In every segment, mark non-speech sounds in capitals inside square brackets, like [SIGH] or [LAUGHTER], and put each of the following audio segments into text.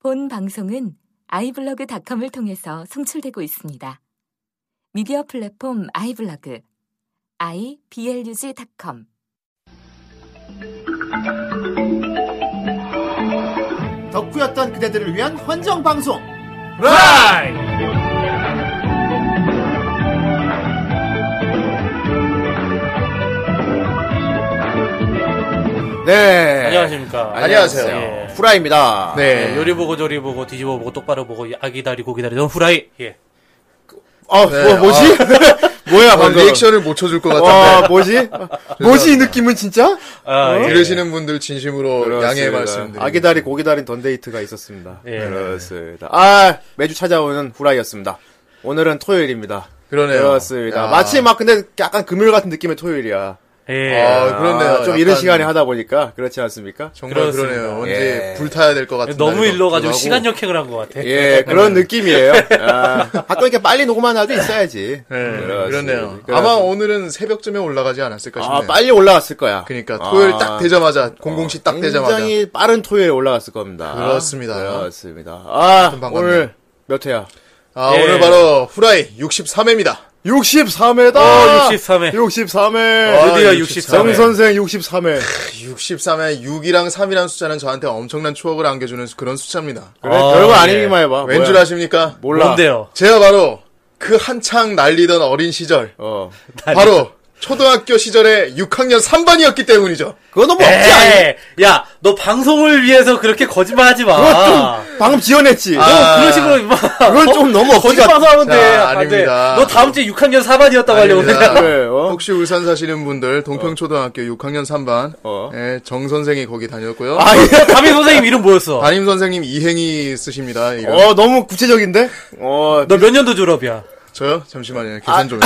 본 방송은 아이블로그닷컴을 통해서 송출되고 있습니다. 미디어 플랫폼 아이블로그 iblog.com 덕후였던 그대들을 위한 헌정 방송. 라이! 네. 안녕하십니까. 안녕하세요. 예. 후라입니다. 네, 요리 보고 저리 보고 뒤집어 보고 똑바로 보고 아기 다리 고기 다리 넌 후라이. 예. 아, 네, 뭐, 뭐지? [LAUGHS] 뭐야, 아, 방금. 리액션을 못 쳐줄 것 같은데 와, 뭐지? 뭐지, 이 느낌은 진짜? 아, 예. 어? 들으시는 분들 진심으로 양해 말씀드립니다. 아기다리, 고기다리, 던데이트가 있었습니다. 예. 그렇습니다. 아, 매주 찾아오는 후라이였습니다. 오늘은 토요일입니다. 그러네요. 그렇습니다. 야. 마치 막 근데 약간 금요일 같은 느낌의 토요일이야. 예. 아, 그렇네요. 좀 약간- 이른 시간에 하다 보니까 그렇지 않습니까? 정말 그렇습니다. 그러네요 예. 언제 불타야 될 것 같은 너무 날도 일러가지고 불구하고. 시간 역행을 한 것 같아. 예, 그런 느낌이에요. 아, 가끔 이렇게 빨리 녹음하는 날도 있어야지. 네, 그렇습니다. 그렇네요. 그렇습니다. 아마 오늘은 새벽쯤에 올라가지 않았을까 싶네요. 아, 빨리 올라왔을 거야. 그러니까 토요일 아. 딱 되자마자 00시 딱 되자마자 굉장히 빠른 토요일에 올라갔을 겁니다. 그렇습니다. 그렇습니다. 아, 좀 반갑네요. 오늘 몇 회야? 아, 예. 오늘 바로 후라이 63회입니다. 63회다! 어, 63회. 63회! 드디어 아, 63회. 정선생 63회. 63회 6이랑 3이라는 숫자는 저한테 엄청난 추억을 안겨주는 그런 숫자입니다. 그래, 아, 별거 예. 아니기만 해봐. 왠 줄 뭐야. 아십니까? 몰라. 뭔데요? 제가 바로 그 한창 날리던 어린 시절 어. 바로 초등학교 시절에 6학년 3반이었기 때문이죠. 그거 너무 없지 않니? 에이, 예. 야, 너 방송을 위해서 그렇게 거짓말하지 마. 그거 좀, 방금 지어냈지? 너 아. 그런 식으로 막 그건 좀 너무 억지가- 거짓말 하는데 자, 안 돼. 아닙니다. 너 다음 주에 6학년 4반이었다고 하려고 아닙니다. [LAUGHS] 그래. 그래, 어? 혹시 울산 사시는 분들 동평초등학교 6학년 3반 어. 예, 정 선생이 거기 다녔고요. 아, 예. 담임 선생님 이름 뭐였어? 담임 선생님 이행이 쓰십니다. 이름. 어, 너무 구체적인데? 어, 너 몇 년도 졸업이야? 저요? 잠시만요. 계산 좀.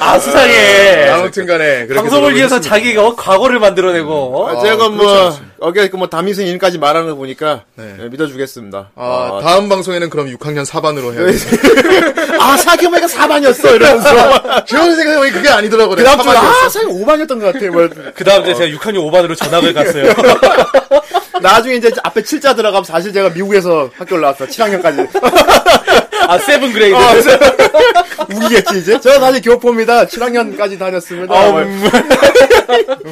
아 수상해. 아무튼간에 그렇게 방송을 노력을 위해서 했습니다. 자기가 어, 과거를 만들어내고 어? 아, 제가 뭐, 그렇지 어깨, 그 뭐, 담임생 이름까지 말하는 거 보니까, 네. 예, 믿어주겠습니다. 아, 다음 방송에는 그럼 6학년 4반으로 해요. [LAUGHS] 아, 생각해보니까 4반이었어! 이러면서. [LAUGHS] 그런 어, 생각이 그게 아니더라고요. 그 다음 주에, 사반이었어. 아, 사실 5반이었던 것 같아. 뭐, 그 다음 주에 제가 6학년 5반으로 [LAUGHS] 전학을 갔어요. 나중에 이제 앞에 7자 들어가면 사실 제가 미국에서 학교 올라왔어. 7학년까지. [LAUGHS] 아 세븐 그레이드. 우기겠지, 이제? 제가 사실 교포입니다. 7학년까지 다녔습니다. 아, 뭐, 음.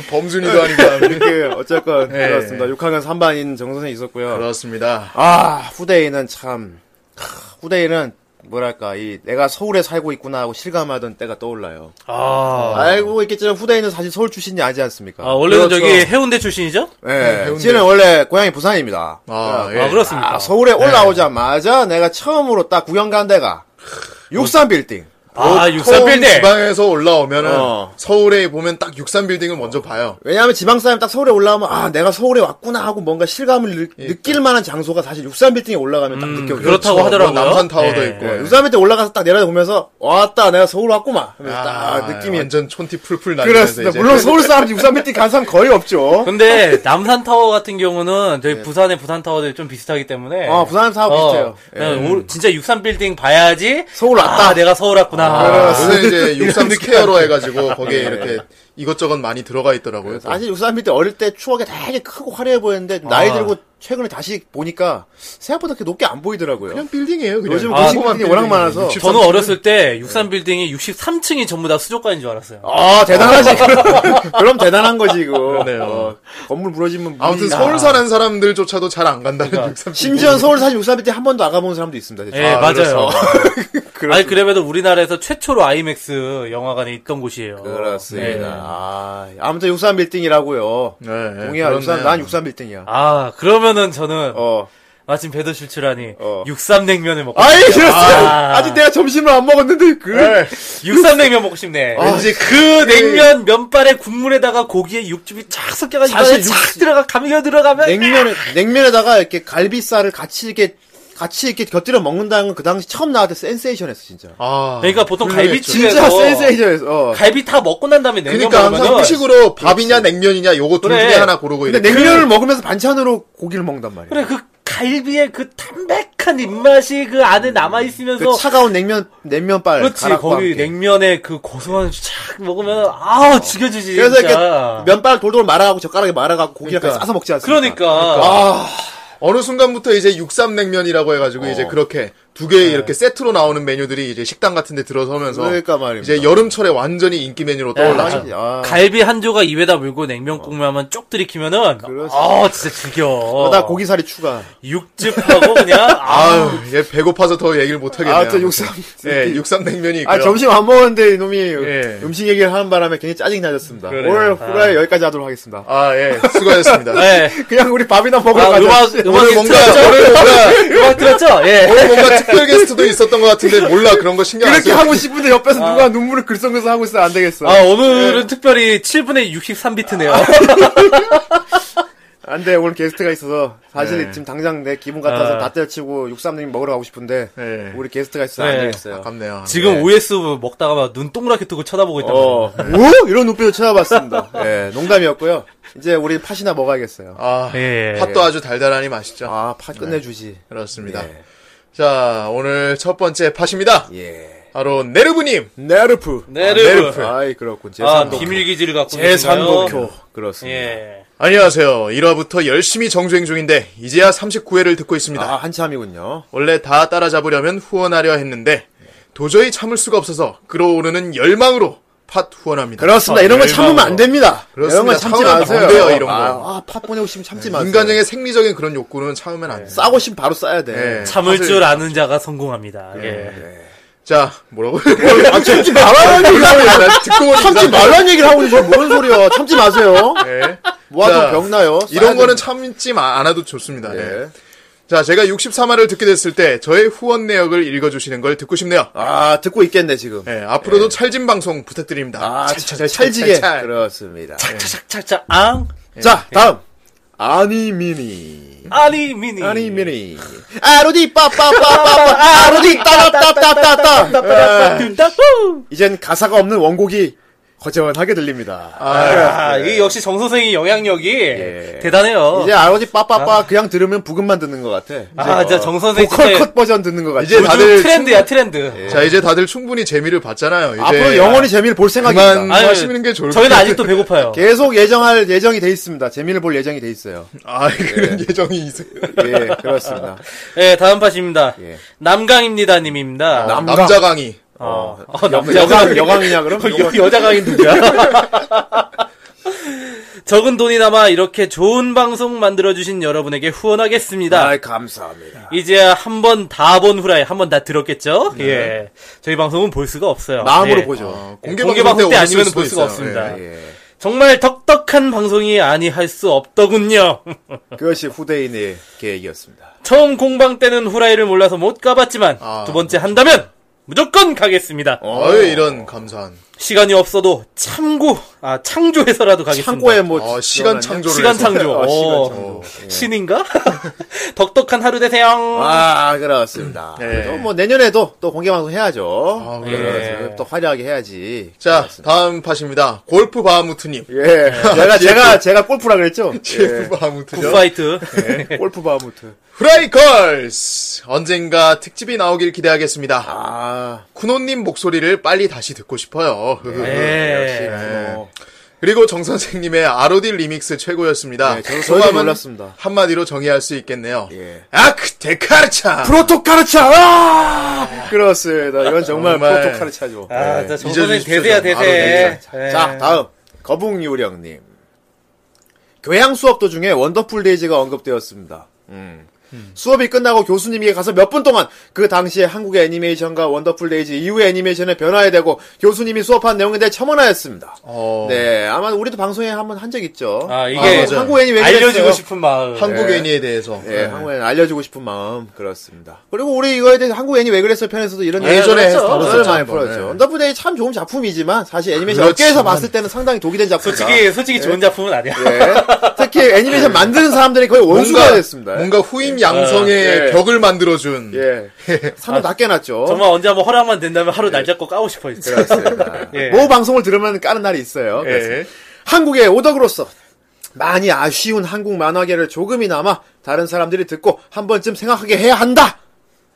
범준이도 그 아니고 이렇게, 어쨌건, 예. 그렇습니다. 6학년 3반인 정선생이 있었고요. 그렇습니다. 아, 후대인은 참, 크, 후대인은, 뭐랄까, 이, 내가 서울에 살고 있구나 하고 실감하던 때가 떠올라요. 아, 알고 있겠지만 후대인은 사실 서울 출신이 아니지 않습니까? 아, 원래는 그렇죠. 저기 해운대 출신이죠? 예, 해운대. 지는 원래 고향이 부산입니다. 아, 그래갖고 예. 아 그렇습니까? 아, 서울에 올라오자마자 내가 처음으로 딱 구경 간 데가 육산 빌딩. 아 보통 육삼빌딩. 지방에서 올라오면은 어. 서울에 보면 딱 63빌딩을 먼저 봐요. 왜냐하면 지방 사람이 딱 서울에 올라오면 아 내가 서울에 왔구나 하고 뭔가 실감을 느, 느낄 만한 장소가 사실 육산 빌딩에 올라가면 딱 느껴져요. 그렇다고 하더라고요. 뭐 남산 타워도 예. 있고. 예, 육산 빌딩 올라가서 딱 내려다보면서 왔다 내가 서울 왔구만. 아, 하면서 아, 딱 느낌이 완전 촌티 풀풀 나면서 그렇습니다. 물론 서울 사람이 육산 빌딩 간 사람 거의 없죠. 근데 남산 타워 같은 경우는 저희 부산의 부산 타워들이 좀 비슷하기 때문에 어 예. 부산 사람 비슷해요. 예. 네. 진짜 육삼 빌딩 봐야지. 서울 왔다. 아, 내가 서울 왔구나. 아, 요새 이제 63 스퀘어로 해가지고 거기에 이렇게 이것저것 많이 들어가 있더라고요. 아, 또. 사실 육산 빌딩 어릴 때 추억이 되게 크고 화려해 보였는데 나이 들고 최근에 다시 보니까 생각보다 그렇게 높게 안 보이더라고요. 그냥 빌딩이에요. 그냥. 요즘 아, 도시 빌딩이 워낙 많아서. 저는 어렸을 때 육삼 빌딩이 63층이 전부 다 수족관인 줄 알았어요. 예. 아 대단하지 [LAUGHS] 그럼 대단한 거지 이거 그러네요. 어, 건물 무너지면 아무튼 문이나. 서울 사는 사람들조차도 잘 안 간다는 그러니까. 63빌딩. 심지어 서울 사실 육삼빌때한 번도 안 가본 사람도 있습니다 진짜. 예, 아, 그렇죠. [LAUGHS] 맞아요. 그래서. 아니, 그래도 우리나라에서 최초로 아이맥스 영화관에 있던 곳이에요. 그렇습니다 네. 아, 아무튼 육삼 빌딩이라고요 네, 네, 동의야 육삼 그렇네요. 난 육삼 빌딩이야 아, 그러면은 저는 어 마침 배도 출출하니 어. 육삼냉면을 먹고 아이 싶네요. 그랬어 아. 아. 직 내가 점심을 안 먹었는데 그래 육삼냉면 먹고 싶네. 아, 왠지 그 냉면 면발에 국물에다가 고기에 육즙이 쫙 섞여가지고 사실 입안에 쫙 들어가 감겨 들어가면 그 냉면에 냉면에다가 이렇게 갈비살을 같이 이렇게 같이 이렇게 곁들여 먹는다는 건 그 당시 처음 나왔을 때 센세이션했어 진짜 아, 그러니까 보통 훌륭했죠. 갈비찜에- 진짜 그래서- 센세이션했어 어. 갈비 다 먹고 난 다음에 냉면 그러니까 항상 먹으면 후식으로 밥이냐 냉면이냐 요거 둘 그래. 중에 하나 고르고 근데 이렇게. 냉면을 먹으면서 반찬으로 고기를 먹는단 말이야 네, 그래 그 갈비의 그 담백한 입맛이 그 안에 남아 있으면서 그 차가운 냉면 냉면 빨 그렇지 가락과 거기 함께. 냉면에 그 고소한 착 먹으면 아우 죽여주지 그래서 진짜. 이렇게 면발 돌돌 말아가고 젓가락에 말아가고 고기랑 그러니까. 같이 싸서 먹지 않습니까? 그러니까 아, 어느 순간부터 이제 육삼냉면이라고 해가지고 어. 이제 그렇게 두 개 네. 이렇게 세트로 나오는 메뉴들이 이제 식당 같은 데 들어서면서 그러니까 말입니다. 이제 여름철에 완전히 인기 메뉴로 떠올랐죠. 아니, 아, 갈비 한 조각 입에다 물고 냉면 국물하면 쭉 들이키면은 그렇지. 아 진짜 즐겨. 그러다 고기살이 추가. 육즙하고 그냥 아 아유, 얘 배고파서 더 얘기를 못하겠네요. 아, 저 육삼. 예, 육삼냉면이 있고요. 아, 점심 안 먹었는데 이놈이 예. 음식 얘기를 하는 바람에 굉장히 짜증이 나졌습니다. 그래요. 아. 오늘 후라이 여기까지 하도록 하겠습니다. 아, 예, [LAUGHS] 수고하셨습니다. 네. 그냥 우리 밥이나 먹으러 아, 가자. 음악 음악 오늘 뭔가 틀었죠? 오늘 뭔가 음악 틀었죠? 예. 오늘 뭔가 특별 게스트도 있었던 것 같은데 몰라 그런 거 신경 안 이렇게 써. 하고 싶은데 옆에서 누가 눈물을 글썽글썽 하고 있어 안 되겠어. 아 오늘은 특별히 7분의 63비트네요. 안 돼, 오늘 게스트가 있어서. 사실 네. 지금 당장 내 기분 같아서 아. 다 때려치고 육삼님 먹으러 가고 싶은데, 네. 우리 게스트가 있어서 네. 안 되겠어요. 아깝네요. 지금 네. OS 먹다가 막 눈 동그랗게 뜨고 쳐다보고 있단 어, 말이에요. 뭐? 이런 눈빛으로 쳐다봤습니다. [LAUGHS] 예, 농담이었고요. 이제 우리 팥이나 먹어야겠어요. 아, 네. 예. 팥도 아주 달달하니 맛있죠. 아, 예. 팥 끝내주지. 네. 그렇습니다. 자, 오늘 첫 번째 팥입니다. 예. 바로 네르브님. 네르프. 네르프. 아, 네르프. 아이, 그렇군. 아 제3도. 비밀 기지를 갖고 계신가요? 제3도쿄. 그렇습니다. 예. 안녕하세요. 1화부터 열심히 정주행 중인데 이제야 39회를 듣고 있습니다. 아, 한참이군요. 원래 다 따라잡으려면 후원하려 했는데 도저히 참을 수가 없어서 끌어오르는 열망으로 팥 후원합니다. 그렇습니다. 이런 건 열망으로. 참으면 안 됩니다. 그렇습니다. 이런 건 참지 참으면 마세요. 안 돼요, 이런 거. 네. 아, 아, 팥 보내고 싶으면 참지 마세요. 네. 인간형의 생리적인 그런 욕구는 참으면 안 돼. 싸고 싶으면 바로 싸야 돼. 예. 참을 팥을- 줄 아는 자가 성공합니다. 예. 자, 뭐라고? 아, 참지 말라는 얘기를 하고 있어요. 듣고 보니 참지 이상하다. 말라는 얘기를 하고 있어요. 뭔 소리야. 참지 마세요. 예. 자, 모아도 병나요. [LAUGHS] 이런 거는 참지 마- 않아도 좋습니다. 네. 예. 자, 제가 63화를 듣게 됐을 때 저의 후원 내역을 읽어주시는 걸 듣고 싶네요. 아, 듣고 있겠네, 지금. 예, 앞으로도 찰진 방송 부탁드립니다. 아, 찰찰찰, 찰지게. 찰찰. 그렇습니다. 착착착착 앙 자, 다음. 아니미니. 아니 미니. 아니미니. 아로디 빠빠빠빠빠. 아로디 따따따따따따. 둔다후. 이젠 가사가 없는 원곡이 거저하게 들립니다. 아, 이게 역시 정 선생의 영향력이 대단해요. 이제 아로디 빠빠빠 그냥 들으면 부금만 듣는 것 같아. 이제 아, 진짜 정 선생 보컬 진짜 컷 버전 듣는 것 같아. 이제 이제 요즘 어, 다들 예. 트렌드야 트렌드. 자, 이제 다들 충분히 재미를 봤잖아요. 이제 앞으로 영원히 재미를 볼 생각입니다. 그만 아니, 하시는 게 좋을 것 저희는 같아요. 아직도 배고파요. 계속 예정할 예정이 돼 있습니다. 재미를 볼 예정이 돼 있어요. 아, [LAUGHS] 그런 예정이 있어요. 예, 그렇습니다. 예, 다음 팟입니다. 예. 남강입니다 님입니다. 남- 남강. 아, 남자 강의. 어, 어, 여강 남자강 여강이냐 그럼? 여, 자강인 누구야? 적은 돈이 남아 이렇게 좋은 방송 만들어주신 여러분에게 후원하겠습니다. [LAUGHS] 아, 감사합니다. 이제야 한 번 다 본 후라이 한 번 다 들었겠죠? 네. 예. 저희 방송은 볼 수가 없어요. 마음으로 예. 보죠. 어, 공개 방송 때 오셨을 아니면 수도 볼 수가 있어요. 없습니다. 예. 예. 정말 덕덕한 방송이 아니할 수 없더군요. 그것이 후대인의 계획이었습니다. 처음 공방 때는 후라이를 몰라서 못 가봤지만 아, 두 번째 한다면 무조건 가겠습니다. 어이, 이런 감사한. 시간이 없어도 참고 아 창조해서라도 가겠습니다. 창고에 뭐 어, 시간 집어넣냐? 창조를 시간 해서. 창조. 어, 시간 오. 창조. 신인가? [LAUGHS] 덕덕한 하루 되세요. 아, 그렇습니다. 예. 그래서 뭐 내년에도 또 공개 방송 해야죠. 아, 예, 그래요. 그래서 또 화려하게 해야지. 자, 다음 팟입니다. 골프 바하무트님. 예. 제가 제가 제가 골프라 그랬죠. 골프 바하무트죠. 굿파이트. 예. 골프 바무트. 후라이걸스! 언젠가 특집이 나오길 기대하겠습니다. 아, 쿠노님 목소리를 빨리 다시 듣고 싶어요. 예. 뭐, 그리고 정선생님의 아로디 리믹스 최고였습니다. 네, 저도 저희도 몰랐습니다. 한마디로 정의할 수 있겠네요. 예. 아크 데카르차! 프로토카르차. 아! 그렇습니다. 이건 정말, 정말. 프로토카르차죠. 아, 진짜 예. 정 잊어주십시오, 선생 대세야 좀. 아로 대세. 대세. 예. 자, 다음. 거북유령님. 교양 수업 도중에 원더풀 데이즈가 언급되었습니다. 음. 수업이 끝나고 교수님에게 가서 몇 분 동안 그 당시에 한국의 애니메이션과 원더풀 데이즈 이후의 애니메이션에 변화해야 되고 교수님이 수업한 내용에 대해 첨언하였습니다. 어, 네, 아마 우리도 방송에 한번 한 적 있죠. 아, 이게 아, 맞아요. 한국 애니 왜 그랬어요? 알려주고 싶은 마음. 한국 애니에 대해서. 예, 한국 애니 알려주고 싶은 마음 그렇습니다. 그리고 우리 이거에 대해서 한국 애니 왜 그랬어요 편에서도 이런 예, 얘기 예전에 했었죠. 했었죠. 그걸 많이 한번, 풀었죠. 예. 원더풀 데이 참 좋은 작품이지만 사실 애니메이션 그렇지만- 업계에서 봤을 때는 상당히 독이 된 작품이다. 솔직히 솔직히 좋은 작품은 아니야. 예. 특히 애니메이션 만드는 사람들이 거의 원수가 됐습니다. 뭔가 후임 양성의 예. 벽을 만들어준. 예. 상을 낮게 놨죠. [LAUGHS] 정말 언제 한번 허락만 된다면 하루 날 잡고 까고 싶어 진짜. 그렇습니다. [LAUGHS] 뭐 예. 모 방송을 들으면 까는 날이 있어요. 예. 그래서 한국의 오덕으로서 많이 아쉬운 한국 만화계를 조금이나마 다른 사람들이 듣고 한 번쯤 생각하게 해야 한다.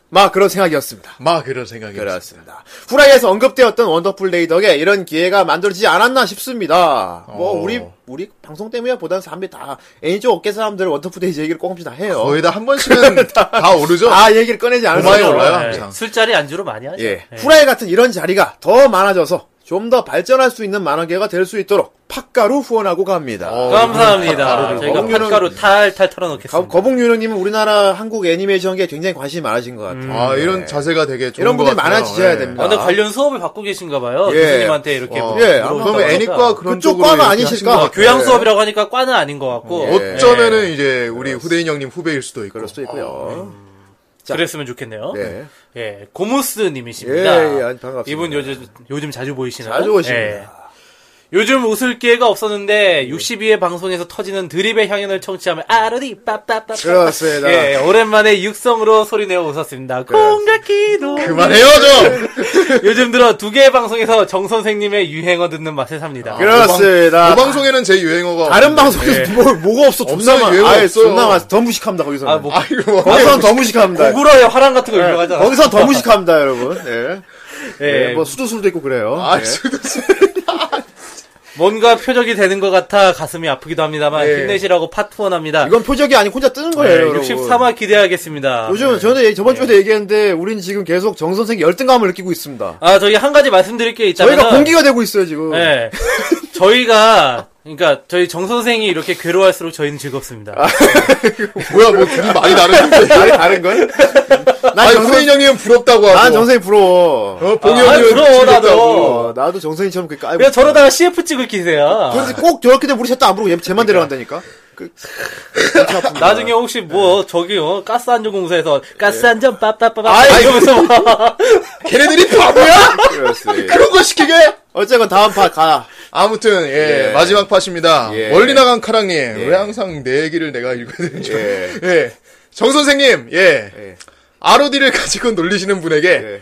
막 그런 생각이었습니다. 막 그런 생각이 들었어요. 그렇습니다. 후라이에서 언급되었던 원더풀 데이 덕에 이런 기회가 만들어지지 않았나 싶습니다. 뭐 어. 우리 우리 방송 때문이야 보다는 사람들이 다 애니쪽 업계 사람들은 원더풀 데이 얘기를 조금씩 다 해요. 거의 다 한 번씩은 다 오르죠? 아 얘기를 꺼내지 않을 고마워요, 수가 없어요. 올라요. 네. 항상. 술자리 안주로 많이 하죠. 예. 후라이 같은 이런 자리가 더 많아져서 좀 더 발전할 수 있는 만화계가 될 수 있도록 팟가루 후원하고 갑니다. 어, 감사합니다. 저희가 거북이는- 팥가루 탈탈 털어놓겠습니다. 거북유령님은 우리나라 한국 애니메이션계에 굉장히 관심이 많으신 것 같아요. 아, 이런 예. 자세가 되게 좋은 이런 것 분들이 같아요. 많아지셔야 예. 됩니다. 아, 근데 관련 수업을 받고 계신가 봐요. 예. 교수님한테 이렇게 뭐 어, 예, 아마 그러면 애니과 그런 그쪽 쪽으로 과가 이렇게 아니실까? 예. 하신 것 같아요. 교양 수업이라고 하니까 과는 아닌 것 같고 예. 예. 어쩌면은 이제 우리 후대인 형님 후배일 수도 있고. 그럴 수도 어, 음. 있고요. 예, 그랬으면 좋겠네요. 네. 예, 고무스님이십니다. 예, 예, 아니, 반갑습니다. 이분 요즘 요즘 자주 보이시나요? 자주 예. 오십니다. 예. 요즘 웃을 기회가 없었는데 62회 방송에서 터지는 드립의 향연을 청취하며 아르디 빠빠빠 그렇습니다. 예, 오랜만에 육성으로 소리내어 웃었습니다. 공격기도 아, 그만해요, 좀! [LAUGHS] 요즘 들어 두 개의 방송에서 정 선생님의 유행어 듣는 맛에 삽니다. 아, 그렇습니다. 이 아, 뭐 방송에는 제 유행어가. 다른 없는데. 방송에서 뭐, 뭐가 없어 존나 없어요, 많아. 유행어 아예 없어요. 존나 많아. 더 무식합니다 거기서. 아, 뭐 아, 이거 뭐. 거기서는 더 무식합니다. 고구려의 화랑 같은 네, 거 유명하잖아. 거기서 더 무식합니다 여러분. 예. 예, 예, 뭐 수도술도 있고 그래요. 아, 예. 뭔가 표적이 되는 것 같아 가슴이 아프기도 합니다만 예. 힘내시라고 파트원합니다. 이건 표적이 아니고 혼자 뜨는 거예요. 여러분. 63화 기대하겠습니다. 요즘 저는 얘기- 저번 주에도 얘기했는데 우린 지금 계속 정 선생 열등감을 느끼고 있습니다. 아 저기 한 가지 말씀드릴 게 있다면 저희가 공기가 되고 있어요 지금. 예. 저희가 그러니까 저희 정 선생이 이렇게 괴로워할수록 저희는 즐겁습니다. 아, 뭐야, 뭐, 둘이 많이 다른데. [LAUGHS] 말이 다른 건? 난 아니, 후대인 정 선생 형님은 부럽다고 하고. 난 정선생 아, 부러워. 어, 봉이 아, 형님은 부러워, 나도. 부럽다고. 어, 나도 정선생처럼 그 깔고. 야 저러다가 CF 찍을 기세야. 그래서 꼭 저렇게 되면 우리 셋다 안 부르고 얘 쟤만 데려간다니까. 그, 골치 아픕니다. 그러니까. 네. 나중에 혹시 뭐 저기 어 가스 안전 공사에서 가스 안전 빠빠빠빠 아이, 이러면서 뭐 막 걔네들이 [LAUGHS] 바보야? 그렇습니다. 그런 거 시키게? 어쨌건 다음 파 가. 아무튼, 예, 예. 마지막 팟입니다. 예. 멀리 나간 카랑님. 왜 항상 내 얘기를 내가 읽어야 되는지. 예. 예. 정선생님, 예. 예. ROD를 [LAUGHS] 가지고 놀리시는 분에게 예.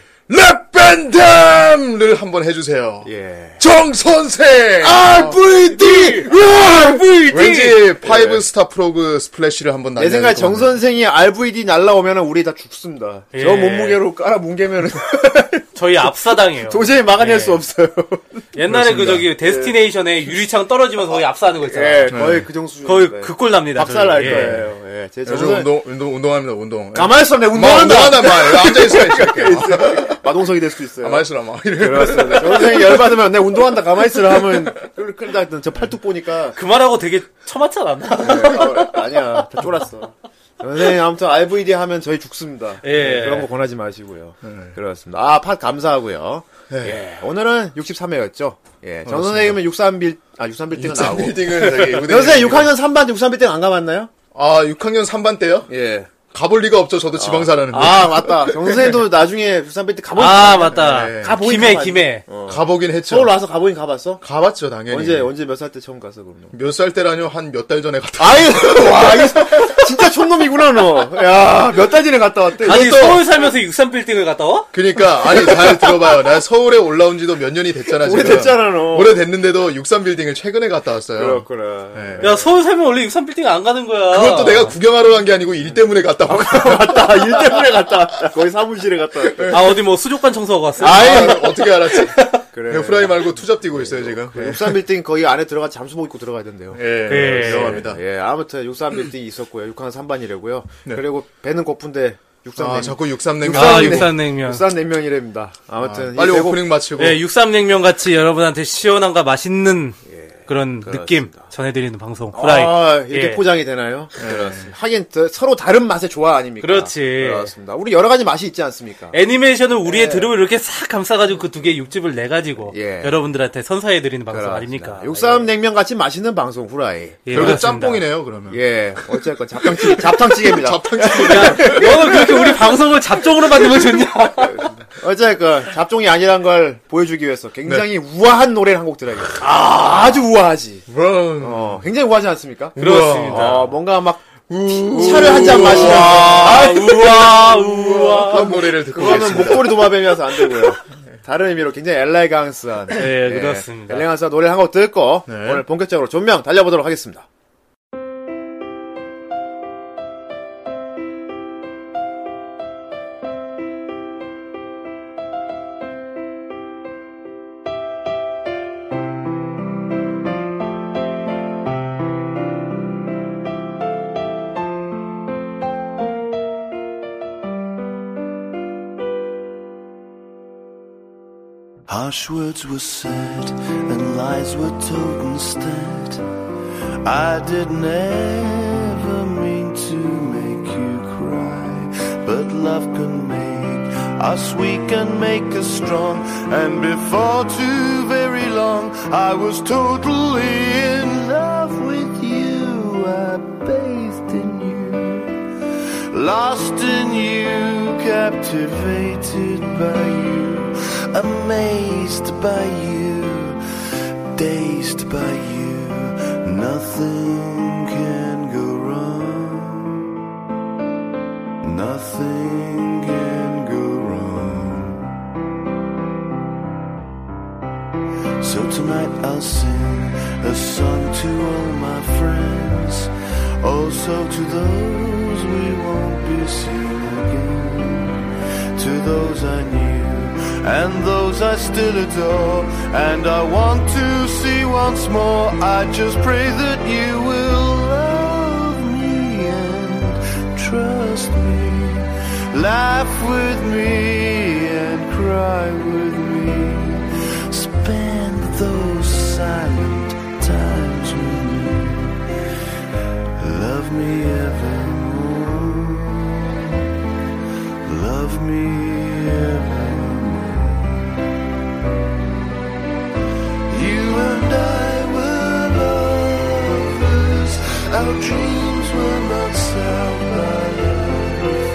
랩밴담을 한번 해주세요. 예. 정선생! RVD! 아, 네, 왠지 파이브 스타 프로그 스플래시를 한번 네, 예. 내 날려야 생각에 될것 정 선생이 RVD 날라오면 우리 다 죽습니다. 예. 저 몸무게로 깔아 뭉개면 저희 압사당해요. [LAUGHS] 도저히 예. 막아낼 수 없어요. 옛날에 그 저기 데스티네이션에 유리창 떨어지면서 거의 압사하는 거 있잖아. 예, 거의 그 정도 수준. 네. 거의 그 꼴 납니다. 박살 저희. 날 예. 거예요. 예, 제 같아요. 요즘 정선 운동, 운동, 운동합니다, 운동. 예. 뭐, 가만히 있어, 내 뭐, 마, 운동한다. 운동하다, 마. [LAUGHS] 앉아있어, 이렇게. 마동석이 될 수도 아, 있어요. 가만히 있어라, 마. 이래. 그렇습니다. 정선생이 열받으면 내 운동한다 가만히 있으라 하면 끌- 끌다 했던 저 팔뚝 보니까 그 말하고 되게 처맞지 않았나? 어, 아니야 다 쫄았어. 선생님 아무튼 RVD 하면 저희 죽습니다. 네, 예. 네. 그런 거 권하지 마시고요. 그렇습니다. 아팟 감사하고요. 예, 오늘은 63회였죠. 예, 정 선생님은 63빌 아 63빌딩은 나오고. [LAUGHS] 빌딩을 [LAUGHS] 저기, 요새 우대님. 6학년 3반 63빌딩 안 가봤나요? 아, 6학년 3반 때요? 네. 예. 가볼 리가 없죠. 저도 지방 사라는데. 아 맞다. 정 [LAUGHS] 선생님도 나중에 63빌딩 가본. 아 맞다. 예. 가보니까 김해 많이- 김해. 가보긴 했죠. 서울 와서 가보긴 가봤어. 가봤죠, 당연히. 언제 언제 몇 살 때 처음 갔어 그럼? 몇 살 때라뇨? 한 몇 달 전에 갔다. 아유 [LAUGHS] 와 이거 진짜 촌놈이구나 너. 야몇 달 전에 갔다 왔대. 아니 이것도- 서울 살면서 63 빌딩을 갔다 와? 그니까, 그러니까, 아니, 잘 들어봐요. 나 서울에 올라온 지도 몇 년이 됐잖아, 지금. 오래됐잖아, 너. 오래됐는데도 63빌딩을 최근에 갔다 왔어요. 그렇구나. 야 서울 살면 원래 63 빌딩 안 가는 거야. 아. 그것도 내가 구경하러 간 게 아니고 일 때문에 갔다 [LAUGHS] 온 거야. 갔다 일 때문에 갔다 왔다 거의 사무실에 갔다 왔다 아 어디 뭐 수족관 청소하고 왔어? 요 아이, 어떻게 알았지? 그래. 후라이 말고 투잡 뛰고 있어요, 지금. 예. 네. 63빌딩 거기 안에 들어가 잠수복 입고 들어가야 된대요 예, 예. 위험합니다. 예 아무튼 63빌딩 있었고요 6한 3반이라고요 그리고 배는 고픈데 아, 63냉면 자꾸 63냉면. 아 육삼- 63 냉면. 63냉면이랍니다 아무튼 이 빨리 배고- 오프닝 마치고. 예, 63 냉면 같이 여러분한테 시원함과 맛있는 그런 느낌 전해드리는 방송 후라이. 예, 아, 이렇게 예. 포장이 되나요? 그렇습니다. 하긴 더- 서로 다른 맛의 조화 아닙니까? 그렇지. 그렇습니다. 우리 여러 가지 맛이 있지 않습니까? 애니메이션을 우리의 드립을 이렇게 싹 감싸가지고 그 두 개의 육즙을 내 가지고 예. 여러분들한테 선사해드리는 방송 그렇습니다. 아닙니까? 육삼냉면 같이 맛있는 방송 후라이. 예, 결국 그렇습니다. 짬뽕이네요, 그러면. 예, 어쨌건 잡탕찌 [LAUGHS] 잡탕찌개입니다. 너는 그렇게 우리 방송을 잡종으로 만들면 좋냐? 어쨌든 그 잡종이 아니란 걸 보여주기 위해서 굉장히 우아한 노래를 한 곡 들어야겠어요. 아, 주 우아하지. 브런. 어, 굉장히 우아하지 않습니까? 그렇습니다. 어, 뭔가 막 차를 한 잔 마시면서 아, 우와, 우와. 그런 노래를 듣고 그거는 계십니다. 목도리 도마뱀이라서 안 되고요. 다른 의미로 굉장히 엘레강스한 예, 네, 그렇습니다. 엘레강스한 노래를 한 곡 듣고 네. 오늘 본격적으로 존명 달려보도록 하겠습니다. Harsh words were said and lies were told instead. I did never mean to make you cry, but love can make us weak and make us strong. And before too very long, I was totally in love with you. I bathed in you lost in you, captivated by you, amazed by you, dazed by you. Nothing can go wrong. Nothing can go wrong. So tonight I'll sing a song to all my friends, also to those we won't be seeing again, to those I knew and those I still adore, and I want to see once more. I just pray that you will love me and trust me, laugh with me and cry with me. Spend those silent times with me. Love me evermore. Love me evermore. You and I were lovers. Our dreams were not sound by love.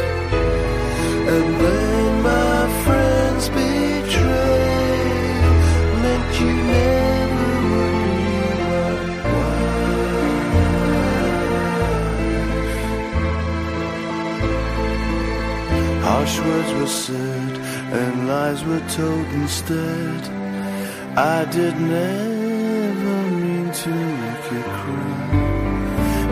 And when my friends betrayed, meant you never would be my wife. Harsh words were said and lies were told instead. I did never mean to make you cry.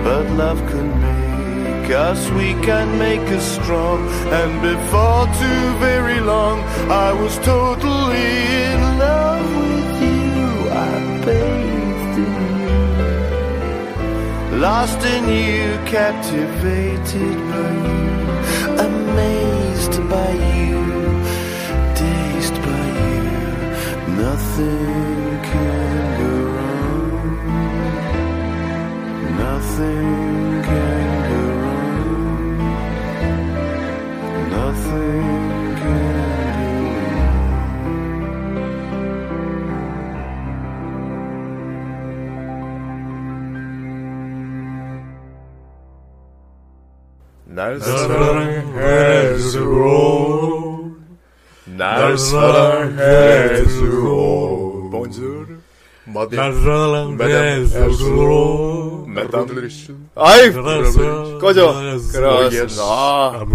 But love can make us weak and make us strong. And before too very long, I was totally in love with you. I bathed in you, lost in you, captivated by you, amazed by you, dazed by you. Nothing can go wrong. Nothing can go wrong. Nothing can go wrong. 날 사랑할수록 날 사랑할수록 뭔줄 마디아 메담리슈 아이 꺼져 그렇습니다 아,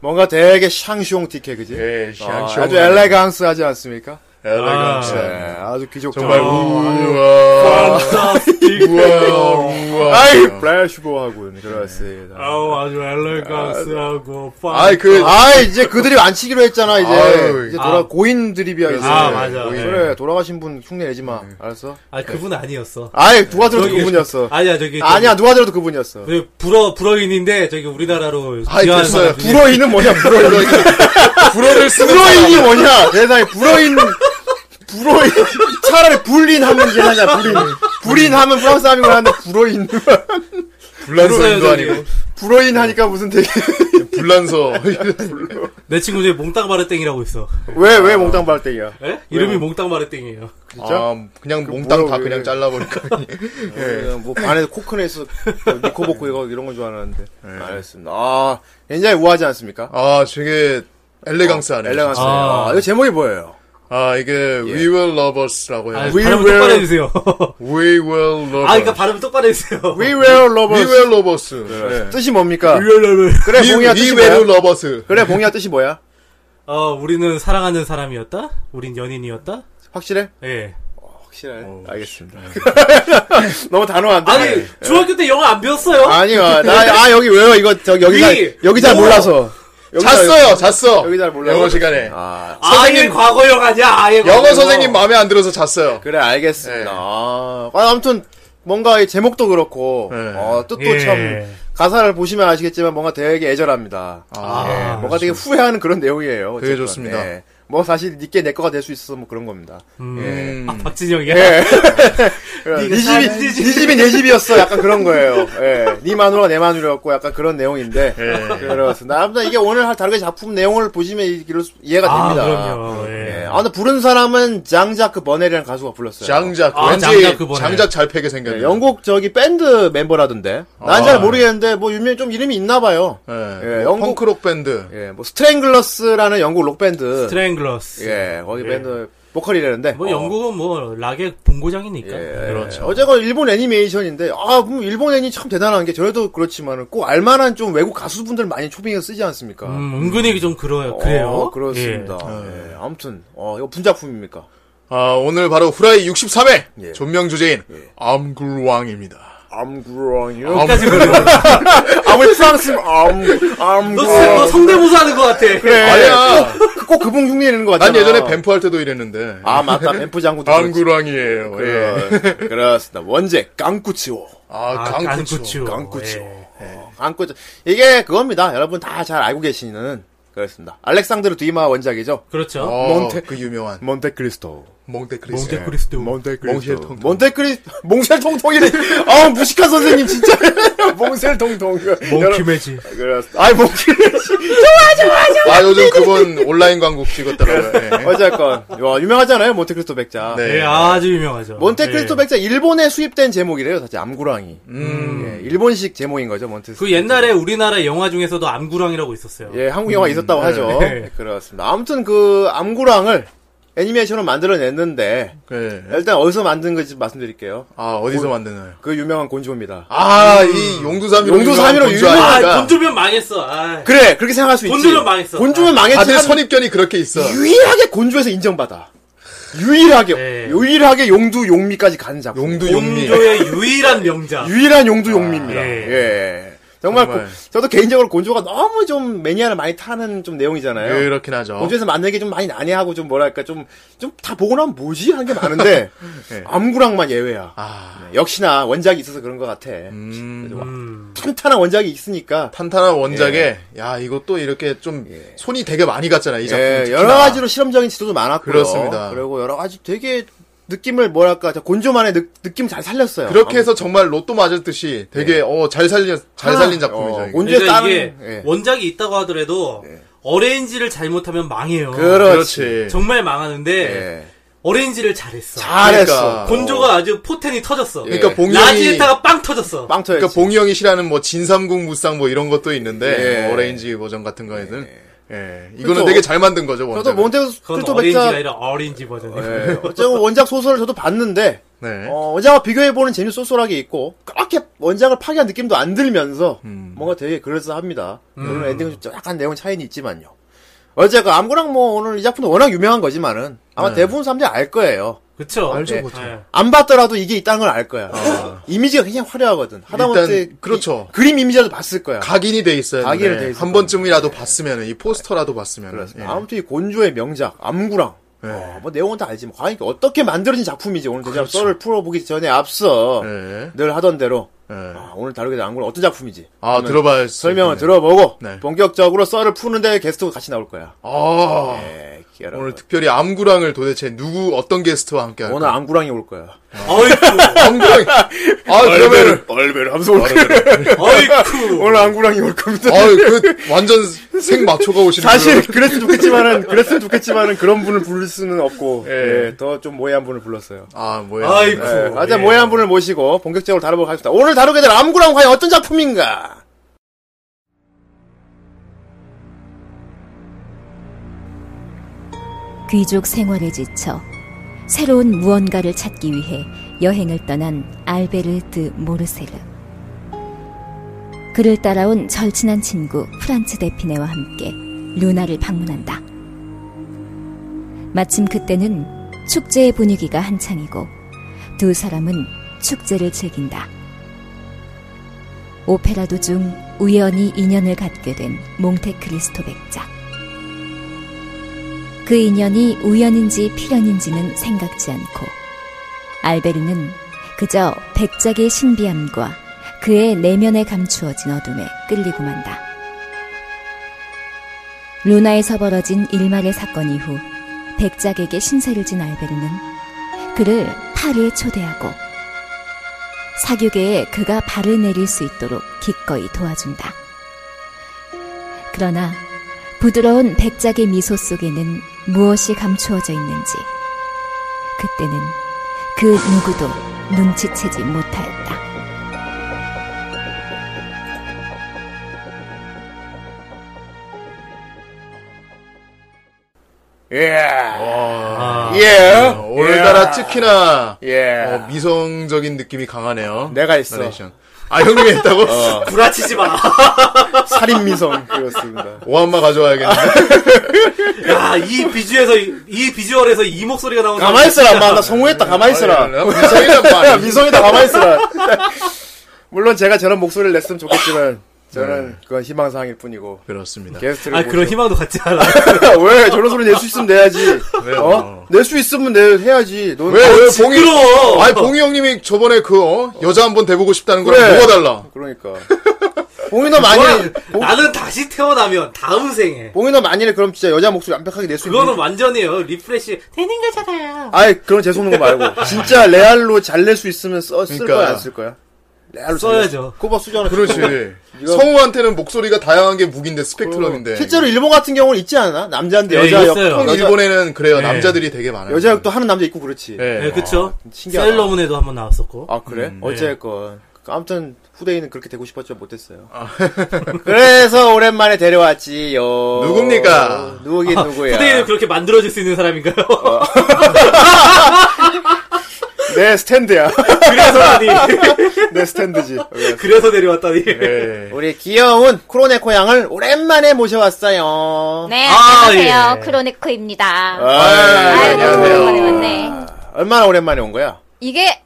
뭔가 되게 샹숑 티케 그지? 예, 아, 샹숑. 아주 엘레강스 하지 않습니까? 네, 엘레강스 아주 귀족 정말 우와 우와 우와 아이 플래시보하군 그렇습니다 아우 아주 엘레강스하고 아이 그 아 이제 그들이 안 치기로 했잖아 이제 아유. 이제 돌아 아. 고인 드립이야 이제 아, 맞아. 고인. 네. 그래 돌아가신 분 흉내 내지 마 알았어 아 그분 아니었어. 아이 누가 들어도 저기- 그분이었어 아니야 네. 저기 저기 아니야 누가 들어도 그분이었어 저기 불어 불어인인데 저기 우리나라로 아이, 귀화한 됐어요. 사람 중에 불어인은 뭐냐 불어인 불어를 쓰는 불어인이 뭐냐 [LAUGHS] 세상에 불어인 불어인 차라리 불린 하면 이제 하냐 불인 불인 하면 프랑스 사람이고 하는데 불어인 불란서인도 불어요, 저기. 아니고 불어인 하니까 무슨 되게 [LAUGHS] 불란서 내 친구 중에 몽땅바르땡이라고 있어. 왜왜 몽땅 발등이야 예? 이름이 몽땅바르땡이에요. 아 그냥 몽땅 다 뭐라고 그냥 그래. 잘라버릴까 예, 뭐 반에서 [LAUGHS] 코크넷에서 니코보코 이거 이런 건 줄 알았는데 알겠습니다 아 굉장히 예. 우아하지 않습니까 [LAUGHS] 아 되게 엘레강스 하네 엘레강스 아. 이거 제목이 뭐예요 아 이게 We Will Love Us라고 아, 해요 We 발음 will- 똑바로 해주세요. We Will Love 아 그러니까 발음 똑바로 해주세요. We [LAUGHS] Were We Lovers Will Love Us 네. 뜻이 뭡니까 그래 We 봉이야 We 뜻이 Will 뭐야 Love Us 그래 봉이야 뜻이 뭐야 어 우리는 사랑하는 사람이었다. 우린 연인이었다. 확실해 예. 확실해 알겠습니다 [LAUGHS] 너무 단호한데 아니 중학교 때 영어 안 배웠어요? 네. 아니요. 나, 아, 여기 왜요? 이거, 저, 여기 위, 잘, 여기 잘 뭐. 몰라서. 여기 잘- 잤어요 잤어 여기 잘 몰라요. 영어 시간에 아, 아예 과거형 아니야. 아예 영어 과거형. 뭐. 선생님 마음에 안 들어서 잤어요 그래, 네. 알겠습니다. 아, 아, 아무튼, 뭔가 이 제목도 그렇고, 네. 어, 뜻도 예. 참, 가사를 보시면 아시겠지만 뭔가 되게 애절합니다. 아, 예, 뭔가 되게 후회하는 그런 내용이에요. 되게 어쨌든. 좋습니다. 예. 뭐 사실 니께 내 거가 될 수 있어서 뭐 그런 겁니다. 음. 아, 박진영이야? [LAUGHS] 네 네가 예. 집이 사는 네 집이 내 집이었어 약간 그런 거예요. 예, 네 마누라 내 마누라였고 약간 그런 내용인데 그래서 나보다 이게 오늘 할 다르게 작품 내용을 보시면 이- 이럴 수- 이해가 아, 됩니다. 그럼요. 예, 예. 아 근데 부른 사람은 장자크 버넬이라는 가수가 불렀어요. 장작 아, 왠지 장작 네. 장작, 그거네. 잘 패게 생겼네. 네, 영국 저기 밴드 멤버라던데 난 잘 아. 모르겠는데 뭐 유명 좀 이름이 있나봐요. 예, 뭐 예, 영국- 펑크록 밴드. 예, 뭐 스트랭글러스라는 영국 록 밴드. 트랭글러스. 예, 거기 밴드 보컬이라는데. 뭐 어. 영국은 뭐 락의 본고장이니까. 예, 그렇죠. 어제가 일본 애니메이션인데 아, 그럼 일본 애니 참 대단한 게 저희도 그렇지만은 꼭 알만한 좀 외국 가수분들 많이 초빙해서 쓰지 않습니까? 음, 은근히 좀 그래요. 어, 그래요. 그렇습니다. 예. 예, 아무튼 어, 이거 분작품입니까? 아, 오늘 바로 후라이 63회 예. 존명 주제인 암굴왕입니다. I'm growing you. 끝까지 예. 그래요. 아무리 프랑스 I'm I'm [LAUGHS] 너, 뭐 성- 너 성대모사 하는 것 같아. 어, 그래. 아니야. 꼭 그분 흉내 내는 거 같잖아. 난 예전에 뱀프 할 때도 이랬는데. 아 맞다 뱀프 장군도 그렇지. 암굴왕이에요. 예. 그래. 그렇습니다. 원제 깡꾸치오. 아, 아, 강구추. 강구추. 강구추. 예. 안고 이게 그겁니다. 여러분 다 잘 알고 계시는 그렇습니다. 알렉산드르 뒤마 원작이죠. 그렇죠. 어, 몬테- 그 유명한 몬테크리스토. 몽테크리스토. 몽테크리스도. 몽테크리스토. 몬테크리 몽셀통통이래. 아 무식한 선생님 진짜. [LAUGHS] 몽셀통통. 여러분, 몽키매지. 그렇습니다. 아이 몽키. 아, 요즘 그분 온라인 광고 네. 찍었더라고요. 예. 어쨌건 와 유명하잖아요 몬테크리스토 백자. 네. 예, 아주 유명하죠. 몬테크리스토 예. 백자 일본에 수입된 제목이래요 사실 암구랑이. 예, 일본식 제목인 거죠 음. 몬테크리스토. 그 옛날에 우리나라 영화 중에서도 암구랑이라고 있었어요. 예, 한국 영화 있었다고 하죠. 네. 네, 그렇습니다. 아무튼 그 암구랑을 애니메이션으로 만들어냈는데 [LAUGHS] 예. 일단 어디서 만든 건지 말씀드릴게요. 아, 어디서 만드나요? 그 유명한 곤조입니다. 아, 이 용두삼이로 음. 용두삼이로 아, 유명하니까. 돈 주면 망했어. 아. 그래, 그렇게 생각할 수 있지. 곤조는 망했어. 곤조는 망했지. 다들 한- 아, 선입견이 그렇게 있어. 유일하게 곤조에서 인정받아. 유일하게, 네. 유일하게 용두 용미까지 가는 작품. 용두 용미. 곤조의 유일한 명작. 유일한 용두 용미입니다. 아, 예. 예. 정말, 정말. 고- 저도 개인적으로 곤조가 너무 좀 매니아를 많이 타는 좀 내용이잖아요. 네, 그렇긴 하죠. 원주에서 만든 게 좀 많이 난해하고 좀 뭐랄까 좀 좀 다 보고 나면 뭐지 하는 [LAUGHS] 게 많은데 암구랑만 예외야. 네. 아. 네, 역시나 원작이 있어서 그런 것 같아. 음. 음. 탄탄한 원작이 있으니까 탄탄한 원작에 야 이것도 이렇게 좀 손이 되게 많이 갔잖아 이 작품 예, 특히나. 여러 가지로 실험적인 지도도 많았고요. 그렇습니다. 그리고 여러 가지 되게 느낌을 뭐랄까 저 곤조만의 느, 느낌 잘 살렸어요. 예. 그렇게 해서 정말 로또 맞았듯이 되게 어 잘 살린 잘 하나, 살린 어, 작품이죠. 이거. 원주에 그러니까 다른 이게 예. 원작이 있다고 하더라도 어레인지를 잘못하면 망해요. 그렇지. 그렇지. 정말 망하는데 예. 어레인지를 잘했어. 잘했어. 그러니까. 곤조가 아주 포텐이 터졌어. 그러니까 예. 봉이 형이 라지에타가 빵 터졌어. 빵 터야지. 그러니까 봉이 형이 싫어하는 뭐 진삼국 무쌍 뭐 이런 것도 있는데 예. 뭐 어레인지 버전 같은 거에는 예. 이거는 그렇죠. 되게 잘 만든 거죠 원작. 저도 그건 몬테크리스토 어레인지가 백자 아니라 어린지 버전이에요. 예, 어쨌든 원작 소설을 저도 봤는데 네. 어, 원작과 비교해보는 재미 쏠쏠하게 있고, 그렇게 원작을 파괴한 느낌도 안 들면서, 음. 뭔가 되게 그럴싸합니다. 물론 엔딩은 좀 약간 내용 차이는 있지만요. 어쨌든, 암구랑 뭐, 오늘 이 작품도 워낙 유명한 거지만은, 아마 네. 대부분 사람들이 알 거예요. [LAUGHS] 그쵸? 알죠, 예. 그쵸. 예. 안 봤더라도 이게 있다는 걸 알 거야. [LAUGHS] 이미지가 굉장히 화려하거든. 하다못해. 아. 일단 그렇죠. 이- 그림 이미지라도 봤을 거야. 아, 각인이 돼 있어야 각인이 돼 돼. 있어요. 한 번쯤이라도 봤으면 이 포스터라도 예. 봤으면. 그렇습니다. 아무튼 이 곤조의 명작, 암구랑. 예. 어, 뭐 내용은 다 알지만, 과연 이게 어떻게 만들어진 작품인지 오늘 대략 썰을 풀어보기 전에 앞서, 그렇죠. 예. 늘 하던 대로, 예. 아, 오늘 다루게 된 암구랑 어떤 작품인지. 아 들어봐야 설명을 들어보고 네. 본격적으로 썰을 푸는데 게스트가 같이 나올 거야. 아. 예, 여러분. 오늘 특별히 암구랑을 도대체 누구 어떤 게스트와 함께 할까? 오늘 암구랑이 올 거야. 어이쿠, [LAUGHS] 암구랑. 아 그러면 얼베르 하면서 올 거야. 어이쿠. [LAUGHS] 오늘 암구랑이 올 겁니다. 아유, 그 완전 생마초가 오시는 어, 사실 그랬으면 좋겠지만은 [LAUGHS] 그랬으면 좋겠지만은 그런 분을 부를 수는 없고 예. 더 좀 모해한 분을 불렀어요. 아 뭐야? 아이쿠. 예, 맞아 예. 모해한 분을 모시고 본격적으로 다뤄보고 하겠습니다. 오늘 다루게 될 암구랑 과연 어떤 작품인가? 귀족 생활에 지쳐 새로운 무언가를 찾기 위해 여행을 떠난 알베르트 모르세르. 그를 따라온 절친한 친구 프란츠 데피네와 함께 루나를 방문한다. 마침 그때는 축제의 분위기가 한창이고 두 사람은 축제를 즐긴다. 오페라 도중 우연히 인연을 갖게 된 몽테크리스토 백작. 그 인연이 우연인지 필연인지는 생각지 않고 알베르는 그저 백작의 신비함과 그의 내면에 감추어진 어둠에 끌리고 만다. 루나에서 벌어진 일말의 사건 이후 백작에게 신세를 진 알베르는 그를 파리에 초대하고 사교계에 그가 발을 내릴 수 있도록 기꺼이 도와준다. 그러나 부드러운 백작의 미소 속에는 무엇이 감추어져 있는지 그때는 그 누구도 눈치채지 못하였다. 예. 와. 예. 어, 오늘따라 특히나 예. 어, 미성적인 느낌이 강하네요. 내가 했어. 어. 나레이션. 아 형님이 했다고? 구라치지 마. [LAUGHS] 살인 미성 그렇습니다. 오한마 가져와야겠는데. 야, 이 비주에서, 이, 이 비주얼에서 이 목소리가 나오는 가만 있어라, 엄마. 나 성공했다. 가만 아, 예, 있어라. 네. 미성이란 야, 말이야. [LAUGHS] 미성이다. 가만 있어라. 물론 제가 저런 목소리를 냈으면 좋겠지만 저는 그건 희망사항일 뿐이고 그렇습니다. 게스트를 아, 그런 모셔- 희망도 같지 않아. [LAUGHS] 왜 저런 소리 낼 수 있으면 내야지. 왜요? 어? 낼 수 있으면 내 해야지. 넌 아, 왜, 왜, 봉이. 시끄러워. 아니, 봉이 형님이 저번에 그, 어? 여자 한 번 대보고 싶다는 거랑 그래. 뭐가 달라? 그러니까. 봉이 너 만일 봉, 나는 다시 태어나면 다음 생에. 봉이 너 만일 그럼 진짜 여자 목소리 완벽하게 낼 수 있는. 그거는 완전해요. 리프레시. 되는 거잖아요. 아이 그런 재수없는 거 말고 진짜 레알로 잘 낼 수 있으면 써, 쓸 그러니까. 거야 안 쓸 거야? 레알로 잘 써야죠. 낼 수- 그거 봐 [LAUGHS] 수정을 그렇지. 성우한테는 목소리가 다양한 게 무기인데 스펙트럼인데. 실제로 일본 같은 경우는 있지 않아? 남자인데 네, 여자 있어요. 역형 형, 여자, 일본에는 그래요. 네. 남자들이 되게 많아요. 여자 역도 하는 남자 있고 그렇지. 예. 네, 그쵸. 신기하다. 셀러문에도 한번 나왔었고. 아 그래? 음, 어쨌건 네. 아무튼 후대인은 그렇게 되고 싶었지만 못됐어요. [LAUGHS] 그래서 오랜만에 데려왔지요. 누굽니까? 누구긴 누구야? 후대인을 그렇게 만들어줄 수 있는 사람인가요? 내 스탠드야. [LAUGHS] 그래서라니. 내 스탠드지. 그래서 내려왔다니. 네. 예. 우리 귀여운 크로네코 양을 오랜만에 모셔왔어요. 네, 아, 안녕하세요. 예. 크로네코입니다. 아유, 예, 아유, 너무 안녕하세요. 오랜만에 왔네. 얼마나 오랜만에 온 거야? 이게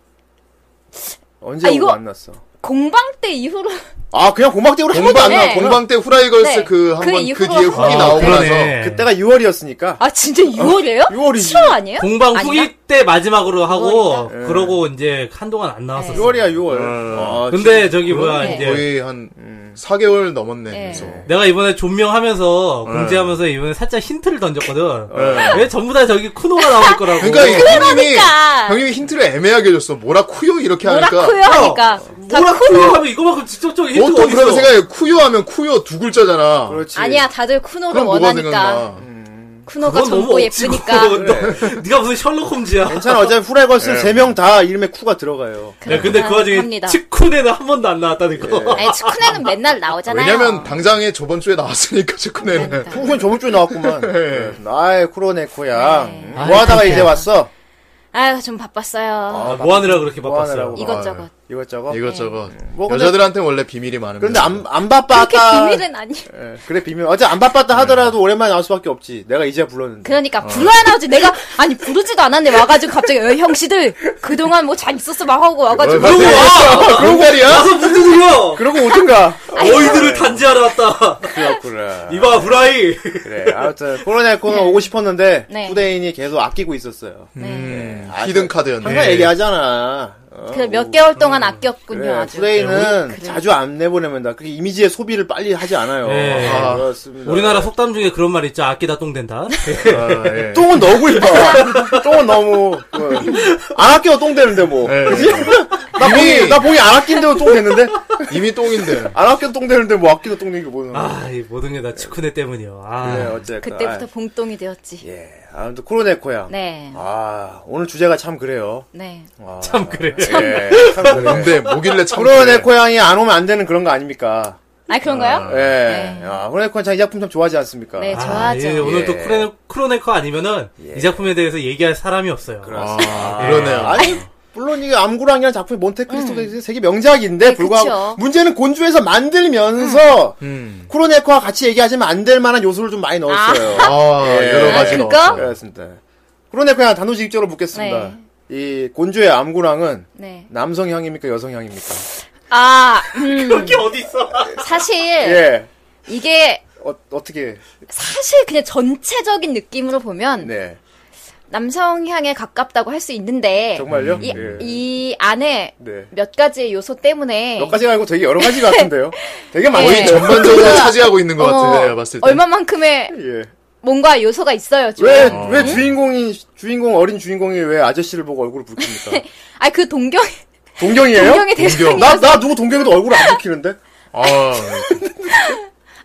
언제 아, 오고 이거- 만났어? 공방 때 이후로 아 그냥 공방대로 한 번도 안 공방, 네. 나왔구나. 공방 때 후라이걸스 네. 그 한 그 번 그 이후로 뒤에 한 후기 번. 나오고 나서. 아, 그러네. 그때가 6월이었으니까. 어, 아 진짜 6월이에요? 6월이지. 7월 아니에요? 공방 아닌가? 후기 때 마지막으로 하고, 그러니까. 예. 그러고 이제 한동안 안 나왔었어. 6월이야 6월. 어. 아, 근데 저기 뭐야, 네. 이제. 음. 거의 한 4개월 넘었네. 네. 그래서. 내가 이번에 존명하면서 공지하면서 이번에 살짝 힌트를 던졌거든. 네. 왜 전부 다 저기 쿠노가 나올 거라고. 그러니까 이 형님이 그러니까. 형님이 힌트를 애매하게 줬어. 뭐라 쿠요 이렇게 하니까. 어. 예. 뭐라코요 하니까 다 뭐라 쿠노. 쿠노 하면 이거만큼 직접적인 힌트가 보통 어디 그런 있어? 생각에 쿠요 하면 쿠요 두 글자잖아. 그렇지. 아니야 다들 쿠노를 그럼 뭐가 원하니까 생각나? 뭐 쿠노가 젊고 억지고. 예쁘니까 너- [LAUGHS] 네가 무슨 셜록 홈즈야. 괜찮아 어차피 후라이걸스 예. 3명 다 이름에 쿠가 들어가요. 네, 야, 근데 그 와중에 합니다. 치쿠네는 한 번도 안 나왔다는 거. 아니 축구네는 맨날 나오잖아요 왜냐면 당장에 저번 주에 나왔으니까 [LAUGHS] 체크네는. 그러니까. 쿠는 저번 주에 나왔구만. [LAUGHS] 네. 나의 쿠로네코야. 네. 음, 뭐 하다가 이제 왔어? 아유 좀 바빴어요 아, 뭐 하느라 그렇게 뭐 바빴어요. 하느라고. 예. 이것저것 이것저것. 네. 이것저것. 네. 뭐 근데- 여자들한테 원래 비밀이 많은. 그런데 안, 안 그렇게 바빴다. 비밀은 아니에요 예, 그래 비밀. 어제 안 바빴다 하더라도 오랜만에 나올 수밖에 없지. 내가 이제 불렀는데. 그러니까 불러야 나오지 내가 아니 부르지도 않았는데 와가지고 갑자기 어, 형씨들 그동안 뭐 잘 있었어 막 하고 와가지고 아, 그러고 와! 그러고 말이야? 나서 문두 [LAUGHS] 려 그러고 오든가. 아, 어이들을 단지하러 왔다. 그렇구나. 이봐 [LAUGHS] 브라이. 그래. 아무튼 코로네코는 오고 싶었는데 네. 후대인이 계속 아끼고 있었어요. 네, 음, 히든 카드였네. 아, 항상 얘기하잖아. 어, 네, 그래 몇 개월 동안 아꼈군요 그래, 아주 네, 후대인은 자주 안 내보냅니다. 그 이미지의 소비를 빨리 하지 않아요. 네. 아, 그렇습니다. 우리나라 속담 중에 그런 말 있죠. 아끼다 똥 된다. 아, 예. 똥은 너무 이뻐. [LAUGHS] 똥은 너무 그, 안 아껴도 똥 되는데 뭐. 네. 그지? 나 봉이 나 봉이 안 아낀데도 똥 됐는데 이미 네. [LAUGHS] 똥인데. 안 아껴도 똥 되는데 뭐 아끼도 똥 되는 게 뭐는. 아 이 모든 게 다 치쿠네 때문이요. 아 네, 어쨌든 그때부터 아, 봉똥이 되었지 예. 아무튼 코로네코야. 네 아 오늘 주제가 참 그래요. 네. 아, 참 그래. 예, 참 그래. 근데 뭐길래 참. 코로네코 양이 안 오면 안 되는 그런 거 아닙니까? 아 그런가요? 예. 아, 코로네코 참 이 작품 참 좋아하지 않습니까? 네. 아, 좋아하죠. 예, 오늘 또 예. 크로네, 크로네커 아니면은 이 작품에 대해서 얘기할 사람이 없어요. 아, 그러네요. 아니 물론 이게 암구랑이라는 작품이 몬테크리스토 세계 명작인데 음. 네, 불구하고 그쵸. 문제는 곤주에서 만들면서 음. 쿠로네코와 같이 얘기하시면 안 될 만한 요소를 좀 많이 넣었어요. 아, 예. 여러 가지 [LAUGHS] 그거? 넣었어요. 그렇습니다. 쿠로네코야 단도직입적으로 묻겠습니다. 네. 이 곤주의 암구랑은 네. 남성 향입니까 여성 향입니까? 아, 음, 이게 어디 있어? 사실 [LAUGHS] 예. 이게 어, 어떻게? 사실 그냥 전체적인 느낌으로 보면 네. 남성향에 가깝다고 할 수 있는데 정말요? 이, 예. 이 안에 네. 몇 가지의 요소 때문에 몇 가지가 아니고 되게 여러 가지 같은데요? 되게 많이 예. 전반적으로 차지하고 있는 것 같아요. 어, 내가 봤을 때. 얼마만큼의 예. 뭔가 요소가 있어요. 좀. 왜, 왜 주인공이, 주인공, 어린 주인공이 왜 아저씨를 보고 얼굴을 [LAUGHS] 붉힙니까? 아, 그 동경, 동경이에요? 동경의 대상이. 나, 나 누구 동경이도 얼굴을 안 붉히는데? 아,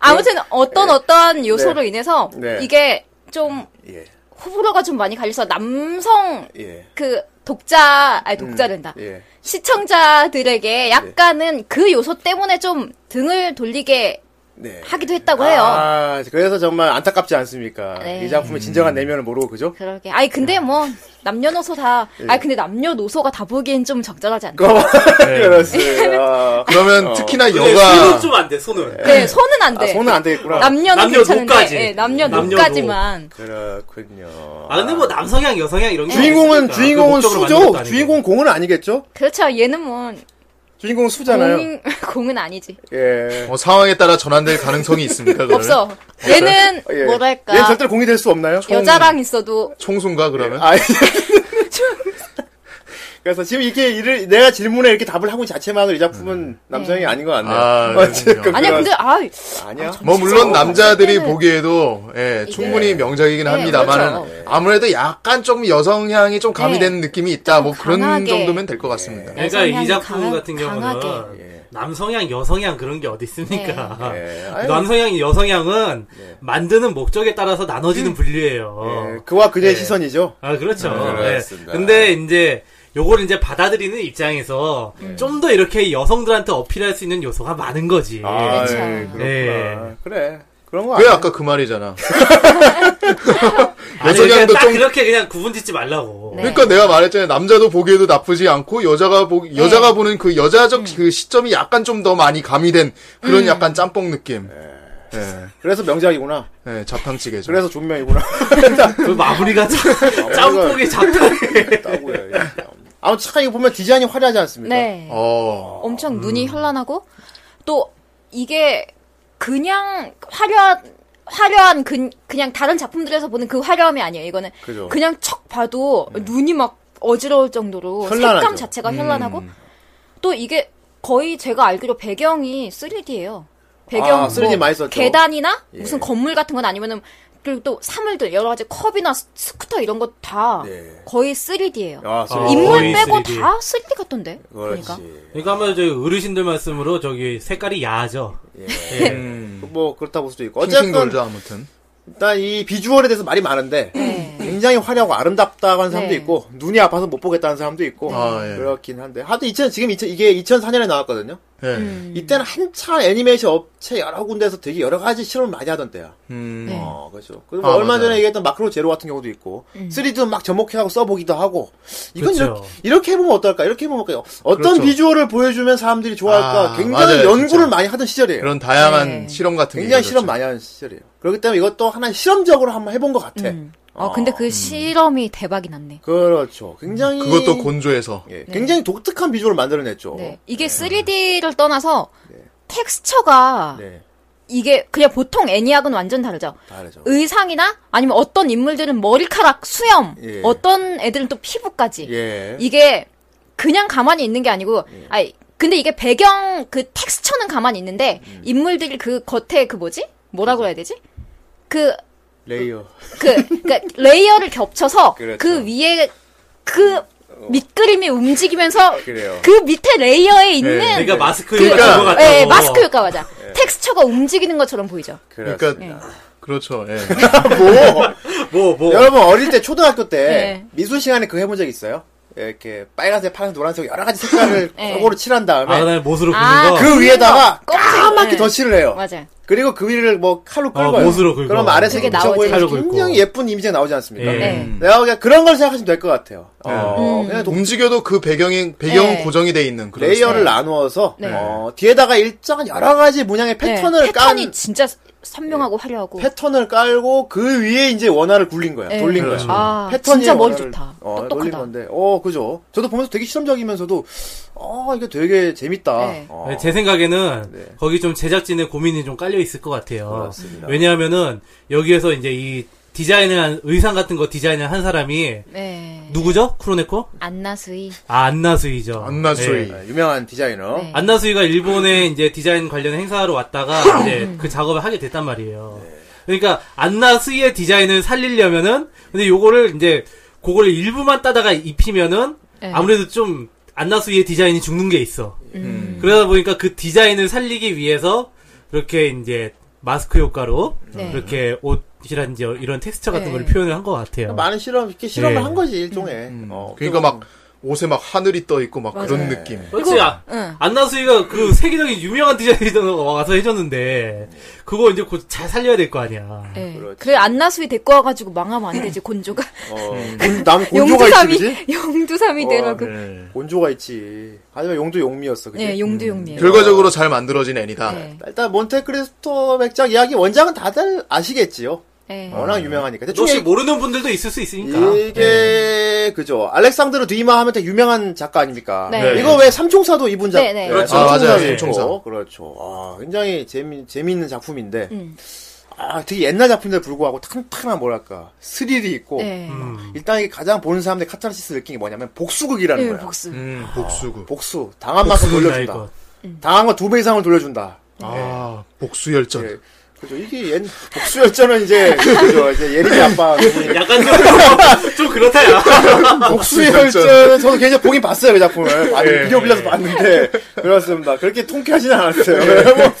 아무튼 어떤 어떤 요소로 인해서 네. 이게 좀 예, 호불호가 좀 많이 갈려서 남성 예. 그 독자, 아니 독자된다. 예. 시청자들에게 약간은 그 요소 때문에 좀 등을 돌리게 네. 하기도 했다고 해요. 아, 그래서 정말 안타깝지 않습니까? 네. 이 작품의 음. 진정한 내면을 모르고, [LAUGHS] 그죠? 그러게. 아니 근데 뭐 남녀노소 다. 예. 아니 근데 남녀노소가 다 보기엔 좀 적절하지 않나. 그렇습니다. 그러면 특히나 손은 여가 좀 안 돼, 손은. 네, 손은 안 돼. 아, 손은 안 되겠구나. 남녀는 남녀 괜찮은데 노까지. 예, 남녀 남녀 노. 노까지만. 그렇군요. 아, 근데 뭐 남성향, 여성향 이런 게. 주인공은, 없으니까. 주인공은 그 목적으로 만든 것도 수죠? 아니고. 주인공 공은 아니겠죠? 그렇죠. 얘는 뭐 주인공은 수잖아요. 공, [LAUGHS] 공은 아니지. 예. 어, 상황에 따라 전환될 가능성이 있습니까? 그러면? 없어. 얘는 네. 예. 뭐랄까 얘 절대로 공이 될 수 없나요? 여자랑 있어도 총수인가 그러면? 아, 예. [LAUGHS] 그래서 지금 이렇게 일을 내가 질문에 이렇게 답을 하고 있는 자체만으로 이 작품은 남성이 아닌 것 같네요. [LAUGHS] 아, 그렇군요. 어쨌건 음. 아니야 그런- 근데 아 아니야. 네. 뭐 물론 남자들이 그때는- 보기에도 예, 충분히 명작이긴 합니다만 그렇죠. 예. 아무래도 약간 좀 여성향이 좀 가미된 느낌이 있다 뭐 그런 강하게. 정도면 될 것 같습니다. 예. 그러니까 이 여성향이 작품 강하- 같은 경우는 강하게. 네. 남성향, 여성향 그런 게 어디 있습니까? [LAUGHS] 예. 그 남성향, 여성향은 만드는 목적에 따라서 나눠지는 분류예요. 예, 그와 그녀의 시선이죠. 아 그렇죠. 네, 예. 그렇습니다. 근데 이제 요걸 이제 받아들이는 입장에서 좀 더 이렇게 여성들한테 어필할 수 있는 요소가 많은 거지. 아, 그렇죠. 예, 그렇구나. 예. 그래. 그런 거 왜 아니야. 아까 그 [LAUGHS] 말이잖아. [LAUGHS] 아니, 그냥 여성향도 딱 좀 그렇게 그냥 구분짓지 말라고. 네. 네. 그러니까 내가 말했잖아요. 남자도 보기에도 나쁘지 않고 여자가 보 여자가 보는 그 여자적 음. 그 시점이 약간 좀 더 많이 가미된 그런 약간 짬뽕 느낌. 예. 그래서 명작이구나. 예, 자탕찌개죠. 그래서 [LAUGHS] 존명이구나. 그 마무리가 참- [LAUGHS] 짬뽕이 잡탕이. 따고요, 예. 아무튼 참 이거 보면 디자인이 화려하지 않습니까? 네. 어. 음. 엄청 눈이 현란하고 또 이게 그냥 화려한 화려한 그, 그냥 다른 작품들에서 보는 그 화려함이 아니에요. 이거는 그죠. 네. 그냥 척 봐도 눈이 막 어지러울 정도로 현란하죠. 음. 색감 자체가 현란하고 또 이게 거의 제가 알기로 배경이 3D예요. 배경 아, 3D 많이 썼죠. 예. 계단이나 무슨 건물 같은 건 아니면은 그리고 또 사물들 여러 가지 컵이나 스- 스쿠터 이런 거 다 예. 거의 3D예요. 아, 어, 인물 거의 빼고 3D. 다 3D 같던데. 그렇지. 그러니까. 그러니까 아마 저희 어르신들 말씀으로 저기 색깔이 야하죠. 예. 네. 뭐 그렇다고 볼 수도 있고. 음. 킹킹 어쨌든 놀자 아무튼. 일단 이 비주얼에 대해서 말이 많은데 굉장히 화려하고 아름답다고 하는 사람도 네. 있고 눈이 아파서 못 보겠다는 사람도 있고 아, 예. 그렇긴 한데 하여튼 2000, 지금 2000, 이게 2004년에 나왔거든요 예. 음. 이때는 한참 애니메이션 업체 여러 군데서 되게 여러 가지 실험을 많이 하던 때야 음. 네. 어 그렇죠 그리고 아, 얼마 맞아요. 전에 얘기했던 마크로 제로 같은 경우도 있고 음. 3D도 막 접목해하고 써보기도 하고 이건 그쵸. 이렇게, 이렇게 해보면 어떨까 이렇게 해보면 어떨까 어떤 그렇죠. 비주얼을 보여주면 사람들이 좋아할까 아, 굉장히 맞아요, 연구를 진짜. 많이 하던 시절이에요 그런 다양한 네. 실험 같은 게 그렇죠. 굉장히 있었죠. 실험 많이 하는 시절이에요 그렇기 때문에 이것도 하나 실험적으로 한번 해본 것 같아 아, 근데 그 실험이 대박이 났네. 그렇죠. 굉장히 그것도 곤조에서 예, 굉장히 독특한 비주얼을 만들어냈죠. 네. 이게 3D를 떠나서 텍스처가 네, 이게 그냥 보통 애니악은 완전 다르죠. 다르죠. 의상이나 아니면 어떤 인물들은 머리카락, 수염, 예. 어떤 애들은 또 피부까지. 예. 이게 그냥 가만히 있는 게 아니고, 아니, 근데 이게 배경 그 텍스처는 가만히 있는데 음. 인물들이 그 겉에 그 뭐지? 뭐라고 해야 되지? 그 레이어. 그, 그니까, 레이어를 겹쳐서, 그 [LAUGHS] 그렇죠. 어. 위에, 그, 밑그림이 움직이면서, 그래요. 네, 그 밑에 레이어에 있는, 그러니까 마스크 그- 효과 그거 예, 같다고. 마스크 효과 맞아. 어. 텍스처가 움직이는 것처럼 보이죠. 그러니까 그러니까 그렇죠. 예. 네. [LAUGHS] 뭐 뭐. 여러분 어릴 때 초등학교 때 네. 미술 시간에 그거 해본 적 있어요? 예, 이렇게 빨간색, 파란색, 노란색 여러 가지 색깔을 [LAUGHS] 네. 골고루 칠한 다음에 아, 그다음에 못으로 긁는 아, 거. 그 위에다가 거, 껍질. 까맣게 네. 덧칠을 해요. 맞아. 그리고 그 위를 뭐 칼로 어, 긁어요. 못으로 긁어. 그럼 아래색이 그게 묻혀 나오지. 보이면서 칼로 긁고. 굉장히 예쁜 이미지가 나오지 않습니까? 예. 네. 네. 음. 내가 보기엔 그런 걸 생각하시면 될 것 같아요. 어, 그냥 음. 독- 움직여도 그 배경이 배경 네. 고정이 돼 있는 그런 레이어를 스타일. 나누어서 네. 어, 뒤에다가 일정한 여러 가지 문양의 패턴을 네, 깐 네, 패턴이 진짜 선명하고 화려하고. 패턴을 깔고 그 위에 이제 원화를 굴린 거야. 네. 돌린 거야. 그렇죠. 아, 패턴이 진짜 머리 원화를, 좋다. 어, 똑똑하다. 돌린 건데. 어, 그죠. 저도 보면서 되게 실험적이면서도 어, 이게 되게 재밌다. 네. 어. 네, 제 생각에는 거기 좀 제작진의 고민이 좀 깔려 있을 것 같아요. 그렇습니다. 왜냐하면은 여기에서 이제 이 디자인을 한 의상 같은 거 디자인을 한 사람이 네. 누구죠? 쿠로네코? 안나수이. 아 안나수이죠. 안나수이. 네. 네, 유명한 디자이너. 네. 네. 안나수이가 일본에 이제 디자인 관련 행사하러 왔다가 이제 그 작업을 하게 됐단 말이에요. 그러니까 안나스의 디자인을 살리려면은 근데 요거를 이제 그걸 일부만 따다가 입히면은 네. 아무래도 좀 안나스의 디자인이 죽는 게 있어. 음. 그러다 보니까 그 디자인을 살리기 위해서 그렇게 이제 마스크 효과로 네. 그렇게 옷이란지 이런 텍스처 같은 네. 걸 표현을 한 것 같아요. 많은 실험, 이렇게 실험을 예. 한 거지, 일종의. 음. 어, 네. 그러니까 막 옷에 막 하늘이 떠 있고 막 그런 느낌. 그렇지. 아, 응. 안나수이가 그 세계적인 유명한 디자이너가 와서 해줬는데 그거 이제 곧 잘 살려야 될 거 아니야. 예. 그렇지. 그래 안나수이 데리고 와가지고 망하면 안 [LAUGHS] 되지 곤조가 어, 음. 곤- [LAUGHS] 남 곤조가 있지, 그지? 용두삼이 어, 용두삼이 되라고 네. 곤조가 있지. 하지만 용도 용미였어, 그지? 음. 아, 예 용두용미예요. 결과적으로 잘 만들어진 애니다. 예. 일단 몬테크리스토 맥작 이야기 원작은 다들 아시겠지요. 예. 워낙 유명하니까. 대충 혹시 얘기- 모르는 분들도 있을 수 있으니까. 음. 이게 그죠. 알렉산드르 뒤마 하면 되게 유명한 작가 아닙니까? 네. 이거 왜 삼총사도 이분 작가? 네, 네. 그렇죠. 아, 맞아요. 삼총사. 삼총사. 그렇죠. 아, 굉장히 재미 재미있는 작품인데. 음. 아, 되게 옛날 작품인데 불구하고 탄탄한 뭐랄까 스릴이 있고 예. 일단 이게 가장 보는 사람들 의 카타르시스 느낀 게 뭐냐면 복수극이라는 예, 거야. 복수. 음, 복수구. 복수. 당한 만큼 돌려준다. 음. 당한 거 두 배 이상을 돌려준다. 네. 아, 복수 열전. 예. 그죠. 이게 옛 복수열전은 이제 [LAUGHS] 그죠. 이제 예림이 아빠 약간 좀, 좀 그렇다야. 아, 복수열전은 저도 굉장히 보긴 봤어요 그 예, 작품을. 많이 비디오 빌려서 봤는데 그렇습니다. 그렇게 통쾌하지는 않았어요. 예. [LAUGHS]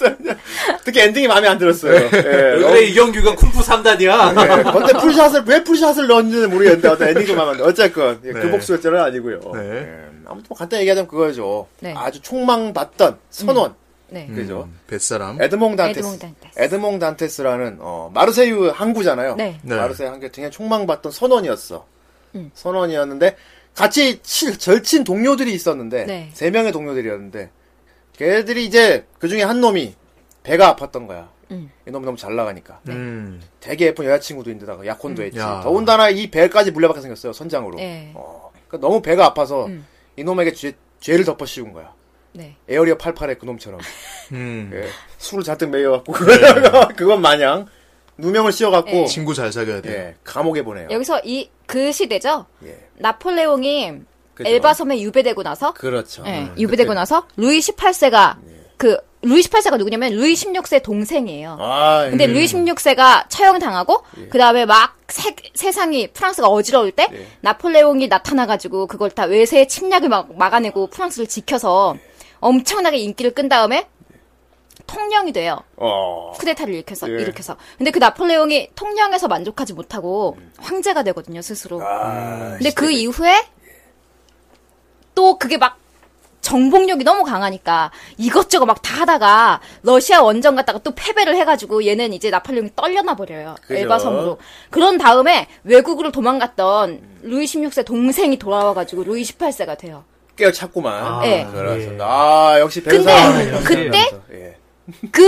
특히 엔딩이 마음에 안 들었어요. 예. 너무- 왜 이경규가 쿵푸 3단이야? 예. 근데 풀샷을 왜 풀샷을 넣었는지는 모르겠는데 어떤 엔딩이 마음에 안 들어. 어쨌건 예, 그 네. 복수열전은 아니고요. 네. 예. 아무튼 뭐 간단히 얘기하자면 그거죠. 네. 아주 총망받던 선원. 네. 그죠. 음, 뱃사람. 에드몽 에드몽 단테스. 단테스. 에드몽 단테스라는 어, 마르세유 항구잖아요. 네. 네. 마르세유 항구 등에 총망받던 선원이었어. 음. 선원이었는데 같이 칠- 절친 동료들이 있었는데 네. 세 명의 동료들이었는데 걔들이 이제 그 중에 한 놈이 배가 아팠던 거야. 음. 이놈 너무 잘 나가니까 음. 되게 예쁜 여자친구도 있는데다가 그 약혼도 했지. 야. 더군다나 이 배까지 물려받게 생겼어요 선장으로. 예. 어, 그러니까 너무 배가 아파서 음. 이놈에게 죄, 죄를 덮어씌운 거야. 네. 에어리어 88의 그 [LAUGHS] 놈처럼. 음. 예, 술을 잔뜩 먹여갖고 [LAUGHS] 그러다가 그건 마냥 누명을 씌워갖고 예. 친구 잘 사귀어야 돼. 예, 감옥에 보내요. 여기서 이 그 시대죠. 예, 나폴레옹이 그죠. 엘바 섬에 유배되고 나서 그렇죠. 예, 음, 유배되고 그때- 예. 나서 루이 18세가 그 루이 18세가 누구냐면 루이 16세 동생이에요. 아, 근데 음. 루이 16세가 처형당하고 예. 그다음에 막 세, 세상이 프랑스가 어지러울 때 나폴레옹이 나타나가지고 그걸 다 외세의 침략을 막 막아내고 프랑스를 지켜서 예. 엄청나게 인기를 끈 다음에 통령이 돼요. 어, 쿠데타를 일으켜서 예. 일으켜서. 근데 그 나폴레옹이 통령에서 만족하지 못하고 황제가 되거든요 스스로. 예. 아, 근데 그 이후에 또 그게 막 정복력이 너무 강하니까 이것저것 막 다 하다가 러시아 원정 갔다가 또 패배를 해가지고 얘는 이제 나폴레옹이 떨려나 버려요 그죠. 엘바섬으로 그런 다음에 외국으로 음. 도망갔던 루이 16세 동생이 돌아와가지고 루이 18세가 돼요. 깨어 찾구만. 예. 그렇습니다. 아, 역시 근데 배우사. 그때 예. 그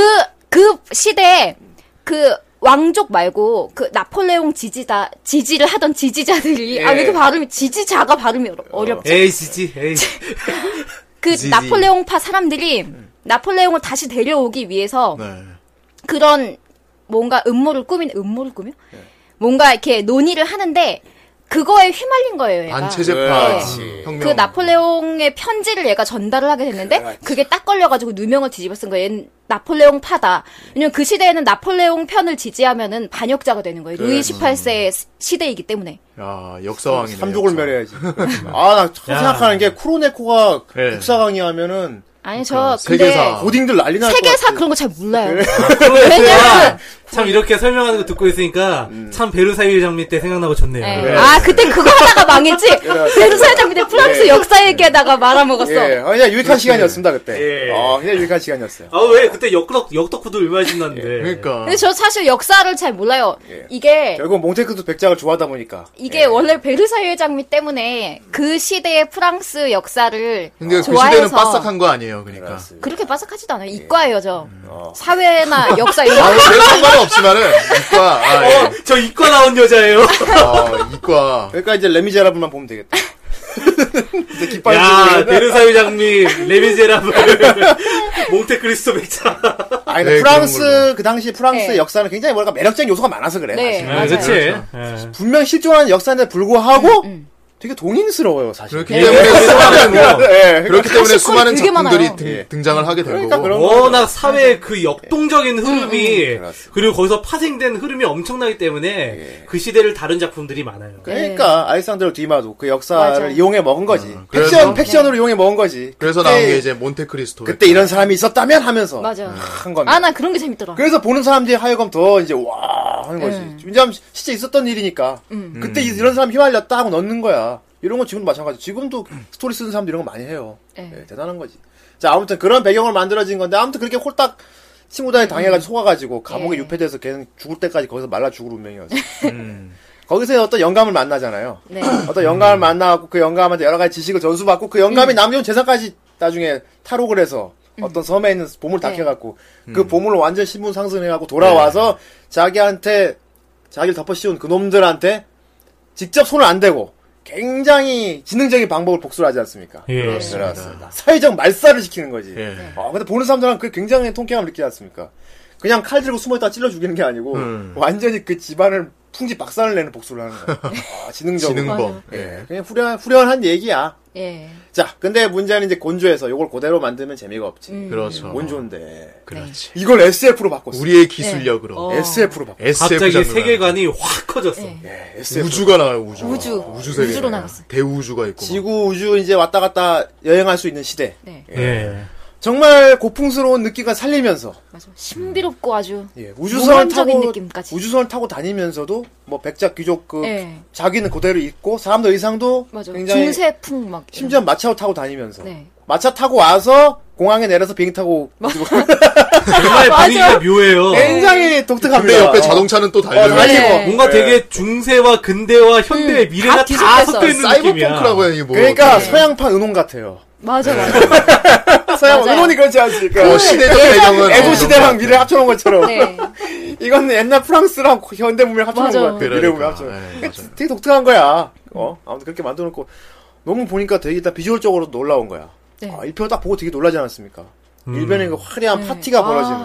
그 시대에 그 왕족 말고 그 나폴레옹 지지다 지지를 하던 지지자들이 아 왜 예. 이렇게 발음이 지지자가 발음이 어려- 어렵죠? 에이, 지지, 에이. 그 나폴레옹파 사람들이 나폴레옹을 다시 데려오기 위해서 네. 그런 뭔가 음모를 꾸민 음모를 꾸며 뭔가 이렇게 논의를 하는데 그거에 휘말린 거예요. 얘가. 반체제파 그렇지. 혁명. 그 나폴레옹의 편지를 얘가 전달을 하게 됐는데 그게 딱 걸려가지고 누명을 뒤집어 쓴 거예요. 얘는 나폴레옹 파다. 왜냐면 그 시대에는 나폴레옹 편을 지지하면은 반역자가 되는 거예요. 루이 18세의 시대이기 때문에. 야, 역사왕이네. 삼족을 멸해야지. 아, 나참 야. 생각하는 게 쿠로네코가 네. 국사 강의하면은 아니 저 근데 세계사. 고딩들 난리 날것 그러니까 세계사 같아. 그런 거 잘 몰라요. [LAUGHS] 아, 참 이렇게 설명하는 거 듣고 있으니까 참 베르사유 장미 때 생각나고 좋네요. 예. 아 그때 그거 하다가 망했지. 네. 베르사유장 밑에 프랑스 역사 얘기하다가 말아먹었어. 예, 아, 그냥 유익한 시간이었습니다 그때. 예. 어, 그냥 유익한 시간이었어요. 아, 왜 그때 역덕, 역덕후도 얼마나 신났는데. 그러니까. 근데 저 사실 역사를 잘 몰라요. 이게 네. 결국 네. 몽테크도 백작을 좋아하다 보니까 이게 원래 베르사유의 장미 때문에 그 시대의 프랑스 역사를 근데 그 좋아해서 시대는 바싹한 거 아니에요, 그러니까. 그렇습니다. 그렇게 빠삭하지도 않아요. 이과예요, 저. 네. 어. [LAUGHS] 사회나 역사 아, 이런 거. 별 상관은 없지만은, 이과, 아, 예. 저 이과 나온 여자예요. 어. 아, 이과. 그러니까 이제 레미제라블만 [LAUGHS] 보면 되겠다. 이제 깃발 야, 네. 들고 있는- 베르사유 장미, 레미제라블, 몽테크리스토 백차. 아니, 근데 네, 그런 프랑스 그 당시 프랑스 네. 역사는 굉장히 뭐랄까 매력적인 요소가 많아서 그래. 사실. 네. 맞아요. 그치. 그렇죠. 예. 음, 분명 실존하는 역사인데 불구하고 되게 동인스러워요, 사실. 그렇기 예. 때문에 [LAUGHS] 수많은 예. 그렇기 때문에 가시권이 수많은 되게 작품들이 많아요. 등- 예. 등장을 하게 된 그러니까 거고. 그런 거. 워낙 사회의 그 역동적인 흐름이 그렇습니다. 그리고 거기서 파생된 흐름이 엄청나기 때문에 그 시대를 다룬 작품들이 많아요. 그러니까 알렉산드로 디마도 그 역사를 네. 맞아. 이용해 먹은 거지. 음, 그래서- 뭐 팩션 팩션으로 이용해 먹은 거지. 그래서 그때- 나온 게 이제 몬테크리스토. 그때 이런 사람이 있었다면 하면서 맞아. 한 겁니다. 아, 나 그런 게 재밌더라. 그래서 보는 사람들이 하여금 더 이제 와 하는 거지. 음. 왜냐하면 실제 있었던 일이니까. 그때 음. 이- 이런 사람 휘말렸다 하고 넣는 거야. 이런 건 지금도 마찬가지. 지금도 스토리 쓰는 사람들 이런 거 많이 해요. 네. 예, 대단한 거지. 자 아무튼 그런 배경으로 만들어진 건데 아무튼 그렇게 홀딱 친구들한테 당해가지고 속아가지고 감옥에 예. 유폐돼서 걔는 죽을 때까지 거기서 말라 죽을 운명이었어. 음. [LAUGHS] 거기서 어떤 영감을 만나잖아요. 네. 어떤 영감을 만나고 그 영감한테 여러 가지 지식을 전수받고 그 영감이 남겨온 재산까지 나중에 탈옥을 해서 어떤 섬에 있는 보물 다 네. 캐갖고 그 보물을 완전 신분 상승해갖고 돌아와서 자기한테 자기를 덮어씌운 그 놈들한테 직접 손을 안 대고 굉장히 지능적인 방법을 복수를 하지 않습니까? 예. 그렇습니다. 사회적 말살을 시키는 거지. 예. 아, 근데 보는 사람들은 그 굉장히 통쾌함을 느끼지 않습니까? 그냥 칼 들고 숨어있다 찔러 죽이는 게 아니고 완전히 그 집안을 풍지 박살을 내는 복수를 하는 [LAUGHS] 거야. 아, 지능적으로. 지능범. 예, 그냥 후련, 후련한 얘기야. 예. 자, 근데 문제는 이제 곤조에서 이걸 그대로 만들면 재미가 없지. 음. 그렇죠. 곤조인데. 그렇지. 이걸 SF로 바꿨어. 네. 우리의 기술력으로 어. SF로 바꿨어. SF 갑자기 장르가 세계관이 확 커졌어. 예. 예, 나와요. SF. 우주가 나와요. 우주. 우주. 우주 세계. 우주로 나갔어. 대우주가 있고. 막. 지구 우주 이제 왔다 갔다 여행할 수 있는 시대. 네. 예. 정말 고풍스러운 느낌과 살리면서 맞아. 신비롭고 아주. 예, 우주선을 몽환적인 타고 느낌까지. 우주선을 타고 다니면서도 뭐 백작 귀족 그 예. 자기는 그대로 입고 사람들 의상도 맞아. 굉장히 중세풍 막. 이런. 심지어 마차로 타고 다니면서 네. 마차 타고 와서 공항에 내려서 비행기 [LAUGHS] 타고 [LAUGHS] 정말 분위기가 묘해요. 굉장히 독특합니다. 근데 옆에 어. 자동차는 또 어, 달려. 달리고 네. 뭔가 되게 중세와 근대와 현대의 미래가 음. 다다 뒤섞였어. 섞여 있는 느낌이야. 사이버펑크라고 해요. 뭐. 그러니까 서양판 은혼 같아요. 맞아, [LAUGHS] 맞아. 서양 맞아요. 은혼이 그렇지 않습니까? 어, 시대적 배경은 에도 시대랑 미래 합쳐놓은 것처럼. 네. [LAUGHS] 이건 옛날 프랑스랑 현대 문명 합쳐놓은 맞아. 거야. 미래 문명 그러니까. 합쳐. 예, 그러니까 맞아요. 되게 독특한 거야. 어 아무튼 그렇게 만들어놓고 너무 보니까 되게 일단 비주얼적으로 놀라운 거야. 네. 아, 1편 딱 보고 되게 놀라지 않았습니까? 음. 일변에 그 화려한 네. 파티가 아, 벌어지는.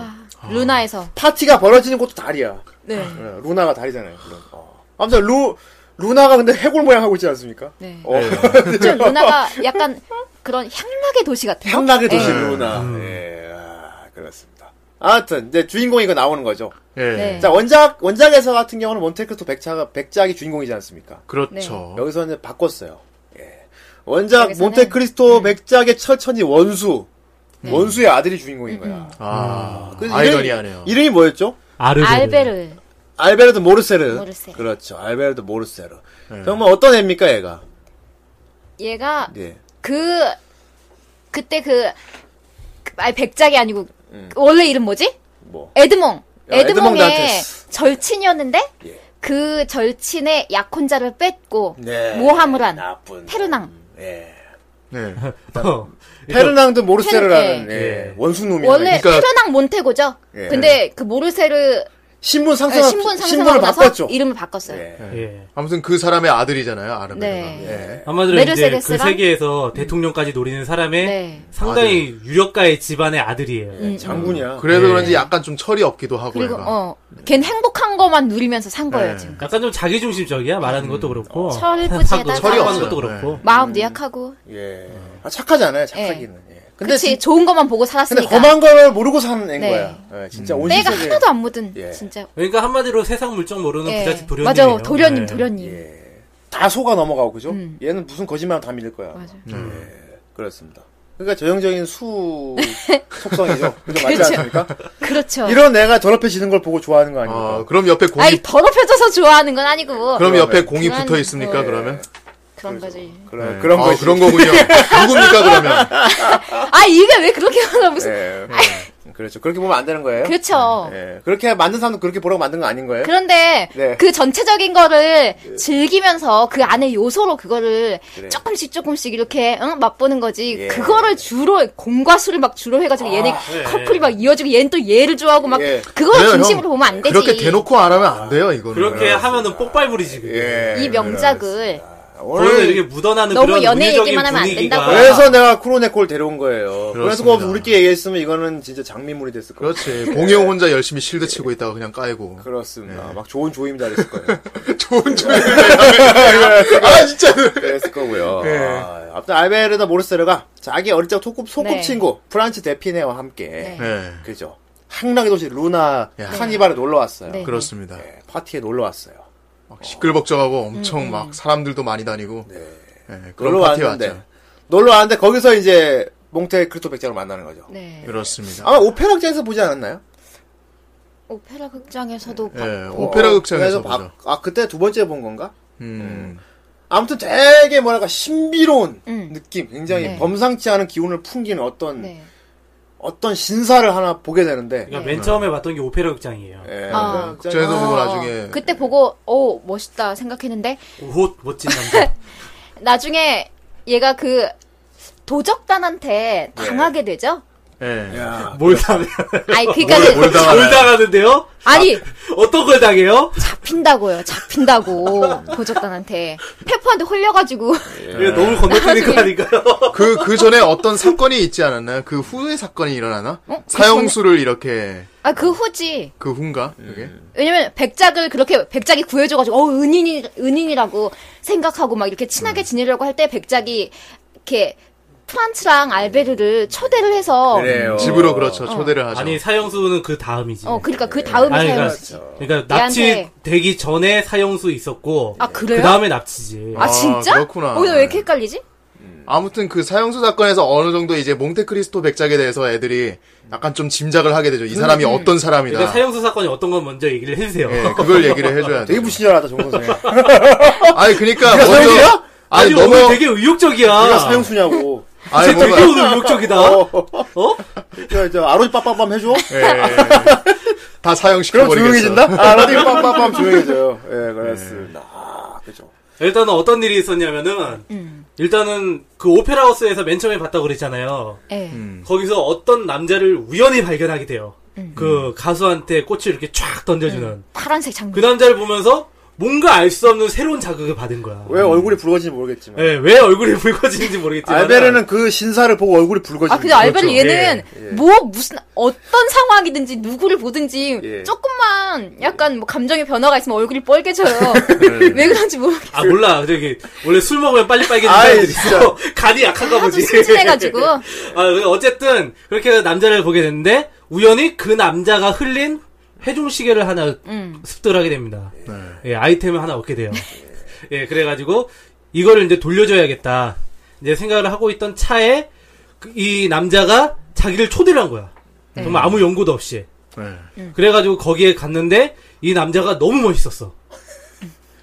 루나에서. 파티가 벌어지는 것도 다리야. 네. 예, 루나가 다리잖아요. 물론. 어. 아무튼 루 루나가 근데 해골 모양 하고 있지 않습니까? 네. 어. [LAUGHS] 좀 루나가 약간 그런 향락의 도시 같아요. 향락의 네. 도시 예. 루나. 음. 예, 아, 그렇습니다. 아무튼 이제 주인공이 그 나오는 거죠. 예. 네. 자 원작 원작에서 같은 경우는 몬테크리스토 백작 백작이 주인공이지 않습니까? 네. 그렇죠. 여기서는 바꿨어요. 예. 원작 여기서는- 네. 몬테크리스토 백작의 철천이 원수 원수의 아들이 주인공인 거야. 음. 아. 그래서 아이러니하네요. 이름이 뭐였죠? 아르 알베르. 알베르도 모르세르. 모르세르. 그렇죠. 알베르도 모르세르. 네. 정말 어떤 애입니까, 얘가? 얘가 예. 그 그때 그, 그 아니 백작이 아니고 그 원래 이름 뭐지? 뭐. 에드몽. 야, 음. 에드몽 에드몽의 단테스. 절친이었는데 예. 그 절친의 약혼자를 뺏고 네. 모함을 한 나쁜. 페르낭. 예. 네. 어. 페르낭도 모르세르라는 페르- 예. 원숭놈이 원래 그러니까- 페르낭 몬테고죠. 예. 근데 그 모르세르 신분 아, 상승 신분을 신분 상승하고 나서 바꿨죠. 이름을 바꿨어요. 예. 예. 아무튼 그 사람의 아들이잖아요. 아르메가. 네. 예. 아마도 이제 그 메르세데스랑? 음. 세계에서 대통령까지 노리는 사람의 예. 네. 상당히 유력가의 집안의 음. 아들이에요. 장군이야. 음, 그래서 네. 그런지 약간 좀 철이 없기도 하고. 그리고 얘가. 어걘 행복한 거만 누리면서 산 네. 거예요, 지금. 약간 좀 자기중심적이야 말하는 것도 그렇고 어, 철부지에다가 음. 철이 하는 없어요. 네. 것도 그렇고 마음도 약하고. 예. 아, 착하잖아요, 착하기는. 예. 근데 그치 진- 좋은 것만 보고 근데 살았으니까. 험한 걸 모르고 사는 애인 네. 거야. 예, 진짜 음. 온실 때가 세계. 하나도 안 묻은 예. 진짜. 그러니까 한마디로 세상 물정 모르는 예. 부잣집 네. 예. 도련님 맞아, 도련님, 도련님. 예. 다 속아 넘어가고 그죠? 음. 얘는 무슨 거짓말 다 믿을 거야. 예, 맞아. 음. 그렇습니다. 그러니까 전형적인 [LAUGHS] 수 속성이죠. 그죠? 맞지 않습니까? 그렇죠. 이런 애가 더럽혀지는 걸 보고 좋아하는 거 아닙니까? 아, 그럼 옆에 공이 아니 더럽혀져서 좋아하는 건 아니고 그럼 옆에 그러면- 공이 그만- 붙어 있습니까? 네. 그러면 그런 거지. 그래, 그런 아, 거지. 그런 거군요. 누굽니까 그러면? 아 이게 왜 그렇게 하나 무슨? 예. 그렇죠. 그렇게 보면 안 되는 거예요. 아. 그렇죠. 예. 그렇게 만든 사람도 그렇게 보라고 만든 거 아닌 거예요? 그런데 네. 그 전체적인 거를 즐기면서 그 안에 요소로 그거를 그래. 조금씩 조금씩 이렇게 응? 맛보는 거지. 예. 아, 그거를 주로 공과 수를 막 주로 해가지고 얘네 커플이 막 이어지고 얘는 또 얘를 좋아하고 막 예. [LAUGHS] 그걸 그래요, 진심으로 네, 형. 보면 안 되지. 그렇게 대놓고 안 하면 안 돼요, 이거는. 그렇게 하면은 폭발물이지 그게. 예. 이 명작을 그렇습니다. 오늘 이렇게 묻어나는 너무 그런 연애 문예적인 얘기만 하면 안 분위기가 된다고요. 그래서 내가 크로네콜 데려온 거예요. 그래서 아. 그렇습니다. 그렇죠. 그거 우리끼리 얘기했으면 이거는 진짜 장미물이 됐을 거예요. 그렇지. 봉영 혼자 열심히 실드 치고 있다가 그냥 까이고. 그렇습니다. 막 좋은 조임 잘했을 거예요. 네. [LAUGHS] 네. 좋은 조인데. 아, 진짜. 네. 그랬을 거고요. 아, 아무튼 알베르다 모르세르가 자기 어릴 적 소꿉, 소꿉 네. 친구 프란치 데피네와 함께 네. 그죠. 항락의 도시 루나 야. 카니발에 놀러 왔어요. 네. 그렇습니다. 네, 파티에 놀러 왔어요. 막 시끌벅적하고 음, 엄청 막 사람들도 많이 다니고. 네. 그런 놀러 파티 왔는데 왔죠. 놀러 왔는데 거기서 이제 몽테 크리토 백작을 만나는 거죠. 네. 그렇습니다. 아마 오페라 극장에서 보지 않았나요? 오페라 극장에서도 예, 봤- 오페라 극장에서 어, 그래서 보죠. 봐- 아 그때 두 번째 본 건가? 음. 아무튼 되게 뭐랄까 신비로운 음. 느낌, 굉장히 네. 범상치 않은 기운을 풍기는 어떤 네. 어떤 신사를 하나 보게 되는데. 그러니까 맨 처음에 봤던 게 오페라 극장이에요. 네. 예, 아. 극장에서 극장에서 보고 어, 나중에 그때 보고 오 멋있다 생각했는데 옷 멋진 아, 남자. 나중에 얘가 그 네. 도적단한테 당하게 [LAUGHS] 되죠. 예. 야, 뭘 당해? 아니 그러니까 그- 뭘 당하나요? 뭘 당하는데요? 아니 어떤 걸 당해요? 잡힌다고요. 잡힌다고 도적단한테 페퍼한테 홀려가지고 예. 이거 너무 건너뛰는 거 아닌가요? 그, 그 전에 어떤 사건이 있지 않았나요? 그 후에 사건이 일어나나? 어? 그 사형수를 이렇게, 아 그 후지 그 후인가? 그게? 왜냐면 백작을 그렇게 백작이 구해줘가지고 어 은인이 은인이라고 생각하고 막 이렇게 친하게 지내려고 할 때 백작이 이렇게 프란츠랑 알베르를 초대를 해서 그래요. 집으로 그렇죠. 초대를 하죠. 아니 사형수는 그 다음이지. 어 그러니까 그 다음이 아니, 사연 그러니까, 그러니까 납치 얘한테- 되기 전에 사형수 있었고 아, 그래요? 다음에 납치지. 아 진짜? 아, 그렇구나. 어, 근데 왜 이렇게 헷갈리지? 아무튼 그 사형수 사건에서 어느 정도 이제 몽테크리스토 백작에 대해서 애들이 약간 좀 짐작을 하게 되죠. 이 사람이 어떤 사람이다. 근데 사형수 사건이 어떤 건 먼저 얘기를 해주세요. 그러니까. [LAUGHS] 예, 그걸 얘기를 해줘야 돼. 되게 무신절하다 정 선생. 아니 그러니까 네가 사형수야? 아니 아니, 너무 오늘 되게 아. 의욕적이야. 내가 사형수냐고. 아니 쟤 되게 뭔가 오늘 의욕적이다. 어? 저, 저 아로니 빠빠빰 해줘. 네, 다 사형시켜 그럼 버리겠어. 네. 조용해진다? 아, 아로니 빠빠빰 조용해져요. 예, 그렇습니다. 아, 그죠. 일단은 어떤 일이 있었냐면은 음. 일단은 그 오페라 하우스에서 맨 처음에 봤다고 그랬잖아요. 예. 음. 거기서 어떤 남자를 우연히 발견하게 돼요. 음. 그 가수한테 꽃을 이렇게 쫙 던져주는 파란색 장미. 그 남자를 보면서 뭔가 알 수 없는 새로운 자극을 받은 거야. 왜 얼굴이 붉어진지 모르겠지만. 네, 예, 왜 얼굴이 [LAUGHS] 붉어지는지 모르겠지만 알베르는 그 신사를 보고 얼굴이 붉어지는 아 그렇죠. 근데 알베르 얘는 예, 예. 뭐 무슨 어떤 상황이든지 누구를 보든지 예. 조금만 약간 뭐 감정의 변화가 있으면 얼굴이 뻘개져요. 음. [LAUGHS] 왜 그런지 모르겠어. 아 몰라 저기 원래 술 먹으면 빨리 빨개지는 아이, 사람들이 진짜. 있어 [LAUGHS] 간이 약한가 아주 보지 [LAUGHS] 순진해가지고. 아 근데 어쨌든 그렇게 해서 남자를 보게 됐는데 우연히 그 남자가 흘린 회중시계를 하나 음. 습득하게 됩니다 네. 예 아이템을 하나 얻게 돼요 예 그래가지고 이거를 이제 돌려줘야겠다 이제 생각을 하고 있던 차에 그이 남자가 자기를 초대를 한 거야 네. 정말 아무 연고도 없이 네. 음. 그래가지고 거기에 갔는데 이 남자가 너무 멋있었어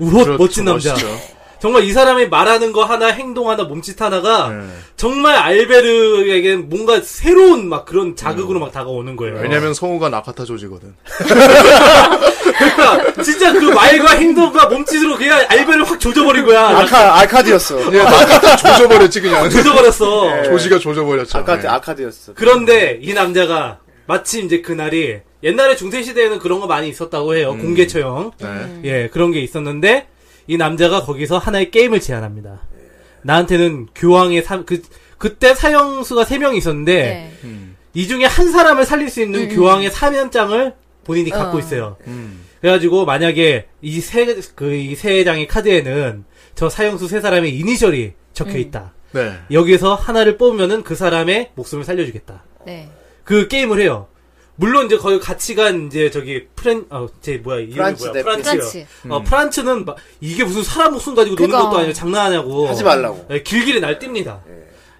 우호 그렇죠, 어, 멋진 남자 멋있죠. 정말 이 사람이 말하는 거 하나, 행동 하나, 몸짓 하나가 네. 정말 알베르에게 뭔가 새로운 막 그런 음. 자극으로 막 다가오는 거예요. 왜냐면 성우가 나카타 조지거든. 그러니까 진짜 그 말과 행동과 몸짓으로 그냥 알베르를 확 조져버린 거야. 아카, 아카디였어. 네. 예, 나카타 조져버렸지 그냥. 조져버렸어. 조지가 조져버렸죠. 그 아카디, 네. 아카디였어. 그런데 이 남자가 마침 이제 그날이 옛날에 중세시대에는 그런 거 많이 있었다고 해요. 공개 처형. 음. 네. 예, 그런 게 있었는데 이 남자가 거기서 하나의 게임을 제안합니다. 나한테는 교황의 삼, 그, 그때 사형수가 세명이 있었는데 예. 네. 이 중에 한 사람을 살릴 수 있는 교황의 사면장을 본인이 갖고 어. 있어요. 음. 그래가지고 만약에 이 세 그 이 세 장의 카드에는 저 사형수 세 사람의 이니셜이 적혀 있다. 네. 여기에서 하나를 뽑으면은 그 사람의 목숨을 살려주겠다. 네. 그 게임을 해요. 물론 이제 거의 같이 간 이제 저기 프렌 어제 뭐야 이름이 프란츠 뭐야 대- 프란츠요. 프란츠. 어 프란츠는 막 이게 무슨 사람 목숨 가지고 노는 그거. 것도 아니고 장난하냐고 하지 말라고. 예, 길길이 날뜁니다.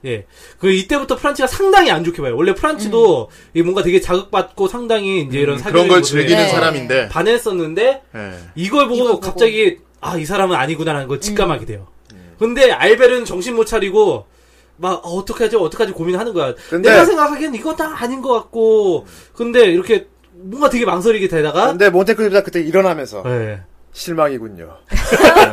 예. 그 이때부터 프란츠가 상당히 안 좋게 봐요. 원래 프란츠도 이 뭔가 되게 자극받고 상당히 이제 이런 사교 음, 그런 걸 즐기는 네. 사람인데. 반했었는데 네. 이걸 보고 이걸 보고. 갑자기 아 이 사람은 아니구나라는 걸 직감하게 돼요. 근데 알베르는 정신 못 차리고 막 어, 어떻게 하지 어떻게 하지 고민하는 거야. 근데- 내가 생각하기엔 이건 다 아닌 것 같고 근데 이렇게 뭔가 되게 망설이게 되다가 근데 몬테크리스토가 그때 일어나면서 예. 실망이군요. [LAUGHS]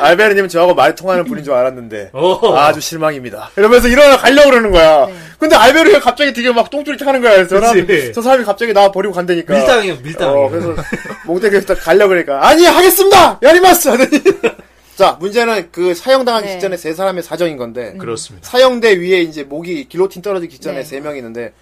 알베르님은 저하고 말이 통하는 분인 줄 알았는데 네. 어. 아주 실망입니다. 이러면서 일어나 가려고 그러는 거야. 네. 근데 알베르가 갑자기 되게 막 똥줄이 하는 거야. 그래서 그치. 사람, 저 사람이 갑자기 나 버리고 간다니까. 밀당이에요, 밀당이에요. [LAUGHS] 어, 그래서 몽테크리스토 가려고 그러니까 아니 하겠습니다. 야리마스 하더니 자, 문제는 그 사형당하기 네. 음. 직전에 세 사람의 사정인 건데 그렇습니다. 사형대 위에 이제 목이 길로틴 떨어지기 직전에 네. 세 명이 있는데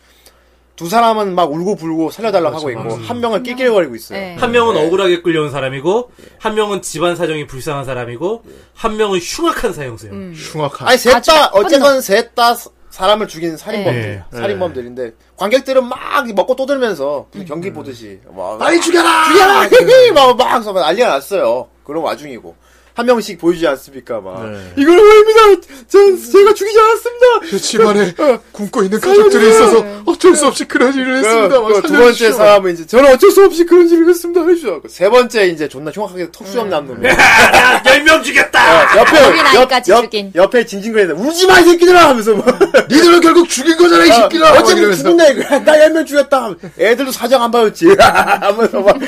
두 사람은 막 울고 불고 살려달라고 그렇죠. 하고 있고 한 명은 낄낄거리고 있어요. 음. 네. 한 명은 억울하게 끌려온 사람이고, 한 명은 집안 사정이 불쌍한 사람이고, 한 명은 흉악한 사형수예요. 음. 흉악한. 아니 셋 아주 다 나쁜 어쨌건 셋 다 사람을 죽인 살인범들, 네. 살인범들인데 관객들은 막 먹고 떠들면서 음. 무슨 경기 보듯이 막 아, 빨리 죽여라! 죽여라! 히히! 그 [LAUGHS] 막, 막, 막 난리가 났어요. 그런 와중이고. 한 명씩 보여주지 않습니까, 막. 네. 이걸 왜입니다! 전, 제가 죽이지 않았습니다! 그 [LAUGHS] 집안에 어. 굶고 있는 가족들이 있어서 어쩔 수 없이 그런 일을 했습니다. 막 그, 그, 두 살려주십시오. 번째 사람은 이제, 저는 어쩔 수 없이 그런 일을 했습니다. 해주죠. 그세 번째, 이제 존나 흉악하게 음. 턱수염 [LAUGHS] 남는. 거. 열 명 죽였다! 어, 옆에, 어린 아이까지 죽인. 옆에 징징거리는 울지 마, 이 새끼들아! 하면서 [LAUGHS] 뭐. 막. 니들은 결국 죽인 거잖아, 이 새끼들아! 막 어쨌든 이러면서. 죽는다, 이거야. 나 열면 죽였다. 애들도 사정 안 봐줬지. [LAUGHS] 하면서 막,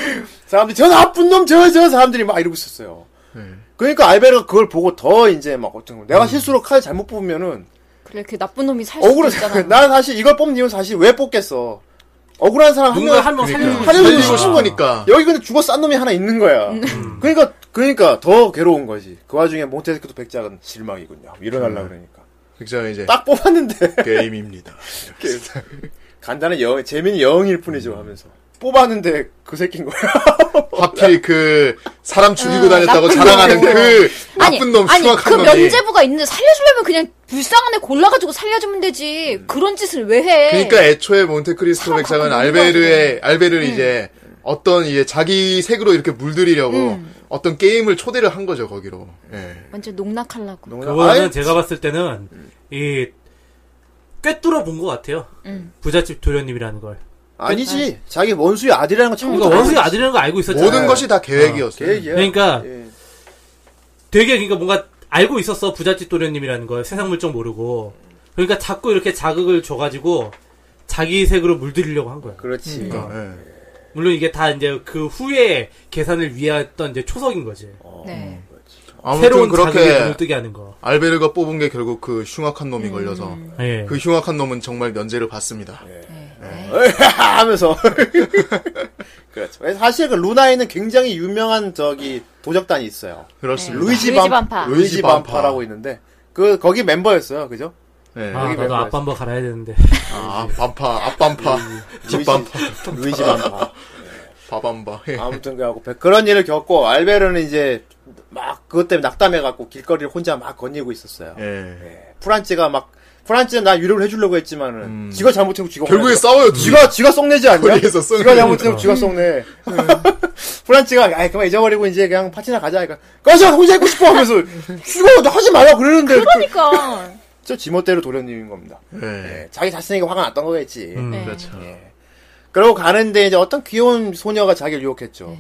사람들이, 저 나쁜 놈, 저, 저 사람들이 막 이러고 있었어요. 네. 그러니까 알베르가 그걸 보고 더 이제 막 어떤 거 음. 내가 실수로 칼 잘못 뽑으면은 그래 그 나쁜 놈이 살 수도 있잖아. [LAUGHS] 억울해. 난 사실 이걸 뽑는 이유는 사실 왜 뽑겠어. 억울한 사람 한 누군가 명. 한 명 그러니까. 살려주고 하려고 싶은 살리고 죽이고 거야. 싶은 거니까. 여기 근데 죽어 싼 놈이 하나 있는 거야. 음. 그러니까 그러니까 더 괴로운 거지. 그 와중에 몬테스크도 백작은 실망이군요. 일어날라 음. 그러니까. 굉장히 이제 딱 뽑았는데 게임입니다. 간단한 영 재민이 영일 뿐이죠 하면서 뽑았는데 그 새끼인 거야. 하필 그 사람 죽이고 다녔다고 아, 나쁜 자랑하는 놈. 그 아니, [LAUGHS] 나쁜 놈, 아니 그 흉악한 놈이. 면제부가 있는데 살려주려면 그냥 불쌍한 애 골라가지고 살려주면 되지. 그런 짓을 왜 해? 음. 그러니까 애초에 몬테크리스토 백작은 네. 알베르의 알베르를 이제 어떤 이제 자기 색으로 이렇게 물들이려고 음. 어떤 게임을 초대를 한 거죠 거기로. 예. 완전 농락하려고. 그거는 아이, 제가 봤을 때는 이 꿰뚫어 본 것 같아요. 부잣집 도련님이라는 걸. [LAUGHS] 아니지. 자기 원수의 아들이라는 거 처음부터 그러니까 원수의 아들이라는 걸 알고 있었잖아요. 모든 것이 다 계획이었어요. 계획이야. 그러니까 예. 되게 그러니까 뭔가 알고 있었어 부잣집 도련님이라는 걸 세상 물정 모르고. 그러니까 자꾸 이렇게 자극을 줘가지고 자기 색으로 물들이려고 한 거야. 그렇지. 그러니까. 네. 예. 물론 이게 다 이제 그 후에 계산을 위해 했던 이제 초석인 거지. 어. 네. 아무튼 새로운 자극에 그렇게 눈을 뜨게 하는 거. 알베르가 뽑은 게 결국 그 흉악한 음. 놈이 걸려서 예. 그 흉악한 놈은 정말 면제를 받습니다. 네. 어. [LAUGHS] 하면서 그렇죠. 사실 그 루나에는 굉장히 유명한 저기 도적단이 있어요. 음. 그렇습니다. 루이지 루이지 반파, 반파. 루이지 반파라고 있는데 그 거기 멤버였어요, 그죠? 예. 네. 아 여기 나도 멤버였어. 아빠 한번 갈아야 되는데. 아, 반파, 앞반파, 네. [LAUGHS] 뒷반파, [LAUGHS] 루이지 [LAUGHS] 반파. 바반바. 예. 아무튼 그하고 그런 일을 겪고 알베르는 이제 막 그것 때문에 낙담해갖고 길거리를 혼자 막 건니고 있었어요. 네. 예. 프 프란츠가막 프란츠는 나 위로를 해주려고 했지만은 지가 잘못했고 음. 지가 결국에 혼났어. 싸워요. 지가 지가 지가 썩내지 않냐? 거리에서 음. 썩내. 지가 잘못해서 지가 썩내. 음. [LAUGHS] 프란치가 아이 그만 잊어버리고 이제 그냥 파티나 가자. 그러니까 꺼져 혼자 있고 싶어 하면서 죽어 너 하지 말라 그러는데 그- 음. 그러니까. 저 지멋대로 도련님인 겁니다. 네. 예. 예, 자기 자신에게 화가 났던 거겠지. 음. 네. 그렇죠. 그러고 가는데 이제 어떤 귀여운 소녀가 자기를 유혹했죠.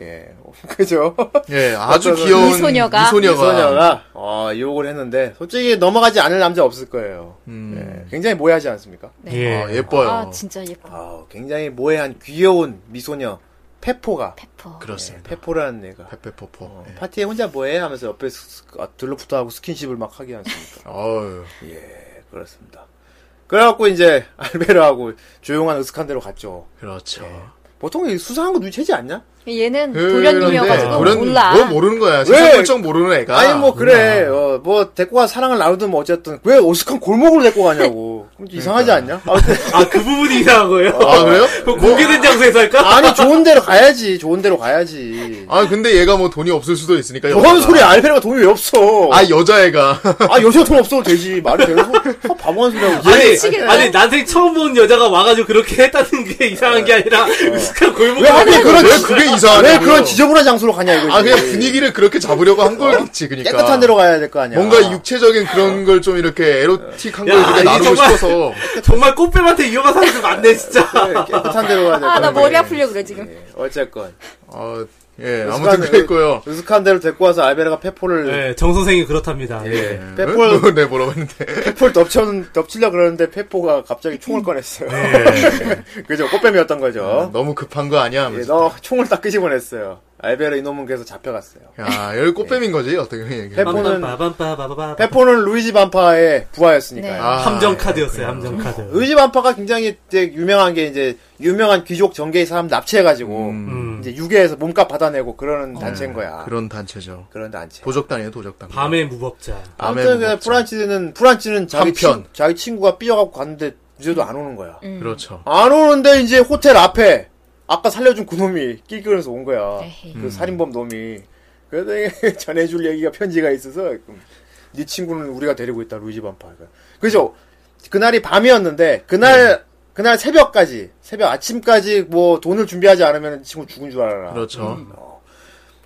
예, [LAUGHS] 그죠? 예, 아주 어떤 귀여운 네. 미소녀가. 미소녀가. 소녀가 어, 유혹을 했는데 솔직히 넘어가지 않을 남자 없을 거예요. 음. 예, 굉장히 모해하지 않습니까? 예. 아, 예뻐요. 네. 아 진짜 예뻐. 아, 굉장히 모해한 귀여운 미소녀 페포가 네, 페퍼. 그렇습니다. 페포라는 애가 페페퍼퍼. 어, 예. 파티에 혼자 뭐해 하면서 옆에 스- 스- 아, 들러붙어 하고 스킨십을 막 하게 하십니까? 어유. 네, 그렇습니다. 그래갖고 이제 알베르하고 조용한 으슥한 데로 갔죠. 그렇죠. 보통 이 수상한 거 눈치채지 않냐? 얘는 네. 그런데 돌연님이어가지고 돌연- 몰라. 뭐 모르는 거야. 세상 왜? 물정 모르는 애가. 아니 뭐 그래 어, 뭐 데리고 가 사랑을 나누든 뭐 어쨌든 왜 어슥한 골목으로 데리고 가냐고 그럼 좀 이상하지 않냐? 아무튼 아 그 부분이 이상한 거예요. 아, 그래요? 그 공개된 장소에서 할까? 아니 좋은 데로 가야지 좋은 데로 가야지 아, 근데 얘가 뭐 돈이 없을 수도 있으니까. 뭔 여자가. 소리야 알베르가 돈이 왜 없어 아, 여자애가. 아 여자 돈 없어도 되지 말이 되는 소 바보한 소리하고 아니, 미치겠네. 아니, 난생 처음 본 여자가 와가지고 그렇게 했다는 게 이상한 게 아니라, 으슥한 골목. 왜 하필 그런 왜 지- 그게 왜 이상하냐고요. 그런 지저분한 장소로 가냐 이거지 그러니까. 아, 그냥 분위기를 그렇게 잡으려고 한 거겠지, 그니까. 깨끗한 데로 어. 가야 될 거 아니야. 뭔가 육체적인 그런 걸 좀 이렇게 에로틱한 걸 야, 이렇게 이게 나누고 정말- 싶어서. 정말 꽃뱀한테 위험한 사람들 많네, 진짜. 네, 깨끗한 데로 가야 될 거야. 네, 아 나 네. 머리 아플려 그래 지금. 어쨌건 아, 예, 으슥한 아무튼 데로- 그랬고요. 으슥한 데로 데리고 와서 알베르가 페포를 네, 정선생이 그렇답니다. 예, 예. 페포를 네, 뭐라고 했는데. 페포를 덮쳐 덮치려 그러는데 페포가 갑자기 네. 총을 꺼냈어요. [LAUGHS] 그죠 꽃뱀이었던 거죠. 너무 급한 거 아니야? 예, 하면서. 너 총을 딱 끄집어냈어요. 알베르 이놈은 그래서 잡혀갔어요. 야, 여기 꽃뱀인 거지, 어떻게 얘기해. 해본- 페포는- 빰빰빠밤빠바바바. 페포는 루이지 반파의 부하였으니까요. 네. 아, 함정 카드였어요. 함정 카드. 루이지 반파가 굉장히 이제 유명한 게 이제 유명한 귀족 정계의 사람 납치해가지고 음. 이제 유괴해서 몸값 받아내고 그러는 단체인 거야. 어. 음, 그런 단체죠. 그런 단체. 도적단이에요, 도적단. 밤의 무법자. 아무튼 그 무법자. 프란치는 프란치는 자기 뭐 한편. 친, 자기 친구가 삐져갖고 갔는데 이제도 안 오는 거야. 음. 그렇죠. 안 오는데 이제 호텔 앞에 아까 살려준 그놈이 끼끼면서 온 거야. 에헤이. 음. 그 살인범 놈이. 그래서 이게 [LAUGHS] 전해줄 얘기가 편지가 있어서 그럼 네 친구는 우리가 데리고 있다 루이지 반파. 그죠? 그날이 밤이었는데 그날 음. 그날 새벽까지 새벽 아침까지 뭐 돈을 준비하지 않으면 이 친구 죽은 줄 알아라. 그렇죠. 음.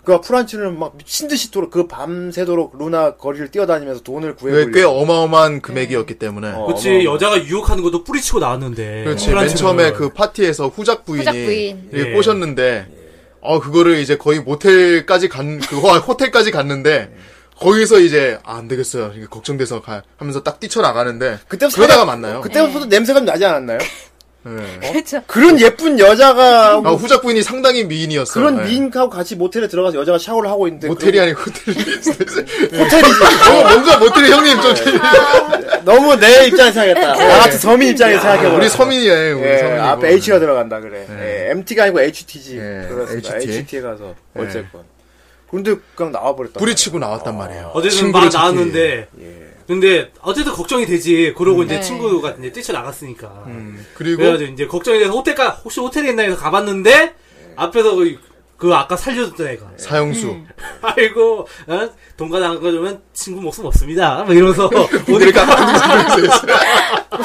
그 프란치는 막 미친 듯이 도로 그 밤새도록 루나 거리를 뛰어다니면서 돈을 왜 구해보려고. 음. 네, 꽤 어마어마한 네. 금액이었기 때문에. 어, 네. 그치 어마어마- 여자가 유혹하는 것도 뿌리치고 나왔는데. 뭐 그렇지. 프란치는 맨 처음에 그걸. 그 파티에서 후작 부인이 후작 부인. 이렇게 예. 네. 꼬셨는데, 어, 그거를 이제 거의 모텔까지 간, 그거, 호텔까지 갔는데, 거기서 이제, 아, 안 되겠어요. 이게 걱정돼서 가, 하면서 딱 뛰쳐나가는데, 그때부터 그러다가 살짝- 만나요. 그때부터도 냄새가 나지 [LAUGHS] 않았나요? 예. 그렇죠. 그런 예쁜 음. 여자가 아, 후작 부인이 상당히 미인이었어요. 어. 그런 예. 미인하고 같이 모텔에 들어가서 여자가 샤워를 하고 있는데 모텔이 아니고 호텔이. 그- 호텔이지 어, 뭔가 모텔이 형님 네. 좀, 너무 내 입장에서 생각했다 네. 나 같은 서민 입장에서 생각해봐 우리 서민이에요, 우리 예, 서민이고. 앞에 H가 들어간다 그래 예, MT가 아니고 HT지 예, 그렇습니다 HT. HT. 에 가서 네. 어쨌건 근데 그냥 나와버렸다 부리치고 나왔단 말이에요. 어쨌든 친구를 막 찾기 위해. 나왔는데. 근데 어쨌든 걱정이 되지. 그러고 이제 친구가 이제 뛰쳐 나갔으니까. 음, 그리고 그래가지고 이제 걱정이 돼서 호텔가 혹시 호텔에 있나 해서 가봤는데 앞에서 그, 그 아까 살려줬던 애가. [LAUGHS] 사형수. 음. 아이고 어? 돈가 나가주면 친구 목숨 없습니다. [LAUGHS] 막 이러면서 그러니까 오니까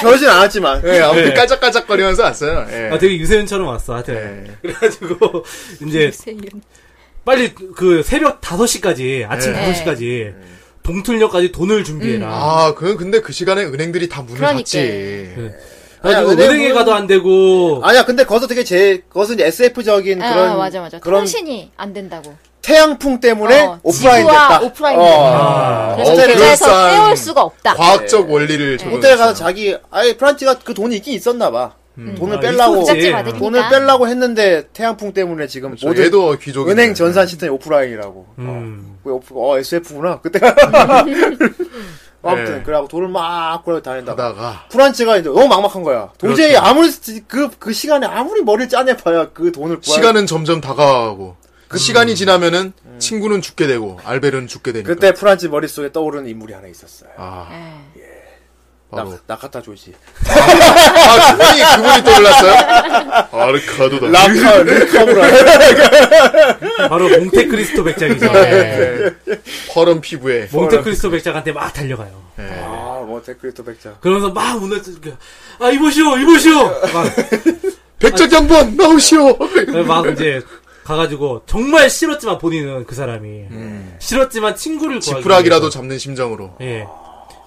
그러진 않았지만 예, 그 아무튼 네. 깔짝깔짝거리면서 왔어요. 예. 아, 되게 유세윤처럼 왔어. 하여튼 예. 그래가지고 이제 빨리 그 새벽 5시까지 아침 네. 5시까지 동틀녘까지 돈을 준비해라. 아, 그건 근데 그 시간에 은행들이 다 문을 그러니까. 닫지. 네. 그래가지고 아니, 은행은- 은행에 가도 안 되고 아니야 근데 거기서 되게 제 그것은 이제 SF적인 아, 그런 아, 맞아 맞아. 그런 어, 통신이 안 된다고. 태양풍 때문에 어, 오프라인 지구와 됐다 오프라인 어. 됐다. 그래서 어, 계좌에서 그럴싸한 떼올 수가 없다. 과학적 원리를 적용했어요. 네. 음. 호텔에 가서 자기 아예 프란치가 그 돈이 있긴 있었나 봐 돈을 아, 빼려고 있었지. 부잣집 아들이니까. 돈을 빼려고 했는데 태양풍 때문에 지금 그렇죠. 모든 얘도 귀족이 은행 전산 시스템이 오프라인이라고. 음. 어, 왜 오프, 어, SF구나. [LAUGHS] 그때가. 뭐 아무튼, 네. 그래갖고 돈을 막 꾸려 다닌다. 하다가 프란치가 이제 너무 막막한 거야. 도저히 그렇죠. 아무리, 시- 그, 그 시간에 아무리 머리를 짜내봐야 그 돈을 구할 시간은 점점 다가가고 음. 그 시간이 지나면은 친구는 죽게 되고 알베르는 죽게 되니까. 그때 네. 프란치 머릿속에 떠오르는 인물이 하나 있었어요. 아, 예. 바로 나, 나카타 조지. 아, 그분이 그분이 떠올랐어요. 아르카도다. 라카, [LAUGHS] 르카브라. 바로 몽테크리스토 백작이죠. 아. 네. 퍼런 피부에 뭐, 몽테크리스토 백작한테 막 달려가요. 아, 뭐, 데크리토 백자. 그러면서 막 오늘 아 이보시오 이보시오 막 백작 양반 나오시오. 그래서 막 이제 가가지고 정말 싫었지만 본인은 그 사람이 싫었지만 친구를 구하기 음. 지푸라기라도 위해서. 잡는 심정으로. 예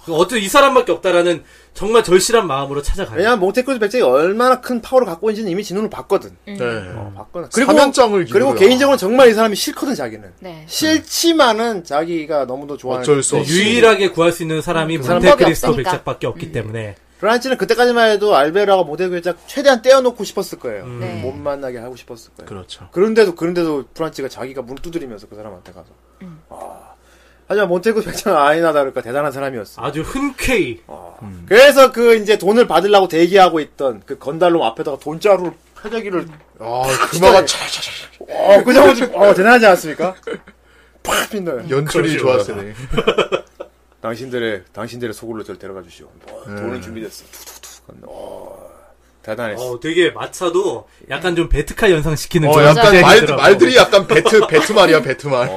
어쨌든 이 사람밖에 없다라는 정말 절실한 마음으로 찾아가요. 왜냐면 몽테크리토 뭐 백자가 얼마나 큰 파워를 갖고 있는지는 이미 진호는 봤거든. 음. 어, 네. 봤거든. 사면장을 그리고 기르더라. 개인적으로 정말 이 사람이 싫거든, 자기는. 네. 싫지만은 자기가 너무도 좋아하는 어쩔 수 없이 네, 유일하게 구할 수 있는 사람이 그 사람 몬테크리스토 없으니까. 백작밖에 없기 음. 때문에 프란치는 그때까지만 해도 알베라가 모델 글자 최대한 떼어놓고 싶었을 거예요. 네. 못 만나게 하고 싶었을 음. 거예요. 그렇죠. 그런데도 그런데도 프란치가 자기가 문 두드리면서 그 사람한테 가서. 아. 하지만 몬테크 백자는 아니나 다를까 대단한 사람이었어. 아주 흔쾌히 음. 그래서 그 이제 돈을 받으려고 대기하고 있던 그 건달놈 앞에다가 돈자루를 펴자기를 아, 금화가 차차차. 어, 그자고 어, 대단하지 않습니까? 팍 핀다. 연출이 좋았어요. 되게. 당신들의 당신들의 소굴로 저를 데려가 주시오. 뭐, 돈은 준비됐어. 툭툭툭. 어, 대단했어. 어 되게 마차도 약간 좀 베트카 연상시키는 어, 그런 약간 디자인이더라고. 말, 말들이 약간 배트, 배트말이야, 배트말.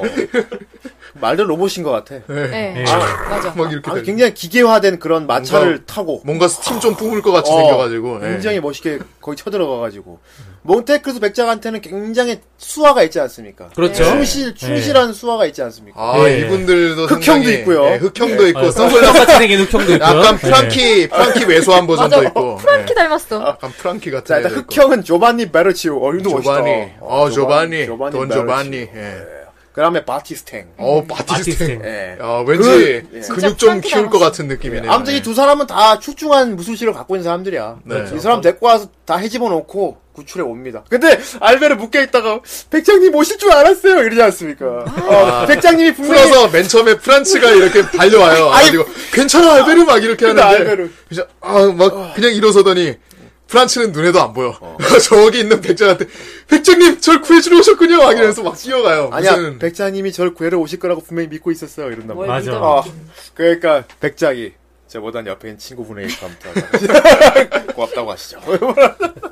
말들 로봇인 것 같아. 네. 예. 맞아. 막 이렇게. 아, 되고. 굉장히 기계화된 그런 마차를 뭔가- 타고 뭔가 스팀 좀 뿜을 것 같이 어, 생겨가지고. 예. 굉장히 멋있게 거기 쳐들어가가지고 몬테크루스 백작한테는 굉장히 수화가 있지 않습니까? 그렇죠. 충실 충실한 수화가 있지 않습니까? 아, 예. 이분들도. 흑형도 상당히- 있고요. 예, 흑형도 아, 있고, 선글라 선글라스 어, 생긴 흑형도 네. 있고 약간 프랑키, 프랑키 외소한 버전도 있고. 어, 프랑키 예. 닮았어. 약간 프랑키 같은. 자 일단 애도 있고. 흑형은 조반니 베르치오 어이도 네, 조바니. 멋있다. 어, 조바니. 조반니 돈 베르치오. 조바니. 예. 그다음에 바티스탱. 어, 아티스트 바티스탱. 예. 아, 왠지 진짜 근육 좀 프랑키 키울 것 닮았어. 같은 예. 느낌이네. 아무튼 이 두 사람은 다 출중한 무술실을 갖고 있는 사람들이야. 네. 이 사람 데리고 와서 다 해집어 놓고 구출해 옵니다. 근데 알베르 묶여 있다가 백장님 오실 줄 알았어요 이러지 않습니까? 어, 백장님이 분명히 풀어서 맨 처음에 프란츠가 이렇게 달려와요. 그리고 그 괜찮아 알베르 어. 막 이렇게 근데 하는데 알베르. 그냥 아막 그냥 일어서더니 프란츠는 눈에도 안 보여. [LAUGHS] 저기 있는 백장한테 백장님 절 구해주러 오셨군요. 막 이러면서 막 뛰어가요. 아니야 무슨- 백장님이 저를 구해러 오실 거라고 분명히 믿고 있었어요 이런다. 뭘 맞아. 믿어. 아, 그러니까 백작이 저보단 옆에 있는 친구분에게 감사하다. [LAUGHS] 고맙다고 하시죠. [LAUGHS]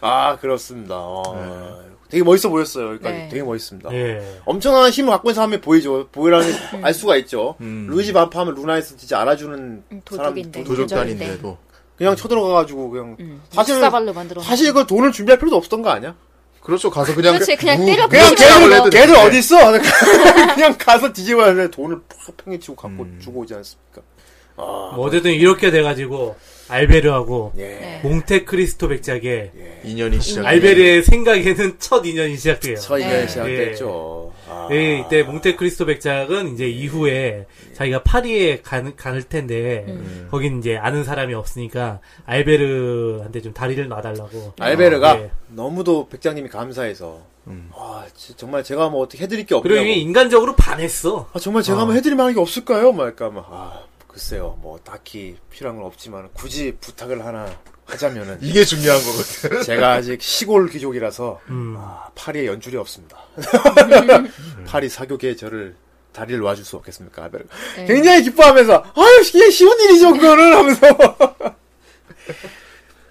아 그렇습니다. 어, 되게 멋있어 보였어요. 그러니까 네. 되게 멋있습니다. 네. 예. 엄청난 힘을 갖고 있는 사람이 보이죠. 보이라는 걸알 수가 있죠. 음. 루이지 반파 하면 루나에서 진짜 알아주는 음. 음, 사람 도적인데. 도적- 도적단인데도 그냥 쳐들어가가지고 그냥 사실은 사발로 만들어. 사실 이걸 돈을 준비할 필요도 없었던 거 아니야? 그렇죠 가서 그냥 그렇지, 그냥 무- 때려 그냥 그렇죠. 걔들 원래는- 걔들 네. 어디 있어? 그냥 [LAUGHS] 가서 뒤집어야 돈을 팍 팽개치고 갖고 음. 주고 오지 않습니까? 뭐 어쨌든 이렇게 돼가지고 알베르하고 예. 네. 몽테크리스토 백작의 예. 인연이 시작. 알베르의 생각에는 첫 인연이 시작돼요. 저희 예. 가 시작됐죠. 아. 예, 이때 몽테크리스토 백작은 이제 이후에 자기가 파리에 간, 갈 텐데 음. 거긴 이제 아는 사람이 없으니까 알베르한테 좀 다리를 놔달라고. 알베르가 예. 너무도 백장님이 감사해서 아 지- 정말 제가 뭐 어떻게 해드릴 게 음. 그리고 없냐고 이게 인간적으로 반했어. 아, 정말 제가 뭐 해드릴 만한 게 없을까요? 막 그러니까 막 아, 글쎄요 뭐 딱히 필요한 건 없지만 굳이 부탁을 하나 하자면은 이게 중요한 거거든. 제가 아직 시골 귀족이라서 음. 아, 파리에 연줄이 없습니다. 파리 사교계에 저를 다리를 놔줄 수 없겠습니까? 아벨. 굉장히 기뻐하면서 아유 이게 쉬운 일이죠 그거는 하면서 [LAUGHS]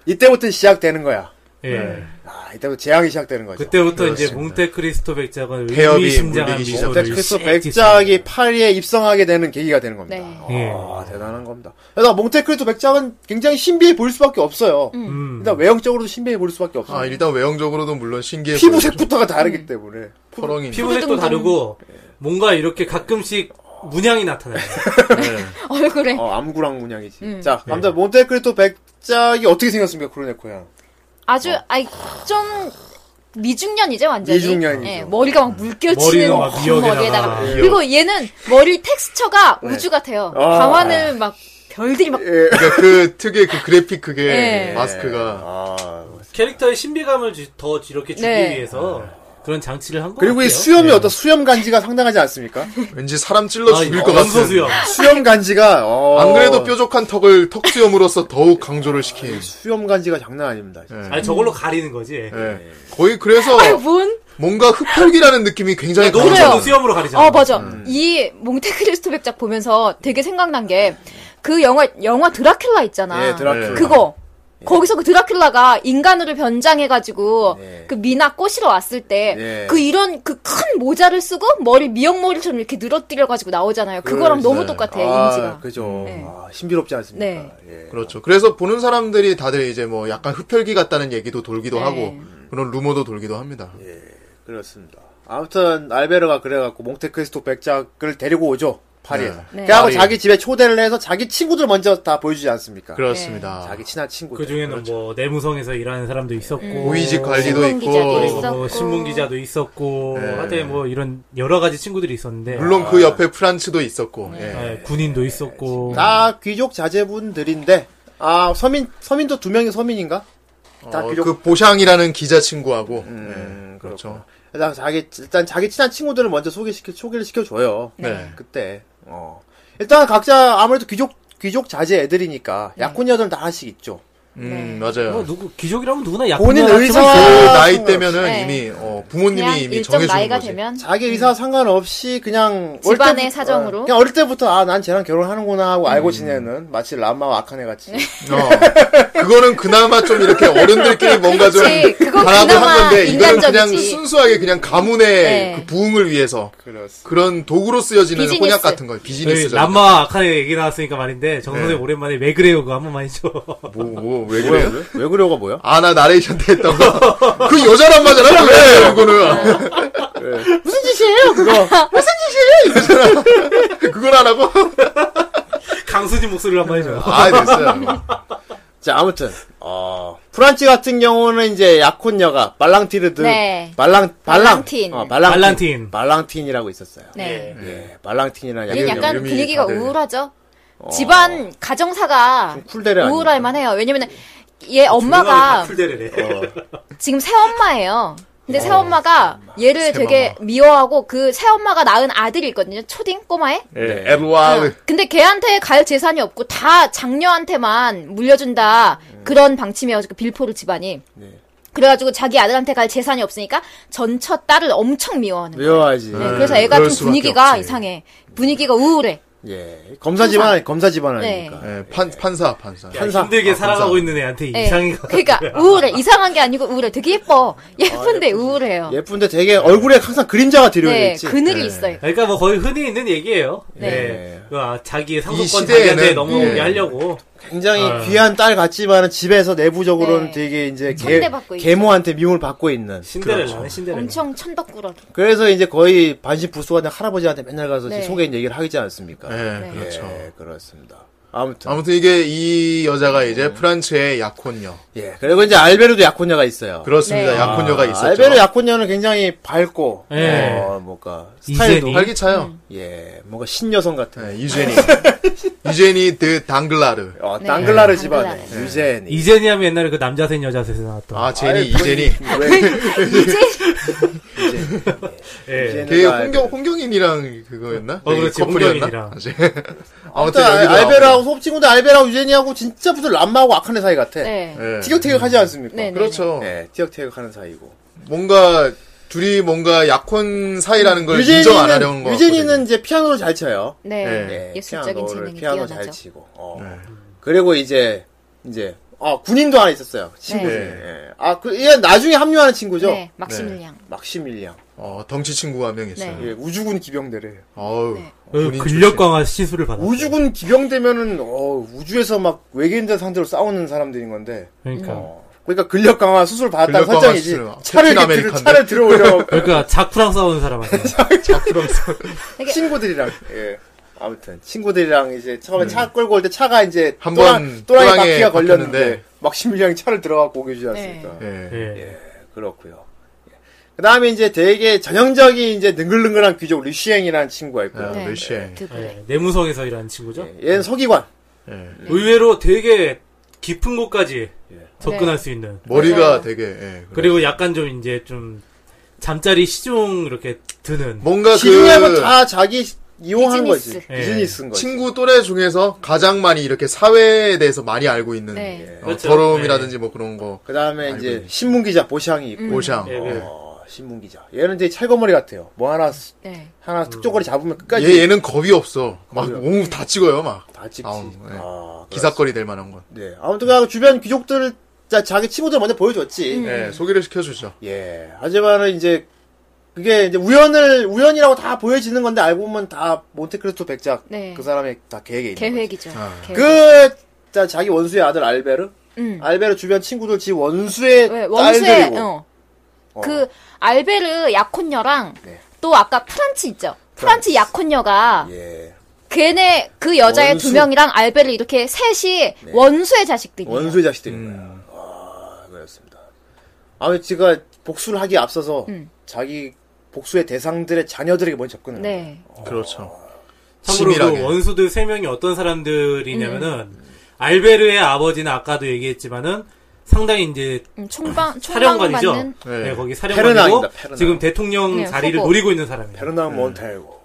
이때부터 시작되는 거야. 예. 아 이때부터 재앙이 시작되는 거죠. 그때부터 이제 네. 그렇습니다. 몽테크리스토 백작은 폐업이 의미심장한 물리기 미소를 그래서 씩 백작이 파리에 입성하게 되는 계기가 되는 겁니다. 네. 예. 아, 대단한 겁니다. 그래서 몽테크리스토 백작은 굉장히 신비해 보일 수밖에 없어요. 음. 일단 외형적으로도 신비해 보일 수밖에 없어요. 아 일단 외형적으로도 물론 신기해. 피부색부터가 다르기 때문에. 퍼렁이. 피부색도 다르고 뭔가 이렇게 가끔씩 문양이 [LAUGHS] 나타나요. [LAUGHS] 얼굴에. 어, 암구랑 문양이지. 음. 자, 네. 아무튼 몬테크리스토 백작이 어떻게 생겼습니까, 크로네코야? 아주 아이 좀 미중년이죠 완전히. 어. 미중년이죠. 예, 머리가 막 물결치는 머리는 막 긴 미역에다가. 머리에다가. 그리고 얘는 머리 텍스처가 우주 같아요. 아. 네. 가만은 막 별들이 막 그러니까 그 특유의 그 그래픽 그게 예. 마스크가 아, 캐릭터의 신비감을 주- 더 이렇게 주기 네. 위해서 그런 장치를 한거 네. 그리고 이 수염이 네. 어떤 수염 간지가 상당하지 않습니까? 왠지 사람 찔러 죽일 것 같은. 아, 수염. 수염 간지가 어, 안 그래도 뾰족한 턱을 턱수염으로써 더욱 강조를 시킨. 수염 간지가 장난 네. 아닙니다. 진짜. 아니 저걸로 가리는 거지. 예. 거의 그래서 아유 뭔? 뭔가 흡혈귀라는 느낌이 굉장히 너무 그래요. 작은 수염으로 가리잖아. 어 맞아. 이 몽테크리스토 백작 보면서 되게 생각난 게 그 영화 영화 드라큘라 있잖아. 예, 드라큘라. 네. 그거. 거기서 그 드라큘라가 인간으로 변장해가지고 네. 그 미나 꼬시러 왔을 때 네. 그 이런 그 큰 모자를 쓰고 머리 미역머리처럼 이렇게 늘어뜨려가지고 나오잖아요. 그거랑 그래서- 너무 똑같아 아, 인지가. 그죠. 네. 아, 신비롭지 않습니까? 예. 그렇죠. 그래서 보는 사람들이 다들 이제 뭐 약간 흡혈귀 같다는 얘기도 돌기도 네. 하고 그런 루머도 돌기도 합니다. 예. 그렇습니다. 아무튼 알베르가 그래갖고 몽테크리스토 백작을 데리고 오죠 파리에서. 네. 그래갖고 파리. 자기 집에 초대를 해서 자기 친구들 먼저 다 보여주지 않습니까? 그렇습니다. 예. 자기 친한 친구들. 그 중에는 뭐 내무성에서 일하는 사람도 있었고 고위직 관리도 신문 기자도 있고 음. 있어. 뭐 있었고. 신문 기자도 있었고 하여튼 뭐 이런 여러 가지 친구들이 있었는데 물론 그 옆에 프란츠도 있었고 예. 예, 군인도 있었고 다 귀족 자제분들인데 아 서민 서민도 두 명이 서민인가? 다 어, 귀족. 그 보샹이라는 기자 친구하고 음, 예, 그렇죠. 일단 자기 일단 자기 친한 친구들을 먼저 소개시켜 소개를 시켜줘요. 네. 그때 어 일단 각자 아무래도 귀족 귀족 자제 애들이니까 약혼 여들 다 하나씩 있죠. 네. 음 뭐 맞아요. 누구 귀족이라면 누구나 약간 본인 의사 그 나이 상관없이. 때면은 네. 이미 어, 그냥 부모님이 이미 일정 정해주는 나이가 거지. 되면 자기 의사 상관없이 그냥 어릴 음. 집안의 때부터- 사정으로? 어, 그냥 어릴 때부터 아 난 쟤랑 결혼하는구나 하고 음. 알고 지내는 마치 람마와 아카네 같이 어. 그거는 그나마 좀 이렇게 어른들끼리 뭔가 좀 [LAUGHS] 그렇지. 그건 바라고 그나마 한 건데 이거는 그냥 인간적이지. 순수하게 그냥 가문의 네. 그 부흥을 위해서 그렇습니다. 그런 도구로 쓰여지는 비즈니스. 혼약 같은 거예요. 비즈니스. 남마 아카네 얘기 나왔으니까 말인데 정 선생 님 오랜만에 왜 그래요 그거 한 번만 해줘. 어, 뭐왜 뭐야, 그래요? 왜? 왜 그래요가 뭐야? 아 나 나레이션 때 했다고. [LAUGHS] 그 여자란 말잖아. 그래 그거는. 네. 무슨 짓이에요 그거? 그걸 안 하고. [LAUGHS] 강수진 목소리를 한 번 네. 해줘. 아 됐어요. 자, 아무튼, 어, 프란치 같은 경우는 이제 약혼녀가 발랑티르드, 네. 발랑, 발랑, 발랑틴. 어, 발랑틴. 발랑틴. 발랑틴이라고 있었어요. 네. 예, 발랑틴이라는 얘는 약혼녀. 약간 이름이 분위기가 다들- 우울하죠. 집안 가정사가 쿨데레 아닙니까? 우울할 만해요. 왜냐면 얘 엄마가 다 풀대를 해. 지금 새엄마예요. 근데 새엄마가 얘를 되게 미워하고 그 새엄마가 낳은 아들이 있거든요. 초딩 꼬마에. 예, 에루아르. 네. 근데 걔한테 갈 재산이 없고 다 장녀한테만 물려준다 그런 방침이어가지고 빌포르 집안이 그래가지고 자기 아들한테 갈 재산이 없으니까 전처 딸을 엄청 미워하는 거예요. 미워하지. 네, 그래서 애가 좀 그럴 수밖에 분위기가 없지. 이상해 분위기가 우울해 예. 검사 집안, 검사 집안 네. 아니니까. 예, 판, 판사, 판사. 야, [LAUGHS] 힘들게 살아가고 있는 애한테 예. 이상이 가. 그러니까 우울해 이상한 게 아니고 우울해 되게 예뻐 예쁜데 우울해요 어, 예쁜데 되게 얼굴에 항상 그림자가 들여져 네 있지. 그늘이 있어요 그러니까 뭐 거의 흔히 있는 얘기예요. 네. 네. 아, 자기의 이 상속권 시대에는- 자기한테 넘어오게 네. 하려고. 굉장히 아. 귀한 딸 같지만 집에서 내부적으로는 네. 되게 이제 개, 천대받고 있죠. 계모한테 미움을 받고 있는. 신데렐라, 신데렐라. 엄청 천덕꾸러기 그래서 이제 거의 반신불수가 된 할아버지한테 맨날 가서 네. 이제 속에 있는 얘기를 하지 않습니까? 예, 그렇죠. 예, 그렇습니다. 아무튼. 아무튼 이게 이 여자가 이제 프란츠의 약혼녀. 예. 그리고 이제 알베르도 약혼녀가 있어요. 아, 그렇습니다. 네. 약혼녀가 있었죠. 알베르 약혼녀는 굉장히 밝고, 예. 어, 뭔가, 이세니. 스타일도, 음. 활기차요. 음. 예, 뭔가 신여성 같은. 네, 유제니. [LAUGHS] 유제니 드 당글라르. 어, 네. 당글라르 네. 집안에, 유제니. 이제니 하면 옛날에 그 남자 셋 여자 셋에 나왔던. 아, 제니, 아이, 이제니. 왜, 예. 걔 이제니가 홍경, 홍경인이랑 그거였나? 어, 그렇지, 커플이었나? 홍경인이랑. [LAUGHS] 아직. 아무튼 아무튼 여기도 알베르하고 소꿉친구인데 알베르하고 유제니하고 진짜 무슨 람마하고 악한 애 사이 같아. 네. 나오고. 예. 티격태격하지 않습니까? 네, 네. 그렇죠. 음. 네, 티격태격하는 사이고. 뭔가 둘이 뭔가 약혼 사이라는 걸 인정 안 하려는 거. 유제니는 유제니는 이제 피아노를 잘 쳐요. 네, 네. 예술적인 피아노를 재능이 피아노 잘 뛰어나죠 치고. 어. 그리고 이제 이제 아 군인도 하나 있었어요 친구 네. 중에. 예. 아그 얘 나중에 합류하는 친구죠. 네 막시밀리앙 막시밀리앙. 어, 덩치 친구가 한 명 있어요. 네. 예, 우주군 기병대래. 어우. 네. 그 본인 근력 강화 시술을 받았어. 우주군 기병대면은 어, 우주에서 막 외계인들 상대로 싸우는 사람들인 건데. 그러니까. 어. 그러니까 근력 강화 수술 받았다는 근력 강화 설정이지. 수술. 캡틴 차를 이렇게 들어, 아메리칸데. 차를 [LAUGHS] 들어오려 그러니까 작프랑 싸우는 [LAUGHS] 사람한테. 되게- 친구들이랑 예. 아무튼 친구들이랑 이제 처음에 차 끌고 올 때 차가 이제 한 또라- 번 또라이 또랑에 바퀴가 걸렸는데 박혔는데. 막심리앙이 차를 들어갖고 네. 오게 주지 않습니까? 친구. 예. 예. 그렇고요. 그 다음에 이제 되게 전형적인 이제 능글능글한 귀족 류시행이라는 친구가 있고요. 아, 네. 르시엥. 드블레 예. 내무성에서 일하는 친구죠. 네, 예, 얘는 서기관. 예. 의외로 되게 깊은 곳까지 접근할 네. 수 있는. 머리가 되게, 예. 그래. 그리고 약간 좀 이제 좀 잠자리 시중 이렇게 드는. 뭔가 지중해면 그, 다 자기 이용한 비즈니스. 거지. 예. 비즈니스인 거지. 친구 또래 중에서 가장 많이 이렇게 사회에 대해서 많이 알고 있는 네. 어, 그렇죠. 더러움이라든지 뭐 그런 거. 그 다음에 예. 이제 신문기자 보샹이 음. 있고. 모샹. 예, 예. 어, 신문기자. 얘는 되게 찰거머리 같아요. 뭐 하나, 스- 네. 음. 하나 특조거리 잡으면 끝까지 얘, 얘는 그러니까 겁이 없어. 막, 몸 다 찍어요, 막. 다 찍지. 아우, 예. 아, 기사거리 될 만한 건. 네. 아무튼 그 주변 귀족들 자, 자기 친구들 먼저 보여줬지. 음. 예, 소개를 시켜주죠. 예. 하지만은 이제 그게 이제 우연을 우연이라고 다 보여지는 건데 알고 보면 다 몬테크리스토 백작 네. 그 사람의 다 계획에 있는 계획이죠 계획. 거지. 그 자, 자기 원수의 아들 알베르. 음. 알베르 주변 친구들 지 원수의 왜 원수의 딸들이고. 어. 그 알베르 약혼녀랑 네. 또 아까 프란치 있죠. 프란치 약혼녀가 예. 걔네 그 여자의 원수. 네. 두 명이랑 알베르 이렇게 셋이 원수의 자식들이에요. 원수의 자식들인 거야. 아, 그렇습니다. 아버지가 복수를 하기에 앞서서 자기 복수의 대상들의 자녀들에게 먼저 접근을 해요. 음. 네. 그렇죠. 참고로 치밀하게. 그 원수들 세 명이 어떤 사람들이냐면은 음. 알베르의 아버지는 아까도 얘기했지만은 상당히 이제 [LAUGHS] 음, 총방 사령관이죠. 총방받는 네. 네. 거기 페르낭입니다, 사령관이고 페르낭. 지금 대통령 네, 자리를 후보. 노리고 있는 사람이에요. 베르나 몬테고.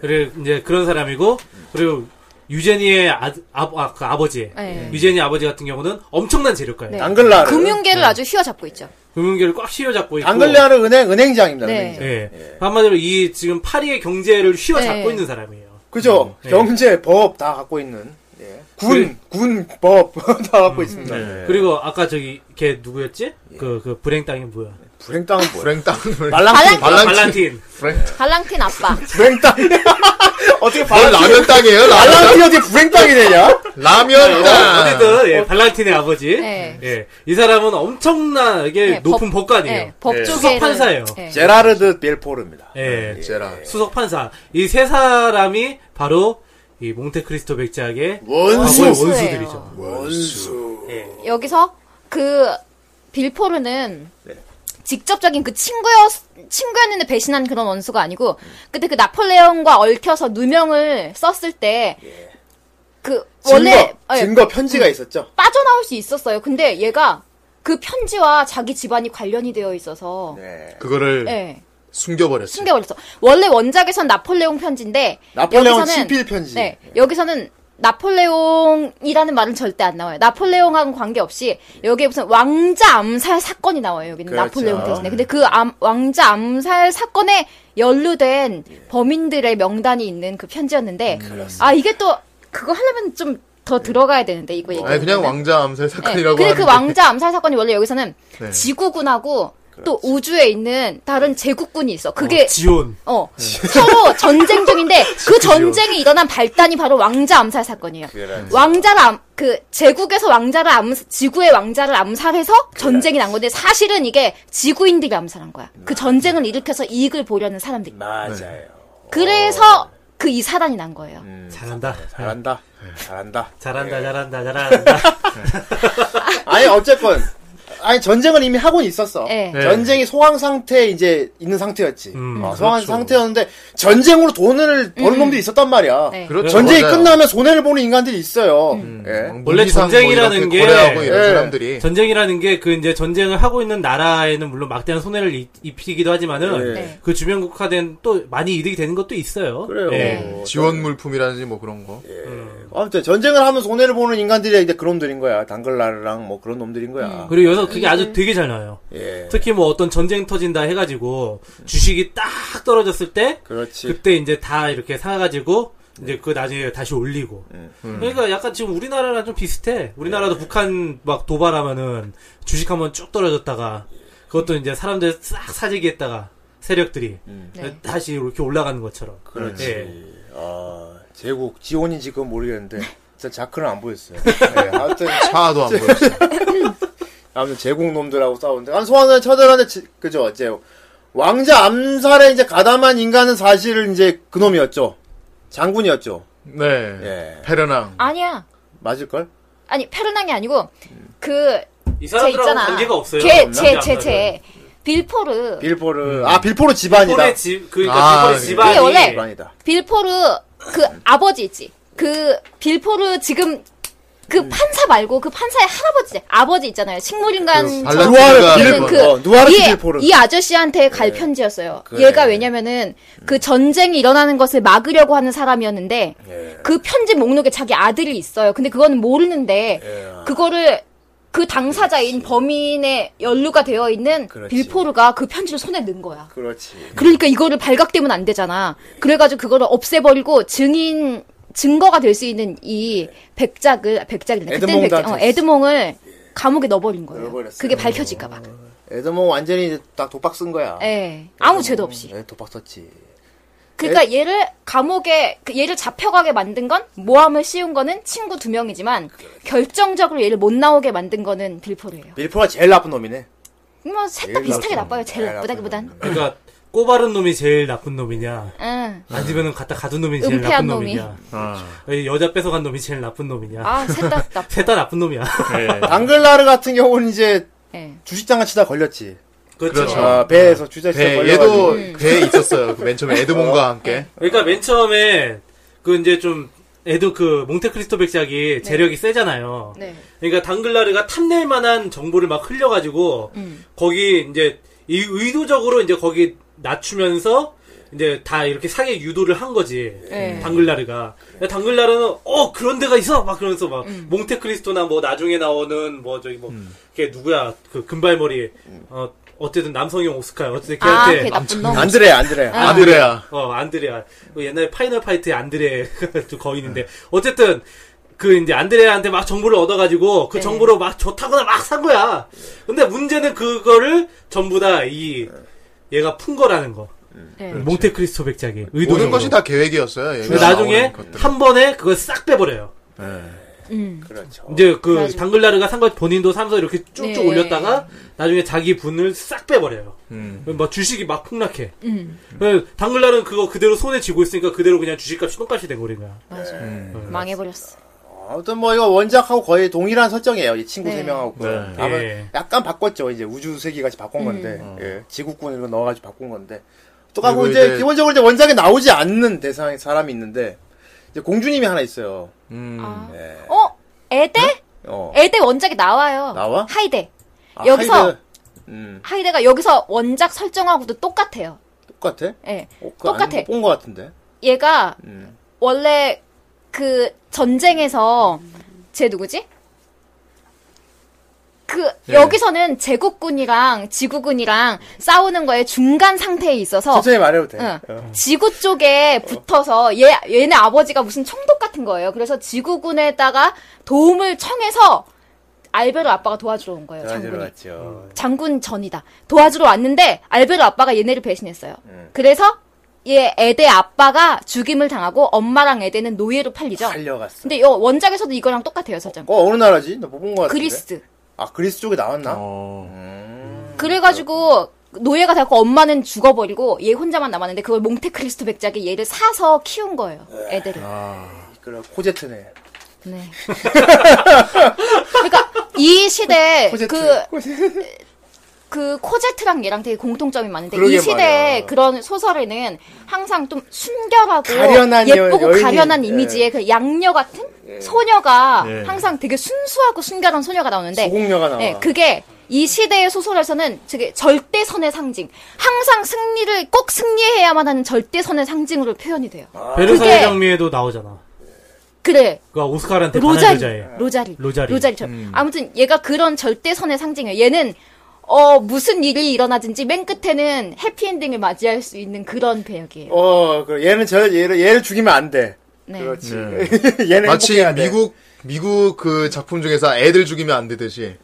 그래 이제 그런 사람이고 그리고 유제니의 아, 아, 아, 그 아버지 네. 유제니 아버지 같은 경우는 엄청난 재력가예요. 네. 앙글라르. 금융계를 아주 휘어잡고 있죠. 금융계를 꽉 휘어잡고 있고 앙글라르 은행 은행장입니다. 네. 은행장. 예. 한마디로 이 지금 파리의 경제를 휘어잡고 네. 있는 사람이에요. 그죠? 네. 경제, 법 다 갖고 있는. 예. 군, 그래. 군, 법 [LAUGHS] 다 갖고 있습니다. 그리고 아까 저기 걔 누구였지? 그그 불행 땅이 뭐야? 불행 땅은 뭐야? 브랭 땅을. 발랑킹, 발랑- 발란틴. [LAUGHS] 발랑틴 아빠. 불행 땅. [LAUGHS] 어떻게 뭘 발랑, [LAUGHS] 라면 땅이에요? 라면, 발랑킹이 어떻게 불행 땅이 되냐? 라면 땅! 네, 어쨌든 예, 발란틴의 아버지. 네. 예. 이 사람은 엄청나게 네, 높은 법- 법관이에요. 네. 법조계 네. 수석 판사예요. 제라르드 벨포르입니다. 예. 제라. 수석 판사. 이 세 사람이 바로 이 몽테크리스토 백작의 원수. 예. 과거의 원수들이죠. 원수. 여기서 그 빌포르는 네. 직접적인 그 친구였 친구였는데 배신한 그런 예. 원수가 아니고 그때 그 나폴레옹과 얽혀서 누명을 썼을 때 그 그 원래 증거, 예, 증거 편지가 있었죠. 빠져나올 수 있었어요. 근데 얘가 그 편지와 자기 집안이 관련이 되어 있어서 네. 그거를 예, 숨겨버렸지. 숨겨버렸어. 원래 원작에선 나폴레옹 편지인데 나폴레옹 여기서는- 친필 편지. 네, 여기서는 나폴레옹이라는 말은 절대 안 나와요. 나폴레옹하고는 관계없이 여기에 무슨 왕자 암살 사건이 나와요. 여기는 그렇죠. 나폴레옹 대신에. 근데 그 암- 왕자 암살 사건에 연루된 범인들의 명단이 있는 그 편지였는데 아 이게 또 그거 하려면 좀 더 들어가야 되는데 이거 얘기. 아니 그냥 왕자 암살 사건이라고 근데 하는데. 그 왕자 암살 사건이 원래 여기서는 네. 지구군하고 또 우주에 있는 다른 제국군이 있어. 그게 지온. 어. 서로 전쟁 중인데 그 전쟁이 일어난 발단이 바로 왕자 암살 사건이에요. 왕자를 암, 그 제국에서 왕자를 암 지구의 왕자를 암살해서 전쟁이 난 건데 사실은 이게 지구인들이 암살한 거야. 그 전쟁을 일으켜서 이익을 보려는 사람들이. 음. 맞아요. 그래서 그 이 사단이 난 거예요. 잘한다. 네. 잘한다. 잘한다. 예. 잘한다, 잘한다, 잘한다. 아니 어쨌건 아니 전쟁은 이미 하고 있었어. 예. 네. 전쟁이 소황 상태에 이제 있는 상태였지. 음, 어, 소황 상태였는데 전쟁으로 돈을 버는 놈들이 있었단 말이야. 음. 네. 그렇죠. 전쟁이 맞아요. 음. 끝나면 손해를 보는 인간들이 있어요. 예. 원래 무기상 전쟁이라는 뭐 이렇게 게- 고려하고 이런 예. 사람들이 전쟁이라는 게 그 이제 전쟁을 하고 있는 나라에는 물론 막대한 손해를 이- 입히기도 하지만은 예. 네. 그 주변 국가된 또 많이 이득이 되는 것도 있어요. 그래요. 예. 지원 물품이라든지 뭐 그런 거. 예. 아무튼 전쟁을 하면 손해를 보는 인간들이 이제 그런 놈들인 거야. 당글라르랑 뭐 그런 놈들인 거야. 그리고 여기서 그게 아주 되게 잘 나와요. 예. 특히 뭐 어떤 전쟁 터진다 해가지고 주식이 딱 떨어졌을 때 그렇지. 그때 이제 다 이렇게 사가지고 이제 네. 그 나중에 다시 올리고 음. 그러니까 약간 지금 우리나라랑 좀 비슷해 우리나라도 네. 북한 막 도발하면은 주식 한번 쭉 떨어졌다가 그것도 이제 사람들 싹 사재기 했다가 세력들이 네. 다시 이렇게 올라가는 것처럼 음. 그렇지. 예. 아, 제국 지원인지 그건 모르겠는데 진짜 자크는 안 보였어요. 예, 아무튼 차도 안 보였어. 아무튼 제국 놈들하고 싸우는데 한 소환을 쳐들었는데 지- 그죠? 이제 왕자 암살에 이제 가담한 인간은 사실은 이제 그놈이었죠. 장군이었죠. 네. 예. 페르낭. 아니야. 맞을 걸? 아니 페르낭이 아니고 그 이 쟤 사람들하고 있잖아. 관계가 없어요 걔, 쟤, 쟤, 쟤. 빌포르. 빌포르. 아, 빌포르 집안이다. 의 집, 그러니까 아, 빌포르 네. 집안이 그게 원래- 집안이다. 빌포르 그 아버지 있지. 그 빌포르 지금 그 판사 말고 그 판사의 할아버지 아버지 있잖아요. 식물인간 그 저- 누아르 빌- 그 어, 누아르 이, 빌포르. 네. 이 아저씨한테 갈 편지였어요. 그래. 네. 얘가 왜냐면은 그 전쟁이 일어나는 것을 막으려고 하는 사람이었는데 네. 예. 그 편지 목록에 자기 아들이 있어요. 근데 그거는 모르는데 네. 그거를 그 당사자인 범인에 연루가 되어 있는 그렇지. 빌포르가 그 편지를 손에 넣은 거야. 그렇지. 그러니까 이거를 발각되면 안 되잖아. 그래가지고 그거를 없애버리고 증인 증거가 될 수 있는 이 백작을 백작이래. 네. 에드몽 백작, 다트. 어, 에드몽을 감옥에 넣어버린 거예요. 넣어버렸어요. 그게 밝혀질까봐. 애들 뭐 완전히 이제 딱 독박 쓴 거야. 예. 아무 죄도 없이. 예, 독박 썼지. 그러니까 얘를 감옥에 그 얘를 잡혀가게 만든 건 모함을 씌운 거는 친구 두 명이지만 그렇죠. 결정적으로 얘를 못 나오게 만든 거는 빌포르예요. 빌포가 제일 나쁜 놈이네. 뭐 셋 다 제일 비슷하게 나쁜 나빠요. 제일 놈. 나쁘다기보단. 그러니까 꼬바른 놈이 제일 나쁜 놈이냐 응. 아니면은 갖다 가둔 놈이 제일 나쁜 은폐한 놈이. 놈이냐 아, 이 여자 뺏어간 놈이 제일 나쁜 놈이냐 아, 셋 다 [LAUGHS] 나빠. 셋 다 나쁜 놈이야 예. 그렇죠. 당글라르 같은 경우는 이제 예. 주식장을 치다 걸렸지. 그렇죠. 아, 배에서 주자 치다 배, 걸려가지고. 얘도 배에 있었어요. 그맨 처음에 에드몽과 함께. 그러니까 맨 처음에 그 이제 좀 에드 그 몽테크리스토 백작이 재력이 세잖아요. 네. 그러니까 당글라르가 탐낼 만한 정보를 막 흘려가지고 음. 거기 이제 이 의도적으로 이제 거기 낮추면서 이제 다 이렇게 사기 유도를 한 거지. 네. 당글라르가. 그러니까 당글라르는 어 그런 데가 있어 막 그러면서 막 음. 몽테크리스토나 뭐 나중에 나오는 뭐 저기 뭐 걔 누구야 그 금발머리 어 어쨌든 남성형 오스카야 어쨌든 음. 아, 걔한테 걔 나쁜 놈. 안드레, 안드레. 아드레야. 어, 안드레아. 그 옛날에 파이널 파이트 안드레 [LAUGHS] 그 거인인데. 네. 어쨌든, 그 이제 안드레아한테 막 정보를 얻어가지고 그 정보로 막 좋다거나 막 산 거야. 근데 문제는 그거를 전부 다 이 얘가 푼 거라는 거. 네. 몽테크리스토 백작이. 모든 의도적으로. 것이 다 계획이었어요. 근데 나중에 한 번에 그걸 싹 빼버려요. 예. 음. 그렇죠. 이제 그 그래가지고. 당글라르가 산 걸 본인도 사면서 이렇게 쭉쭉 네. 올렸다가 나중에 자기 분을 싹 빼버려요. 음. 막 주식이 막 폭락해. 음. 그 당글라는 그거 그대로 손에 쥐고 있으니까 그대로 그냥 주식값이 똥값이 된 거린 거야. 맞아요. 망해버렸어. 아무튼 뭐 이거 원작하고 거의 동일한 설정이에요. 이 친구 네. 세 명하고. 네. 다만 예. 약간 바꿨죠. 이제 우주 세계까지 음. 바꾼 건데. 예. 지구권으로 넣어가지고 바꾼 건데. 또 음. 그리고 하고 이제 이제- 기본적으로 이제 원작에 나오지 않는 대상 사람이 있는데 이제 공주님이 하나 있어요. 음. 아. 어? 에데? 예. 어. 에데 원작이 나와요. 나와? 하이데. 아, 여기서 하이드- 음, 하이데가 여기서 원작 설정하고도 똑같아요. 똑같아? 예. 어, 그거 똑같아. 아닌 거 본것 같은데. 얘가 음. 원래 그 전쟁에서 쟤 누구지? 그 여기서는 제국군이랑 지구군이랑 싸우는 거에 중간 상태에 있어서 천천히 말해도 돼. 응. 어. 지구 쪽에 붙어서 얘 얘네 아버지가 무슨 총독 같은 거예요. 그래서 지구군에다가 도움을 청해서 알베로 아빠가 도와주러 온 거예요. 전화로 장군이. 왔죠. 장군 전이다. 도와주러 왔는데 알베르 아빠가 얘네를 배신했어요. 예. 그래서 얘 에데 아빠가 죽임을 당하고 엄마랑 에데는 노예로 팔리죠. 팔려갔어. 근데 요 원작에서도 이거랑 똑같아요, 설정. 어, 어느 나라지? 나 못 본 것 같은데. 그리스. 아, 그리스 쪽에 나왔나? 어. 음. 그래가지고 노예가 되고 엄마는 죽어버리고 얘 혼자만 남았는데 그걸 몽테크리스토 백작이 얘를 사서 키운 거예요. 애들을. 그래, 코제트네. 네. 그러니까 이 시대 코제트. 그 그 코제트랑 얘랑 되게 공통점이 많은데 그러게 이 시대의 말이야. 그런 소설에는 항상 좀 순결하고 가련한 여- 예쁘고 여인이- 가련한 예. 이미지의 그 양녀 같은 소녀가 예. 항상 되게 순수하고 순결한 소녀가 나오는데 소공녀가 나와. 예, 그게 이 시대의 소설에서는 되게 절대선의 상징 항상 승리를 꼭 승리해야만 하는 절대선의 상징으로 표현이 돼요 아. 베르사유 아, 그게- 장미에도 나오잖아. 그래 그 오스카르한테 반한 로자리, 여자애. 로자리, 로자리. 처럼 음. 아무튼 얘가 그런 절대선의 상징이에요. 얘는 어 무슨 일이 일어나든지 맨 끝에는 해피엔딩을 맞이할 수 있는 그런 배역이에요. 어, 그래. 얘는 저, 얘를, 얘를 죽이면 안 돼. 네. 그렇지. 네. [LAUGHS] 얘는 마치 행복해야 돼. 미국 미국 그 작품 중에서 애들 죽이면 안 되듯이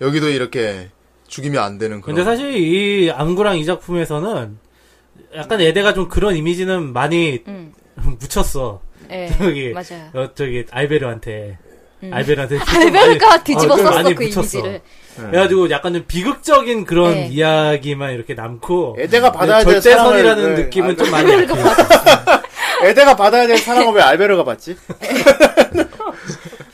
여기도 이렇게 죽이면 안 되는 그런. 근데 사실 이 안구랑 이 작품에서는 약간 에데가 좀 그런 이미지는 많이 음. [LAUGHS] 묻혔어. 네, 저기 맞아요. 어, 저기 알베르한테 [LAUGHS] 알베르한테 좀 음. 알베르가 많이- 뒤집어 어, 좀 썼어 많이 그 묻혔어. 이미지를. 네. 그래가지고 약간 좀 비극적인 그런 네. 이야기만 이렇게 남고 네, 애대가 받아야 될 절대선이라는 사랑을- 느낌은 아, 좀 많이 약해. 애대가 받아야 될 사랑을 왜 [LAUGHS] 알베르가 받지? [LAUGHS]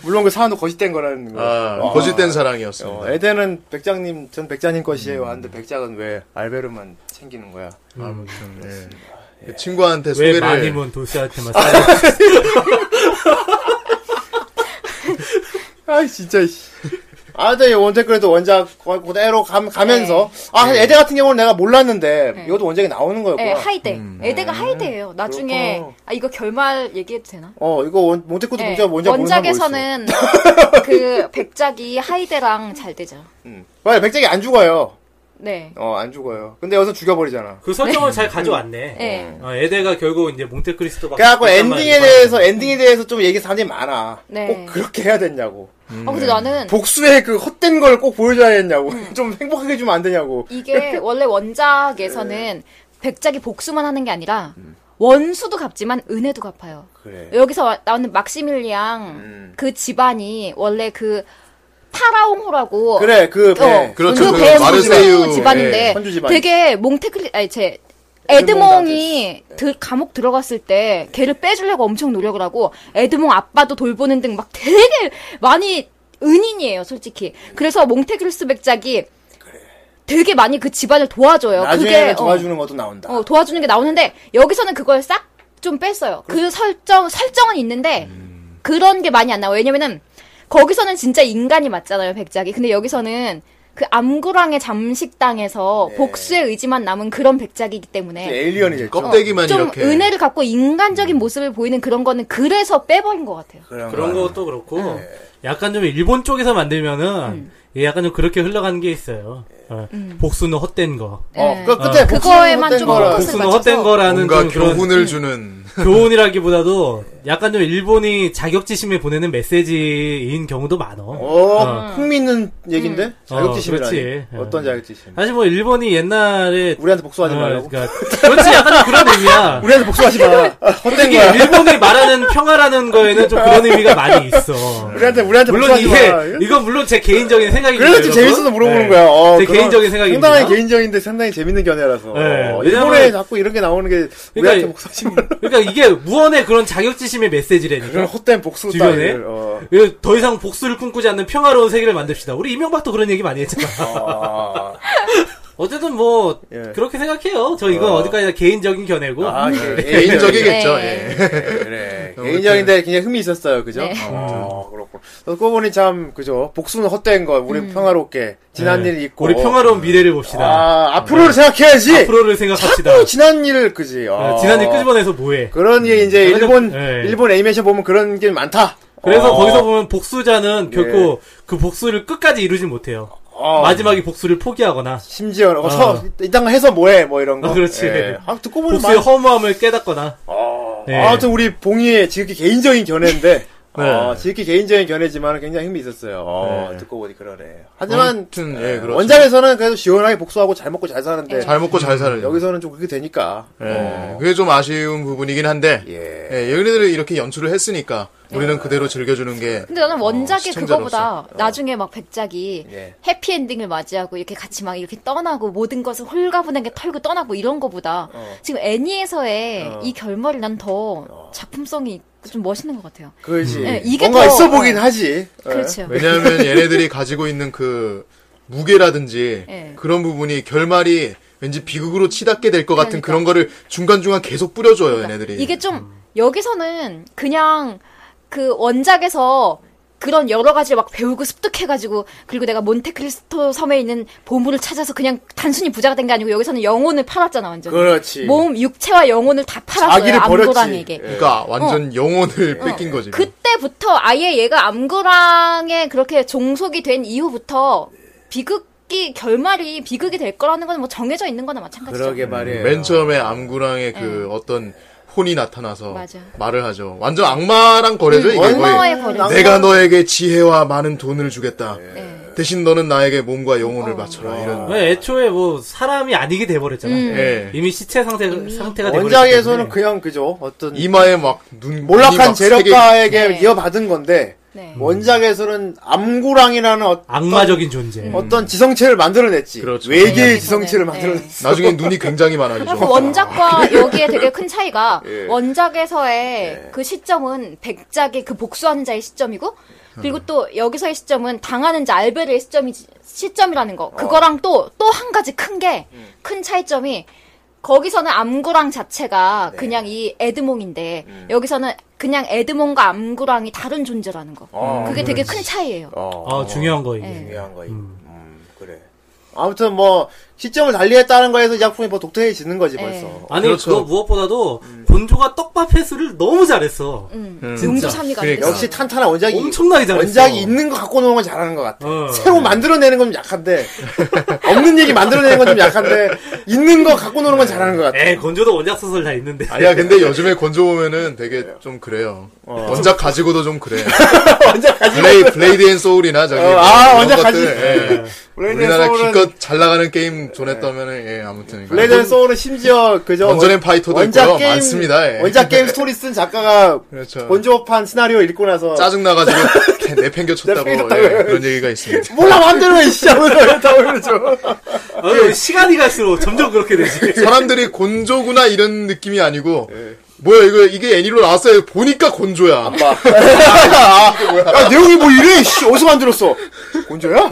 물론 그 사안도 거짓된 거라는 거. 아, 와. 거짓된 사랑이었습니다. 네. 어, 에덴은 백장님, 전 백장님 것이에요. 음. 하는데 백장은 왜 알베르만 챙기는 거야? 아무튼 예. 친구한테 왜 소개를 많이 먼 도시한테만 싸워. [LAUGHS] 아 진짜, 씨. 아, 근데 원태클에도 원작 그대로 감, 가면서. 아, 에덴 같은 경우는 내가 몰랐는데, 이것도 원작이 나오는 거였구나. 음. 네, 하이데. 에데가 하이데예요. 나중에 그렇구나. 아 이거 결말 얘기해도 되나? 어, 이거 원, 몬테크도 네. 원작, 원작 보는 사람 뭐 있어. 원작에서는 [LAUGHS] 그 백작이 하이데랑 잘 되죠. 음. 맞아, 백작이 안 죽어요. 네. 어, 안 죽어요. 근데 여기서 죽여버리잖아. 그 설정을 잘 가져왔네. 네. 어, 에데가 결국 이제 몽테크리스토 그래갖고 엔딩에 대해서, 엔딩에 대해서 좀 얘기 사람들이 많아. 네. 꼭 그렇게 해야 됐냐고. 아 근데 나는 복수의 그 헛된 걸 꼭 보여줘야 했냐고. 음. [LAUGHS] 좀 행복하게 주면 안 되냐고. 이게 원래 [LAUGHS] 네. 원작에서는 백작이 복수만 하는 게 아니라 음. 원수도 갚지만 은혜도 갚아요. 그래. 여기서 와- 나오는 막시밀리앙 음. 그 집안이 원래 그 파라옹호라고 그래, 그 배. 어, 그 그렇죠. 그 배의 마르세유, 선주 집안인데 예, 선주 집안. 되게 몽테클리 아니 제 에드몽이 에드몽이 들- 감옥 들어갔을 때 걔를 빼주려고 엄청 노력을 하고 에드몽 아빠도 돌보는 등 막 되게 많이 은인이에요 솔직히 그래서 몽테크리스 백작이 되게 많이 그 집안을 도와줘요 나중에는 그게 어, 도와주는 것도 나온다. 어, 도와주는 게 나오는데 여기서는 그걸 싹 좀 뺐어요 그 설정 설정은 있는데 음. 그런 게 많이 안 나와 요 왜냐면은 거기서는 진짜 인간이 맞잖아요 백작이 근데 여기서는 그 암구랑의 네. 잠식당에서 복수의 의지만 남은 그런 백작이기 때문에 에일리언이 됐죠. 껍데기만 좀 이렇게 음. 은혜를 갖고 인간적인 모습을 보이는 그런 거는 그래서 빼버린 것 같아요. 그런 네. 그런 것도 그렇고 약간 좀 일본 쪽에서 음. 만들면은 예, 약간 좀 그렇게 흘러가는 게 있어요. 어, 복수는 헛된 거. 어, 예. 그 끝에 어. 복수는 그거에만 헛된 좀 거라. 포커스- 복수는 네. 맞춰서 헛된 거라는 뭔가 좀 그런 음. 교훈을 [LAUGHS] 주는 교훈이라기보다도 약간 좀 일본이 자격지심에 보내는 메시지인 경우도 많어. 어, 풍미 있는 얘긴데? 음. 자격지심이라니. 그렇지. 예. 어떤 자격지심? 사실 뭐 일본이 옛날에 우리한테 복수하지 어, 말라고. 그러니까 그렇지 약간 좀 그런 의미야. [LAUGHS] 우리한테 복수하지 마. 아, 헛된 특히 거야. 일본이 말하는 평화라는 거에는 좀 그런 의미가 많이 있어. 우리한테 우리한테 물론 복수하지 이게 마. 이건 물론 제 개인적인 생각이에요. 어. 네. 그래서 좀 재밌어서 물어보는 거야. 어, 제 그런 개인적인 생각입니다. 상당히 개인적인데 상당히 재밌는 견해라서. 네, 어, 왜냐면- 일본에 자꾸 이런 게 나오는 게 우리한테 그러니까- 복수하지 [LAUGHS] 말라. 그러니까 이게 무언의 그런 자격지심의 메시지라니까. 그런 헛된 복수 주변에? 따위를. 어. 예, 더 이상 복수를 꿈꾸지 않는 평화로운 세계를 만듭시다. 우리 이명박도 그런 얘기 많이 했잖아. 아, [LAUGHS] 어쨌든 뭐 예. 그렇게 생각해요. 저 이건 어. 어. 디까지나 개인적인 견해고. 아, 개- 개인적인- 개인적이겠죠. 네. 예. 그래. 굉장히인데 굉장히 흠이 있었어요, 그죠? 네. 어, 그렇군. 그거 보니 참 그죠? 복수는 헛된 거, 우리 평화롭게 지난 네. 일 있고. 우리 평화로운 미래를 봅시다. 예. 음. 아, 앞으로를 생각해야지. 앞으로를 생각합시다. 자꾸 지난 일 그지. 아. 네, 지난주 끄집어내서 뭐해? 그런 게 이제 약간 좀- 일본 네. 일본 애니메이션 보면 그런 게 많다. 그래서 어, 거기서 보면 예. 복수자는 결코 그 복수를 끝까지 이루지 못해요. 어, 마지막에 복수를 포기하거나 심지어 어. 어. 서, 이딴 거 해서 뭐해 뭐 이런 거. 어, 그렇지. 예. 아, 듣고 보면 복수의 많... 허무함을 깨닫거나 어, 네. 아무튼 우리 봉이의 지극히 [LAUGHS] 개인적인 견해인데. 네. 어, 지극히 개인적인 견해지만 굉장히 힘이 있었어요. 어, 듣고 보니 그러네. 하지만 아무튼, 예, 그렇죠. 원작에서는 그래도 시원하게 복수하고 잘 먹고 잘 사는데 잘 먹고 잘 살아요. 여기서는 좀 그게 되니까. 어, 예, 그게 좀 아쉬운 부분이긴 한데 예. 예, 얘네들이 이렇게 연출을 했으니까 우리는 네. 그대로 즐겨주는 게 근데 나는 원작의 어, 시청자로서. 어. 그거보다 나중에 막 백작이 예. 해피엔딩을 맞이하고 이렇게 같이 막 이렇게 떠나고 모든 것을 홀가분하게 털고 떠나고 이런 거보다 어. 지금 애니에서의 이 결말이 난 더 작품성이 있고 좀 멋있는 것 같아요. 그지. 예, 이게 뭔가 더- 있어 보긴 어. 하지. 예. 그렇죠. 네. 왜냐하면 얘네들이 가지고 있는 그 무게라든지 예. 그런 부분이 결말이 왠지 비극으로 치닫게 될 것 같은 그러니까. 그런 거를 중간중간 계속 뿌려줘요 얘네들이 음. 이게 좀 여기서는 그냥 그 원작에서 그런 여러 가지를 막 배우고 습득해가지고 그리고 내가 몬테크리스토 섬에 있는 보물을 찾아서 그냥 단순히 부자가 된 게 아니고 여기서는 영혼을 팔았잖아 완전. 그렇지. 몸 육체와 영혼을 다 팔았어요 예. 자기를 버렸지. 예. 암고랑에게. 그러니까 예. 완전 영혼을 뺏긴 거지 어. 그때부터 아예 얘가 암고랑에 그렇게 종속이 된 이후부터 예. 비극이 결말이 비극이 될 거라는 건 뭐 정해져 있는 거나 마찬가지죠. 그러게 예. 말이에요. 맨 처음에 암구랑의 그 어떤 혼이 나타나서 예. 맞아. 음. 말을 하죠 완전 악마랑 거래죠 이게 거의 악마와의 거래. 내가 너에게 지혜와 많은 돈을 주겠다 예. 대신 너는 나에게 몸과 영혼을 바쳐라 아. 이런 왜 애초에 뭐 사람이 아니게 돼버렸잖아. 예. 이미 시체 상태 상태가 돼버렸기 음. 원작에서는 때문에. 그냥 그죠. 어떤 이마에 막눈 몰락한 재력가에게 네. 이어받은 건데 네. 원작에서는 암구랑이라는 어, 악마적인 존재. 어떤 지성체를 만들어냈지. 예. 그렇죠. 외계의 네. 지성체를 네. 만들어냈어. 나중에 눈이 굉장히 많아지죠. [LAUGHS] 그리고 원작과 여기에 되게 큰 차이가 예. 원작에서의 그 시점은 백작의 그 복수하는 자의 시점이고 그리고 또 여기서의 시점은 당하는 자 알베르의 시점이 시점이라는 거 어. 그거랑 또 또 한 가지 큰 게 큰 음. 차이점이 거기서는 암구랑 자체가 네. 그냥 이 에드몽인데 음. 여기서는 그냥 에드몽과 암구랑이 다른 존재라는 거 아, 그게 되게 큰 차이예요. 어, 중요한 거 이게. 예. 중요한 거 이거. 음, 그래. 아무튼 뭐 시점을 달리했다는 거에서 이 작품이 뭐 독특해지는 거지 네. 벌써. 아니 그렇죠. 그거 무엇보다도 음. 본조가 떡밥 회수를 너무 잘했어. 음. 음. 용주 참리가 안 됐어. 그러니까 역시 탄탄한 원작이 엄청나게 잘했어. 원작이 있는 거 갖고 노는 건 잘하는 것 같아. 어. 새로 네. 만들어내는 건 좀 약한데 없는 얘기 만들어내는 건 좀 약한데 있는 거 갖고 노는 건 잘하는 것 같아. 에 예, 네. 건조도 원작 소설 다 있는데. 아니야, 근데 요즘에 건조 보면은 되게 좀 그래요. 원작 가지고도 좀 그래. 어. [LAUGHS] 원작 가지고 블레이, 블레이드 앤 소울이나 저기. 어, 뭐 아, 이런 원작 것들, 가지고. 예. 블레이드 앤 우리나라 소울은- 기껏 잘 나가는 게임 존했다면은, 예, 아무튼. 블레이드 앤 소울은 심지어 그저 원전 원- 앤 파이터도 있고요. 많습니다, 예. 원작 [LAUGHS] 게임 스토리 쓴 작가가 그렇죠. 원조판 시나리오 읽고 나서 짜증나가지고 [LAUGHS] 이렇게 내팽겨쳤다고, 내팽겼다고 예, 해요. 그런 얘기가 있습니다. 몰라 마음대로 해 시작을 다 그러죠. 어, 이거 시간이 갈수록 점점 그렇게 [LAUGHS] 되지. 사람들이 곤조구나 이런 느낌이 아니고, 예. 뭐야, 이거, 이게 애니로 나왔어요. 보니까 아, 곤조야. 야 아, 내용이 뭐 이래? 씨 어디서 만들었어? 곤조야?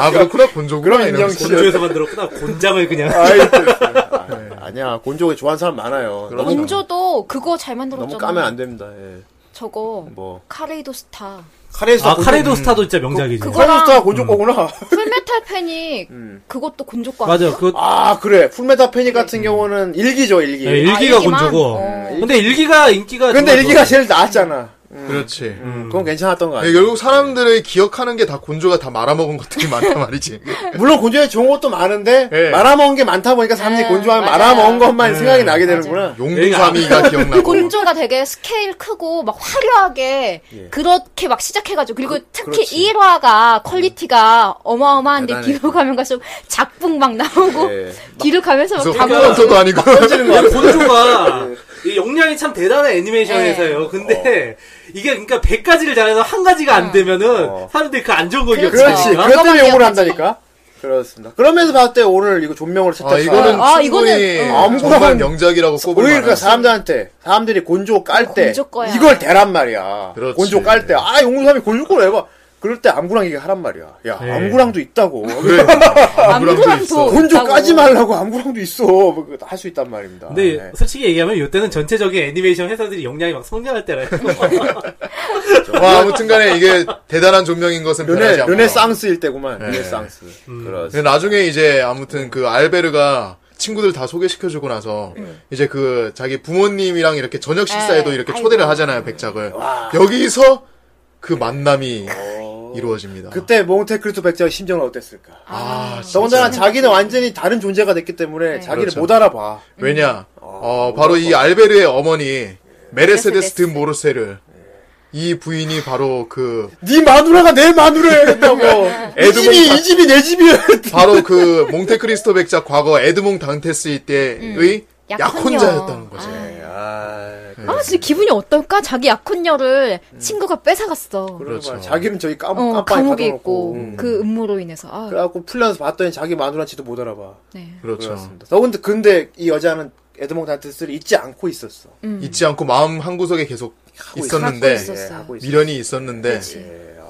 아, 그렇구나, 곤조구나. 그럼 이러면서. 인정시- 건조에서 만들었구나. 곤장을 그냥. 아이, 아, 아니야 곤조 좋아하는 사람 많아요. 너무, 원조도 그거 잘 만들었잖아. 너무 까면 안 됩니다. 예. 저거 뭐 카레이도 스타. 카레스타 아 음. 카레도 스타도 진짜 명작이지. 그- 그거- 카레스타 곤조 거구나. 풀메탈 [LAUGHS] 패닉 음. 그것도 곤조과 맞아. 그 아 그래 풀메타 패닉 같은 경우는 일기죠 음. 일기. 네, 일기가 아, 일기만? 건조고. 어. 근데 일기가 인기가. 예. 근데 정말 일기가 좋았어. 제일 나았잖아. 음, 그렇지. 그건 괜찮았던 거 네, 아니야? 결국 사람들의 기억하는 게 다 곤조가 다 말아먹은 것들이 [LAUGHS] 많단 말이지. 물론 곤조에 좋은 것도 많은데 예. 말아먹은 게 많다 보니까 사람들이 예, 곤조하면 맞아요. 말아먹은 것만 생각이 나게 되는구나. 아, 용두삼이가 기억나고. 곤조가 되게 스케일 크고 막 화려하게 그렇게 막 시작해가지고 그리고 특히 예. 그렇지. 음. 1화가 퀄리티가 어마어마한데 대단해. 뒤로 가면 갈수록 작품 막 나오고 예. 뒤로 가면서 막 그래서 다 콘서도 아니고. 근데 [LAUGHS] 본조가 이 역량이 참 대단한 애니메이션 네. 회사예요. 근데 어. 이게 그러니까 100가지를 잘해서 한 가지가 안 되면은 사람들이 그 안 좋은 거 어. 그렇죠. 그렇지. 기억하니까. 그러니까. 그것 때문에 욕을 그것만 한다니까. 그렇습니다. 그러면서 봤을 때 오늘 이거 존명으로 채택. 아, 이거는 아, 충분히 이거는, 어. 정말 명작이라고 꼽을 오히려 만한. 그 사람들한테 사람들이 곤조 깔 때 곤조 거야. 이걸 대란 말이야. 그렇지. 곤조 깔 때 아 용두삼이 곤조 거로 해봐. 그럴 때 암구랑 얘기하란 말이야. 야, 네. 암구랑도 있다고. [LAUGHS] 그래. 아무랑도 있어. 본조 있다고. 까지 말라고 암구랑도 있어. 할 수 있단 말입니다. 근데 네. 솔직히 얘기하면 이때는 전체적인 애니메이션 회사들이 역량이 막 성장할 때라 와, 아무튼간에 이게 대단한 존명인 것은 르네, 변하지 않고. 르네상스일 음. 때구만. 르네상스. 그렇습니다. 나중에 이제 아무튼 그 알베르가 친구들 다 소개시켜주고 나서 이제 그 자기 부모님이랑 이렇게 저녁 식사에도 에, 이렇게 아이고. 초대를 예, 하잖아요 백작을 여기서 그 만남이 이루어집니다. 그때 몽테크리스토 백작의 심정은 어땠을까? 아, 진짜. 더군다나 자기는 완전히 다른 존재가 됐기 때문에 자기를 그렇죠. 못 알아봐. 왜냐 어, 바로 이 알베르의 어머니 메르세데스 드 모르세를 이 부인이 바로 그 네 마누라가 내 마누라야 했다고. 이 애드몽 집이 다- 이 집이 내 집이야. 바로 그 몽테크리스토 백작 과거 에드몽 당테스 때의 약혼녀. 음. 약혼자였다는 거지. 아, 아, 진짜 기분이 어떨까? 자기 약혼녀를 음. 친구가 뺏어갔어. 그렇죠. 그렇죠. 자기는 저기 깜, 어, 깜빵에 감옥에 가둬놓고. 있고 그 음모로 인해서 아, 그래갖고 풀려서 봤더니 자기 마누라인지도 못 알아봐. 네. 그렇죠. 그렇습니다. 더군데 근데 이 여자는 에드몽 단테스를 잊지 않고 있었어. 잊지 않고 마음 한 구석에 계속 있었는데 있었어요. 예, 하고 있었어. 미련이 있었는데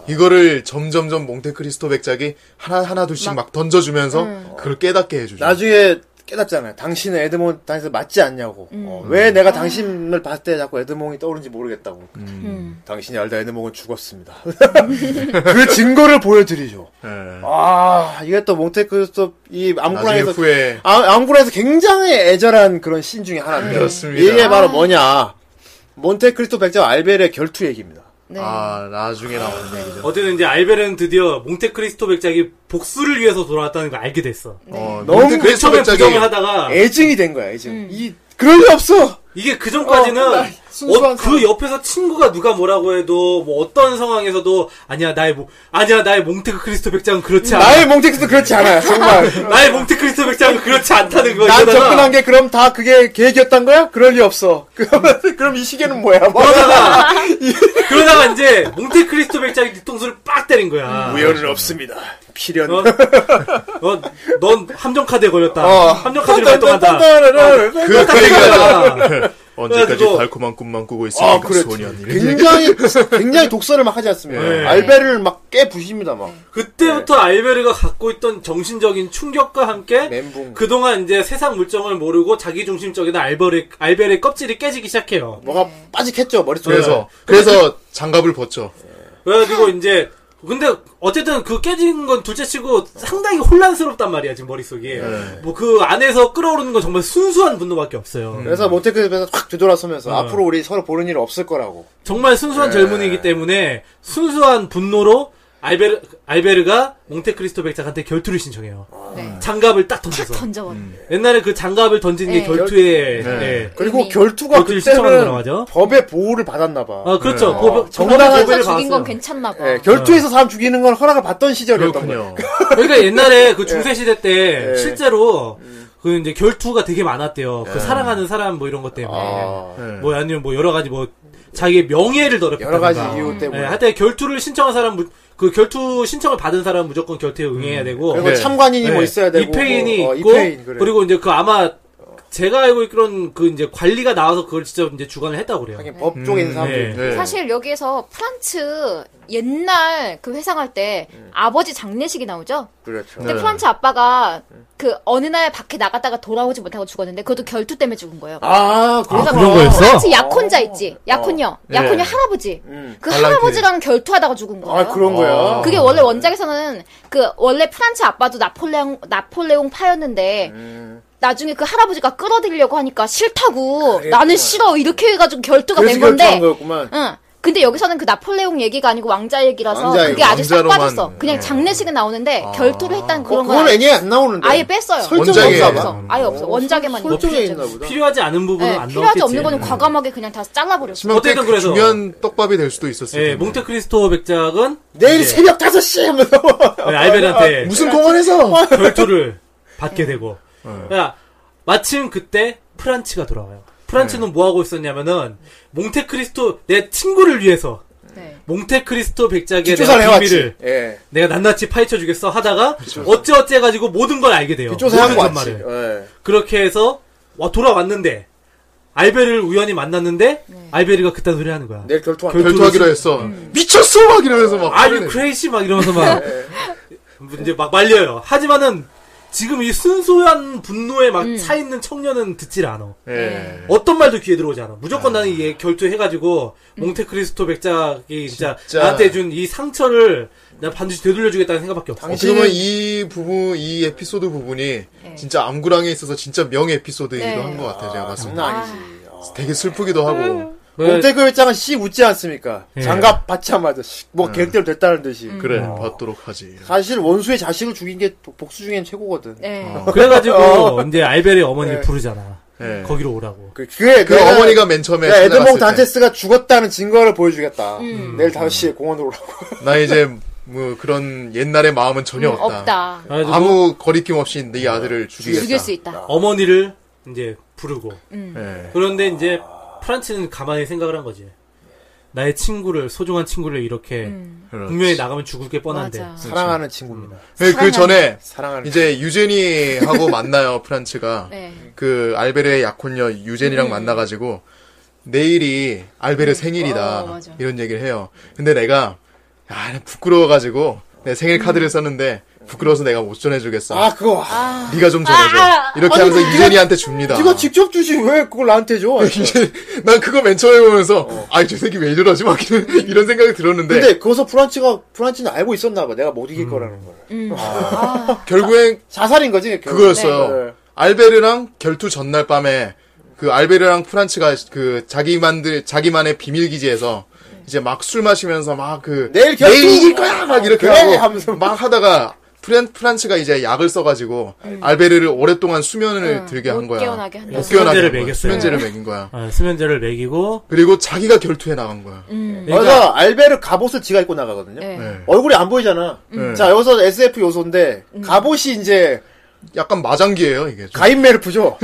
이거를 점점점 몽테크리스토 백작이 하나 하나 둘씩 막, 던져주면서 그걸 깨닫게 해주죠. 나중에 깨닫잖아요. 당신은 에드몽 단테스 맞지 않냐고. 음. 어, 왜 내가 당신을 봤을 때 자꾸 에드몽이 떠오른지 모르겠다고. 음. 당신이 알다 에드몽은 [LAUGHS] 죽었습니다. 그 증거를 보여드리죠. 예. 아 이게 또 몽테크리스토 이 나중에 암구랑에서 후에 아, 암구라에서 굉장히 애절한 그런 씬 중에 하나입니다. 그렇습니다. 이게 바로 뭐냐. 몬테크리스토 백작 알벨의 결투 얘기입니다. 네. 아 나중에 나오는 얘기죠. [LAUGHS] 어쨌든 이제 알베르는 드디어 몽테크리스토 백작이 복수를 위해서 돌아왔다는 걸 알게 됐어. 네. 어, 너무 몽테크리스토 처음에 백작이 부정을 하다가 애증이 된 거야, 애증. 이, 그럴 리 없어! 이게 그 전까지는 어, 나 순수한 어, 사람. 그 옆에서 친구가 누가 뭐라고 해도 뭐 어떤 상황에서도 아니야 나의 몽 아니야 나의 몽테크리스토 백작은 그렇지 않아. 나의 몽테크리스토 그렇지 않아요, 정말. 나의 몽테크리스토 백작은 그렇지 않다는 거. 난 이러다가 접근한 게 그럼 다 그게 계획이었단 거야? 그럴 리 없어. 그러면, 그럼 이 시계는 뭐야? 뭐. 그러다가 [LAUGHS] 그러다가 이제 몽테크리스토 백작이 뒤통수를 빡 때린 거야. 우열은 없습니다. 필연. 넌, 넌, 어, 넌 함정 카드에 걸렸다. 어. 함정 카드를 발동한다. 아. 딴딴딴딴딴. 그, 그 얘기가 언제까지 그래가지고- 달콤한 꿈만 꾸고 있습니까 아, 그래. 소년 이런 얘기. [LAUGHS] 굉장히, 굉장히 독설을 막 하지 않습니까? 예. 알베를 막 깨부십니다, 막. 그때부터 알베르가 갖고 있던 정신적인 충격과 함께 멘붕. 그동안 이제 세상 물정을 모르고 자기 중심적인 알베르 알베르의 껍질이 깨지기 시작해요. 뭐가 빠직했죠, 머릿속에. 그래서 그래서 장갑을 벗죠. 그래가지고 이제 근데 어쨌든 그 깨진 건 둘째치고 상당히 혼란스럽단 말이야 지금 머릿속이. 뭐 그 안에서 끌어오르는 건 정말 순수한 분노밖에 없어요. 그래서 모태크에서 확 되돌아서면서 어. 앞으로 우리 서로 보는 일 없을 거라고. 정말 순수한 젊은이기 때문에 순수한 분노로 알베르 알베르가 몽테크리스토 백작한테 결투를 신청해요. 아, 네. 장갑을 딱 탁 던져서. 던져버려. 음. 옛날에 그 장갑을 던진 게 네. 결투에 네. 예. 그리고 의미. 결투가 결투를 신청하는 거라고 그때는 하죠. 법의 보호를 받았나 봐. 아 그렇죠. 어. 네. 법- 정당한 법의 혼자 법을 죽인 받았어요. 건 괜찮나 봐. 예, 어. 결투에서 사람 죽이는 걸 허락을 받던 시절이었던 거예요. 그렇군요. 그러니까 옛날에 [LAUGHS] 그 중세 시대 때 예. 예. 실제로 그 이제 결투가 되게 많았대요. 그 사랑하는 사람 뭐 이런 것 때문에 아, 네. 뭐 아니면 뭐 여러 가지 뭐 자기의 명예를 더럽혔다. 여러 가지 이유 때문에. 뭐. 예, 네. 하여튼 결투를 신청한 사람 무- 그 결투 신청을 받은 사람 은 무조건 결투에 응해야 되고 음. 그리고 네. 참관인이 네. 뭐 있어야 되고. 입회인이 뭐, 어, 있고 입회인, 그래. 그리고 이제 그 아마 제가 알고 있기로는 그 이제 관리가 나와서 그걸 직접 이제 주관을 했다고 그래요. 하긴 법 쪽에 있는 사람들. 네. 네. 사실 여기에서 프란츠 옛날 그 회상할 때 네. 아버지 장례식이 나오죠. 그렇죠. 근데 프란츠 아빠가 네. 그 어느 날 밖에 나갔다가 돌아오지 못하고 죽었는데 그것도 결투 때문에 죽은 거예요. 아, 그래서 그런 거였어? 프란츠 약혼자 있지. 어. 약혼녀. 네. 약혼녀 할아버지. 그 발랄하게. 할아버지랑 결투하다가 죽은 거예요. 음. 아, 어. 그런 거야. 아. 그게 원래 원작에서는 그 원래 프란츠 아빠도 나폴레옹 나폴레옹 파였는데 음. 나중에 그 할아버지가 끌어들이려고 하니까 싫다고 나는 싫어 이렇게 해가지고 결투가 그래서 된 건데 결투한 거였구만. 응. 근데 여기서는 그 나폴레옹 얘기가 아니고 왕자 얘기라서 왕자 얘기, 그게 아주 싹 왕자로만. 빠졌어. 그냥 네. 장례식은 나오는데 결투를 했다는 어, 그런 건 그건 애니에 안 나오는데. 뭐 아예 뺐어요. 설정에 원작에 없어, 없나 없어. 아예 없어. 원작에만 있는 설정에 거지. 있나 보다. 필요하지 않은 부분은 네, 안 필요하지 나왔겠지. 없는 거는 과감하게 그냥 다 잘라버렸어. 하지만 꽤 어쨌든 그래서- 중요한 떡밥이 될 수도 있었을 예, 음. 텐데. 몽테크리스토 백작은 내일 새벽 5시! [LAUGHS] 하면서. 예, 알베르한테 무슨 공원에서? 결투를 받게 되고. 네. 야, 마침 그때 프란츠가 돌아와요. 네. 프란츠는 뭐 하고 있었냐면은 몽테크리스토 내 친구를 위해서 네. 몽테크리스토 백작의 뒷조사를 내가 해왔지. 비밀을 예. 내가 낱낱이 파헤쳐 주겠어 하다가 어찌 어찌 해가지고 모든 걸 알게 돼요. 뒷조사를 모든 하고 왔지. 전말을. 예. 그렇게 해서 와 돌아왔는데 알베르를 우연히 만났는데 알베르가 그딴 소리 하는 거야. 내일 결투한다. 결- 결투하기로 했어. 미쳤어! 막 이러면서 막. 그 음. 아유 화내네. 크레이시 막 이러면서 막 이제 막 말려요. 하지만은 지금 이 순수한 분노에 막 차 있는 청년은 듣질 않아. 예. 어떤 말도 귀에 들어오지 않아. 무조건 나는 이게 결투해가지고 몽테크리스토 백작이 진짜, 진짜. 나한테 준 이 상처를 나 반드시 되돌려주겠다는 생각밖에 없어. 어떻게 보면 이 부분, 이 에피소드 부분이 진짜 암구랑에 있어서 진짜 명 에피소드이기도 네. 한 것 같아요, 제가 봤을 때. 장난 아니지. 어. 되게 슬프기도 하고. 왜- 공태그 회장은 씨 웃지 않습니까? 예. 장갑 받자마자 씨, 뭐 객대로 됐다는 듯이. 그래, 받도록 하지. 사실 원수의 자식을 죽인 게 복수 중엔 최고거든. 네. [LAUGHS] 그래가지고 이제 알베르의 어머니를 부르잖아. 어. 예. 거기로 오라고. 그, 그게 그 어머니가 맨 처음에 그러니까 에드몽 찾아갔을 단테스가 죽었다는 증거를 보여주겠다. 내일 5시에 공원으로 오라고. 때, [LAUGHS] 나 이제 뭐 그런 옛날의 마음은 전혀 없다. 없다. 그래가지고 아무 거리낌 없이 네 아들을 죽이겠다. 죽일 수 있다. 어머니를 이제 부르고. 예. 그런데 이제 프란치는 가만히 생각을 한 거지. 나의 친구를 소중한 친구를 이렇게 그렇지. 분명히 나가면 죽을 게 뻔한데. 음. 맞아. 사랑하는 친구입니다. 네, 그 전에 사랑하는 이제 유제니하고 만나요, 프란츠가. 네. 그 알베르의 약혼녀 유제니랑 음. 만나가지고 내일이 알베르 생일이다. 어, 맞아. 이런 얘기를 해요. 근데 내가 아, 나 부끄러워가지고 내 생일 카드를 썼는데 부끄러워서 내가 못 전해주겠어. 음. 아 그거 아, 네가 좀 전해줘. 이렇게 아니, 하면서 네가- 유제니한테 줍니다. 이거 직접 주지 왜 그걸 나한테 줘? [LAUGHS] 이제 난 그거 맨 처음에 보면서 아이 저 새끼 왜 이러지 막 이런, 이런 생각이 들었는데 어. 근데 그것서 프란치가 프란치는 알고 있었나 봐. 내가 못 이길 음. 거라는 걸. 결국엔 자살인 거지. 결국. 그거였어요. 네. 알베르랑 결투 전날 밤에 그 알베르랑 프란츠가 그 자기만들 자기만의 비밀 기지에서 이제 막 술 마시면서 막 그 내일 결투! 이길 거야 막 이렇게 그래! 하고 하면서 막 하다가 프란 프란츠가 이제 약을 써가지고 알베르를 오랫동안 수면을 들게 한 음. 어, 못 거야. 깨어나게 한다. 못 깨어나게 한 거야. 수면제를 먹였어요. 수면제를 먹인 거야. 아, 수면제를 먹이고 그리고 자기가 결투에 나간 거야. 음. 네. 맞아. 그러니까 알베르 갑옷을 지가 입고 나가거든요. 네. 네. 얼굴이 안 보이잖아. 음. 자 여기서 SF 요소인데 갑옷이 이제 약간 마장기예요 이게. 좀. 가인멜프죠.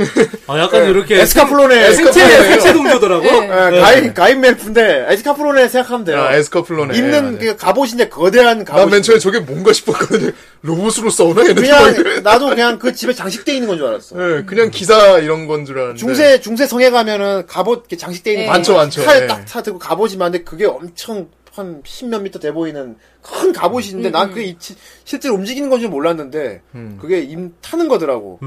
아, 약간 예. 이렇게 네. 에스카플론의 생체 생체 동료더라고. 예, 가인 가인멜프인데 에스카플론에 생각하면 돼요. 아, 에스커플로네. 입는 예, 그 갑옷인데 거대한 갑옷. 난맨 처음에 저게 뭔가 싶었거든. 로봇으로 싸우나? 얘네들 그냥 나도 그냥 그 집에 장식돼 있는 건 줄 알았어. 예, 그냥 기사 이런 건 줄 알았는데. 중세 중세 성에 가면은 갑옷 이렇게 장식돼 있는 예. 거 네. 많죠, 많죠. 칼 예. 딱 차들고 갑옷이 많은데 그게 엄청 한 십몇 미터 돼 보이는 큰 갑옷인데 난 그게 이- 실제로 움직이는 건 줄 몰랐는데 그게 임 타는 거더라고.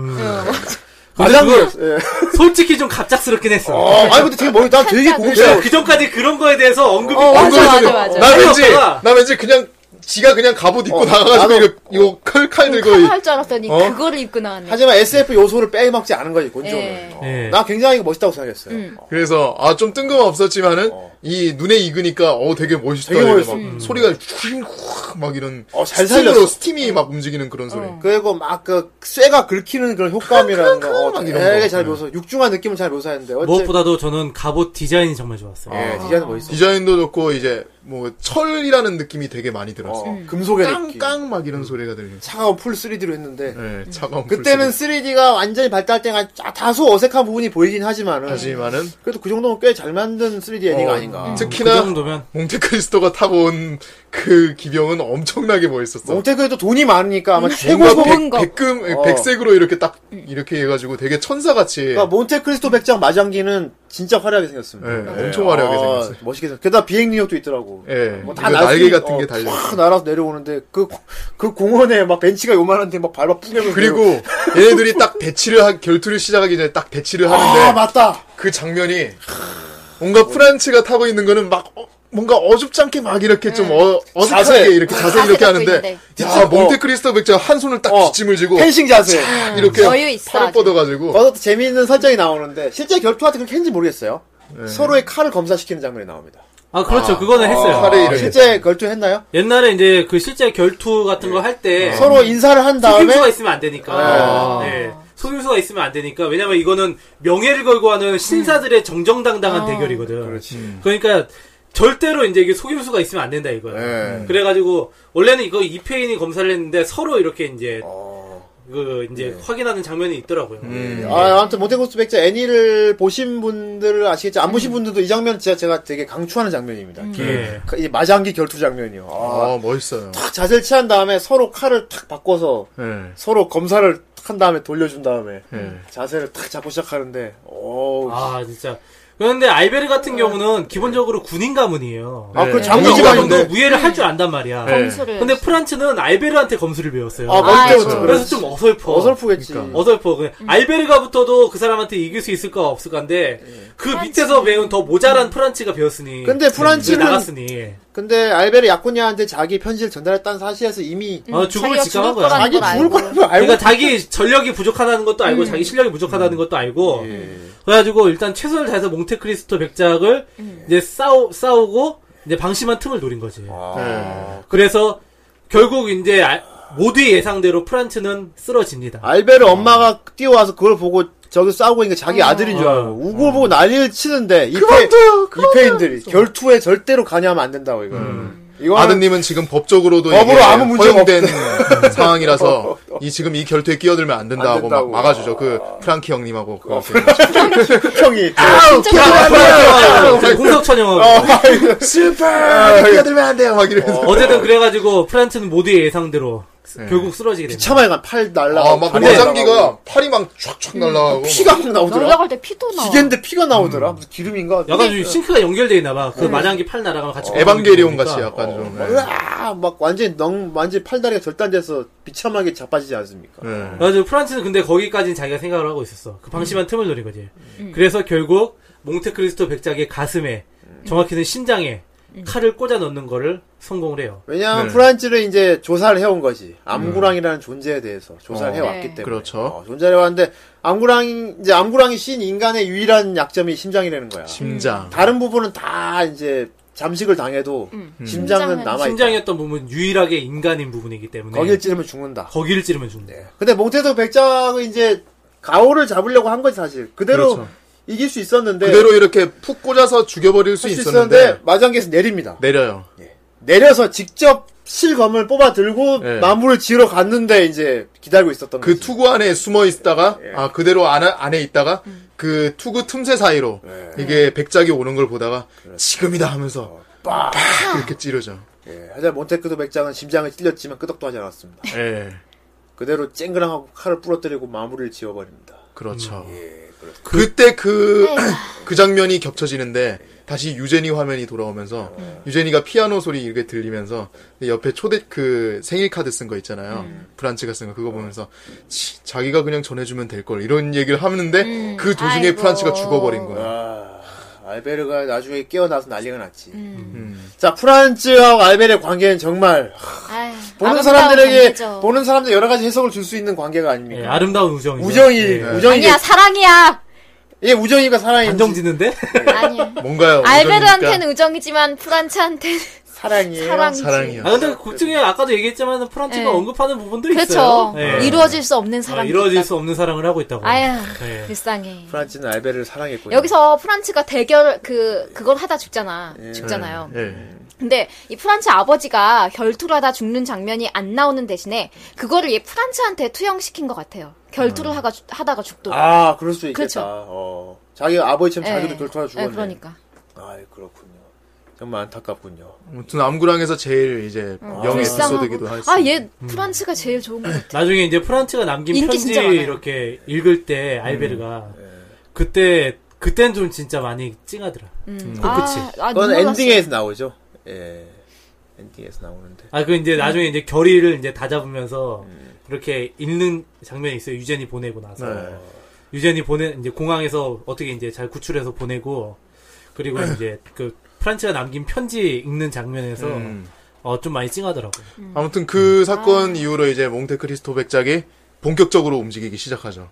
근데 그거 말랑거렸어. 예. 솔직히 좀 갑작스럽긴 했어. 어, 아니 근데 되게 머리 난 되게 살짝. 고급스러워. 그 전까지 그런 거에 대해서 언급이 어, 맞아, 얼굴이 맞아, 되게- 맞아. 나 왠지, 생각보다- 나 왠지 그냥, 지가 그냥 갑옷 입고 어, 나가가지고, 나도- 이거, 이거 칼, 칼 들고. 카바 할줄 알았더니 어? 그거를 입고 나왔네. 하지만 SF 요소를 빼먹지 않은 거지 곤조는. 예. 어. 예. 나 굉장히 멋있다고 생각했어요. 어. 그래서, 아, 좀 뜬금없었지만은, 이 눈에 익으니까, 어, 되게 멋있다. 되게 이래 멋있어. 음. 막 소리가 쿵쿵 막 이런. 어, 잘 스팀으로, 살렸어. 스팀이 막 움직이는 그런 소리. 어. 그리고 막 그 쇠가 긁히는 그런 효과음이라는 거, 어, 막 이런 되게 거. 잘 예. 묘사. 육중한 느낌을 잘 묘사했는데 어째 무엇보다도 저는 갑옷 디자인이 정말 좋았어요. 예, 디자인 멋있어. 디자인도 좋고, 이제, 뭐, 철이라는 느낌이 되게 많이 들었어. 어, 금속의 느낌. 깡깡 막 이런 소리가 들리고. 차가운 풀 3D로 했는데 예, 차가운. 그때는 불소리. 3D가 완전히 발달할 때가 짜- 다소 어색한 부분이 보이긴 하지만은 하지만은, 그래도 그 정도면 꽤 잘 만든 3D 애니가 어, 음. 아닌가. 음. 특히나, 그 정도면 몽테크리스토가 타고 온 그 기병은 엄청나게 멋있었어. 몽테크에도 돈이 많으니까 아마 최고 음. 뭔가 소품. 좋은 거. 백, 금 어. 백색으로 이렇게 딱 이렇게 해가지고 되게 천사같이 그러니까 몬테크리스토 백장 마장기는 진짜 화려하게 생겼습니다. 아, 예, 엄청 화려하게 생겼어요. 멋있게 생겼. 게다가 비행 능력도 있더라고. 예, 뭐다 다 날씨- 날개 같은 어, 게 달려. 팍 날아서 내려오는데 그 그 공원에 막 벤치가 요만한데 막 밟아 뿌려면 그리고 얘네들이 딱 대치를 하, 결투를 시작하기 전에 딱 대치를 하는데 아 맞다. 그 장면이 뭔가 프란츠가 타고 있는 거는 막 어- 뭔가 어줍지 않게 막 이렇게 좀 어, 어색하게 자세. 이렇게 자세히 음. 자세 이렇게 잡고 하는데 있는데. 야 몽테크리스토 백자 한 손을 딱 어, 뒷짐을 지고 펜싱 자세. 이렇게 음. 여유 있어, 팔을 아주. 뻗어가지고 그것도 재미있는 설정이 나오는데 실제 결투한테 그렇게 했는지 모르겠어요. 서로의 칼을 검사시키는 장면이 나옵니다. 아 그렇죠. 그거는 했어요. 칼에 아, 이렇게 실제 결투했나요? 옛날에 이제 그 실제 결투 같은 거 할 때 서로 인사를 한 속임수가 다음에 아. 있으면 안 되니까. 네. 속임수가 있으면 안 되니까. 왜냐면 이거는 명예를 걸고 하는 신사들의 정정당당한 대결이거든. 그러니까 절대로 이제 이게 속임수가 있으면 안 된다 이거야. 네. 그래가지고 원래는 이거 이페인이 검사를 했는데 서로 이렇게 이제 어. 그 이제 확인하는 장면이 있더라고요. 아, 아무튼 모태고스 백자 애니를 보신 분들은 아시겠지만 안 보신 분들도 이 장면 진짜 제가 되게 강추하는 장면입니다. 예. 그- 이 마장기 결투 장면이요. 아, 아 멋있어요. 탁 자세를 취한 다음에 서로 칼을 탁 바꿔서 예. 서로 검사를 탁 탁 한 다음에 돌려준 다음에 자세를 탁 잡고 시작하는데 오 아 진짜. 그런데 알베르 같은 경우는 기본적으로 군인 가문이에요. 아, 그 네. 어느 장군이가 장군이라던데. 정도 있는데. 무예를 할 줄 안단 말이야. 네. 검수를. 근데 프란츠는 알베르한테 검수를 배웠어요. 아, 아, 먼 때부터 그렇죠. 그래서 그래서 좀 어설퍼. 어설프겠지. 어설퍼. 그냥 음. 알베르가부터도 그 사람한테 이길 수 있을까 없을까인데 예. 그 밑에서 배운 더 모자란 프란츠가 배웠으니. 근데 프란츠는- 예, 나갔으니. 근데 알베르 야쿠냐한테 자기 편지를 전달했다는 사실에서 이미 아, 죽음을 직감한 자기가 죽을 거야. 거라는 자기 걸 죽을 알고. 거라고 알고 음. 그러니까 자기 전력이 부족하다는 것도 음. 알고 자기 실력이 부족하다는 것도 알고 예. 그래가지고 일단 최선을 다해서 몽테크리스토 백작을 음. 이제 싸우 싸우고 이제 방심한 틈을 노린 거지. 아. 네. 그래서 결국 이제 아- 모두의 예상대로 프란츠는 쓰러집니다. 알베르 엄마가 뛰어와서 그걸 보고 저기 싸우고 있는 게 음. 자기 아들인 줄 알고 우고 보고 난리를 치는데 이페 이페인들이 결투에 절대로 관여하면 안 된다고 이거. 이거 아드님은 지금 법적으로도 법으로 이게 아무 문제가 허용된 [LAUGHS] 상황이라서 [LAUGHS] 이 지금 이 결투에 끼어들면 안 된다고, 안 된다고. 아, 막 막아주죠. 그 프랑키 형님하고 아, 그 흑형이 아, 저기 네, 공석천 영화. 슈퍼 끼어들면 안 돼요. 아, 막 이러면서 어쨌든 그래가지고 프란츠는 모두의 예상대로 쓰- 네. 결국 쓰러지게 됩니다. 비참하게 그냥 팔 날라. 아막 모장기가 팔이 막 촥촥 날라가고 어, 음, 피가 막 나오더라. 날아갈 때 피도 나와. 기계인데 피가 나오더라. 무슨 기름인가? 어, 약간 좀 싱크가 연결돼 있나 봐. 그 마장기 팔 날아가면 같이. 어, 그러니까. 에반게리온 같이 보니까. 약간 어, 좀. 예. 으아! 막 완전히 넝 완전히 팔다리가 절단돼서 비참하게 자빠지지 않습니까? 예. 맞아 프란츠는 근데 거기까지는 자기가 생각을 하고 있었어. 그 방심한 틈을 노린 거지. 그래서 결국 몽테크리스토 백작의 가슴에 정확히는 심장에 칼을 꽂아 넣는 거를 성공을 해요. 왜냐하면 네. 음. 프란츠를 이제 조사를 해온 거지. 암구랑이라는 존재에 대해서 조사를 어. 해왔기 네. 때문에. 그렇죠. 어, 존재를 해왔는데, 암구랑이, 이제 암구랑이 신 인간의 유일한 약점이 심장이라는 거야. 심장. 다른 부분은 다 이제 잠식을 당해도 심장은 음. 음. 심장은- 남아있다. 심장이었던 부분 유일하게 인간인 부분이기 때문에 네. 거길 찌르면 죽는다. 거기를 찌르면 죽네. 근데 몽테도 백작은 이제 가오를 잡으려고 한 거지, 사실. 그대로 그렇죠. 이길 수 있었는데. 그대로 이렇게 푹 꽂아서 죽여버릴 수 할수 있었는데, 네. 있었는데, 마장기에서 내립니다. 내려요. 내려서 직접 실검을 뽑아 들고 네. 마무리를 지으러 갔는데 이제 기다리고 있었던 그 거지. 투구 안에 숨어 있다가 아 그대로 안, 안에 있다가 음. 그 투구 틈새 사이로 이게 백작이 오는 걸 보다가 지금이다 하면서 빡 이렇게 찌르죠. 예, 하지만 몬테크도 백장은 심장을 찔렸지만 끄덕도 하지 않았습니다. 예, 그대로 쨍그랑하고 칼을 부러뜨리고 마무리를 지어버립니다. 그렇죠. 그때 그 네. [CLEARS THROAT] 그 장면이 겹쳐지는데 다시 유제니 화면이 돌아오면서 유제니가 피아노 소리 이렇게 들리면서 옆에 초대 그 생일 카드 쓴 거 있잖아요 음. 프란츠가 쓴 거 그거 보면서 치, 자기가 그냥 전해주면 될 걸 이런 얘기를 하는데 그 도중에 음. 아이고. 프란츠가 죽어버린 거야. 아, 알베르가 나중에 깨어나서 난리가 났지. 음. 음. 자, 프란츠하고 알베르의 관계는 정말 아유, 보는 아름다운 사람들에게 관계죠. 보는 사람들 여러 가지 해석을 줄 수 있는 네. 관계가 예, 아닙니까? 아름다운 우정이. 우정이 예. 우정이 [LAUGHS] 아니야 사랑이야. 예 우정이가 감정 살아있는 짓는데? 아니야. 뭔가요? [LAUGHS] 알베르한테는 우정이지만 프란츠한테는 사랑이에요. 사랑. 사랑이요. 네. 아, 근데 그 중에 아까도 얘기했지만 프란츠가 예. 언급하는 부분도 있어요. 그렇죠. 네. 예. 이루어질 수 없는 아, 사랑. 이루어질 수 없는 사랑을 하고 있다고. 아야 예. 불쌍해. 프란츠는 알베르를 사랑했군요. 여기서 프란츠가 대결 그 그걸 하다 죽잖아. 죽잖아요. 예. 근데 이 프란츠 아버지가 결투를 하다 죽는 장면이 안 나오는 대신에 그거를 얘 프란츠한테 투영시킨 것 같아요. 결투를 하가, 하다가 죽도록. 아, 그럴 수 있겠다. 그렇죠. 어, 자기 아버지처럼 자기도 결투하다 죽었네. 예, 그러니까. 아, 그렇군요. 정말 안타깝군요. 아무튼 암구랑에서 제일 이제 아, 영의 불쌍하고. 에피소드기도 하죠. 어. 아, 얘 프란츠가 제일 좋은 것 같아. 나중에 이제 프란츠가 남긴 인기 편지 진짜 많아요. 이렇게 읽을 때 알베르가 그때 그땐 좀 진짜 많이 찡하더라. 음. 코끝이. 아, 아, 그건 눈물 났어. 엔딩에서 나오죠. 예. 엔딩에서 나오는데. 아 그 이제 음. 나중에 이제 결의를 이제 다 잡으면서 그렇게 읽는 장면이 있어요. 유젠이 보내고 나서 네. 유젠이 보내 이제 공항에서 어떻게 이제 잘 구출해서 보내고 그리고 이제 그 프란츠가 남긴 편지 읽는 장면에서 음. 어 좀 많이 찡하더라고. 음. 아무튼 그 사건 이후로 이제 몽테크리스토 백작이 본격적으로 움직이기 시작하죠.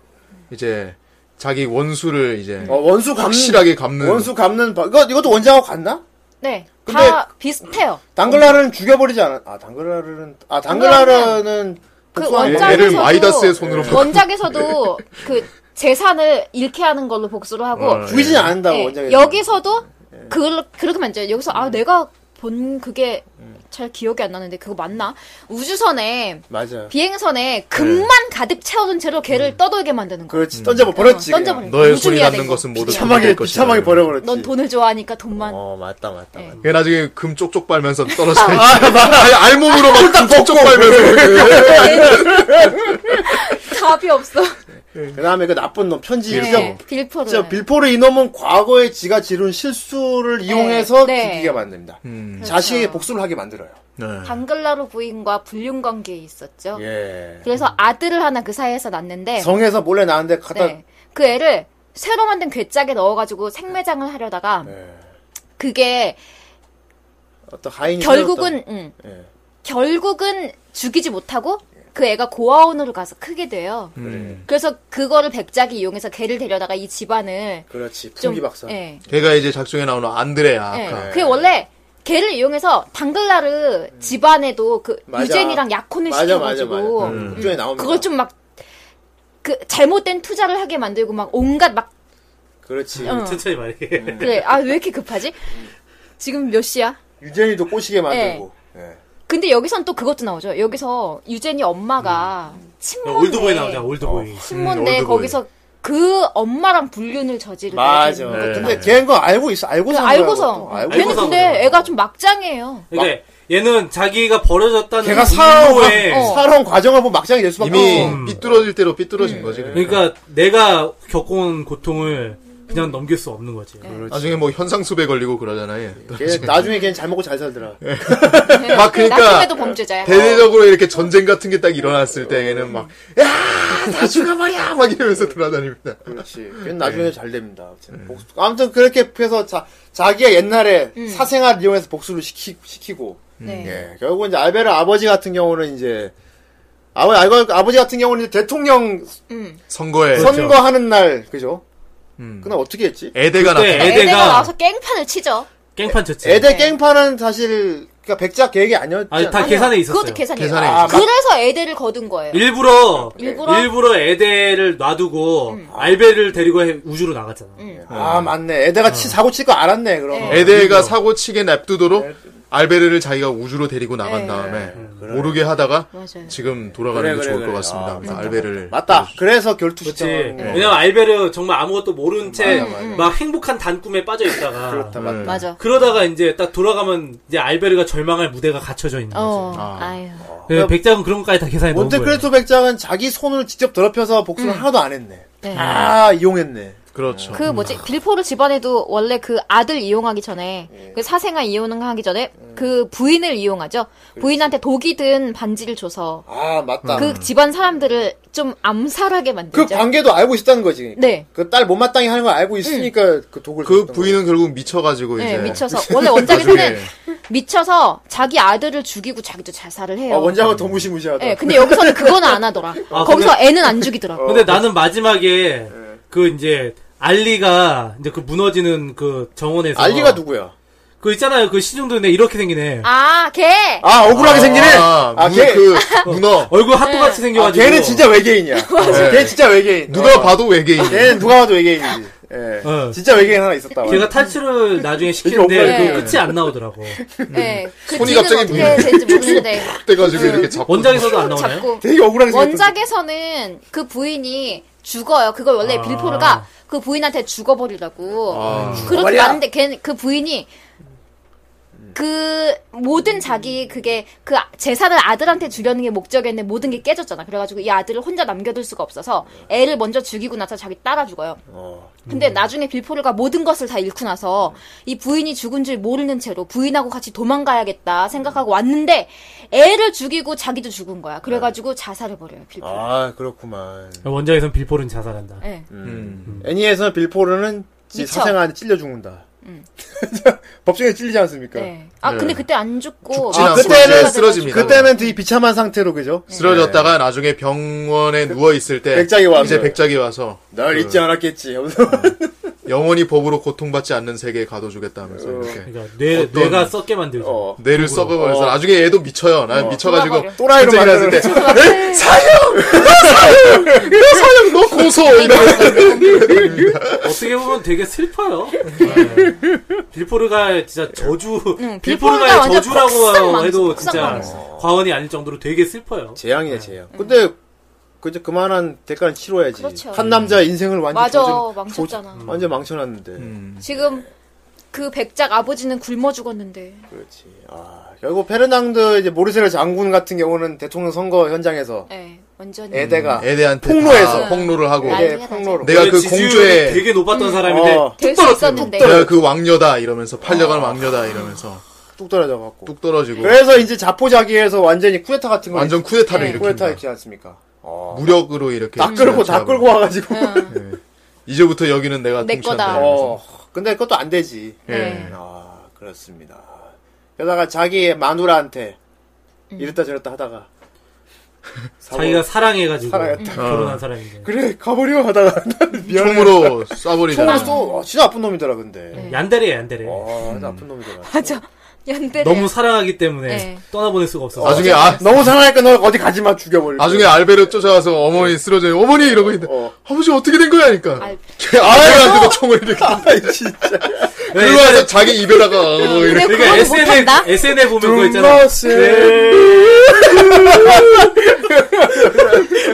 이제 자기 원수를 이제 어, 원수 감는. 확실하게 갚는 원수 감는. 바- 이거, 이것도 원작하고 같나? 네. 근데- 다 비슷해요. 어. 당글라르는 죽여버리지 않았, 아, 당글라르는, 아, 당글라르는 그 복수한 얘- 원작- 얘를 원작에서도- 마이다스의 손으로 막- 원작에서도 그 재산을 잃게 하는 걸로 복수를 하고 어, 죽이진 않는다고, 예, 원작에서. 여기서도 그걸 그렇게 만져요. 여기서 아 내가 본 그게 잘 기억이 안 나는데 그거 맞나? 우주선에 맞아요. 비행선에 금만 가득 채워둔 채로 걔를 떠돌게 만드는 거. 그렇지. 던져버 버렸지. 어, 그냥. 던져버린 거. 너의 우주미야 손이 된 닿는 거. 것은 음. 모두 비참하게 될 것이다. 비참하게 버려버렸지. 넌 돈을 좋아하니까 돈만. 어 맞다 맞다. 맞다. 걔 나중에 금 쪽쪽 빨면서 떨어져. [LAUGHS] 아, 알몸으로 막금 쪽쪽 빨면서. 답이 없어. 그다음에 그 나쁜 놈 편지 네, 일정. 빌포로. 진짜 빌포르 이놈은 과거에 지가 지른 실수를 이용해서 네. 죽이게 만듭니다. 음. 자신이 그렇죠. 복수를 하게 만들어요. 네. 방글라로 부인과 불륜 관계에 있었죠. 예. 그래서 아들을 하나 그 사이에서 낳는데 성에서 몰래 나왔는데 갖다 네. 그 애를 새로 만든 괴짝에 넣어가지고 생매장을 하려다가 네. 예. 그게 어떤 하인이 결국은 음, 예. 결국은 죽이지 못하고 그 애가 고아원으로 가서 크게 돼요. 음. 그래서 그거를 백작이 이용해서 걔를 데려다가 이 집안을 그렇지 좀 풍기 박사. 예. 걔가 이제 작중에 나오는 안드레야. 예. 아까. 그게 원래 걔를 이용해서 방글라르 집안에도 그 음. 맞아. 유젠이랑 약혼을 맞아 맞아 맞아. 시켜가지고 음. 국정에 나옵니다. 그걸 좀 막 그 잘못된 투자를 하게 만들고 막 온갖 막 그렇지. 어. 천천히 말해. [LAUGHS] 그래 아 왜 이렇게 급하지? 지금 몇 시야? 유재이도 꼬시게 만들고. 예. 근데 여기선 또 그것도 나오죠. 여기서 유젠이 엄마가 친모인데 그러니까 올드보이 어. 나오자, 올드보이. 친모인데 음, 올드보이. 거기서 그 엄마랑 불륜을 저지르게 맞아. 되는 네. 거죠. 근데 걔인 거 알고 있어. 알고서 한 거야, 알고서 그것도. 알고 걔는 알고서 근데 그래요. 애가 좀 막장이에요. 그러니까 얘는 자기가 버려졌다는 걔가 이유에 그러니까 어. 살아온 과정을 보면 막장이 될 수밖에 음. 이미 없어. 삐뚤어질 대로 음. 삐뚤어진 거지. 그러니까. 그러니까 내가 겪어온 고통을 그냥 넘길 수 없는 거지. 네. 나중에 뭐 현상수배 걸리고 그러잖아. 요 걔 나중에 걔는 잘 먹고 잘 살더라. 음. 막 그러니까 네, 나중에도 범죄자야. 대대적으로 이렇게 전쟁 같은 게 딱 일어났을 때에는 막, 야! 다 죽어버려! 막 이러면서 돌아다닙니다. 그렇지. 걔는 나중에 네. 잘 됩니다. 음. 아무튼, 복수- 아무튼 그렇게 해서 자, 자기가 옛날에 음. 사생활 이용해서 복수를 시키, 시키고. 네. 음. 예. 결국 이제 알베르 아버지 같은 경우는 이제 아버지, 알베르 아버지 같은 경우는 이제 대통령 음. 네, 선거에 그렇죠. 선거하는 날, 그죠? 음. 그날 어떻게 했지? 애대가 그때 나타나. 애대가- 애대가 나와서 깽판을 치죠. 깽판 쳤지. 애대 네. 깽판은 사실 그러니까 백작 계획이 아니었지. 아니, 다 않나? 아니요, 계산에 있었어요. 그것도 계산이 계산에 있어요. 있었어요. 그래서 애대를 거둔 거예요. 일부러, 일부러? 일부러 애대를 놔두고 음. 알베를 데리고 해- 우주로 나갔잖아. 음. 아 맞네. 애대가 어. 치- 사고 칠 거 알았네. 그럼. 네. 애대가 사고 치게 냅두도록 네. 알베르를 자기가 우주로 데리고 나간 네. 다음에 모르게 하다가 맞아요. 지금 돌아가는 그래, 게 그래, 좋을 그래. 것 같습니다. 아, 그래서 알베르를 맞다. 그래서 그렇지. 네. 결투시장. 왜냐면 알베르 정말 아무것도 모른 채 어. 맞아, 맞아. 막 행복한 단꿈에 빠져 있다가 그렇다. 네. 맞다. 네. 맞아. 그러다가 이제 딱 돌아가면 이제 알베르가 절망할 무대가 갖춰져 있는 어, 거지. 아. 아유. 그 어. 백작은 그런 것까지 다 어, 계산해 놓은 거야. 몬테크레토 백작은 자기 손을 직접 더럽혀서 복수를 하나도 안 음. 했네. 네. 아 이용했네. 그렇죠. 그 뭐지 빌포르 집안에도 원래 그 아들 이용하기 전에 음. 그 사생아 이용하기 전에 그 부인을 이용하죠. 부인한테 독이 든 반지를 줘서 아 맞다. 그, 그 집안 사람들을 좀그 암살하게 만들죠. 관계도 알고 있었다는 거지. 네. 그 딸 못마땅히 하는 걸 알고 있으니까 그 독을. 그 줬던 부인은 결국 미쳐가지고 네, 이제 미쳐서 [LAUGHS] 원래 원작에서는 나중에 미쳐서 자기 아들을 죽이고 자기도 자살을 거지. 해요. 아, 원작은 더 무시무시하다. 네, 근데 여기서는 그거는 안 하더라. 아, 거기서 그 애는 안 죽이더라. 어. 근데 나는 마지막에 네. 그 이제 알리가 이제 그 무너지는 그 정원에서 알리가 누구야? 그 있잖아요 그 시중도네 이렇게 생기네 아, 걔. 아 억울하게 생기네. 아, 아, 문- 걔. 그 [LAUGHS] 문어 얼굴 네. 핫도같이 아, 생겨가지고 걔는 진짜 외계인이야. [LAUGHS] 네. 걔 진짜 외계인. 누가 어. 봐도 외계인. 얘는 누가 봐도 외계인이지. 예. 어. 진짜 외계인 하나 있었다. 걔가 탈출을 나중에 시키는데 억울해. 그 끝이 안 나오더라고 네. 그 음. 손이 뒤는 갑자기 음. 어떻게 되는지 모르는데 [LAUGHS] 돼가지고 네. 이렇게 잡고 원작에서도 안 나오네 자꾸 되게 억울하게 생겼던 원작에서는 그 부인이 죽어요. 그걸 원래 아. 빌포르가 그 부인한테 죽어버리라고. 아. 그렇게 죽어버려. 말는데 걔는 그 부인이 그 모든 자기 그게 그 재산을 아들한테 주려는 게 목적이었는데 모든 게 깨졌잖아. 그래가지고 이 아들을 혼자 남겨둘 수가 없어서 애를 먼저 죽이고 나서 자기 따라 죽어요. 근데 나중에 빌포르가 모든 것을 다 잃고 나서 이 부인이 죽은 줄 모르는 채로 부인하고 같이 도망가야겠다 생각하고 왔는데 애를 죽이고 자기도 죽은 거야. 그래가지고 자살을 버려요 빌포르. 아 그렇구만. 원작에선 빌포른 자살한다 네. 음. 애니에서 빌포르는 지 미쳐. 음. 사생아한테 찔려 죽는다. [LAUGHS] 법정에 찔리지 않습니까? 네. 아 근데 그때 안 죽고 죽진 아, 않고 그때는 이제 쓰러집니다. 그때는 되게 비참한 상태로 그죠? 네. 네. 쓰러졌다가 나중에 병원에 누워 있을 때 네. 백작이 어. 와서. 이제 백작이 와서 날 그 잊지 않았겠지. 하면서 영원히 법으로 고통받지 않는 세계에 가둬주겠다 하면서 이렇게 그러니까 뇌, 어떤- 뇌가 썩게 만들죠 어. 뇌를 썩어버려서 나중에 얘도 미쳐요. 난 미쳐가지고 돌아버려. 또라이로 전쟁을 했을 때 에? 사형! 너 사형! 너 사형! 너 고소! 이러면서 [LAUGHS] 어떻게 보면 되게 슬퍼요 네. 빌포르가 진짜 저주 응, 빌포르가 빌포르가의 완전 폭삭 저주라고 망했어, 해도 폭삭 진짜 망했어. [LAUGHS] 과언이 아닐 정도로 되게 슬퍼요. 네. 재앙이야 재앙. 근데 그 이제 그만한 대가는 치러야지. 음. 그렇죠. 한 남자 인생을 완전 맞아, 저주- 망쳤잖아. 저주- 완전 망쳐놨는데. 지금 그 백작 아버지는 굶어 죽었는데. 그렇지. 아 결국 페르낭드 이제 모르세르 장군 같은 경우는 대통령 선거 현장에서 예, 완전히. 에데가 음. 애대한테 네. 폭로해서. 다 폭로를 하고 네. 이게 폭로로 내가 그 지지율이 공주의- 되게 음. 높았던 사람인데 어. 될 수 있었는데. 내가 그 왕녀다 이러면서 팔려간 왕녀다 이러면서 뚝 떨어져갖고. 뚝 떨어지고 그래서 이제 자포자기해서 완전히 쿠데타 같은 거 완전 네. 쿠데타를 네, 쿠데타 일으킵니다. 있지 않습니까? 어. 무력으로 이렇게 다 끌고 다 제압을. 끌고 와가지고. 이제부터 여기는 내가 내 거다. 통치한다. 이러면서. [LAUGHS] 어. 근데 그것도 안 되지. 네. 아 그렇습니다. 그러다가 자기 마누라한테 이랬다 저랬다 하다가 자기가 사랑해가지고 음, 사랑했다. 어. 결혼한 사람인데 그래 가버려 하다가 그러니까. 미안해. 총으로 쏴버리자. 총으로 쏘. 아, 진짜 나쁜 놈이더라 근데. 얀데레 얀데레. 네. 와 아, 진짜 나쁜 놈이더라. 맞아. 얀데레. 너무 사랑하기 때문에 네. 떠나보낼 수가 없어서 나중에 아 너무 사랑하니까 너 어디 가지 마 죽여버릴. 나중에 거야. 알베르 쫓아와서 어머니 쓰러져 어머니 이러고 있는데 어. 아버지 어떻게 된 거야 하니까 알- 알베르한테도 총을 이렇게 [LAUGHS] 아, 진짜. 그리고 와서 자기 이별하고 어, 이렇게 그러니까 근데 그거는 SNL 못한다? SNL 보면 그거 있잖아. 네.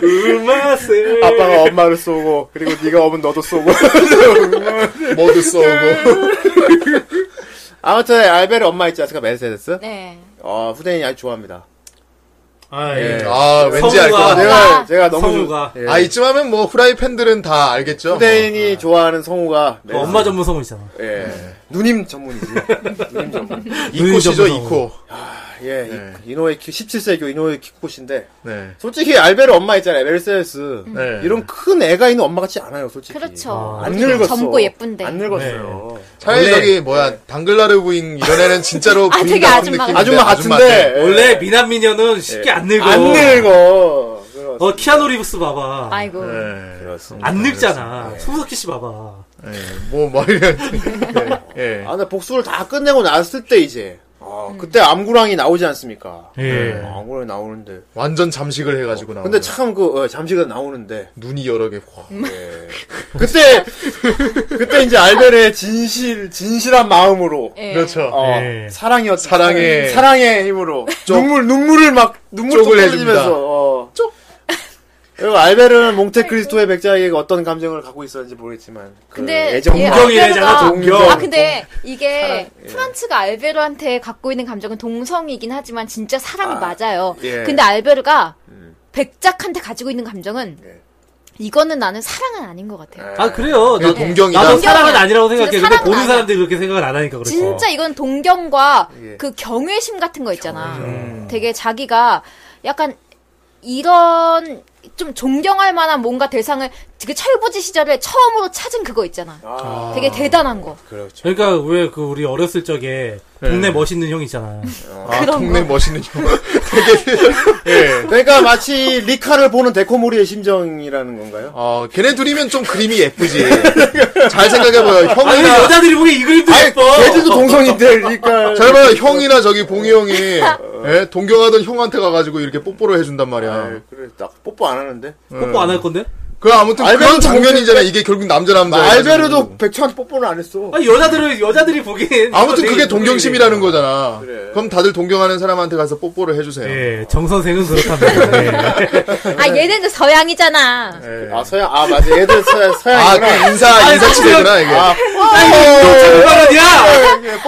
둘러스 음마스 아빠가 엄마를 쏘고 그리고 네가 오면 너도 쏘고. [LAUGHS] 모두 쏘고 아무튼 알베르 엄마 있지 않습니까 메르세데스? 네. 어 후대인이 아주 좋아합니다. 아 예. 아 왠지 알 것 성우가- 같아 제가 제가 너무 성우가. 좋- 예. 아 이쯤 하면 뭐 후라이팬들은 다 알겠죠 후대인이 좋아하는 성우가 그 메르세데스. 엄마 전문 성우이잖아. 예. 누님 전문이지. 누님 전문. 이코시죠 눈이 이코 [LAUGHS] 예, 네. 이, 이노의 키- 17세기 이노의 키코시인데 네 솔직히 알베르 엄마 있잖아요, 메르세데스. 네. 이런 큰 애가 있는 엄마 같지 않아요, 솔직히. 음. 그렇죠. 안 늙었어. 젊고 예쁜데. 안 늙었어요. 차라리 저기 뭐야 당글라르 부인 이런 애는 진짜로 아, 되게 부인 같은 아줌마 느낌인데, 아줌마 같은데 예. 네. 원래 미남 미녀는 쉽게 안 늙어. 안 늙어. 그렇습니다. 어 키아누 리브스 봐봐. 아이고. 네. 그렇습니다. 안 늙잖아. 손석희 씨 봐봐. 뭐뭐 이런 예. 아, 근데 복수를 다 끝내고 났을 때 이제 아, 그때 암구랑이 나오지 않습니까? 예. 어, 암구랑이 나오는데. 완전 잠식을 해가지고 나오는 근데 참 그 잠시가 나오는데 눈이 여러 개 확. 예. 그때 [LAUGHS] 그때 이제 알베르의 진실 진실한 마음으로 예. 그렇죠 어, 예. 사랑이었 사랑의- 사랑의 힘으로 눈물 눈물을 막 쪽을 눈물 쪽을 해줍니다. 흘리면서 어. 그리고 알베르는 몽테크리스토의 백자에게 어떤 감정을 갖고 있었는지 모르겠지만 그 근데 애정 이게 동경이네, 알베르가- 제가 동경. 예. 아 근데 이게 프란츠가 알베르한테 갖고 있는 감정은 동성이긴 하지만 진짜 사랑은 맞아요. 예. 근데 알베르가 음. 백작한테 가지고 있는 감정은 이거는 나는 사랑은 아닌 것 같아요. 예. 아 그래요. 그냥 네. 나, 동경이다 나도 사랑은 동경이야. 아니라고 생각해. 진짜 근데 사랑은 보는 아니야. 사람들이 그렇죠. 그렇게 생각을 안 하니까 그렇지. 진짜 이건 동경과 예. 그 경외심 같은 거 있잖아. 되게 자기가 약간 이런 좀 존경할 만한 뭔가 대상을 그 철부지 시절에 처음으로 찾은 그거 있잖아. 되게 대단한 거. 그렇죠. 그러니까 왜 그 우리 어렸을 적에 동네 멋있는 형 있잖아. 아, 동네 멋있는 형 [LAUGHS] 예. 그러니까 마치 리카를 보는 데코모리의 심정이라는 건가요? 어, 걔네 둘이면 좀 그림이 예쁘지 잘 생각해봐요 아니 형이나 여자들이 보기 이 그림도 예뻐. 걔들도 동성인데 리카 예. 잘 봐요 형이나 저기 봉이 형이 예? 동경하던 형한테 가가지고 이렇게 뽀뽀를 해준단 말이야 아, 그래 딱 뽀뽀 안 하는데 뽀뽀 안 할 건데? 그 아무튼 그런 알베르도 장면이잖아 이게 결국 남자 남자 아, 알베르도 백천한테 뽀뽀는 안 했어. 아니 여자들은 여자들이 보기엔 아무튼 이거 그게 되게 네. 동경심이라는 거잖아 그래. 그럼 다들 동경하는 사람한테 가서 뽀뽀를 해주세요 예, 정 [LAUGHS] 선생은 그렇답니다. 예. 아 얘네는 서양이잖아. 예. 아 서양 아 맞아 얘들 서양 아, 그 서양이구나. 인사, 인사치레구나, 이게. 아, 무슨 말이야?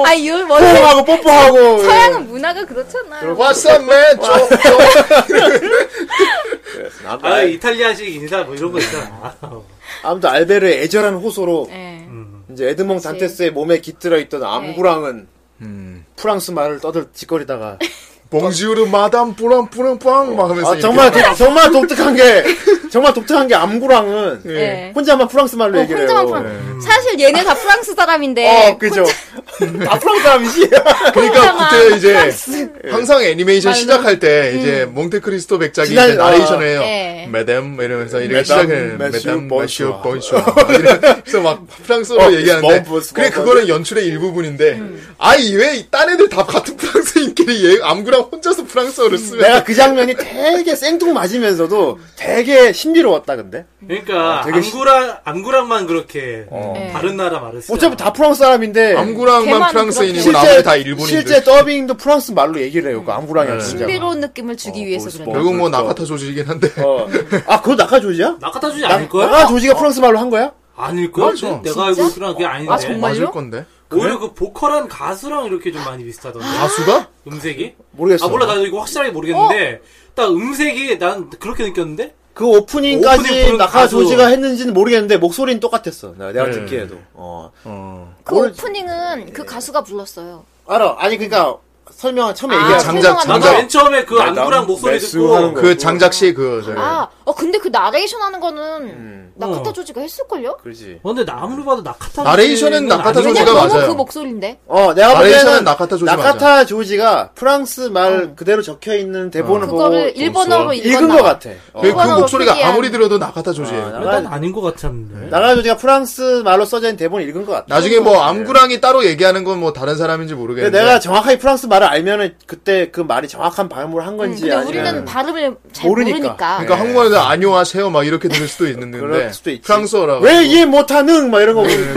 아 이걸 뭐 뽀뽀하고 뽀뽀하고 서양은 문화가 그렇잖아. What's up, man? 쪼, 쪼. 아 아이, 이탈리아식 인사 뭐 이런 거 있잖아. 아무튼 알베르의 애절한 호소로 예. 이제 에드몽 단테스의 몸에 깃들어 있던 네. 암구랑은 프랑스 말을 떠들 짓거리다가 봉지우르 마담 뿌랑 뿌랑 뿌랑 막 하면서 아, 정말 독, 정말 독특한 게 정말 독특한 게 암구랑은 예. 혼자만 프랑스 말로 어, 얘기를 해요. 혼자만 프랑... 사실 얘네 다 프랑스 사람인데 네. 음. 어 그죠. 다 프랑스 사람이지. 그러니까 혼자만 그때 이제 프랑스. 항상 애니메이션 시작할 때 이제 몽테크리스토 백작이 지난- 이제 나레이션을 아, 해요. 예. 네. 매담 이러면서 이렇게 매담, 시작을 매슈, 매담 본슈아. 마슈 번슈 그래서 막 프랑스어로 어, 얘기하는데 스몬, 그래 스몬. 그거는 연출의 일부분인데 아이 왜딴 애들 다 같은 프랑스인끼리 얘 아무구랑 혼자서 프랑스어를 쓰면 내가 그 장면이 되게 생뚱맞으면서도 되게 신비로웠다 근데 그러니까 아, 되게 시- 안구랑 안구랑만 그렇게 네. 다른 나라 말을 쓰. 어차피 다 프랑스 사람인데 암구랑만 걔만 프랑스인이고 그렇게- 나머지 다 일본인들 네. 실제 더빙도 프랑스 말로 얘기를 해요 그 암구랑이랑 진짜 신비로운 느낌을 주기 위해서 보고 싶어. 그런 결국 뭐 그렇죠. 나카타 조지이긴 한데 어. 아 그거 나카조지야? 나카타주지 나- 않을 거야? 나카조지가 프랑스 말로 한 거야? 아닐 거야? 맞아. 내가 알고 있으랑 그게 아닌데. 아, 정말? 맞을 정말요? 건데 오히려 그 보컬한 가수랑 이렇게 좀 많이 비슷하던데. 가수가 음색이? 모르겠어 아 몰라 나도 이거 확실하게 모르겠는데 어? 딱 음색이 난 그렇게 느꼈는데 그 오프닝까지 오프닝 부른 나카조지가 가수. 했는지는 모르겠는데 목소리는 똑같았어 나- 네. 내가 듣기에도 어. 그 오프닝은 네. 그 가수가 불렀어요. 알아 아니 그러니까 설명 처음에 아, 얘기한 참- 장작 설명하는 나도 맞아. 맨 장작 처음에 그 나- 나 안구랑 목소리 매수 하는 듣고 거. 그 장작 씨그 네. 저기 아, 어 근데 그 나레이션 하는 거는 음. 나카타 어. 조지가 했을걸요? 그렇지 어, 근데 나 아무리 봐도 나카타 나레이션은 나카타 왜냐 조지가 너무 맞아요. 그 목소리인데. 어 내가 볼 나레이션은 때는 나카타 조지 나카타 조지가 프랑스 말 그대로 적혀 있는 뭐 대본을 보고 어. 그거를 일본어로 읽은 것 같아 그, 어. 그 그거는 목소리가 특이한- 아무리 들어도 나카타 조지예요. 아, 난 아닌 것 같았는데 나가조지가 프랑스 말로 써진 대본 을 읽은 것 같아. 나중에 뭐 암구랑이 따로 얘기하는 건 뭐 다른 사람인지 모르겠는데 근데 네. 내가 정확하게 프랑스 말을 알면은 그때 그 말이 정확한 발음으로 한 음, 건지 근데 아니면 우리는 발음을 잘 모르니까. 네. 모르니까. 그러니까 한국말에서 안녕하세요 막 이렇게 들을 수도 있는데 그럴 수도 있지. 프랑스어라 왜 이해 못하는 막 네, 이런 거. 보면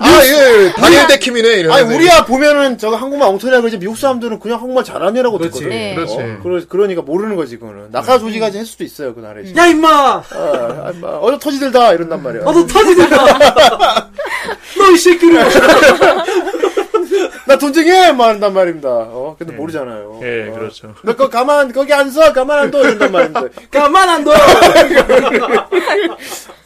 아예 다니엘 데킴이네 이런 아니 우리야 보면은 저거 한국말 엉터리라 그러지 미국 사람들은 그냥 한국말 잘하네라고 그렇지. 듣거든. 네. 그렇지. 네. 어, 그러, 그러니까 모르는 거지 그거는. 나가조지가 할 수도 있어요 그 나라에. 음. 서 야 임마 아, 아, 막 어저 터지들다 이런단 말이야. 어, 나도 터지겠다 너 이 새끼를 나 돈쟁해 막 이런단 말입니다. 어 근데 모르잖아요. 예, 어. 그렇죠. 너 거 가만 거기 안 서 가만 안 둬 이런단 말입니다. 가만 안둬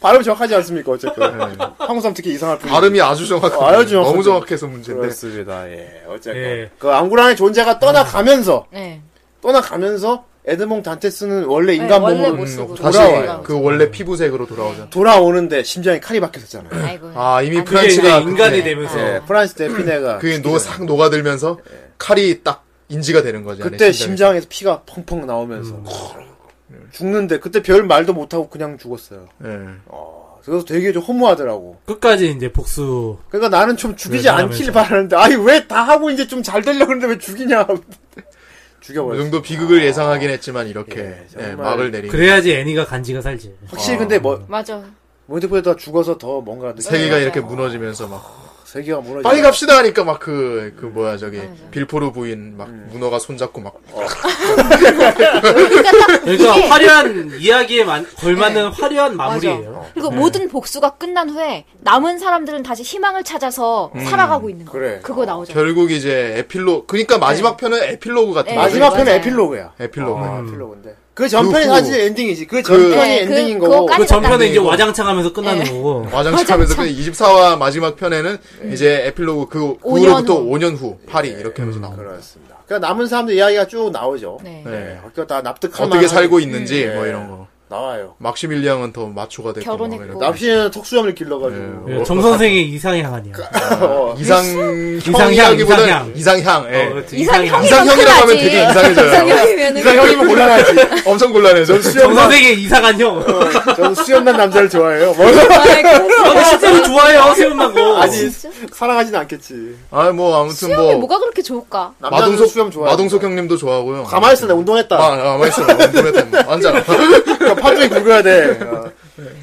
발음 정확하지 않습니까 어쨌든 예. 한국 사람 특히 이상할 뿐. 발음이 아주 정확해. 어, 아주 정확하죠. 너무 정확해서 문제인데. 그렇습니다. 예. 어쨌건 예. 그 앙구랑의 존재가 떠나가면서 네. 떠나가면서 에드몽 단테스는 원래 네, 인간 원래 몸으로 모습으로 음, 다시 돌아와요. 그 원래 피부색으로 돌아오죠. 돌아오는데 심장에 칼이 박혔었잖아요. 아이고. 아 이미 그게 이제 프랑스가 인간이 그때 되면서 예, 프란스 데피네가 어. 그게 노상 녹아들면서 칼이 딱 인지가 되는 거지. 안에 네. 그때 심장에. 심장에서 피가 펑펑 나오면서 음. 죽는데 그때 별 말도 못하고 그냥 죽었어요. 예. 어, 그래서 되게 좀 허무하더라고. 끝까지 이제 복수 그러니까 나는 좀 죽이지 네, 사람에서. 않길 바라는데 아니 왜 다 하고 이제 좀 잘 되려고 그러는데 왜 죽이냐. [LAUGHS] 그 죽여버렸어. 정도 비극을 예상하긴 했지만 이렇게 예, 정말. 예, 막을 내린. 그래야지 애니가 간지가 살지 확실히 근데 뭐 맞아. 모니터보다 죽어서 더 뭔가 느낌- 세계가 네. 이렇게 무너지면서 막 세계가 무너지. 빨리 갑시다 하니까 막 그 그 뭐야 저기 네, 빌포르 부인 막 문어가 손잡고 막 그러니까 화려한 이야기에 만- 걸맞는 화려한 마무리예요 어. 맞아. 그리고 모든 복수가 끝난 후에 남은 사람들은 다시 희망을 찾아서 살아가고 있는 거. 그래. 그거 나오잖아. 결국 이제 에필로 그러니까 마지막 편은 에필로그 같은 네. 거죠. 마지막 편은 맞아요. 에필로그야. 에필로그. 아, 에필로그인데. 그 전편이 그 후- 사실 엔딩이지. 그 전편이 네, 그- 엔딩인 거고. 그거까지- 그 전편에 끝났네, 이제 이거. 와장창하면서 끝나는 거고 와장창하면서 그 24화 마지막 편에는 이제 에필로그 그 네. 오 후로부터 년 후. 5년 후 파리 이렇게 하면서 나오는 거예요. 그렇습니다. 그러니까 남은 사람들 이야기가 쭉 나오죠. 네. 네. 학교 다 납득할 어떻게 만한 살고 있는지 음. 뭐 예. 이런 거. 나와요. 막시밀리앙은 더 마초가 됐고 막 결혼했고. 이런. 납시는 턱수염을 길러가지고. 예. 예, 정 선생의 이상향 아니야 그, 어, 이상 이상향, 형이라기보다는 이상향. 예. 어, 그렇지. 이상형이면 이상형이라고 하면 큰일 되게 나지. 이상해져요. 이상형이면 이상 형이면 곤란하지. [LAUGHS] 엄청 [LAUGHS] 곤란해져. 정 선생의 이상한 형 저는 수염난 남자를 좋아해요. 뭐, 저는 실제로 좋아해요 세운만고 아니, 사랑하진 않겠지. 아, 뭐 아무튼 수염이 뭐 뭐가 그렇게 좋을까? 남자는 마동석 수염 좋아해. 마동석 형님도 좋아하고요. 가만있어, 내가 운동했다. 아, 아, 맛있어. 보냈다. 앉아. 그러니까 파도에 굵어야 [LAUGHS] 돼. 어.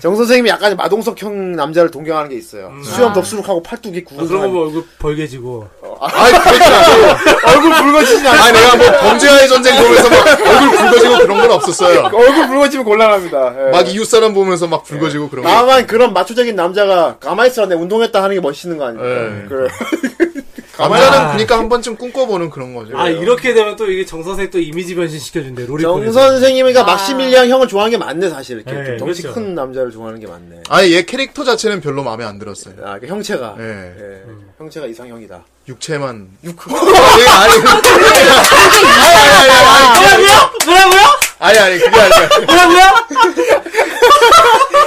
정 선생님이 약간 마동석 형 남자를 동경하는 게 있어요. 수염 덥수룩하고 뭐 팔뚝이 굵은 그런 거 사람. 보면 얼굴 벌개지고 아이, 그렇지 않고. 얼굴 붉어지진 않아. 아니, 내가 뭐 범죄와의 전쟁 보면서 막 얼굴 붉어지고 그런 건 없었어요. 얼굴 붉어지면 곤란합니다. 예. 막 이웃 사람 보면서 막 붉어지고 그런 거. 다만 그런 마초적인 남자가 가만히 있어 내 운동했다 하는 게 멋있는 거 아닙니까? 예. 그래. 남자는 그러니까 한 번쯤 꿈꿔보는 그런 거죠. 아 이렇게 되면 또 이게 정 선생 또 이미지 변신 시켜준대 로리콘 [LAUGHS] 정 선생님이가 막시밀리안 형을 좋아하는 게 맞네 사실 이렇게 예, 좀 덩치 그렇죠. 큰 남자를 좋아하는 게 맞네. 아니, 얘 캐릭터 자체는 별로 마음에 안 들었어요. 아, 그 형체가 예. 예, 형체가 이상형이다. 육체만. 육- 예, [LAUGHS] 아니, 아니, 아니, 아니, 뭐라고요? 아니, 아니, 그게 아니라. 뭐라고요?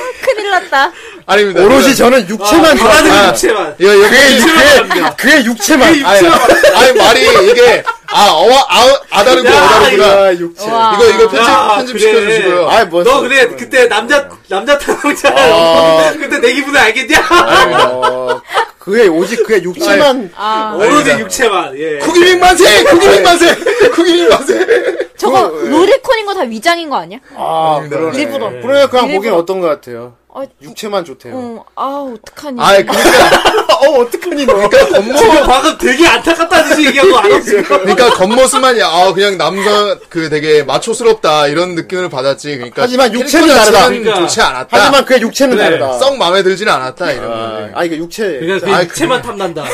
[LAUGHS] 큰일 났다. 아닙니다. 오롯이 저는 육체만 네. 네. 좋아하는 육체만 예, 예, 그게, 그의 육체만. 아니, 아니, 아, 말이 이게 아, 어와, 아, 아다르고 어다르구나. 아, 육체. 와. 이거, 이거 편집, 야, 편집시켜주시고요. 그래. 아이, 뭐. 너 그래 그때 남자 남자 아. 탐험자 [LAUGHS] 그때 내 기분을 알겠냐? 어, 그의 오직 그의 육체만. 아, 어, 오로지 육체만 예. 쿠기밍 만세! 쿠기밍 만세! 쿠기밍 만세! 저거 로리콘인 거 다 위장인 거 아니야? 아, 그러네. 일부러. 프로야크랑 일부러. 보기엔 어떤 것 같아요? 어, 육체만 좋대요. 어, 아 어떡하니? 아이, 그러니까, 어, 어떡하니, 너. 아, 지금 방금 되게 [LAUGHS] 안타깝다는 듯이 얘기한 거알았어 그러니까 겉모습만이, 아, 그냥 남자, 그 되게 마초스럽다, 이런 느낌을 받았지. 그러니까. 하지만 육체는 캐릭터 자체는 다르다. 그러니까. 좋지 않았다. 하지만 그의 육체는 그래. 다르다. 썩 마음에 들진 않았다, 이런 아, 거지. 아, 이거 육체. 그러니까 아이, 그 육체만 탐난다.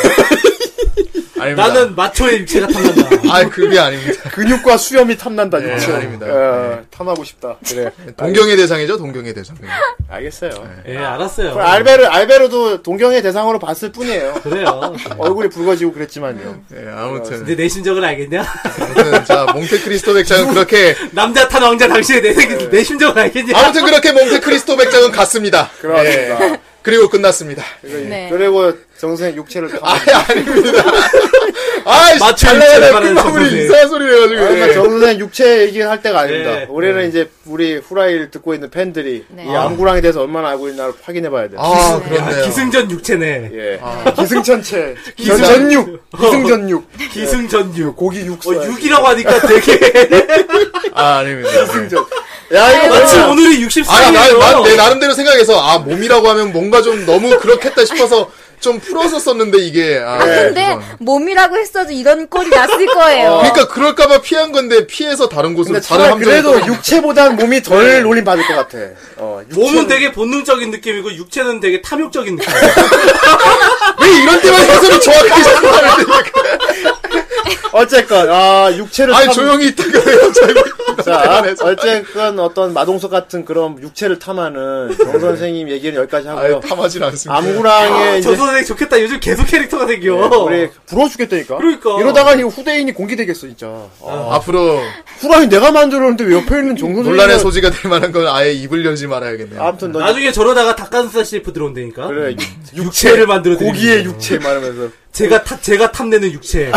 아닙니다. 나는 마초의 육체가 탐난다. 아이, 그게 [LAUGHS] 아닙니다. 근육과 수염이 탐난다, 예, 육체. 아닙니다. 예, 탐하고 싶다. 네, 그래. 동경의 대상이죠, 동경의 대상. 알겠어요. 예 알았어요. 네. 그럼 아, 알베르, 알베르도 동경의 대상으로 봤을 [LAUGHS] 뿐이에요. 그래요. 얼굴이 붉어지고 그랬지만요. 예, 아무튼. 근데 내 심정을 알겠냐? [LAUGHS] 아무튼, 자, 몽테크리스토 백작은 그렇게, 남자 탄 왕자 당신의 내, 네. 생- 내 심정을 알겠냐? 아무튼 그렇게 몽테크리스토 백작은 갔습니다. 그렇습니다. 예. 그리고 끝났습니다. 네. 그리고 정선생 육체를 탐. 아이, 아닙니다. 아이, 맞춤 잘 나가다 일치를 바라는 끝마무리 이상한 소리를 해가지고. 그러니까 예. 정선생 육체 얘기를 할 때가 아닙니다. 예. 올해는 이제 우리 후라이를 듣고 있는 팬들이 네. 이 암구랑에 대해서 얼마나 알고 있나를 확인해봐야 돼. 아, 야, 그렇네요. 기승전 육체네. 예. 기승천체. 기승- 기승전육. 기승전육. 기승전 육. 고기 어, 육수. 육이라고 하니까 되게. 아, 아닙니다. 기승전. 야, 이거 마치 뭐야. 오늘이 아, 나, 나, 내 64일이에요. 나름대로 생각해서, 아, 몸이라고 하면 뭔가 좀 너무 그렇겠다 싶어서 좀 풀어서 썼는데, 이게. 아, 근데 죄송합니다. 몸이라고 했어도 이런 꼴이 났을 거예요. 그러니까 그럴까봐 피한 건데, 피해서 다른 곳으로 근데 다른 차라리 함정을. 그래도 끌어들인 육체보단 몸이 덜 놀림 받을 것 같아. 어, 몸은 되게 본능적인 느낌이고 육체는 되게 탐욕적인 느낌. 왜 이런 때만 해서는 정확하게 생각하는데. 어쨌건 아 육체를 아니, 탐- 조용히 있다가 왜 자꾸. 자 아, 어쨌건 어떤 마동석 같은 그런 육체를 탐하는 정 선생님 얘기는 여기까지 [LAUGHS] 하고요. 네. 아유, 아, 탐하진 않습니다. 암구랑의 저 이제 네, 선생 좋겠다. 요즘 계속 캐릭터가 생겨. 우리 부러워 죽겠다니까. 그러니까. 이러다가 이거 후대인이 공개되겠어 진짜. 어, 앞으로 후라이 내가 만들었는데 왜 옆에 있는 정 선생님? 논란의 소지가 될 만한 건 아예 입을 열지 말아야겠네요. 아무튼 너 나중에 저러다가 닭가슴살 CF 들어온다니까. 그래 육체를 만들어 드리는 고기의 거예요. 육체 말하면서 제가 탑 제가 탐내는 육체.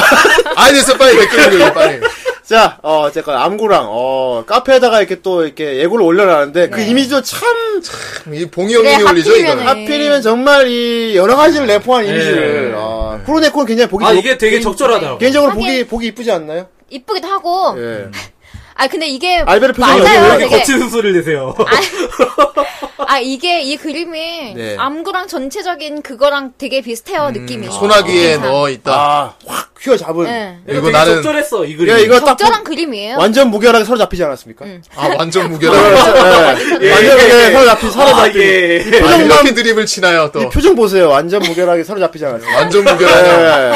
아이 됐어 빨리 댓글 올려 빨리 자, 어, 어쨌건 암구랑 어 카페에다가 이렇게 또 이렇게 예고를 올려놨는데 그 네. 이미지도 참 이 봉이 형님이 그래, 올리죠 하필이면은. 이거는 네. 하필이면 정말 이 여러 가지를 내포한 이미지를 네. 아, 프로네코는 굉장히 보기 아 좋- 이게 되게 적절하다고. 개인적으로 하긴. 보기 보기 이쁘지 않나요? 이쁘기도 하고. 네. 예. 아 근데 이게 알베르 표정이 여기 맞아요, 왜 왜 이렇게 되게. 거치는 소리를 내세요? 아 이게 이 그림이 네. 암구랑 전체적인 그거랑 되게 비슷해요 느낌이. 소나기에 넣어 있다 아확 휘어잡은 네. 이거 그리고 되게 나는- 적절했어 이 그림. 야 이거 딱뭐 적절한 그림이에요. 음. 완전 무결하게 서로 잡히지 않았습니까? [LAUGHS] 아 완전 무결하다 예. 완전 무결하게 서로 잡히 서로 아, 잡히 예. 아, 표정만 이렇게 드립을 치나요 이 또 표정 보세요. 완전 무결하게 서로 잡히지 않았어요. 완전 무결하다 예.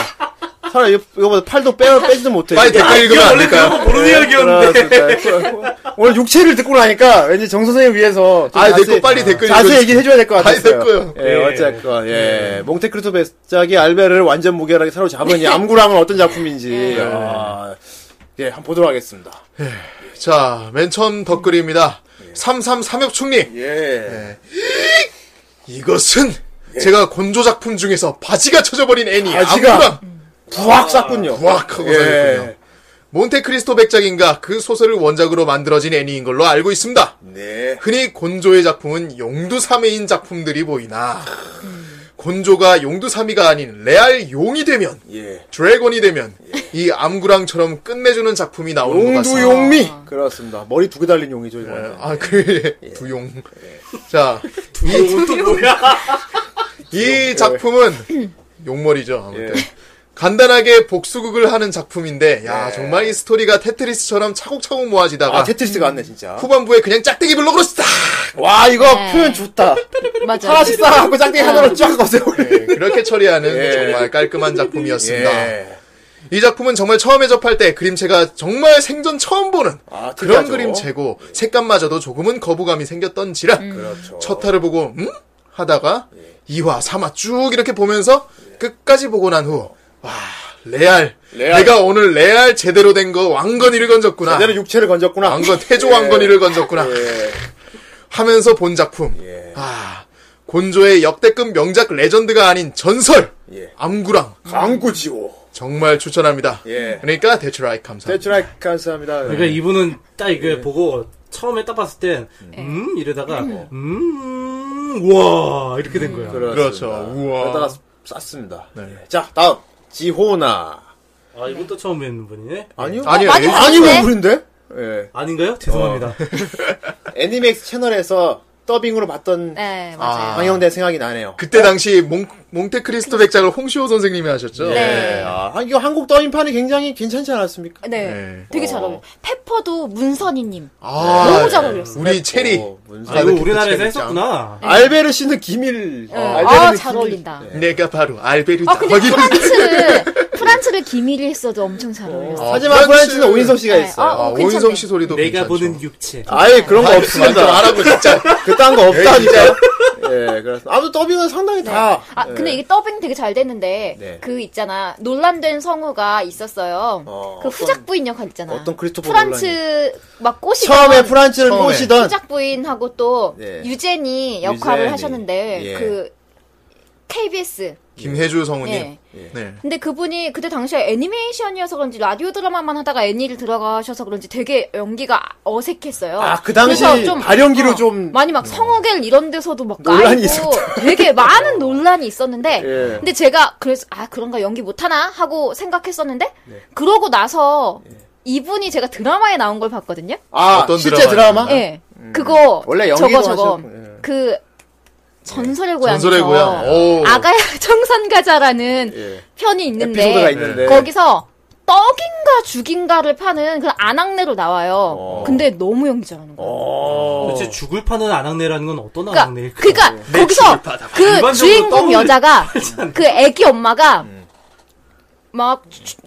서로 이거 이거보다 팔도 빼 빼지도 못해. 빨리 댓글 읽으면 안 원래 그런 될까요? 거 모르는 이야기였는데. 네, 그렇습니다. 오늘 육체를 듣고 나니까 왠지 정 선생님 위해서 좀 아 자세- 댓글 빨리 댓글 자세히 읽어 얘기해줘야 될 것 아이, 같았어요. 됐고요. 예, 예. 어쨌건 예, 몽테크리스토 베스작이 알베르를 완전 무결하게 사로잡은 [LAUGHS] 이 암구랑은 어떤 작품인지 아, 예, 한번 보도록 하겠습니다. 자맨 처음 덧글입니다 333협충리 예, 이것은 제가 곤조 작품 중에서 바지가 젖어버린 애니 바지가. 아무랑 부학 쌌군요. 예. 부악하고 살렸군요 몬테크리스토 백작인가 그 소설을 원작으로 만들어진 애니인 걸로 알고 있습니다 네, 흔히 곤조의 작품은 용두사미인 작품들이 보이나 곤조가 용두사미가 아닌 레알 용이 되면 예, 드래곤이 되면 이 암구랑처럼 끝내주는 작품이 나오는 것 같습니다. 용두용미 그렇습니다. 머리 두 개 달린 용이죠 이거는. 아, 그 예. 두용. 자, 이거 또 뭐야? [LAUGHS] 이 작품은 용머리죠. 예. 아무튼. 간단하게 복수극을 하는 작품인데 야, 정말 이 스토리가 테트리스처럼 차곡차곡 모아지다가 예. 아 테트리스가 왔네 진짜. 후반부에 그냥 짝대기 블록으로 싹 와 이거 네. 표현 좋다. 맞아. 하나씩 쌓아갖고 짝대기 하나로 쫙 거세요. 네, 그렇게 처리하는 예. 정말 깔끔한 작품이었습니다. 이 작품은 정말 처음에 접할 때 그림체가 정말 생전 처음 보는 아, 그런 특이하죠. 그림체고 색감마저도 조금은 거부감이 생겼던지라 그렇죠. 예. 첫 화를 보고 음? 하다가 2화, 3화 쭉 이렇게 보면서 끝까지 보고 난 후 와, 레알. 레알. 내가 오늘 레알 제대로 된 거 왕건이를 건졌구나. 제대로 육체를 건졌구나. 아. 왕건 태조 왕건이를 건졌구나. 예. 하면서 본 작품. 예. 아, 곤조의 역대급 명작 레전드가 아닌 전설. 예. 암구랑 강구지오. 정말 추천합니다. 예. 그러니까 대출아이 감사합니다. 대출할 감사합니다. 그러니까 이분은 딱 이거 보고 처음에 딱 봤을 땐, 음? 이러다가, 음, 우와! 이렇게 된 거야. 그렇죠. 우와. 그러다가 쌌습니다. 예. 자, 다음. 지호나. 아, 이것도 처음 뵙는 분이네? 아니요. 아니요. 많이 예. 아니, 봤는데? 뭐, 우린데? 예. 아닌가요? 죄송합니다. 애니맥스 채널에서 더빙으로 봤던 네, 아. 맞아요. 방영된 생각이 나네요. 그때 어? 당시 몽, 몽테크리스토 백작을 홍시호 선생님이 하셨죠. 네. 예. 아, 이거 한국 더빙판이 굉장히 괜찮지 않았습니까? 네. 네. 되게 잘 어울려. 페퍼도 문선이님. 아, 너무 잘 어울렸어요. 우리 체리. 어, 문서. 네. 아, 이거 다들 우리나라에서 그때 했었구나. 알베르 씨는 기밀. 어, 네. 알베르는 네. 아, 잘 기밀. 어울린다. 내가 바로 알베르다. 아, 근데 [LAUGHS] 프란츠를, [LAUGHS] 프란츠를 기밀이 했어도 엄청 잘 어울렸어요. 하지만 프란츠는 오인석 씨가 네. 있어요. 아, 아, 어, 괜찮네. 오인성 씨 소리도 내가 괜찮죠. 보는 육체. 아예 그런 거 없습니다. 알아보 진짜. [LAUGHS] 그딴 거 없다니까. 예, 그렇습니다. 아무튼 더빙은 상당히 다. 아, 예. 근데 이게 더빙 되게 잘 됐는데, 네. 그 있잖아. 논란된 성우가 있었어요. 어, 그 어떤- 후작부인 역할 있잖아. 어떤 크리스토퍼 프란츠 막 꼬시던 처음에 프란츠를 처음에. 꼬시던 후작부인하고 또 네. 유젠이 역할을 유젠이. 하셨는데, 예. 그 KBS. 김혜주 예. 성우님. 네. 근데 그분이 그때 당시에 애니메이션이어서 그런지 라디오 드라마만 하다가 애니를 들어가셔서 그런지 되게 연기가 어색했어요. 아, 그 당시 그래서 좀, 어, 발연기로 좀- 어. 많이 막 성우겔 이런 데서도 막 논란이 까이고 되게 많은 논란이 있었는데 [LAUGHS] 예. 근데 제가 그래서 아 그런가 연기 못하나 하고 생각했었는데 네. 그러고 나서 이분이 제가 드라마에 나온 걸 봤거든요. 아 어떤 실제 예. 드라마? 예. 음. 그거 원래 연기도 저거 저거 하셨고, 예. 그 전설의 고향 전설의 고향. 오. 아가야 [LAUGHS] 청산가자라는 예. 편이 있는데 에피소드가 있는데 거기서 떡인가 죽인가를 파는 그런 안악내로 나와요. 어. 근데 너무 연기 잘하는 거예요. 어. 도대체 죽을 파는 안악내라는 건 어떤 그러니까, 네, 안악내일까? 그러니까 거기서 그 일반적으로 주인공 떡을 [LAUGHS] 여자가 그 애기 엄마가 음. 막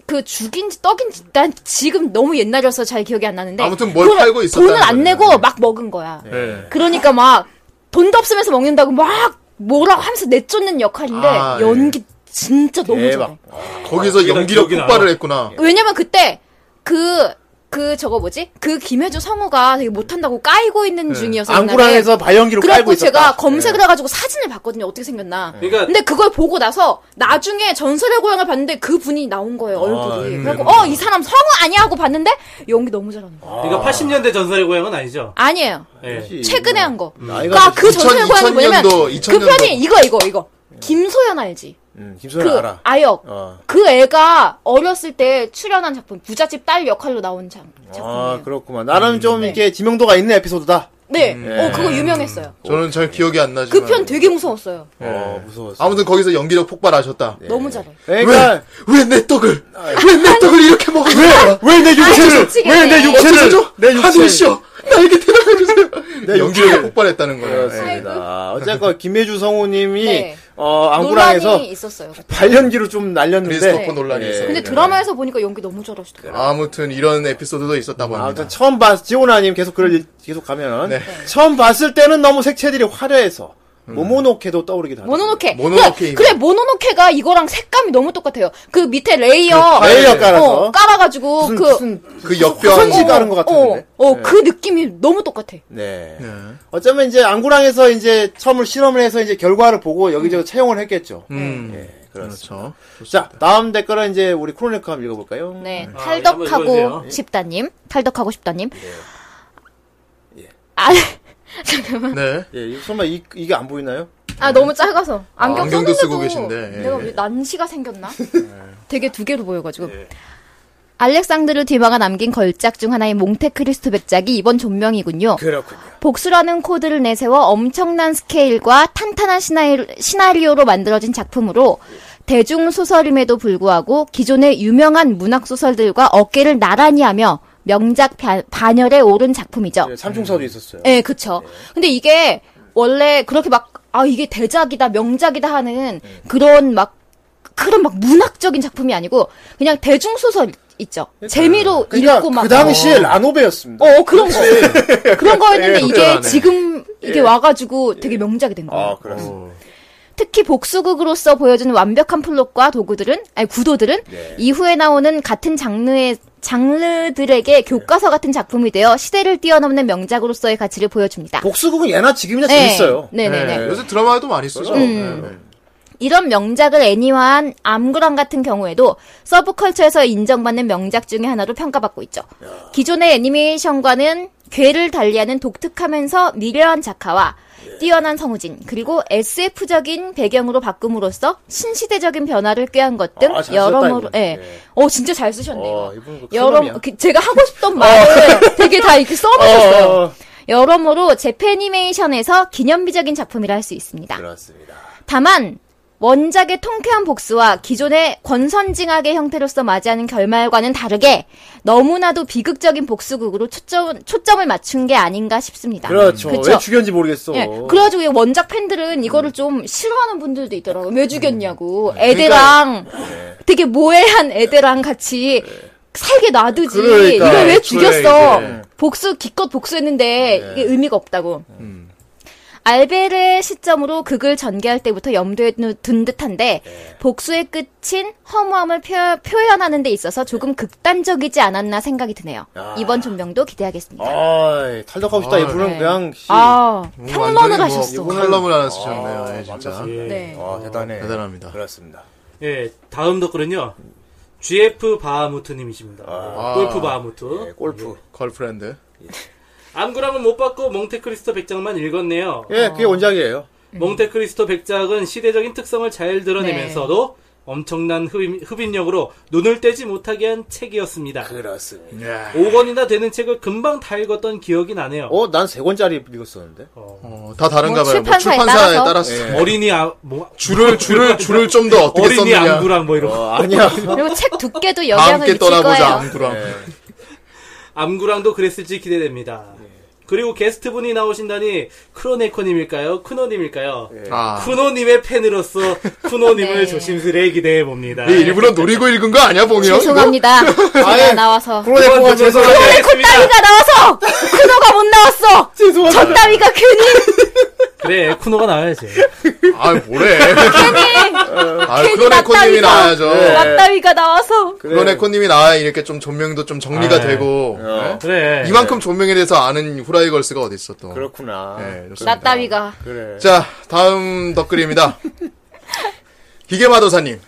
그 죽인지 떡인지 난 지금 너무 옛날이라서 잘 기억이 안 나는데 아무튼 뭘 그걸 팔고 있었다는 돈을 안 거네요. 내고 막 먹은 거야. 네. 그러니까 막 돈도 없으면서 먹는다고 막 뭐라고 하면서 내쫓는 역할인데 아, 예. 연기 진짜 너무 잘해. 대박. 거기서 연기력 아, 기억이 나요. 예. 폭발을 했구나. 왜냐면 그때 그, 그 저거 뭐지? 그 김혜주 성우가 되게 못한다고 까이고 있는 중이어서. 네. 안구랑에서 발연기로 깔고 그래갖고 있었다. 네. 제가 검색을 해가지고 사진을 봤거든요. 어떻게 생겼나. 그러니까 근데 그걸 보고 나서 나중에 전설의 고향을 봤는데 그 분이 나온 아, 거예요, 얼굴이. 네. 음. 그래갖고, 어, 이 사람 성우 아니야? 하고 봤는데 연기 너무 잘하는 아. 거예요. 그러니까 80년대 전설의 고향은 아니죠. 아니에요. 예. 최근에 한 거. 네. 음. 나이가 그니까 그 2000, 전설의 고향이 뭐냐면 2000년도. 그 편이 이거, 이거, 이거. 네. 김소연 알지? 음, 김소연 그 알아. 아역. 어. 그 애가 어렸을 때 출연한 작품, 부잣집 딸 역할로 나온 작, 작품이에요. 아 그렇구만. 나름 음, 좀 이게 지명도가 있는 에피소드다. 네, 음. 어 그거 예. 유명했어요. 저는 잘 기억이 안 나지만. 그 편 되게 무서웠어요. 어 무서웠어. 아무튼 거기서 연기력 폭발하셨다. 네. 너무 잘해. 그러니까 왜 내 떡을 아, 왜 내 떡을 이렇게 먹은 거야? 왜 내 육체를 솔직히 왜 내 얘기해. 육체를 내 하늘 육체를 씨여 나에게 대답해 주세요. 연기력이 육체를. 폭발했다는 거예요. 네. 그렇습니다. 어쨌건 김혜주 성우님이 네. 어 안구랑에서 네. 논란이 있었어요. 발연기로 좀 날렸는데 크리스토퍼 논란이 네. 있어요. 근데 드라마에서 보니까 연기 너무 잘하시더라고요. 아무튼 이런 에피소드도 있었다고 합니다. 아무튼 처음 봤 지오나님 계속 그럴 일 계속 가면 네. 처음 봤을 때는 너무 색채들이 화려해서 모모노케도 떠오르기도 하고 모노노케. 그러니까 모노노케. 그래, 그래, 모노노케가 이거랑 색감이 너무 똑같아요. 그 밑에 레이어 그 레이어 어, 깔아서. 깔아가지고 무슨 그 무슨 그 화선지 역병 깔은 것 같은데. 어, 어, 그 느낌이 너무 똑같아. 네. 네. 어쩌면 이제 안구랑에서 이제 처음을 실험을 해서 이제 결과를 보고 여기저기 채용을 했겠죠. 음. 예, 그렇습니다. 그렇죠. 자, 다음 댓글은 이제 우리 크로네크 한번 읽어볼까요? 네, 아, 이거 한번 탈덕하고 읽어주세요. 싶다님, 탈덕하고 싶다님. 네. 아, 잠깐만. 네. 예, 이거 설마 이, 이게 안 보이나요? 아 너무 작아서 안경 안경도 썼는데도 쓰고 계신데, 예. 네. 내가 왜 [LAUGHS] 난시가 생겼나? 되게 두 개로 보여가지고 예. 알렉산드르 디마가 남긴 걸작 중 하나인 몽테크리스토 백작이 이번 존명이군요. 그렇군요. 복수라는 코드를 내세워 엄청난 스케일과 탄탄한 시나리- 시나리오로 만들어진 작품으로 대중 소설임에도 불구하고 기존의 유명한 문학 소설들과 어깨를 나란히 하며 명작 바- 반열에 오른 작품이죠. 예, 삼총사도 있었어요. 예, 그쵸. 근데 이게 원래 그렇게 막, 아, 이게 대작이다, 명작이다 하는 예. 그런 막, 그런 막 문학적인 작품이 아니고 그냥 대중소설 있죠. 재미로 그러니까 읽고 막. 그 당시에 라노베였습니다. 어, 어, 그런 거. 그런 거였는데 예, 이게 그러네. 지금 이게 와가지고 되게 명작이 된 거예요. 예. 아, 그렇습니다. 특히 복수극으로서 보여주는 완벽한 플롯과 도구들은 아니 구도들은 예. 이후에 나오는 같은 장르의 장르들에게 교과서 같은 작품이 되어 시대를 뛰어넘는 명작으로서의 가치를 보여줍니다. 복수극은 예나 지금이나 네. 재밌어요. 네네네. 요새 드라마에도 많이 쓰죠. 음. 네. 이런 명작을 애니화한 암그랑 같은 경우에도 서브컬처에서 인정받는 명작 중의 하나로 평가받고 있죠. 기존의 애니메이션과는 궤를 달리하는 독특하면서 미려한 작화와 예. 뛰어난 성우진 그리고 SF적인 배경으로 바꿈으로써 신시대적인 변화를 꾀한 것 등 아, 잘 여러모로 썼다, 예. 이분. 예. 어 진짜 잘 쓰셨네요. 어, 이분 그 여러 수놈이야. 그 제가 하고 싶던 말을 [LAUGHS] 되게 다 이렇게 써놓으셨어요. 어, 여러모로 재패니메이션에서 기념비적인 작품이라 할 수 있습니다. 그렇습니다. 다만 원작의 통쾌한 복수와 기존의 권선징악의 형태로서 맞이하는 결말과는 다르게 너무나도 비극적인 복수극으로 초점, 초점을 맞춘 게 아닌가 싶습니다. 그렇죠. 그쵸? 왜 죽였는지 모르겠어. 예, 그래가지고 이 원작 팬들은 음. 이거를 좀 싫어하는 분들도 있더라고요. 왜 죽였냐고. 애들랑 그러니까. 되게 모해한 애들랑 같이 살게 놔두지. 네. 그러니까, 이걸 왜 애초에 죽였어. 이제. 네. 복수, 기껏 복수했는데 이게 의미가 없다고. 음. 알베르의 시점으로 극을 전개할 때부터 염두에 두- 둔 듯한데 네. 복수의 끝인 허무함을 표, 표현하는 데 있어서 조금 네. 극단적이지 않았나 생각이 드네요. 이번 전명도 기대하겠습니다. 아, 탈덕하고 싶다. 아, 이분은 네. 그냥 씨. 음, 아, 뭐 평론을 완전히 뭐 하셨어. 칼럼을 하나 쓰셨네요. 아, 예, 진짜. 완전 예. 네. 아, 대단해. 대단합니다. 그렇습니다. 예, 다음 덧글은요. GF 바하무트님이십니다. 아. 예, 골프 바하무트. 예, 골프. 걸프렌드. 암구랑은 못 받고 몽테크리스토 백작만 읽었네요. 예, 그게 원작이에요. 몽테크리스토 백작은 시대적인 특성을 잘 드러내면서도 엄청난 흡입, 흡입력으로 눈을 떼지 못하게 한 책이었습니다. 그렇습니다. 5권이나 되는 책을 금방 다 읽었던 기억이 나네요. 어, 난 세 권짜리 읽었었는데. 어, 다 다른가 뭐 봐요. 뭐 출판사에 출판사에 따라서? 따라서. 어린이 아, 뭐, 줄을, 줄을, 줄을 좀 더 어떻게 어린이 썼느냐. 암구랑 뭐 이런 거. 어, [LAUGHS] 아니야. 그리고 책 두께도 다 영향을 함께 미칠 떠나보자, 거예요. 암구랑. 네, 암구랑도 그랬을지 기대됩니다. 그리고 게스트분이 나오신다니 크로네코님일까요? 크노님일까요? 아. 쿠노님의 팬으로서 쿠노님을 네. 조심스레 기대해 봅니다. 네, 일부러 노리고 읽은 거 아니야, 봉이 형? [LAUGHS] 죄송합니다. 제가 아예 나와서 그러니까. 프로네코가 죄송하게. 코따위가 나와서 크노가 못 나왔어. 저 따위가 괜히 그래, 쿠노가 나와야지. 아, 뭐래. 괜히 아, 괜히 네, 그런 에코님이 낯다리다. 나와야죠. 네. 네, 그러니까. 나 따위가 나와서 그런 에코님이 나와야 이렇게 좀 존명도 좀 정리가 아, 되고. 네? 그래. 이만큼 존명에 대해서 아는 후라이 걸스가 어딨어, 또. 그렇구나. 네, 나 좋습니다. 따위가 그래. 자, 다음 덧글입니다. 기계마도사님.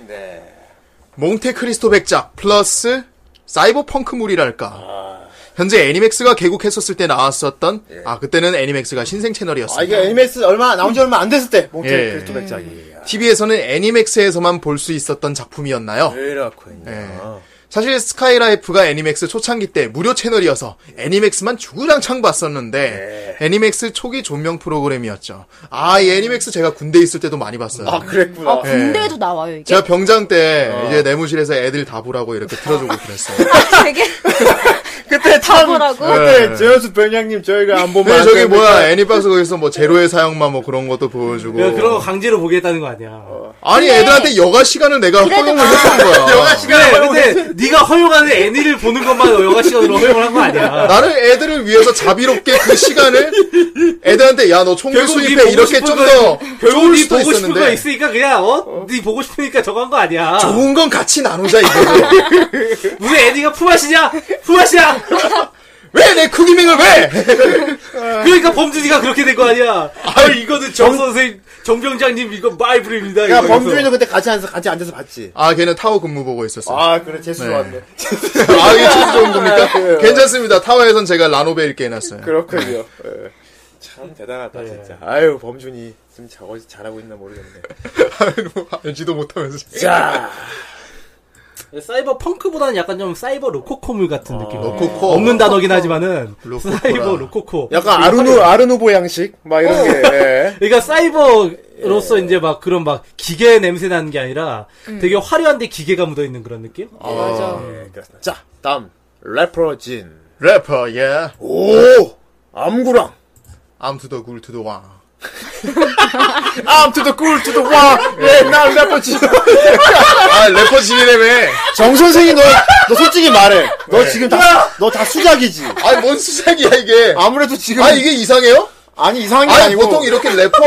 몽테크리스토 백작 플러스 사이버펑크물이랄까. 현재 애니맥스가 개국했었을 때 나왔었던 아 그때는 애니맥스가 신생 채널이었습니다. 아, 이게 애니맥스 얼마, 나온 지 얼마 안 됐을 때, 몽테 예. 크리스토 백작이. 야, TV에서는 애니맥스에서만 볼 수 있었던 작품이었나요? 그렇군요. 예. 사실 스카이라이프가 애니맥스 초창기 때 무료 채널이어서 애니맥스만 주구장창 봤었는데 네. 애니맥스 초기 존명 프로그램이었죠. 아, 이 애니맥스 제가 군대 있을 때도 많이 봤어요. 아, 그랬구나. 아, 군대에도 나와요 이게. 네. 제가 병장 때 어. 이제 내무실에서 애들 다 보라고 이렇게 틀어주고 그랬어요. 되게 그때 참. 바보라고. 그때 저현수 병장님 저희가 안 보면. 근데 안 네. 저기 되는데. 뭐야 애니박스 거기서 뭐 제로의 사용만 뭐 그런 것도 보여주고. 야, 그러니까. 네, 그런 거 강제로 보게 했다는 거 아니야. 아니 애들한테 여가 시간을 내가 허용을 했던 거야. 시간을 그래, 활용- 근데 네가 허용하는 애니를 보는 것만 여가 시간으로 허용을 한 거 아니야. 나는 애들을 위해서 자비롭게 그 시간을 애들한테 야 너 총기 결국 네 수입해 보고 이렇게 싶은 좀 거- 더 결국 좋을 네 수도 보고 싶은 거 있었는데 있으니까 그냥 어? 네 보고 싶으니까 저거 한 거 아니야. 좋은 건 같이 나누자 이거. 무슨 애니가 푸맛이냐? 푸맛이야! 왜내 쿠기밍을 왜? 그러니까 범준이가 그렇게 된 거 아니야. 아 이거는 정 선생 정 병장님 이거 마이브입니다. 야, 범준이도 그때 같이 앉아서, 같이 앉아서 봤지. 아 걔는 타워 근무 보고 있었어. 요 아, 그래, 재수 좋았네. 아 이게 진짜 좋은 네. 겁니까? 괜찮습니다. 타워에선 제가 라노벨 있게 해놨어요. 그렇군요. 예. 참 대단하다, 진짜. 아유, 범준이. 지금 저거 잘하고 있나 모르겠네. 알지도 못하면서. 자, 그 사이버 펑크보다는 약간 좀 사이버 로코코물 같은 어. 어. 느낌. 로코코. 없는 단어긴 하지만은 로코코라. 사이버 로코코. 약간 아르누, 아르누보 양식? 막 이런 게. 예. 그러니까 사이버로서 이제 막 그런 막 기계 냄새 나는 게 아니라 되게 화려한데 기계가 묻어 있는 그런 느낌? 예, 그렇습니다. 자, 다음. 래퍼진. 래퍼 예. 오! 암구랑. 암투더 굴투더 왕. 암투더 꿀투더 와! 예, 나 래퍼진. 아 래퍼 진이래매. 정선생이 너, 너 솔직히 말해. 너 지금 다, 너 다 수작이지. 아니 뭔 수작이야 이게. 아무래도 지금. 아 이게 이상해요? 아니, 이상한 게 아니 아니, 고 보통 이렇게 래퍼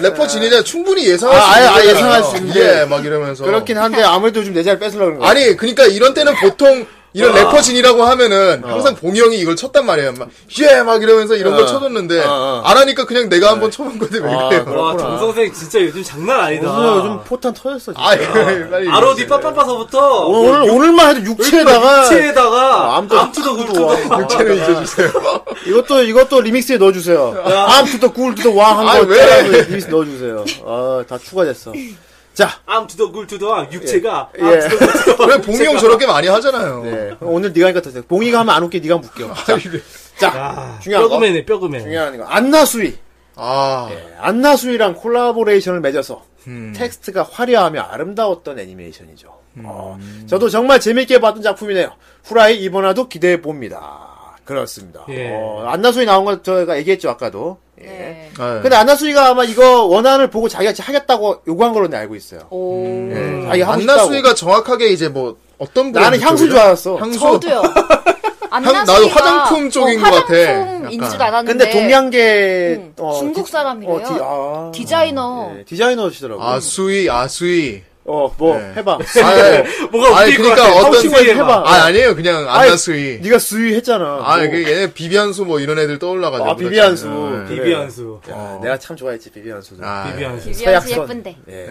래퍼 진이냐 충분히 예상할 아, 수 아예- 있는 아예 거잖아요. 예상할 수 있는 예, 게. 막 이러면서 그렇긴 한데, 아무래도 요즘 내 자리 뺏으려고 그러는 거야. 아니 그러니까 이런 때는 보통 어. 이런 래퍼 진이라고 하면은 항상 봉이 형이 이걸 쳤단 말이에요. 막, 예! 막 이러면서 이런 어. 걸 쳐줬는데, 어, 어. 안 하니까 그냥 내가 한번 쳐본 건데 왜 아, 그래요? 와, 정선생 진짜 요즘 장난 아니다. 무슨 요즘 포탄 터졌어. 진짜. [LAUGHS] 아, 예, 빨리. ROD 빠빠빠서부터. 오늘 오늘- 오늘만 해도 육체에다가 치에다가 어, 암도- 암투더 암투도 굴투더. 육체를 잊어주세요. 이것도 이것도 리믹스에 넣어주세요. 암투더 굴투더 아이, 왕한거 왜? 리믹스 넣어주세요. 아다 추가됐어. 자 암투더 굴투더 육체가 예. 암투더 굴투더. 왜 봉이 형 저렇게 많이 하잖아요. 네. 오늘 네가 하니까 터졌어. 봉이가 하면 안 웃게 네가 [LAUGHS] 묶여. 자, 아, 자 중요한 거 네, 뼈그맨에 뼈그맨. 중요한 거 안나수이 아, 네. 안나수이랑 콜라보레이션을 맺어서 음. 텍스트가 화려하며 아름다웠던 애니메이션이죠. 어, 저도 정말 재밌게 봤던 작품이네요. 후라이 이번화도 기대해 봅니다. 그렇습니다. 예. 어, 안나수이 나온 걸 저희가 얘기했죠 아까도. 예. 네. 아, 근데 안나수이가 아마 이거 원안을 보고 자기가 하겠다고 요구한 걸로 내가 알고 있어요. 오. 음, 예. 자기 하고 싶다고. 안나수이가 정확하게 이제 뭐 어떤 분 나는 향수인 줄 알았어. 향수 [LAUGHS] 저도요. 안나수이가 뭐 나도 화장품 쪽인 것 같아. 화장품인 줄 약간. 알았는데. 근데 동양계 네. 어, 음, 중국 사람이래요. 아. 디자이너. 예, 디자이너시더라고. 요 아수이 [LAUGHS] 아수이 어, 뭐 네. 해봐. 아, 뭐가 아니, 웃길 것 그러니까 같아. 어떤 하우싱웨이 생각이 해봐. 해봐. 아 아니에요 그냥 안나수이 [LAUGHS] 네가 수위 했잖아. 아 뭐. 그 얘네 비비안수 뭐 이런 애들 떠올라가지고 아, 비비안수. 네. 그래. 비비안수. 야, 내가 참 좋아했지 비비안수도. 아, 비비안수. 비비안스 서약선. 예쁜데. 예.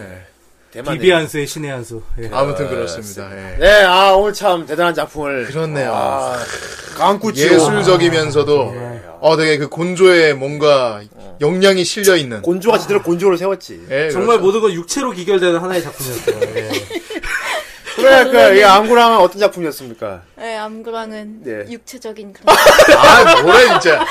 대만. 비비안수의 신의 한 수. 예. 아무튼 그렇습니다 예. 네, 아 오늘 참 대단한 작품을. 그렇네요. 아, 예. 강구치. 예술적이면서도 어 되게 그 곤조에 뭔가 역량이 실려 있는 곤조가 제대로 곤조를 세웠지. 예, 정말 그렇죠. 모든 건 육체로 기결되는 하나의 작품이었어요. 예. 그래, 그래. 이 안구랑은 어떤 작품이었습니까? 네, 암그랑은 네. 육체적인 그런. 아 뭐래 [LAUGHS] 진짜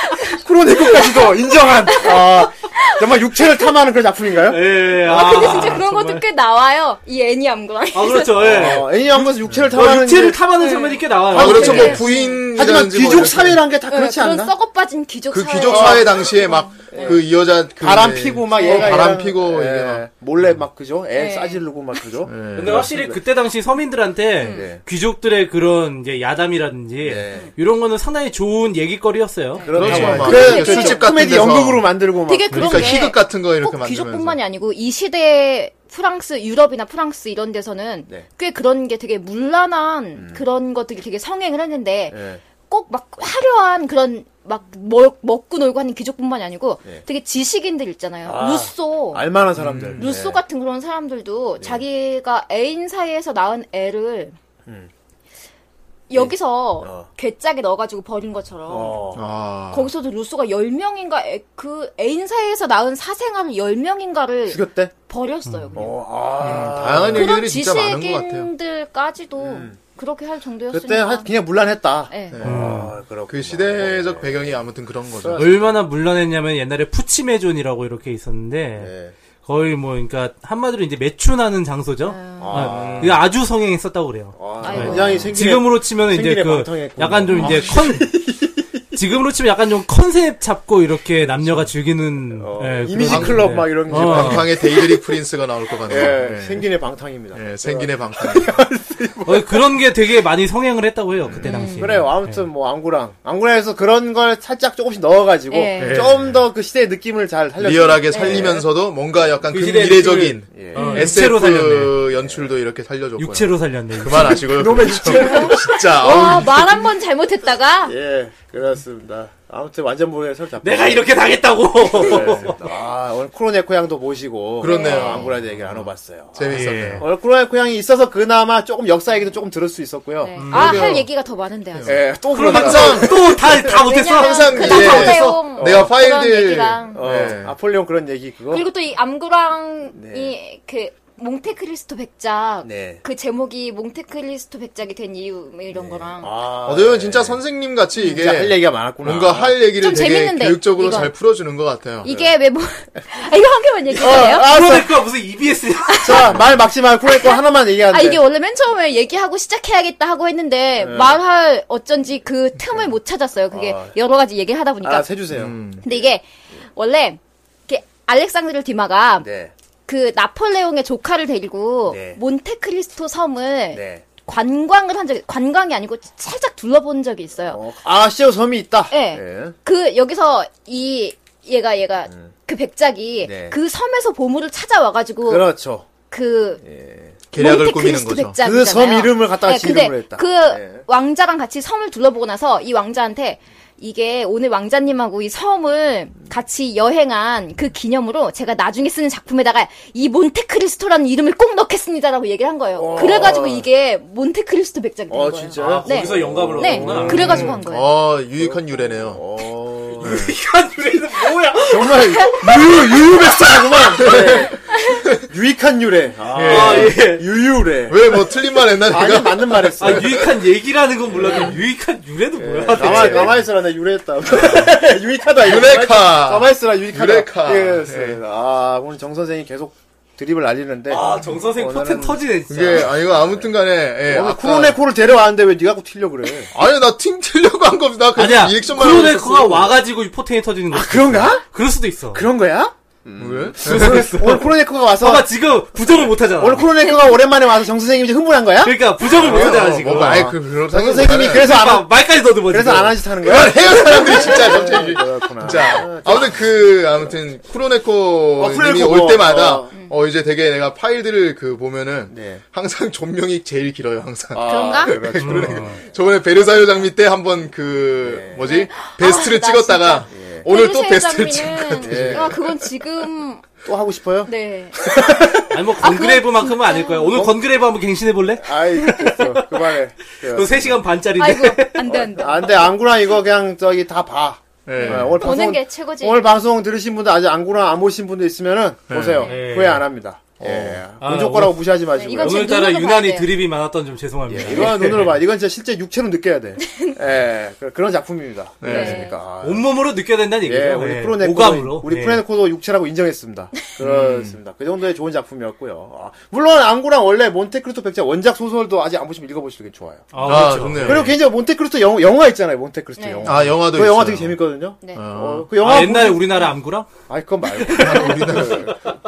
크로네코까지도 인정한. 아, 정말 육체를 탐하는 그런 작품인가요? 예, 아, 아, 근데 [LAUGHS] 진짜 그런 정말. 것도 꽤 나와요. 이 애니 암그랑. 아, [LAUGHS] 그렇죠, 예. 어, 애니 한번서 육체를 와, 탐하는. 육체를 게- 탐하는 장면이 꽤 나와요. 아 그렇죠 뭐 네. 부인 하지만 귀족 사회란 게 다 그렇지 않나? 런 예, 썩어 빠진 귀족 그 사회. 귀족 사회 당시에 막 그 이 여자 그 네. 바람 피고 막 어, 얘가 바람 얘랑- 피고 예, 이게 막 몰래 막 음. 예. 그죠? 애 예. 싸지르고 막 그죠? 근데 확실히 그때 당시 서민들한테 네. 귀족들의 그런 이제 야담이라든지 이런 거는 상당히 좋은 얘기거리였어요. 그렇죠. 그렇다고. 막 그래, 이렇게 그렇죠. 술집 같은 코미디 데서. 연극으로 만들고 막. 되게 그런 그러니까 게 희극 같은 거 이렇게 꼭 만들면서 귀족뿐만이 아니고 이 시대에 프랑스, 유럽이나 프랑스 이런 데서는 네. 꽤 그런 게 되게 문란한 음. 그런 것들이 되게 성행을 했는데 예. 꼭 막 화려한 그런 막 먹, 먹고 놀고 하는 귀족뿐만이 아니고 예. 네. 되게 지식인들 있잖아요. 아, 루소. 알만한 사람들. 네. 음. 루소 예. 같은 그런 사람들도 자기가 애인 사이에서 낳은 애를 음. 여기서 어. 괴짝에 넣어가지고 버린 것처럼 어. 아 거기서도 루소가 10명인가 그 애인 사이에서 낳은 사생아를 10명인가를 죽였대? 버렸어요. 그냥. 어, 음. 아. 다양한 그런 음. 얘기들이 진짜 많은 것 같아요. 음. 지식인들까지도 그렇게 할 정도였으니까. 그때 하- 그냥 물란했다. 네. 아, 그렇구나. 그 네. 시대적 배경이 아무튼 그런 거죠. 얼마나 물러냈냐면 옛날에 푸치메존이라고 이렇게 있었는데 예. 거의 뭐 그러니까 한마디로 이제 매춘하는 장소죠. 네. 아, 이거 아주 성행했었다고 그래요. 아, 음. 아이고. 굉장히 생긴. 지금으로 치면 이제 생기네, 그 방탕했군요. 약간 좀 이제 아, 컨 [LAUGHS] 지금으로 치면 약간 좀 컨셉 잡고 이렇게 남녀가 즐기는 어, 예, 이미지 그런- 클럽 예. 막 이런 게. 어. 방탕의 데이드리 프린스가 나올 것 같네요. 예, 예. 생긴의 방탕입니다. 예, 생긴의 방탕. 어, 그런 게 되게 많이 성행을 했다고 해요 그때 당시. 음, 그래요. 아무튼 뭐 안구랑 안구랑에서 그런 걸 살짝 조금씩 넣어가지고 예. 좀 더 그 시대의 느낌을 잘 살려. 리얼하게 살리면서도 뭔가 약간 그 시대의 근미래적인 예. 어, 육체로 살렸네. SF 연출도 이렇게 살려줬고. 육체로 살렸네. 그만 아시고요. 놈의 육체. 진짜. 아우, 와, 말 한 번 잘못했다가 예, 그렇습니다. 아무튼 완전 모르게 서로 잡. 내가 이렇게 당했다고. 아 오늘 쿠로네코 양도 모시고 그렇네요. 어, 안구라한테 얘기 나눠봤어요. 아, 재밌었네요. 오늘 쿠로네코 양이 있어서 그나마 조금 역사 얘기도 조금 들을 수 있었고요. 음. 네. 아, 할 얘기가 더 많은데 아직. 예, 또 그럼 그러다가- 항상 또 다 다 못했어. 왜냐면 항상 그 이제 남자용 내가 어, 그런 파일들 얘기랑 어, 네. 아폴레온 그런 얘기 그거. 그리고 또 이 암구랑이 네. 그 몽테크리스토 백작 네. 그 제목이 몽테크리스토 백작이 된 이유 뭐 네. 이런 거랑 아, 어쩌면 진짜 선생님 같이 이게 진짜 할 얘기가 많았구나. 뭔가 할 얘기를 좀 되게 재밌는데, 교육적으로 이건. 잘 풀어주는 것 같아요. 예. 어, 이게 왜 뭐? [LAUGHS] 아, 이거 한 개만 얘기해요. 프로데크가 무슨 E EBS냐? 어, 자, 말 막지 말고 쿠로네코 하나만 얘기하는데. 아 이게 원래 맨 처음에 얘기하고 시작해야겠다 하고 했는데 말할 어쩐지 그 틈을 못 찾았어요. 그게 아. 여러 가지 얘기를 하다 보니까. 아, 세주세요. 음. 근데 이게 원래 이렇게 알렉산드르 디마가 네, 그 나폴레옹의 조카를 데리고 네. 몬테크리스토 섬을 네. 관광을 한 적이 관광이 아니고 살짝 둘러본 적이 있어요. 어, 아, 시오 섬이 있다. 예. 예. 그 여기서 이 얘가 얘가 그 백작이 음. 네. 그 섬에서 보물을 찾아와가지고 그렇죠. 그 계략을 꾸미는 몬테크리스토 거죠. 백작이잖아요. 그섬 이름을 갖다가 지 근데 이름을 했다. 그 네. 왕자랑 같이 섬을 둘러보고 나서 이 왕자한테 이게 오늘 왕자님하고 이 섬을 같이 여행한 그 기념으로 제가 나중에 쓰는 작품에다가 이 몬테크리스토라는 이름을 꼭 넣겠습니다라고 얘기를 한 거예요. 그래가지고 이게 몬테크리스토 백작이 된 어, 거예요. 진짜요? 아, 네. 거기서 영감을 네, 얻었구나. 그래가지고 한 아, 거예요. 어, 유익한 유래네요. 어, 이한 유래는 뭐야? 정말 유유 유유백산이구만. 유익한 유래. 네. 아, 아, 예. 유유래. 왜 뭐 틀린 말 했나 아니 내가? 맞는 말했어. 아, 유익한 얘기라는 건 몰라도 유익한 유래는 뭐야? 가만 가만 있으라 나 유래했다. [LAUGHS] 유익하다. 이거. 유레카. 가만 있으라 유익하다. 유레카. 예, 그렇습니다. 아 오늘 정 선생이 계속 드립을 날리는데. 아, 정 선생 오늘은- 포텐 터지네, 진짜. 이게 아 이거 아무튼간에 예, 오늘 아까- 쿠로네코를 데려왔는데 왜 네가 꼭 튀려 그래? 아니 나 팀 틀려고 한 겁니다. 그 아니야. 리액션만 하고 크로네코가 있었어. 와가지고 이 포텐이 터지는 아, 거지. 그런가? 그럴 수도 있어. 네. 그런 거야? 왜? 어, 오늘 쿠로네코가 와서 봐봐, 아, 지금 네. 부정을 못 하잖아. 오늘 쿠로네코가 오랜만에 와서 정 선생님이 좀 흥분한 거야? 그러니까 부정을 못 하잖아, 지금. 뭐, 아이 그 그런 정 선생님이 그래 그래서 안 아, 한- 말까지 그러니까. 더듬어 그래서 안 하지 하는 거야? 그런 해요 사람들이 진짜 갑자기. 그렇구나. 네. 자, 아무튼 그 아무튼 쿠로네코 어, 님이 쿠로네코 올 거. 때마다 어. 어. 이제 되게 내가 파일들을 그 보면은 네. 아. 항상 존명이 제일 길어요 항상. 그런가? 저번에 베르사유 장미 때 한번 그 네. 뭐지 베스트를 아, 나 찍었다가 예. 오늘 또 베스트를 찍은 거 같아. 네, 장미는 아 그건 지금 또 하고 싶어요? 네 아니, 뭐, 건그레이브만큼은 아닐 거야. 오늘 건그레이브 한번 갱신해볼래? 아이, 됐어. 그만해. 그거 3시간 반짜리인데. 아이고 안돼 [LAUGHS] 안돼 안 돼, 안구나 이거 그냥 저기 다 봐. 예. 네, 오늘 보는 방송, 게 최고지. 오늘 방송 들으신 분들 아직 안구나 안 보신 분들 있으면은 보세요. 네. 후회 안 합니다. 예. 아, 본조 거라고 무시하지 마시고. 요 네, 이건 제 오늘따라 눈으로 유난히 봐야 돼요. 드립이 많았던 점 죄송합니다. 이건 눈으로 봐. 이건 진짜 실제 육체로 느껴야 돼. 예. 그- 그런 작품입니다. 그렇습니까? 아, 온몸으로 느껴야 된다는 얘기죠. 예, 우리 예, 프로네코도 오감으로. 우리 예. 프로네코도 육체라고 인정했습니다. 음. 그렇습니다. 그 정도의 좋은 작품이었고요. 아, 물론 안구랑 원래 몬테크리스토 백작 원작 소설도 아직 안 보시면 읽어보시는 게 좋아요. 아, 아, 그렇죠. 좋네요. 그리고 굉장히 몬테크리스토 영- 영화 있잖아요. 몬테크리스토 네. 영화. 아 영화도 그 영화 있어요. 되게 재밌거든요. 네. 어, 그 영화 아, 옛날에 보시- 우리나라 암구랑? 아이 [LAUGHS] 그건 말고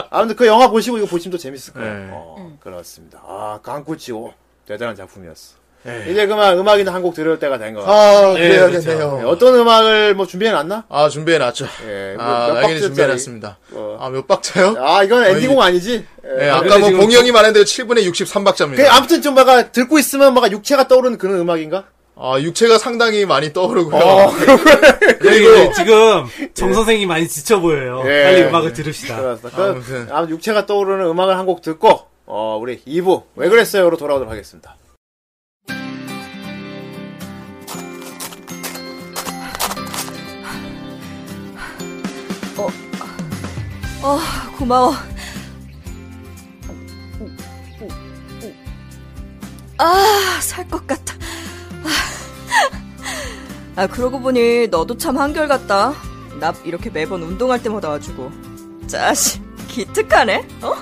아무튼 그 영화 보시고 이거 보시면 또 재밌을 거예요. 네. 어, 음. 그렇습니다. 아 강구치오 대단한 작품이었어. 이제 그만 음악이나 한 곡 들을 때가 된 거. 같아요. 네. 아 예, 그래야겠네요. 네, 어떤 음악을 뭐 준비해놨나? 아 준비해놨죠. 예, 뭐몇 아 박스짜리? 나경이 준비해놨습니다. 어. 아 몇 박자요? 아 이건 엔딩곡 아니지? 예. 예, 아까 뭐 지금 봉이 형이 말했는데 7분에 63박자입니다. 그 아무튼 좀 뭔가 듣고 있으면 뭔가 육체가 떠오르는 그런 음악인가? 아, 육체가 상당히 많이 떠오르고요. 어, 그리고 지금 정 선생이 많이 지쳐 보여요. 예. 빨리 음악을 들읍시다. 그렇습니다. 아무튼. 그, 아무튼 육체가 떠오르는 음악을 한 곡 듣고 어, 우리 2부 왜 그랬어요로 돌아오도록 하겠습니다. 어 고마워 아 살 것 같아. 아 그러고 보니 너도 참 한결같다. 나 이렇게 매번 운동할 때마다 와주고 짜식 기특하네. 어?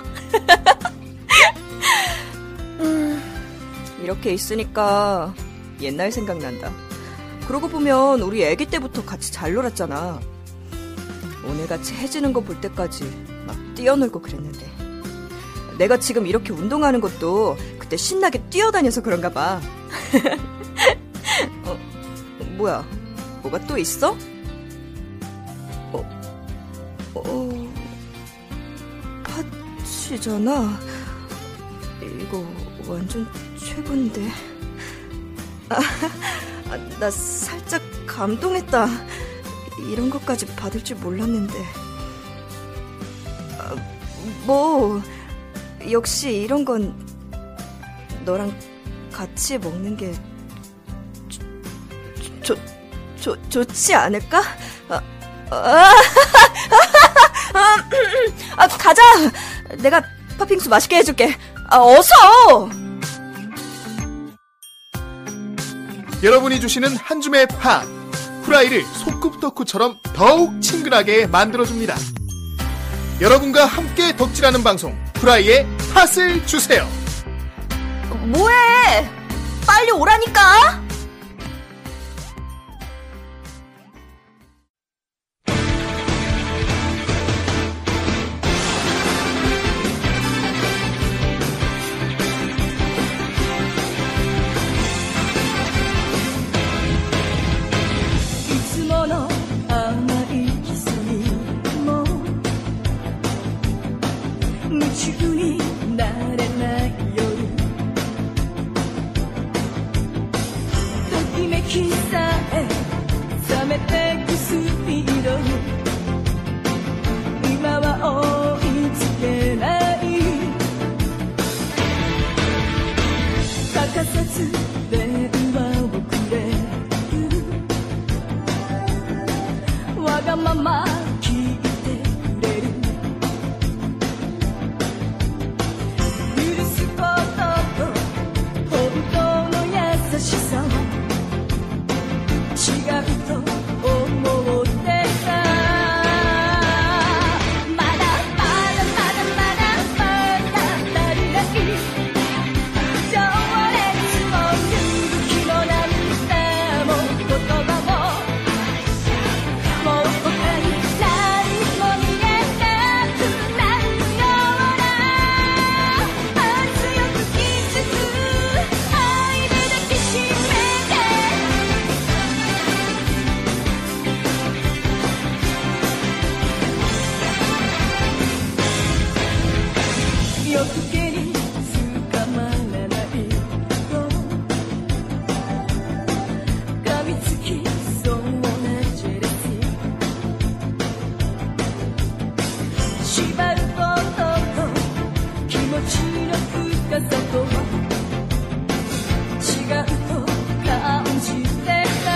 [LAUGHS] 음, 이렇게 있으니까 옛날 생각난다. 그러고 보면 우리 애기 때부터 같이 잘 놀았잖아. 오늘같이 해지는 거 볼 때까지 막 뛰어놀고 그랬는데. 내가 지금 이렇게 운동하는 것도 그때 신나게 뛰어다녀서 그런가 봐. 어, 뭐야? 뭐가 또 있어? 어, 어, 파치잖아. 이거 완전 최고인데. 아, 아, 나 살짝 감동했다. 이런 것까지 받을 줄 몰랐는데. 아, 뭐. 역시 이런 건 너랑 같이 먹는 게 좋, 좋, 좋, 좋지 않을까? 아, [LAUGHS] 아, 아, 가자! 내가 팥빙수 맛있게 해줄게. 아, 어서! 여러분이 주시는 한 줌의 파. 후라이를 소꿉 덕후처럼 더욱 친근하게 만들어줍니다. 여러분과 함께 덕질하는 방송, 후라이의 팥을 주세요. 뭐해! 빨리 오라니까! 뭐? 夢中になれない夜え冷めてくスピードに今は追いつけない欠かさず電話をくれるわがまま聞いてくれる許すことと本当の優しさを違うと思ってた」「あなたまだまだまだまだまだ足りない」「情熱も勇気も涙も言葉も」「もう他に何も見えなくなるような」「強く傷つく愛で抱きしめて」よく気に捕まらないと噛みつきそうなジェラティン縛ることと気持ちの深さとは違うと感じてた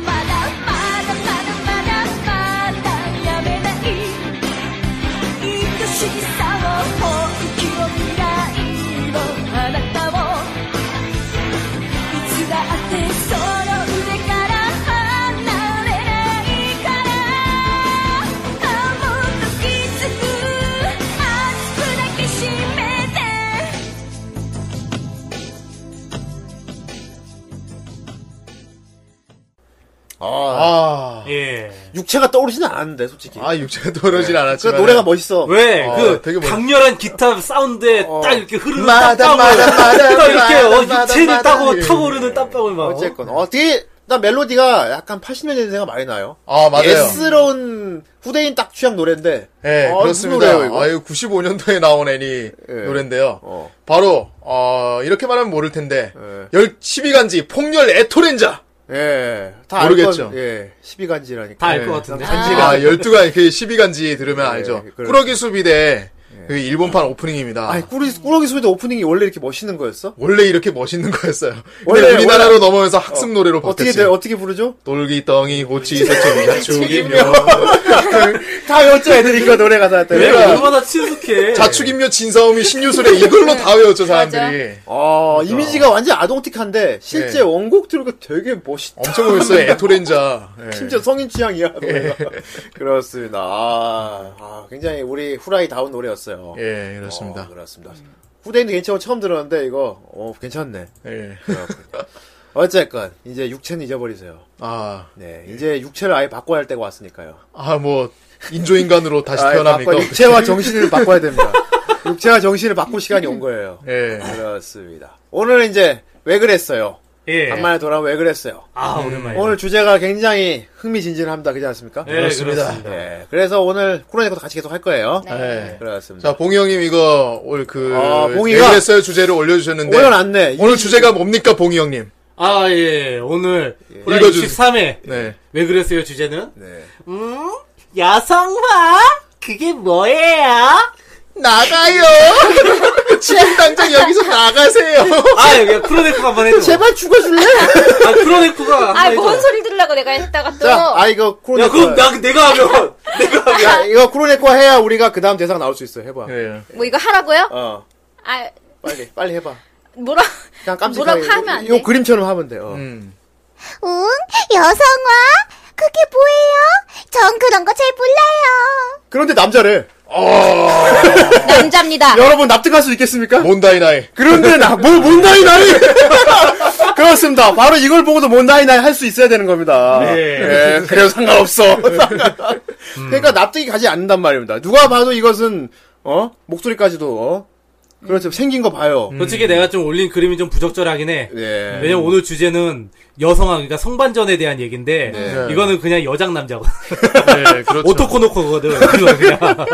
まだまだまだまだまだやめない愛しさを本気を未来をあなたをいつだってその腕から離れないからあもっときつく熱く抱きしめて 아, 아, 예. 육체가 떠오르진 않았는데 솔직히. 아 육체가 떨어진 그 않았지만 노래가 멋있어. 왜, 어, 그, 되게 멋있- 강렬한 기타 사운드에 어. 딱 이렇게 음, 흐르는 마다, 땀방울. 마다, 마다, 딱 이렇게, 마다, 어, 마다, 육체를 마다. 따고 예. 타오르는 땀방울 막. 어? 어쨌건 어 되게 나 멜로디가 약간 80년대 생각 많이 나요. 아 맞아요. 예스러운 후대인 딱 취향 노래인데. 예, 아, 그렇습니다. 무슨 노래예요, 이거? 아, 이거 95년도에 나온 애니 노래인데요. 어. 바로 어, 이렇게 말하면 모를 텐데 예. 열 12간지 폭렬 에토렌자. 예. 다 알건- 모르겠죠. 예. 12간지라니까. 다 알 것 같은데. 간지가 아, 12간 그 12간지 들으면 예, 알죠. 그렇죠. 예. 꾸러기 수비대 그 일본판 오프닝입니다. 아니 꾸러기 꾸러기 소리도 오프닝이 원래 이렇게 멋있는 거였어? 원래 이렇게 멋있는 거였어요. 근데 원래- 우리나라로 넘어오면서 학습 노래로 어떻게 바뀌었지. 돼? 어떻게 부르죠? 돌기 덩이 고치 서점이나 죽이며 다 외웠죠 애들이니까 노래가 다 왜 했다. 얼마나 친숙해. [LAUGHS] 자축인묘 진사오미 신유술에 이걸로 다 외웠죠 사람들이. 아 이미지가 완전 아동틱한데 실제 예. 원곡 들으니까 되게 멋있다. 엄청 멋있어요 예. 에토렌자. 예. [LAUGHS] 심지어 성인 취향이야. 노래가. [LAUGHS] 그렇습니다. 아, 아, 굉장히 우리 후라이 다운 노래였어요. 예, 그렇습니다. 어, 그렇습니다. 후대인도 괜찮고 처음 들었는데 이거 어 괜찮네. 예. [LAUGHS] 그렇군요. 어쨌건 이제 육체는 잊어버리세요. 아, 네, 이제 육체를 아예 바꿔야 할 때가 왔으니까요. 아, 뭐, 인조인간으로 다시 아예 태어납니까? 바꿔- 육체와 정신을 바꿔야 됩니다. [LAUGHS] 육체와 정신을 바꿀 시간이 온 거예요. [LAUGHS] 예. 그렇습니다. 오늘은 이제 왜 그랬어요? 예. 간만에 돌아와 왜 그랬어요? 아, 오랜만에. 오늘 주제가 굉장히 흥미진진합니다. 그렇지 않습니까? 예, 그렇습니다. 네, 그래서 오늘 코로니코도 같이 계속 할 거예요. 네. 그렇습니다. 자, 봉이 형님 이거, 올 그, 아, 봉이가- 얘기했어요 주제를 올려주셨는데. 오늘 안 내. 오늘 주제가 뭡니까, 봉이 형님? 아, 예. 오늘, 예. 읽어주세요. 63회. 네. 왜 그랬어요, 주제는? 네. 음, 여성화? 그게 뭐예요? [LAUGHS] 나가요! 지금 당장 여기서 나가세요! 아, 야, 크로네코가 한번 해줘. [LAUGHS] 제발 죽어줄래? 아, 크로네코가. 한번 해줘. 아뭔 소리 들으려고 내가 했다가 또 자, 아 이거 야, 코로네코. 그럼 나, 내가 하면. 내가 하면. 야, 이거 코로네코 해야 우리가 그 다음 대상 나올 수 있어. 해봐. 예. 뭐 이거 하라고요? 어, 아 빨리, 빨리 해봐. 뭐라 그냥 깜찍하게. 뭐라고 하면 안 요, 요 돼. 그림처럼 하면 돼. 어. 음. 응? 여성화? 그게 뭐예요? 전 그런 거 잘 몰라요. 그런데 남자래. 남자입니다. 여러분 납득할 수 있겠습니까? 몬다이 나이. 그런데 나, 뭐, 뭔다이 나이! [LAUGHS] 그렇습니다. 바로 이걸 보고도 뭔다이 나이 할 수 있어야 되는 겁니다. 네. 예, 그래도 [LAUGHS] 상관없어. 음. 그러니까 납득이 가지 않는단 말입니다. 누가 봐도 이것은, 어? 목소리까지도, 어? 그렇죠. 생긴 거 봐요. 예. 솔직히 내가 좀 올린 그림이 좀 부적절하긴 해. 네. 음. 왜냐면 오늘 주제는 여성화, 그러니까 성반전에 대한 얘기인데, 네. 그렇죠. 이거는 그냥 여장 남자고. 예, 네, 그렇죠. 오토코노코거든. [LAUGHS] 이거 그냥.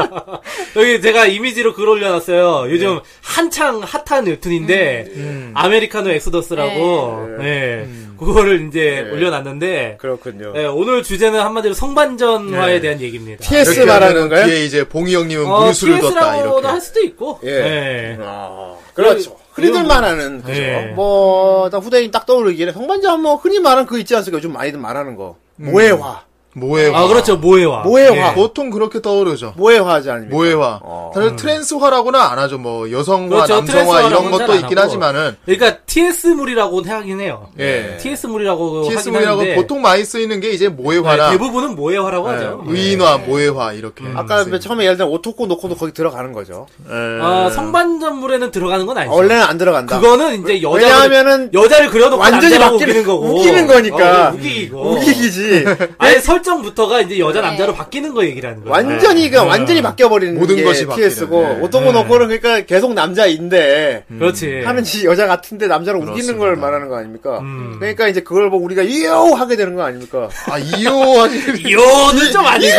여기 제가 이미지로 글 올려놨어요. 요즘 예. 한창 핫한 웹툰인데, 음. 아메리카노 엑소더스라고, 네. 예. 그거를 이제 올려놨는데, 그렇군요. 예, 오늘 주제는 한마디로 성반전화에 대한 얘기입니다. TS 말하는 건가요? 뒤에 이제 봉이 형님은 어, 무술을 뒀다 TS 라고도 이렇게. 할 수도 있고. 예. 예. 아, 그렇죠. 흔히들만 하는 그죠. 예. 뭐, 딱 후대인 딱 떠오르기에 성반전 뭐 흔히 말하는 그 있지 않습니까? 요즘 많이들 말하는 거. 모해화. 모해화. 예, 아, 그렇죠. 모해화. 모해화. 모- 보통 그렇게 떠오르죠. 모해화지 아닙니까? 네. 모해화. 다들 트랜스화라고는 안 하죠. 뭐 여성화, 음. 그렇죠. 남성화 이런 트랜스화라고는 것도 잘안 있긴 하고. 하지만은 그러니까 TS물이라고 하긴 해요. 예. TS물이라고 뭐 하긴 TS물이라고 하는데 보통 많이 쓰이는 게 이제 모해화나 네, 대부분은 그렇죠. 모해화라고 하죠. 네. 예, 의인화, 모해화 이렇게. 아까 맨 처음에 예를 들면 오토코 놓고도 거기 들어가는 거죠. 예. 아, 성반전물에는 들어가는 건 아니죠. 원래는 안 들어간다. 그렇죠. 그거는 이제 여자 왜냐하면은 여자를 그려놓고 완전히 남자라고 바뀌는- 우기는 거고 우기는 거니까. 어, 우기고 우기기지. 아예 설정부터가 이제 여자 남자로 바뀌는 거 얘기라는 거예요. 완전히, 그 완전히 바뀌어버리는 모든 게 것이 바뀌는, TS고, 예. 오토코 놓고는 그러니까 계속 남자인데, 그렇지. 하는 지 여자 같은데 남자를 우기는 그렇습니다. 걸 말하는 거 아닙니까? 음. 그러니까 이제 그걸 보고 우리가 이요 하게 되는 거 아닙니까? 아 이요하지. 요는 좀 아니고.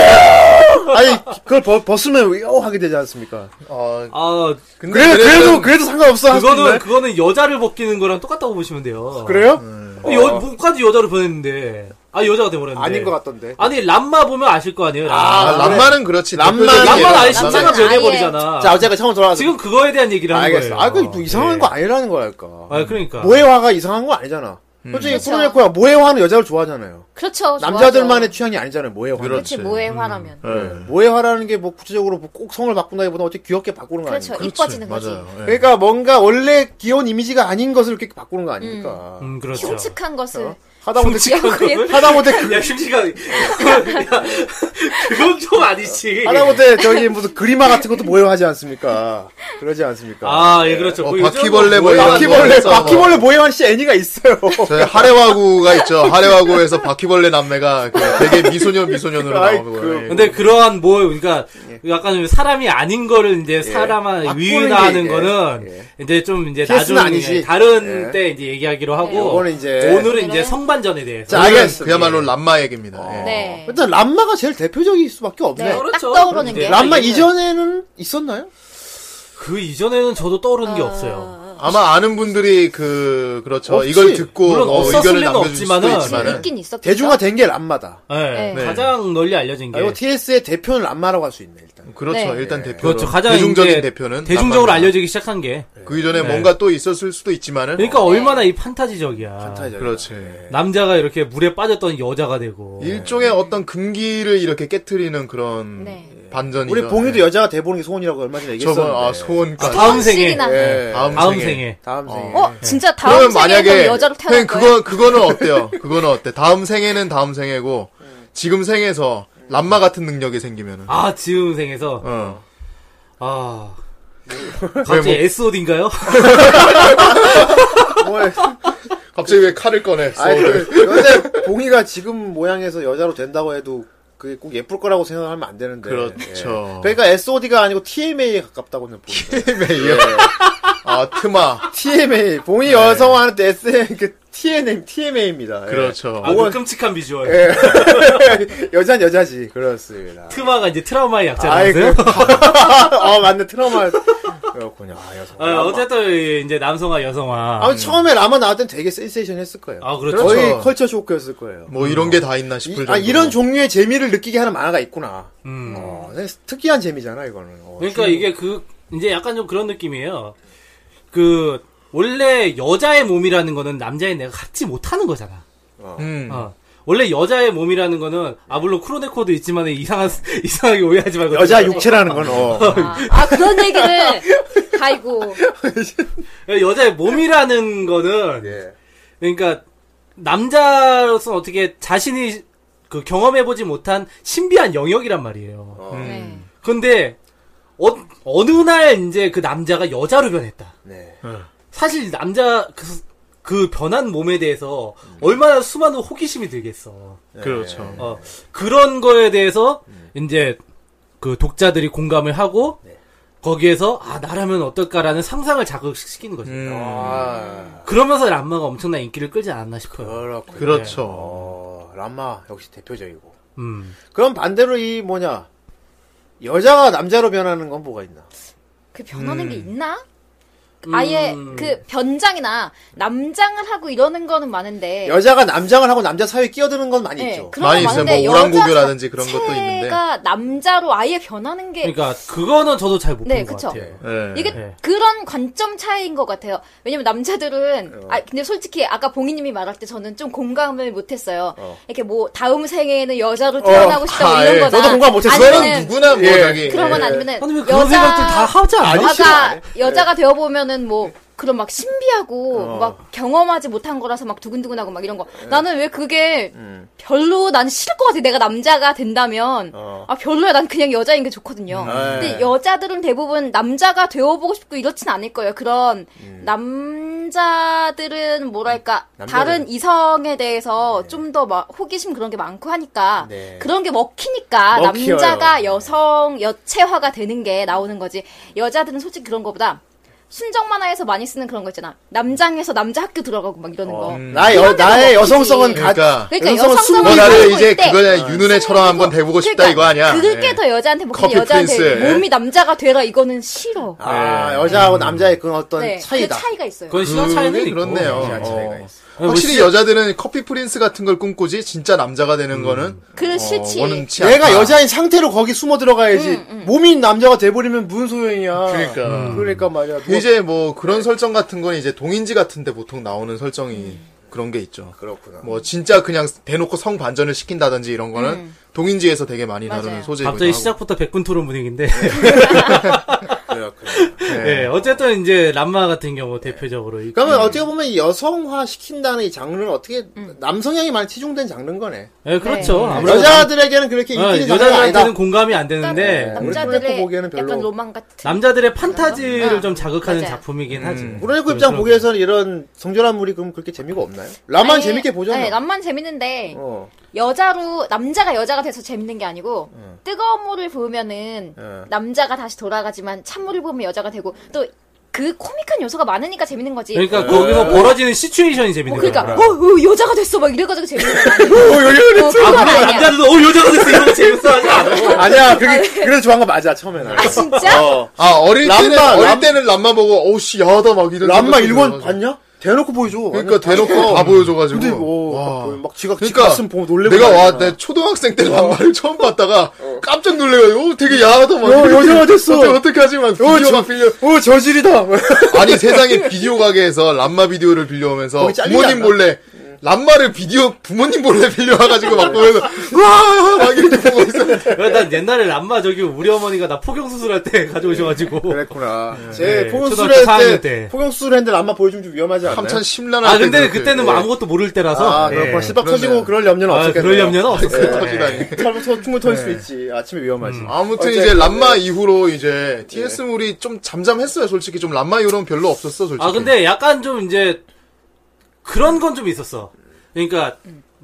아니 그걸 벗, 벗으면 이요 하게 되지 않습니까? 아, 아 그래, 도 그래도 그래도 상관없어 할 수도 그거는 있나요? 그거는 여자를 벗기는 거랑 똑같다고 보시면 돼요. 그래요? 여 목까지 여자로 보냈는데 아 여자가 돼버렸는데 어. 아닌 것 같던데. 아니 람마 보면 아실 거 아니에요. 람마. 아, 그래. 람마는 그렇지. 람마는- 대표적인 람마는 아예 예로 신체가 람마는- 변해버리잖아. 자 어제가 처음 돌아와서 지금 그거에 대한 얘기를 하는 알겠어. 거예요. 아, 그 이상한 거 아니라는 거랄까. 아, 그러니까. 모해화가 이상한 거 아니잖아. 솔직히 그렇죠. 프로네코야 모해화는 여자를 좋아하잖아요. 그렇죠. 어, 남자들만의 취향이 아니잖아요. 모해화. 는 네. 그렇지 음. 모해화라면. 예. 모해화라는 게 뭐 구체적으로 뭐꼭 성을 바꾼다기보다 어떻게 귀엽게 바꾸는 거 그렇죠. 아닙니까? 이뻐지는 거지. 맞아요. 예. 그러니까 뭔가 원래 귀여운 이미지가 아닌 것을 이렇게 바꾸는 거 아닙니까? 음, 그렇죠. 흉측한 것을. 하다못해 흉측한 그걸? 하다못해 그- 야, 심지가, 야, 그건 좀 아니지. 하다못해 저기 무슨 그림화 같은 것도 모해화하지 않습니까? 그러지 않습니까? 아, 예, 그렇죠. 뭐 그 요즘은 바퀴벌레 뭐 모양. 모양 바퀴벌레 그래서 뭐- 바퀴벌레 모해화한 씨 애니가 있어요. 저희 하레와구가 있죠. 하레와구에서 바퀴벌레 남매가 그 되게 미소년 미소년으로 아이, 나오고요. 그- 근데 그러한 뭐 그러니까 약간 사람이 아닌 거를 이제 [LAUGHS] 사람한 바꾸는 위유나하는 게, 예, 거는 이제 좀 이제 TS 는 나중에 아니지. 다른 예. 때 이제 얘기하기로 하고 요거는 이제- 오늘은 이제 성반전에 대해서 자, 알겠습니다. 그야말로 람마 얘기입니다. 예. 네. 일단 람마가 제일 대표적일 수밖에 어. 없네. 네. 요 그렇죠. 딱 떠오르는 게. 이제 람마 이거는- 이전에는 있었나요? 그 이전에는 저도 떠오르는 게 없어요. 아마 아는 분들이 그 그렇죠. 없지. 이걸 듣고 물론 뭐 없었을 의견을 리는 남겨주실 수도 없지만은- 있지만은 있긴 있었겠죠. 대중화된 게 람마다. 예, 네. 가장 널리 알려진 게 아, 이거 TS의 대표는 람마라고 할 수 있네 음, 일단. 그렇죠. 네. 일단 대표 그렇죠. 가장 대중적인 이제 대표는 대중적으로 람마입니다. 알려지기 시작한 게 그 이전에 네. 뭔가 또 있었을 수도 있지만은 그러니까 네. 얼마나 이 판타지적이야. 판타지적이야. 그렇죠. 그렇지. 남자가 이렇게 물에 빠졌던 여자가 되고 일종의 어떤 금기를 이렇게 깨뜨리는 그런 네. 반전이 우리 봉이도 여자가 돼보는 게 소원이라고 얼마 전에 얘기했었는데. 저번 아 소원까지 아. 다음 생에 실이나. 예. 다음, 다음, 다음 생에. 생에 생에. 어, 진짜 다음 그러면 생에 그럼 만약에 여자로 태어날 형 거예요? 그거 그거는 어때요? 그거는 어때? 다음 생에는 다음 생에고 지금 생에서 람마 같은 능력이 생기면은 아 지음 생에서 어. 아 갑자기 SOD인가요? 뭘- 갑자기 왜 칼을 꺼내? 아니, 소원을. 그- 근데 봉이가 지금 모양에서 여자로 된다고 해도 그게 꼭 예쁠 거라고 생각하면 안 되는데. 그렇죠. 예. 그러니까 SOD가 아니고 TMA에 가깝다고는 [LAUGHS] 보입니다. 예. 아 트마 TMA. 봉이 네. 여성화하는 때 SM, 그 TNM, TMA입니다. 예. 그렇죠. 음. 아, 그 [LAUGHS] 끔찍한 비주얼. [LAUGHS] 여자는 여자지. 그렇습니다. 트마가 이제 트라우마의 아이, 그 약자라면서요? [LAUGHS] 어, 맞네. 트라우마. 그렇군요. 아, 여성. 어, 어쨌든 이제 남성화 여성화. 아, 처음에 라마 나올 땐 되게 센세이션 했을 거예요. 아, 그렇죠. 거의 컬처 쇼크였을 거예요. 뭐 이런 게 다 있나 이, 싶을 정도. 아, 이런 종류의 재미를 느끼게 하는 만화가 있구나. 음. 어, 특이한 재미잖아, 이거는. 어, 그러니까 중- 이게 그 이제 약간 좀 그런 느낌이에요. 그 원래 여자의 몸이라는 거는 남자의 내가 갖지 못하는 거잖아. 음. 어. 원래 여자의 몸이라는 거는 아 물론 크로네코도 있지만 이상한 [LAUGHS] 이상하게 오해하지 말고 여자 육체라는 건, 어. [LAUGHS] 아, 그런 얘기를. 아이고. 여자의 몸이라는 거는 예. 그러니까 남자로서 는 어떻게 자신이 그 경험해보지 못한 신비한 영역이란 말이에요. 어, 음. 네. 근데 어, 어느 날 이제 그 남자가 여자로 변했다. 네. 사실 남자 그, 그 변한 몸에 대해서 얼마나 수많은 호기심이 들겠어. 네. 그렇죠. 어, 그런 거에 대해서 이제 그 독자들이 공감을 하고 거기에서 아 나라면 어떨까라는 상상을 자극시키는 거죠. 음. 그러면서 람마가 엄청난 인기를 끌지 않았나 싶어요. 아, 그렇군요. 그렇죠. 어, 람마 역시 대표적이고. 음. 그럼 반대로 이 뭐냐 여자가 남자로 변하는 건 뭐가 있나? 그 변하는 음. 게 있나? 아예 음. 그 변장이나 남장을 하고 이러는 거는 많은데 여자가 남장을 하고 남자 사이에 끼어드는 건 많이 네, 있죠. 그런 많이 건 있어요. 많은데 뭐 여자 오랑고교라든지 그런 것도 있는데. 제가 남자로 아예 변하는 게 그러니까 그거는 저도 잘 못 본 것 네, 그쵸. 같아요. 예. 이게 네. 그런 관점 차이인 것 같아요. 왜냐면 남자들은 아 근데 솔직히 아까 봉이님이 말할 때 저는 좀 공감을 못했어요. 이렇게 뭐 다음 생에는 여자로 태어나고 싶다 고 아, 이런 예. 거나 저도 공감 못했어요. 아니면은 그거는 누구나 뭐 예. 자기- 그런 건 예. 아니면은 아니면 그런 여자 생각들 다 하지 네. 않아요? 여자가 아니죠. 여자가 되어 보면은 뭐 그런 막 신비하고 어. 네. 막 경험하지 못한 거라서 막 두근두근하고 막 이런 거 나는 왜 그게 음. 별로 난 싫을 것 같아 내가 남자가 된다면 어. 아 별로야 난 그냥 여자인 게 좋거든요 아, 예. 네. 근데 여자들은 대부분 남자가 되어보고 싶고 이렇진 않을 거예요 그런 남자들은 뭐랄까 남자들은- 다른 이성에 대해서 좀 더 막 호기심 그런 게 많고 하니까 네. 그런 게 먹히니까 먹혀요. 남자가 여성 여체화가 되는 게 나오는 거지 여자들은 솔직히 그런 거보다 순정 만화에서 많이 쓰는 그런 거 있잖아. 남장에서 남자 학교 들어가고 막 이러는 거. 나의 여- 나의 여성성은 뭐 가- 음. 그러니까, 그러니까 숨기고 여성성을 나를 가지고 이제 있대. 아, 그거냐 윤은혜처럼 한번 돼보고 싶다 그러니까 이거 아니야? 그러니까 그게 예. 더 여자한테 먹히는 커피 여자한테 프린스, 예. 몸이 남자가 되라 이거는 싫어. 네. 아 여자하고 남자의 그 어떤 네, 차이다. 그 차이가 있어요. 그건 시각 차이는 있고. 음, 그렇네요. 시각 차이가 어. 확실히 여자들은 커피 프린스 같은 걸 꿈꾸지 진짜 남자가 되는 거는 그 싫지. 원치 않다. 내가 여자인 상태로 거기 숨어 들어가야지. 몸이 남자가 돼버리면 무슨 소용이야. 그러니까. 음. 그러니까 말이야. 누가- 이제 뭐 그런 설정 같은 건 이제 동인지 같은데 보통 나오는 설정이 그런 게 있죠. 그렇구나. 뭐 진짜 그냥 대놓고 성 반전을 시킨다든지 이런 거는 음. 동인지에서 되게 많이 다루는 소재이기도 갑자기 하고. 시작부터 백분 토론 분위기인데. 네. [LAUGHS] 그렇군요. 네. 어쨌든 이제 람마 같은 경우 대표적으로 이- 그러면 어떻게 보면 이 여성화 시킨다는 이 장르는 어떻게 남성향이 많이 치중된 장르인 거네. 예, 그렇죠. 네. 아무래도- 여자들에게는 그렇게 어, 인기는 장르가 아니다. 여자들한테는 공감이 안 되는데 남자들의 보기에는 별로. 약간 로망 같은. 남자들의 판타지를 좀 자극하는 맞아요. 작품이긴 하지. 우라네코 그래서- 입장 보기에서는 이런 성전한 물이 그럼 그렇게 재미가 없나요? 라만 아니, 재밌게 보잖아. 네, 람만 재밌는데 어. 여자로 남자가 여자가 돼서 재밌는 게 아니고 뜨거운 물을 부으면은 예. 남자가 다시 돌아가지만 찬물을 부으면 여자가 되고 또 그 코믹한 요소가 많으니까 재밌는 거지. 네. 그러니까 거기서 벌어지는 시츄에이션이 재밌는 어, 그러니까 거야. 어, 어, 여자가 됐어 막 이래가지고 재밌는 거 아니야? 어, 그건 아, 아니야. 그래, 남자들도 어 여자가 됐어 이런 거 재밌어 하지 않아. 아니야, 그게 그래도 좋아한 거 맞아 처음에는. 아 진짜? 아 어릴 람마, 때는 람- 어릴 때는 람마 보고 오씨 야하다 막 이런. 람마 생각도 일권 들어가지고. 봤냐? 대놓고 보여줘. 그러니까 완전 대놓고 다 보여줘가지고. 근데 뭐, 막 지가 지 그러니까 가슴 보고 놀래고. 내가 난리야. 와, 내 초등학생 때 람마를 처음 봤다가 깜짝 놀래가지고 어, 되게 야하다 막. 야, 이러고. 여자가 됐어. 어떡- 어떡하지 막 비디오가 저- 빌려. 어 저질이다. 아니 세상에 비디오 가게에서 람마 비디오를 빌려오면서 거기 잘리지 부모님 않나? 몰래 람마를 비디오 부모님 몰래 빌려와가지고 막 보면서 와막 이렇게 보고 있었는데. 그래, 난 옛날에 람마 저기 우리 어머니가 나 포경 수술할 때 [LAUGHS] 가져오셔가지고. 그랬구나. 제 포경 수 수술할 때, 네, 때. 포경 수술을 했는데 람마 보여주면 좀 위험하지 않나요? 한참 심란할 아 때 근데 그렇게, 그때는 뭐 예. 아무것도 모를 때라서. 아, 그렇구나. 예. 실밥 그러네요. 터지고 그럴 염려는 아, 없었겠네요. 그럴 염려는 없었어요. 네. 음. 예. [LAUGHS] 터지다니. 잘못 터- 충분히 터질 수 있지. 아침에 위험하지. 아무튼 어쨌든, 이제 람마 네. 이후로 이제 TS 물이 좀 잠잠했어요 솔직히 좀 람마 이후로는 별로 없었어 솔직히. 아 근데 약간 좀 이제 그런 건 좀 있었어. 그러니까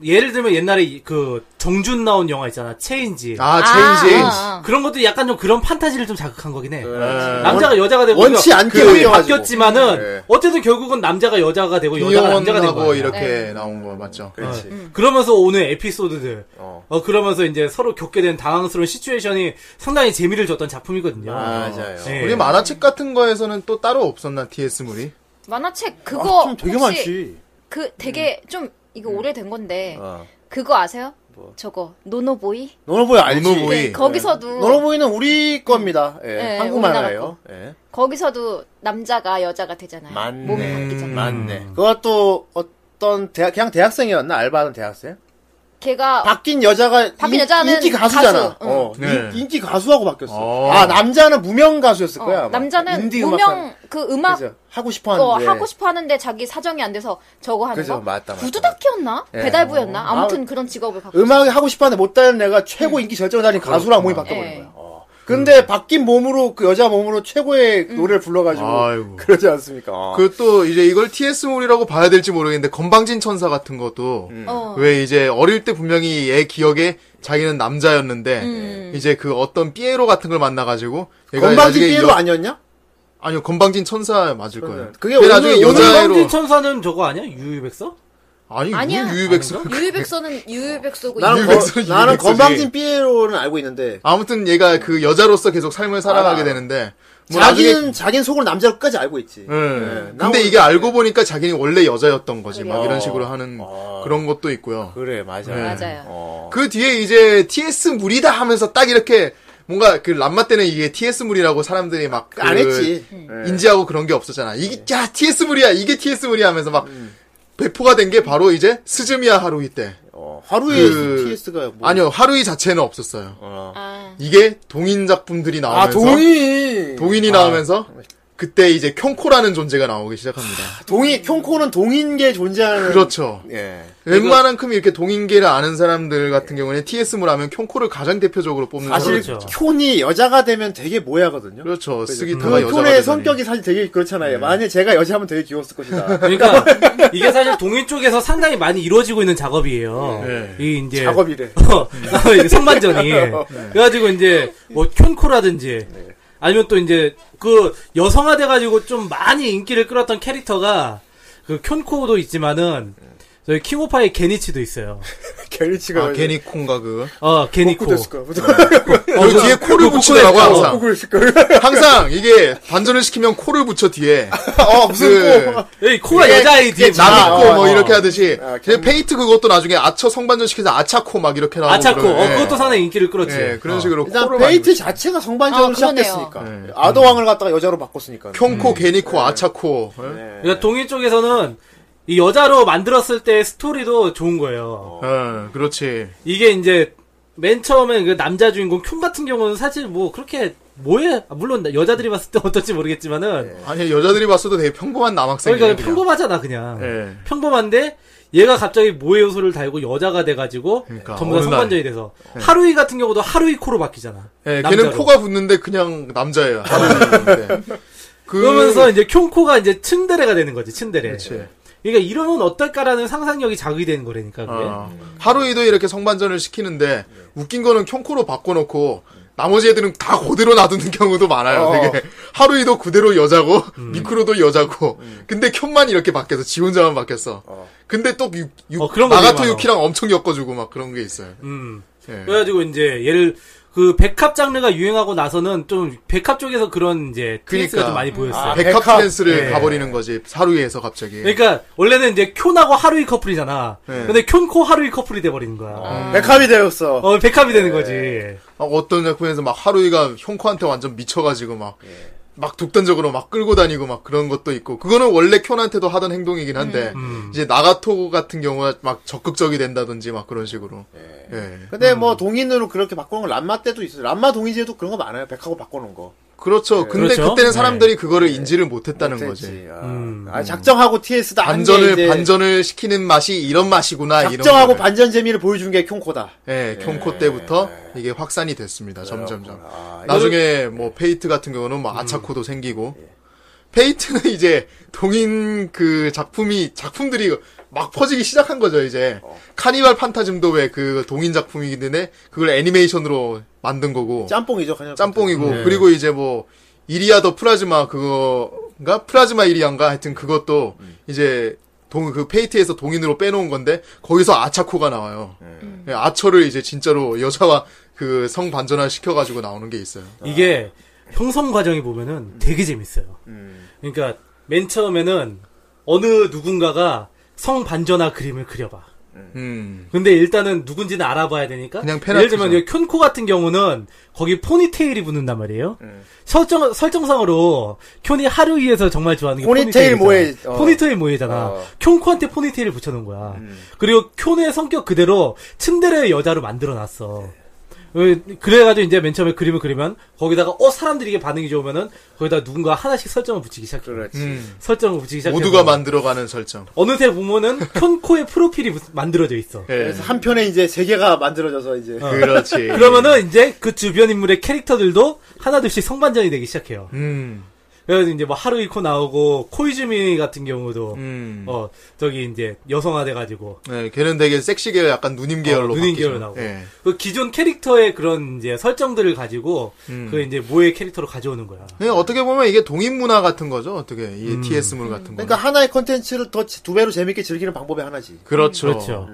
예를 들면 옛날에 이- 그 정준 나온 영화 있잖아 체인지. 아, 체인지. 아, 어. 아, 아. [LAUGHS] 그런 것도 약간 좀 그런 판타지를 좀 자극한 거긴 해. 그렇지. 남자가 원- 여자가 되고 네. 원치 그러니까 않게 그림이 올려가지고. 바뀌었지만은 네. 어쨌든 결국은 남자가 여자가 되고 여자가 남자가 되고 비혼하고 아니야. 이렇게 나온 거 맞죠? 그렇지. 어, 그러면서 오는 에피소드들, 어. 어, 그러면서 이제 서로 겪게 된 당황스러운 시츄에이션이 상당히 재미를 줬던 작품이거든요. 맞아요. 네. 예. 어. 우리 만화책 같은 거에서는 또 따로 없었나 TS 물이? 만화책 그거 아, 좀 되게 혹시 많지. 음. 그 되게 좀 이거 오래된 건데 어. 뭐? 그거 아세요? 저거 노노보이? 노노보이 알지? 노노보이. 네, 거기서도- 노노보이는 우리 겁니다. 예, 네, 한국 우리나라 만화예요. 예. 거기서도 남자가 여자가 되잖아요. 몸이 바뀌잖아요. 음. 맞네. 그것도 어떤 대학 그냥 대학생이었나 알바하는 대학생? 걔가 바뀐 여자가 바뀐 인- 여자는 인기 가수잖아. 가수, 응. 어, 네. 인, 기 가수하고 바뀌었어. 아 남자는 무명 가수였을 어, 거야. 아마. 남자는 인디 무명 음악하는. 그 음악 그죠. 하고 싶어 거 하는데. 하고 싶어 하는데 자기 사정이 안 돼서 저거 하는 그죠. 거. 맞다, 맞다. 구두닦이였나? 예. 배달부였나? 어. 아무튼 아, 그런 직업을 갖고. 음악이 하고 싶어 하는데 못 다는 애가 최고 인기 절정을 달린 가수랑 몸이 바뀌어버린 예. 거야. 어. 근데 음. 바뀐 몸으로 그 여자 몸으로 최고의 음. 노래를 불러가지고 그러지 않습니까? 아. 아. 그 또 이제 이걸 TS물이라고 봐야 될지 모르겠는데 건방진 천사 같은 것도 음. 어. 왜 이제 어릴 때 분명히 얘 기억에 자기는 남자였는데 이제 그 어떤 삐에로 같은 걸 만나가지고 얘가 건방진 그러니까 나중에 삐에로 여- 아니었냐? 아니요 건방진 천사 맞을 거예요. 그게 근데 오늘- 나중에 오늘 여자애로 건방진 천사는 저거 아니야? 유유백서? 아니 아니야. 유유백서 유유백서는 유유백서고 나는, 뭐- 유유백서, 거- 유유백서지. 나는 건방진 삐에로는 알고 있는데 아무튼 얘가 그 여자로서 계속 삶을 살아가게 아. 되는데 뭐 나중에- 자기는 자기는 속으로 남자로까지 알고 있지. 예. 네. 근데 나 오늘- 이게 알고 보니까 자기는 원래 여자였던 거지. 막 그래요. 이런 식으로 하는 그런 것도 있고요. 아. 그래 맞아. 네. 맞아요. 어. 그 뒤에 이제 TS 물이다 하면서 딱 이렇게 뭔가 그 람마 때는 이게 TS 물이라고 사람들이 막 그 안 했지. 음. 네. 인지하고 그런 게 없었잖아. 이게 야 TS 물이야. 이게 TS 물이야 하면서 막 음. 배포가 된 게 바로 이제 스즈미야 하루이 때. 하루에 그- TS가 뭐 아니요 하루이 자체는 없었어요. 아. 이게 동인 작품들이 아 나오면서 동인 동인이 아, 아, 나오면서 그때 이제 경코라는 존재가 나오기 시작합니다. 동인 쿄코는 동인계 존재하는 그렇죠. 예. 웬만한큼 이렇게 동인계를 아는 사람들 같은 경우에는 TS물 하면 켐코를 가장 대표적으로 뽑는 사실 사람. 쿄니 여자가 되면 되게 모야거든요. 그렇죠. 스기타가 그 여자가 쿄의 되다니. 네. 성격이 사실 되게 그렇잖아요. 만약에 제가 여자하면 되게 귀여웠을 것이다. [LAUGHS] 그러니까 이게 사실 동인 쪽에서 상당히 많이 이루어지고 있는 작업이에요. 네. 이 이제 [LAUGHS] [LAUGHS] 작업이래. 어, 이게 [LAUGHS] 성반전이 네. 그래가지고 이제 뭐 켠코라든지 아니면 또 이제 그 여성화돼 가지고 좀 많이 인기를 끌었던 캐릭터가 그 켠코도 있지만은 네. 저희 킹오파의 게니치도 있어요. 게리치가 아, 괜히 콩가 그. 어 게니코. 됐을까? 그 뒤에 코를 붙이더라고 항상. 보고 있을까? 항상 이게 반전을 시키면 코를 붙여 뒤에. 그 어 무슨 코? 이 코가 이게- 여자 아이디. 남이 아, 코뭐 아, 이렇게 하듯이. 아, 근데 페이트 그것도 나중에 아처 성반전 시켜서 아차코 막 이렇게 나오고. 아차코. 그런- 어, 예. 그것도 상당히 인기를 끌었지. 예, 그런 어. 식으로 일단 코를 페이트 자체가 성반전으로 아, 그러네요. 시작됐으니까 네. 아더왕을 갖다가 여자로 바꿨으니까. 콩코, 게니코, 아차코. 예? 그러니까 동인 쪽에서는 이 여자로 만들었을 때 스토리도 좋은 거예요. 예, 그렇지. 이게 이제 맨 처음에 그 남자 주인공 쿰 같은 경우는 사실 뭐 그렇게 뭐해 아, 물론 여자들이 봤을 때 [LAUGHS] 어떨지 모르겠지만은 아니 여자들이 봤어도 되게 평범한 남학생이에요. 그러니까 그냥. 평범하잖아 그냥 예. 평범한데 얘가 갑자기 모의 요소를 달고 여자가 돼가지고 그러니까 전부 다 어느 날. 네. 성반전이 돼서 하루이 같은 경우도 하루이 코로 바뀌잖아. 예, 남자로. 걔는 코가 붙는데 그냥 남자예요. [LAUGHS] 하루는. 네. 그- 그러면서 이제 켐코가 이제 츤데레가 되는 거지 츤데레. 그렇지. 그러니까 이러면 어떨까라는 상상력이 자극이 되는 거라니까 그게. 아, 하루이도 이렇게 성반전을 시키는데 웃긴 거는 켐코로 바꿔놓고 나머지 애들은 다 그대로 놔두는 [LAUGHS] 경우도 많아요. 어. 되게 하루이도 그대로 여자고 음. 미쿠로도 여자고 근데 켐만 이렇게 바뀌어서 지 혼자만 바뀌었어. 근데 또 유, 유, 어, 그런 거 되게 나가토 많아. 유키랑 엄청 엮어주고 막 그런 게 있어요. 음. 예. 그래가지고 이제 얘를 그 백합 장르가 유행하고 나서는 좀 백합 쪽에서 그런 이제 트렌스가 그러니까. 좀 많이 보였어요. 아, 백합 백합. 트랜스를 예. 가버리는 거지 하루이에서 갑자기. 그러니까 원래는 이제 켐하고 하루이 커플이잖아. 네. 근데 켐코 하루이 커플이 돼버리는 아. 거야. 백합이 되었어. 어 백합이 네. 되는 거지. 막 어떤 작품에서 막 하루이가 형코한테 완전 미쳐가지고 막, 예. 막 독단적으로 막 끌고 다니고 막 그런 것도 있고, 그거는 원래 켠한테도 하던 행동이긴 한데, 음. 이제 나가토 같은 경우가 막 적극적이 된다든지 막 그런 식으로. 예. 근데 뭐 동인으로 그렇게 바꾸는 건 람마 때도 있어요. 람마 동인제도 그런 거 많아요. 백하고 바꾸는 거. 그렇죠. 근데 그렇죠. 그때는 사람들이 그거를 인지를 못했다는 거지. 예. 못했지. 아, 음. 아, 작정하고 TS다. 반전을, 반전을 시키는 맛이 이런 맛이구나, 작정하고 이런. 거를. 반전 재미를 보여준 게 켐코다. 예, 켠코 때부터 이게 확산이 됐습니다. 점점점. 아, 나중에 뭐 페이트 같은 경우는 뭐 아차코도 생기고 페이트는 이제 동인 그 작품이 작품들이 막 퍼지기 시작한 거죠 이제 카니발 판타즘도 왜 그 동인 작품이기 때문에 그걸 애니메이션으로 만든 거고 짬뽕이죠. 그냥 어. 짬뽕이고 네. 그리고 이제 뭐 이리아 더 프라즈마 그거가 프라즈마 이리안가 하여튼 그것도 음. 이제 동 그 페이트에서 동인으로 빼놓은 건데 거기서 아차코가 나와요 네. 예, 아처를 이제 진짜로 여자와 그 성 반전화 시켜가지고 나오는 게 있어요. 이게 형성 과정이 음. 보면은 되게 재밌어요. 그러니까 맨 처음에는 어느 누군가가 성 반전화 그림을 그려봐. 음. 근데 일단은 누군지는 알아봐야 되니까. 그냥 팬 예를 들면 아트죠. 이 켠코 같은 경우는 거기 포니테일이 붙는단 말이에요. 음. 설정 설정상으로 켠이 하루 위에서 정말 좋아하는 게 포니테일 포니테일이잖아. 모에, 어. 포니테일 모에잖아. 어. 음. 켠코한테 포니테일을 붙여놓은 거야. 그리고 켠의 성격 그대로 츤데레 여자로 만들어놨어. 왜, 그래가지고 이제 맨 처음에 그림을 그리면 거기다가 어 사람들이 이게 반응이 좋으면은 거기다 누군가 하나씩 설정을 붙이기 시작해. 요 음. 설정을 붙이기 시작해. 모두가 만들어가는 설정. 어느새 보면은 현코의 프로필이 무- 만들어져 있어. 예, 그래서 한 편에 이제 세 개가 만들어져서 이제 어. [LAUGHS] 그러면은 이제 그 주변 인물의 캐릭터들도 하나둘씩 성반전이 되기 시작해요. 음. 그래서 이제 뭐 하루이코 나오고 코이즈미 같은 경우도 음. 어 저기 이제 여성화 돼가지고 네, 걔는 되게 섹시 계열, 약간 누님 계열로 어, 누님 바뀌죠. 계열로 나오고 예. 그 기존 캐릭터의 그런 이제 설정들을 가지고 음. 그 이제 모의 캐릭터로 가져오는 거야. 네, 어떻게 보면 이게 동인 문화 같은 거죠. 어떻게 이 음. TS물 같은 거. 그러니까 하나의 컨텐츠를 더 두 배로 재밌게 즐기는 방법이 하나지. 그렇죠. 그렇죠.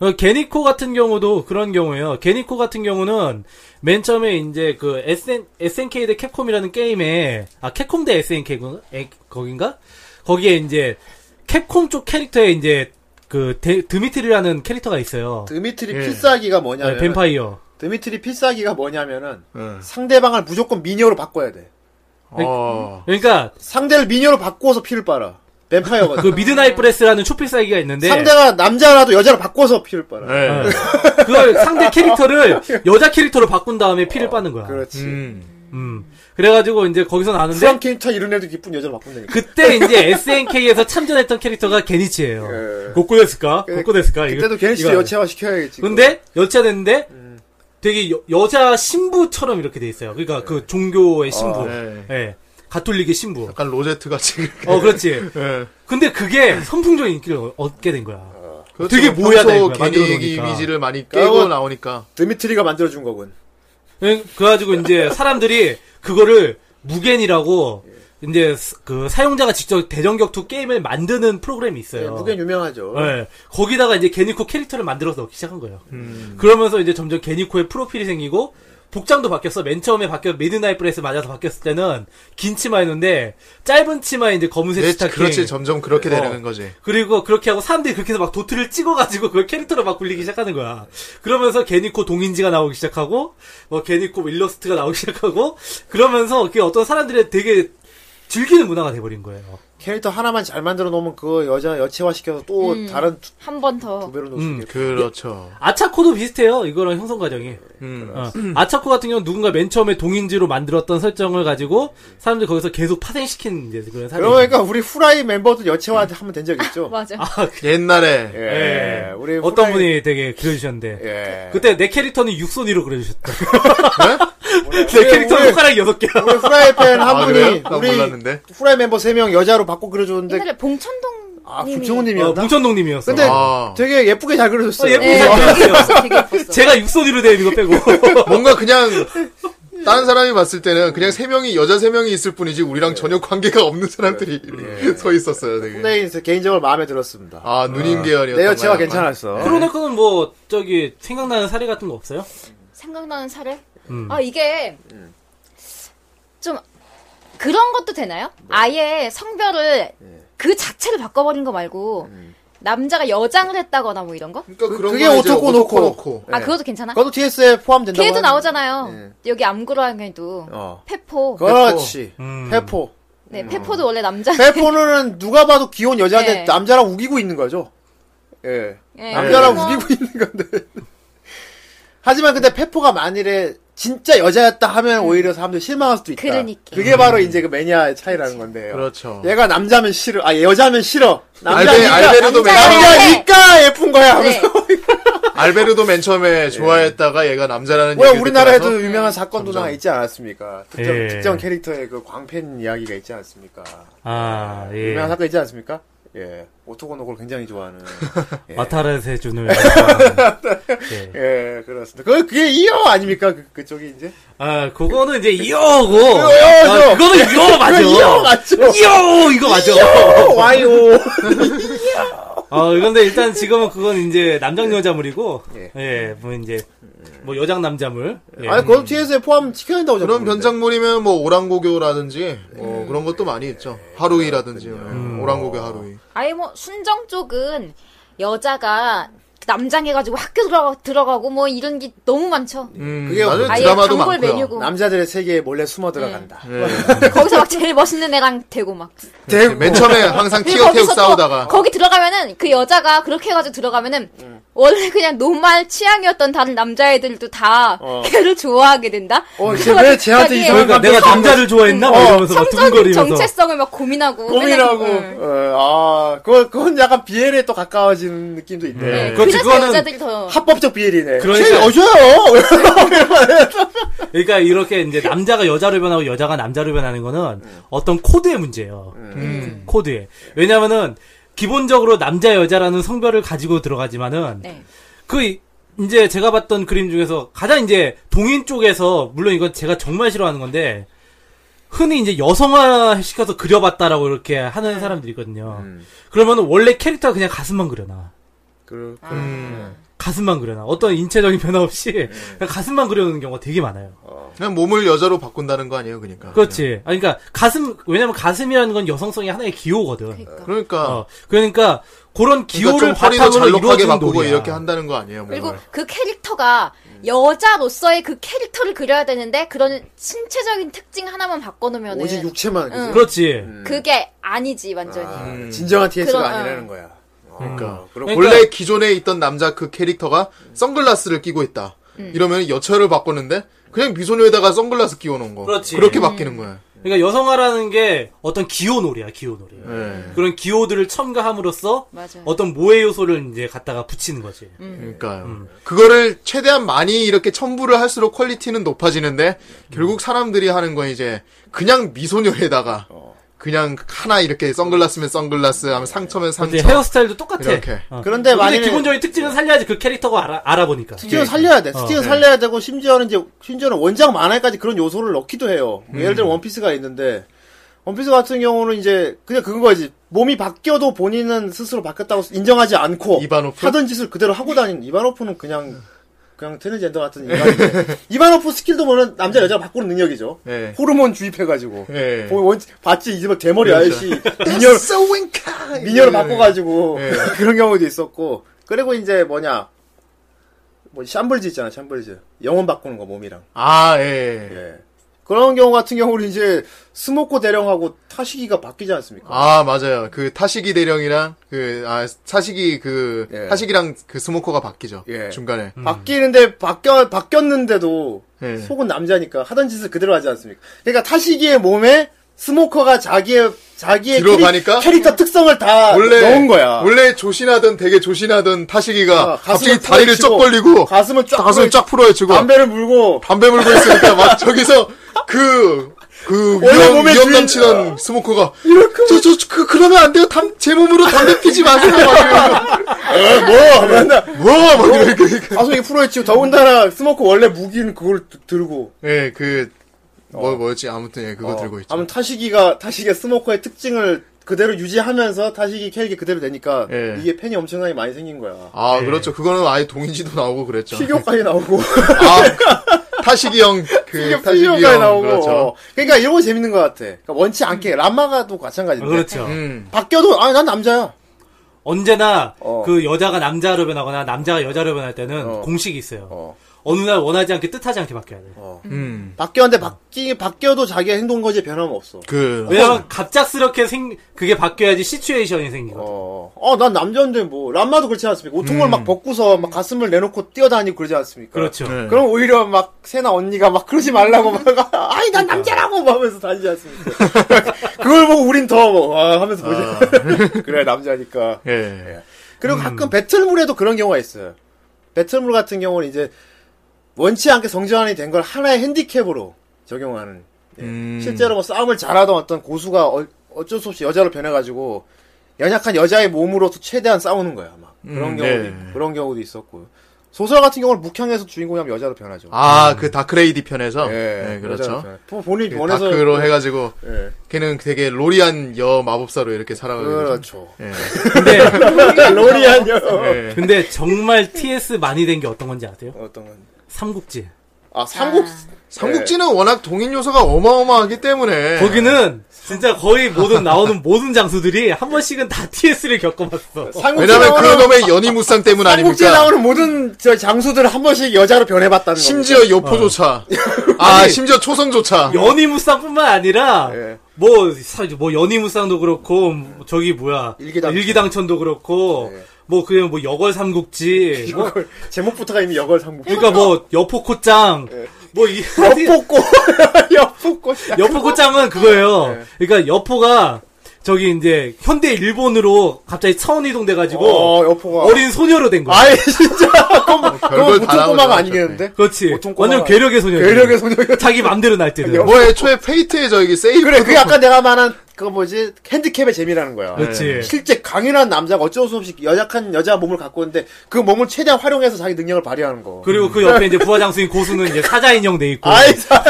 어, 게니코 같은 경우도 그런 경우예요. 게니코 같은 경우는 맨 처음에 이제 그 SN, SNK 대 캡콤이라는 게임에 아 캡콤 대 SNK 군- 에, 거긴가? 거기에 이제 캡콤 쪽 캐릭터에 이제 그 데- 드미트리라는 캐릭터가 있어요. 드미트리 예. 필사기가 뭐냐면 네, 뱀파이어. 드미트리 필사기가 뭐냐면은 음. 상대방을 무조건 미녀로 바꿔야 돼. 어. 그러니까 상대를 미녀로 바꿔서 피를 빨아. 뱀파이어가. 그 미드나잇 브레스라는 초필살기가 네. 있는데 어. 상대가 남자라도 여자를 바꿔서 피를 예. 빨아. 음. 네. 그걸 상대 캐릭터를 여자 캐릭터로 바꾼 다음에 피를 빠는 네. 거야. 그렇지. 음. 그래가지고 이제 거기서 나는데 프랑 캐릭터 이런 애도 기쁜 여자를 바꾼다니까. 그때 이제 SNK에서 참전했던 캐릭터가 게니치예요. 고꾸됐을까? 고꾸됐을까? 그때도 음. 걔네도 여체화 시켜야겠지. 근데 여체됐는데 되게 여, 자 신부처럼 이렇게 돼 있어요. 그러니까 예. 그 아, 종교의 신부, 네. 예, 가톨릭의 신부. 약간 로제트 같이. 아, 어, 그렇지. 예. 근데 그게 선풍적인 인기를 얻- 얻게 된 거야. 아. 그렇죠. 되게 모여야 되는 거야. 평소 만들어 개인기 놓으니까. 이미지를 많이 깨고 그리고 나오니까. 드미트리가 만들어준 거군. 예, 그래가지고 이제 사람들이 그거를 무겐이라고 예. 이제 스- 그 사용자가 직접 대전격투 게임을 만드는 프로그램이 네, 있어요. 네, 무게 유명하죠. 예, 거기다가 이제 게니코 캐릭터를 만들어서 넣기 시작한 거예요. 음. 그러면서 이제 점점 게니코의 프로필이 생기고 복장도 바뀌었어. 맨 처음에 바뀌어 미드나잇 브레스 맞아서 바뀌었을 때는 긴 치마였는데 짧은 치마에 이제 검은색 네, 스타킹. 그렇지. 점점 그렇게 어. 되는 거지. 그리고 그렇게 하고 사람들이 그렇게 해서 막 도트를 찍어가지고 그걸 캐릭터로 막 굴리기 시작하는 거야. 그러면서 게니코 동인지가 나오기 시작하고 뭐 게니코 일러스트가 나오기 시작하고 그러면서 그게 어떤 사람들의 되게 즐기는 문화가 돼버린 거예요. 캐릭터 하나만 잘 만들어 놓으면 그 여자 여체화 시켜서 또 음. 어. 다른 두, 한 번 더. 두 배로 놓을 수 음. 있겠다. 그렇죠. 아차코도 비슷해요. 이거랑 형성 과정이. 음. 어. 아차코 같은 경우는 누군가 맨 처음에 동인지로 만들었던 설정을 가지고 사람들이 거기서 계속 파생시키는 이제 그런 사람이. 그러니까 우리 후라이 멤버도 여체화 하면 된 적 있죠. 맞아. 옛날에 예. 예. 우리 어떤 후라이- 분이 되게 그려주셨는데. 예. 네? 그때 내 캐릭터는 육손이로 그려주셨다. 우리- 내 캐릭터 우리- 손가락 여섯 개야. 어, 우리 후라이팬 한 아, 그래요? 분이 난 우리 몰랐는데. 후라이 멤버 세 명 여자로 바꿔 그려줬는데 [LAUGHS] 옛날에 봉천동. 아 음. 님이- 어, 부정우님이었나? 봉천동님이었어. 근데 아. 되게 예쁘게 잘 어, 그려줬어요. 네. 예쁘게 예, 잘 그려주셨어요. 되게 예뻤어. 제가 육손이로 되어 있는 거 [LAUGHS] 빼고. 뭔가 그냥 다른 사람이 봤을 때는 그냥 세 명이 여자 세 명이 있을 뿐이지 우리랑 전혀 관계가 없는 사람들이 [LAUGHS] 서 있었어요. 되게. 근데 네. 이제 개인적으로 마음에 들었습니다. 아 누님 계열이었다. 내 여체화 괜찮았어. 코로나코는 뭐, 저기, 생각나는 사례 같은 거 없어요? 생각나는 사례? 음. 아, 이게 좀 그런 것도 되나요? 뭐? 아예 성별을 그 자체를 바꿔버린 거 말고 음. 남자가 여장을 했다거나 뭐 이런 거? 그러니까 그런 그게 거 이제 오토코 놓고. 아, 그것도 괜찮아? 예. 그것도 TS에 포함된다고. 걔도 하는- 나오잖아요. 여기 암그라에도 어. 페포. 그렇지. 음. 페포. 네, 페포도 원래 [LAUGHS] 남자. 페포는 누가 봐도 귀여운 여자인데 네. 남자랑 우기고 있는 거죠. 예. 예, 남자랑 그래서 우기고 있는 건데. 하지만 근데 페포가 만일에 진짜 여자였다 하면 오히려 사람들 이 실망할 수도 있다. 음. 그러니까. 게 바로 이제 그 매니아의 차이라는 건데요. 그렇죠. 얘가 남자면 싫어. 아, 얘 여자면 싫어. 알베 남자니까. 알베르도 맨 남자야. 처음, 남자니까 예쁜 거야. 네. 하면서. 알베르도 맨 처음에 좋아했다가 얘가 남자라는 [LAUGHS] 왜 얘기를 우리나라에도 듣고 나서 유명한 사건도 하나 있지 않았습니까? 특정, 예. 특정 캐릭터의 그 광팬 이야기가 있지 않습니까? 아, 예. 유명한 사건 있지 않습니까? 예. 오토고노골 굉장히 좋아하는. 예. 마타라세 준을. [LAUGHS] 예. 예, 그렇습니다. 그, 그게 이어 아닙니까? 그, 그쪽이 이제. 아, 그거는 이제 이어고. 이어죠. 아, 그거는 이어 맞아. 그거 이어 맞죠. 이어! 이거 맞아. 와요. 어, 근데 일단 지금은 그건 이제 남장 여자물이고, 예. 예, 뭐 이제, 뭐 여장 남자물. 예. 아니, 그건 TS에 포함 시켜야 된다고 그런 보는데. 변장물이면 뭐 오랑고교라든지 네. 뭐 그런 것도 많이 있죠. 하루이라든지 음. 예, 오랑고교 하루이. 아예 뭐 순정 쪽은 여자가 남장해가지고 학교 들어, 들어가고 뭐 이런 게 너무 많죠. 그게 그게 아예 드라마도 단골 많고요. 예. 메뉴고 음. 남자들의 세계에 몰래 숨어 들어간다. 거기서 막 제일 멋있는 애랑 되고 막. 뭐 네, 맨 처음에 항상 그리고 티격태격 거기서 또 싸우다가 음. 거기 들어가면은 그 여자가 그렇게 해가지고 들어가면은 원래 그냥 노말 취향이었던 다른 남자애들도 다 어. 걔를 좋아하게 된다. 어, 이제 왜 쟤한테 갑자기 이상한 그러니까 내가 남자를 좋아했나? 막 이러면서 막 성적인 두근거리면서. 어, 네. 정체성을 막 고민하고 맨날 고민하고 그- 어, 아 그건 그건 약간 BL에 또 가까워지는 느낌도 있네. 네, 그렇지, 그래서 그거는 여자들이 더- 합법적 BL이네. 그러니까- 제일 어줘요. [LAUGHS] 그러니까 이렇게 이제 남자가 여자로 변하고 여자가 남자로 변하는 거는 어떤 코드의 문제예요. 음. 코드에. 왜냐면은 기본적으로 남자 여자라는 성별을 가지고 들어가지만은 네. 그 이- 이제 제가 봤던 그림 중에서 가장 이제 동인 쪽에서 물론 이건 제가 정말 싫어하는 건데 흔히 이제 여성화 시켜서 그려봤다라고 이렇게 하는 사람들이 있거든요. 음. 그러면 원래 캐릭터가 그냥 가슴만 그려놔. 그, 가슴만 그려놔. 어떤 인체적인 변화 없이 그냥 가슴만 그려놓는 경우가 되게 많아요. 그냥 몸을 여자로 바꾼다는 거 아니에요, 그러니까. 그렇지. 아, 그러니까 가슴 왜냐면 가슴이라는 건 여성성의 하나의 기호거든. 그러니까. 그러니까, 그러니까 그런 기호를 좀 허리도 바탕으로 잘록하게 이루어진 바꾸고 놀이야. 이렇게 한다는 거 아니에요, 그리고 몸을. 그 캐릭터가 여자로서의 그 캐릭터를 그려야 되는데 그런 신체적인 특징 하나만 바꿔놓으면은 오직 육체만. 응. 그렇지. 음. 그게 아니지 완전히. 아, 진정한 TS가 그런, 아니라는 어. 거야. 어, 그러니까. 음. 그럼 원래 기존에 있던 남자 그 캐릭터가 선글라스를 끼고 있다. 음. 이러면 여체를 바꾸는데 그냥 미소녀에다가 선글라스 끼워 놓은 거. 그렇지. 렇게 바뀌는 거야. 그러니까 여성화라는 게 어떤 기호놀이야, 기호놀이. 음. 예. 그런 기호들을 첨가함으로써 맞아요. 음. 어떤 모해 요소를 이제 갖다가 붙이는 거지. 그러니까요. 음. 그거를 최대한 많이 이렇게 첨부를 할수록 퀄리티는 높아지는데 음. 결국 사람들이 하는 건 이제 그냥 미소녀에다가 어. 그냥 하나 이렇게 선글라스면 선글라스 네. 하면 상처면 상처. 근데 헤어스타일도 똑같아. 이렇게. 어. 그런데 근데 만약에- 기본적인 특징은 살려야지 그 캐릭터가 알아, 알아보니까. 예, 스티븐 살려야 돼. 어. 스티븐 네. 살려야 되고 심지어는 이제 심지어는 원작 만화에까지 그런 요소를 넣기도 해요. 뭐 예를 음. 들면 원피스가 있는데 원피스 같은 경우는 이제 그냥 그건 거지. 몸이 바뀌어도 본인은 스스로 바뀌었다고 인정하지 않고 이바노프? 하던 짓을 그대로 하고 다니는 이바노프는 그냥 그냥 트랜젠더 같은 인간인데 [LAUGHS] 이바노프 스킬도 보면 남자 여자 바꾸는 능력이죠. 예. 호르몬 주입해가지고 예. 보- 원- 봤지 이제 막 대머리 그렇죠. [LAUGHS] 아저씨 미녀 소윙카 미녀를 바꿔가지고 예. 네. 그런 경우도 있었고 그리고 이제 뭐냐 뭐 샴블즈 있잖아 샴블즈 영혼 바꾸는 거 몸이랑 아, 예. 예. 그런 경우 같은 경우는 이제 스모코 대령하고 타시기가 바뀌지 않습니까? 아, 맞아요. 그 타시기 대령이랑 그 아, 사시기 그 예. 타시기랑 그 스모커가 바뀌죠. 예. 중간에. 바뀌는데 바뀌어 바뀌었는데도 예. 속은 남자니까 하던 짓을 그대로 하지 않습니까? 그러니까 타시기의 몸에 스모커가 자기의 자기의 뒤로 캐릭- 가니까? 캐릭터 특성을 다 원래 아, 넣은 거야. 원래 조신하던 되게 조신하던 타시기가 어, 가슴을 갑자기 다리를 쫙 풀어헤치고, 벌리고 가슴을 쫙 가슴을 쫙 풀어헤치고 담배를 물고 담배 물고 있으니까 막 [LAUGHS] 저기서 그, 그 원래 위험, 몸에 아. 위험 주인- 넘치던 스모커가 저, 저, 저, 그, 그러면 안 돼요. 담, 제 몸으로 담배 피지 마세요. 막 뭐 맨날 이러면서 뭐, 막 이렇게. 가슴이 풀어헤치고 더군다나 스모커 원래 무기는 그걸 드- 들고 예, 그, 뭐, 뭐였지? 아무튼, 예, 그거 어, 들고 있죠. 아무튼 타시기가 타시기가 스모커의 특징을 그대로 유지하면서 타시기 캐릭이 그대로 되니까 예. 이게 팬이 엄청나게 많이 생긴 거야. 아, 그렇죠. 그거는 아예 동인지도 나오고 그랬죠. 피규어까지 [LAUGHS] 나오고 [LAUGHS] 아, 타시기 형, 그, 피규어, 타시기 형. 피규어까지 나오고. 그렇죠. 어. 그러니까 이런 거 재밌는 것 같아. 그러니까 원치 않게 람마가도 아, 마찬가지인데 그렇죠. 음, 바뀌어도 아난 남자야. 언제나 어. 그 여자가 남자로 변하거나 남자가 여자로 변할 때는 어. 공식이 있어요. 어. 어. 느날 원하지 않게 뜻하지 않게 바뀌어야 돼. 음. 바뀌었는데 바뀌 바뀌어도 자기의 행동 거지 변함 없어. 그, 왜냐면 갑작스럽게 생 그게 바뀌어야지 시츄에이션이 생기거든. 어, 어, 난 남자인데 뭐 람마도 그렇지 않습니까? 오통을 음. 막 벗고서 막 가슴을 내놓고 뛰어다니고 그러지 않습니까? 그렇죠. 네. 그럼 오히려 막 세나 언니가 막 그러지 말라고 막 [LAUGHS] 아니 난 남자라고 막 하면서 다니지 않습니까? 그걸 보고 우린 더 뭐, 아, 하면서 보자. [LAUGHS] 그래 남자니까. 예. 그리고 가끔 배틀물에도 그런 경우가 있어요. 배틀물 같은 경우는 이제 원치 않게 성전환이 된 걸 하나의 핸디캡으로 적용하는. 예. 음. 실제로 뭐 싸움을 잘하던 어떤 고수가 어, 어쩔 수 없이 여자로 변해가지고 연약한 여자의 몸으로 최대한 싸우는 거야. 막 그런 음, 경우도 네. 그런 경우도 있었고 소설 같은 경우는 묵향에서 주인공이 하면 여자로 변하죠. 아, 그 다크레이디 편에서. 예, 예, 그렇죠. 여자로 변해. 보- 본인 그 원해서 다크로 음. 해가지고 예. 걔는 되게 로리안 여 마법사로 이렇게 살아가게 되죠. 그렇죠. 네. 음. 예. 근데 음. 로리안요. 예. 근데 정말 TS 많이 된 게 어떤 건지 아세요? 어떤 건? 삼국지. 아 삼국 [LAUGHS] 삼국지는 워낙 동인 요소가 어마어마하기 네. 때문에 거기는 진짜 거의 모든 [LAUGHS] 나오는 모든 장수들이 한 번씩은 다 TS를 겪어봤어. 삼국지 왜냐면 나오는- 그놈의 연이무쌍 때문 삼국지에 아닙니까? 나오는 모든 저 장수들을 한 번씩 여자로 변해봤다는 어. 심지어 여포조차 아 심지어 초성조차 연이무쌍뿐만 아니라 예. 뭐, 사, 뭐, 연희무쌍도 그렇고, 뭐 저기 뭐야. 일기당천. 네. 도 그렇고, 뭐, 그냥 뭐, 여걸 삼국지. 뭐, 제목부터가 이미 여걸 삼국지. 그러니까 뭐, 여포코짱. 뭐, 이. 네. [LAUGHS] 여포꼬! [LAUGHS] 여포꼬! [LAUGHS] 여포코짱은 그거예요. 네. 그러니까 여포가, 저기 이제, 현대 일본으로 갑자기 차원이동돼가지고, 어, 여포가. 어린 소녀로 된 거야. 아예 [LAUGHS] 진짜. 그건, 그건 어, 별걸 다 네. 보통 꼬마가 나오잖아, 아니겠는데? 그렇지. 뭐 꼬마가- 완전 괴력의 소녀. [LAUGHS] 괴력의 소녀. 자기 맘대로 날뛰는. 뭐 애초에 페이트의 저기 세이브. 그래, 그게 아까 내가 말한, 그 뭐지, 핸디캡의 재미라는 거야. 네. 그렇지. 실제 강인한 남자가 어쩔 수 없이 연약한 여자 몸을 갖고 있는데, 그 몸을 최대한 활용해서 자기 능력을 발휘하는 거. 그리고 그 옆에 이제 부하장수인 고수는 이제 사자 인형 돼 있고. 아이, 사-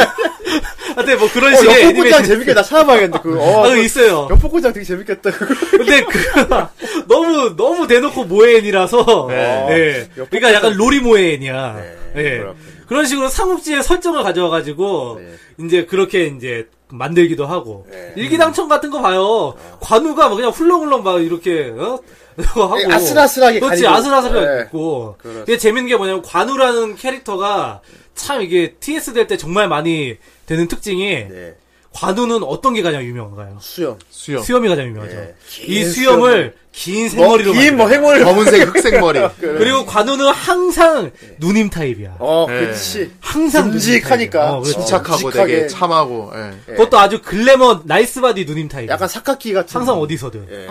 하여튼 뭐 그런 어, 식의 옆포꽃장 애니메이션 재밌게 나 찾아봐야겠는데, 그, 어. 아, 그거 있어요. 옆포꽃장 되게 재밌겠다. 근데 그 [LAUGHS] 너무 너무 대놓고 모해인이라서 네. 예. 옆에 네, 그러니까 약간 로리 모해인이야. 예. 그렇군요. 그런 식으로 삼국지의 설정을 가져와가지고 네. 이제 그렇게 이제 만들기도 하고 일기당천 같은 거 봐요. 어. 관우가 막 그냥 훌렁훌렁 막 이렇게 어? [LAUGHS] 하고 예, 아슬아슬하게 그렇지 가리고. 아슬아슬하게 예. 있고 그렇습니다. 근데 재밌는 게 뭐냐면 관우라는 캐릭터가 참 이게 TS 될 때 정말 많이 되는 특징이 네. 관우는 어떤 게 가장 유명한가요? 수염. 수염. 수염이 가장 유명하죠. 예. 이 수염을 긴 뭐, 생머리로 긴, 뭐, 만들어요. 행월. [LAUGHS] 검은색 흑색머리. 아, 그리고 관우는 항상 누님 타입이야. 어, 예. 그치. 항상 듬직하니까. 예. 누님 타입이야. 어, 그렇지. 침착하고 묵직하게. 네. 되게 참하고. 예. 그것도 아주 글래머 나이스 바디 누님 타입. 약간 사카키 같은. 항상 어디서든 예.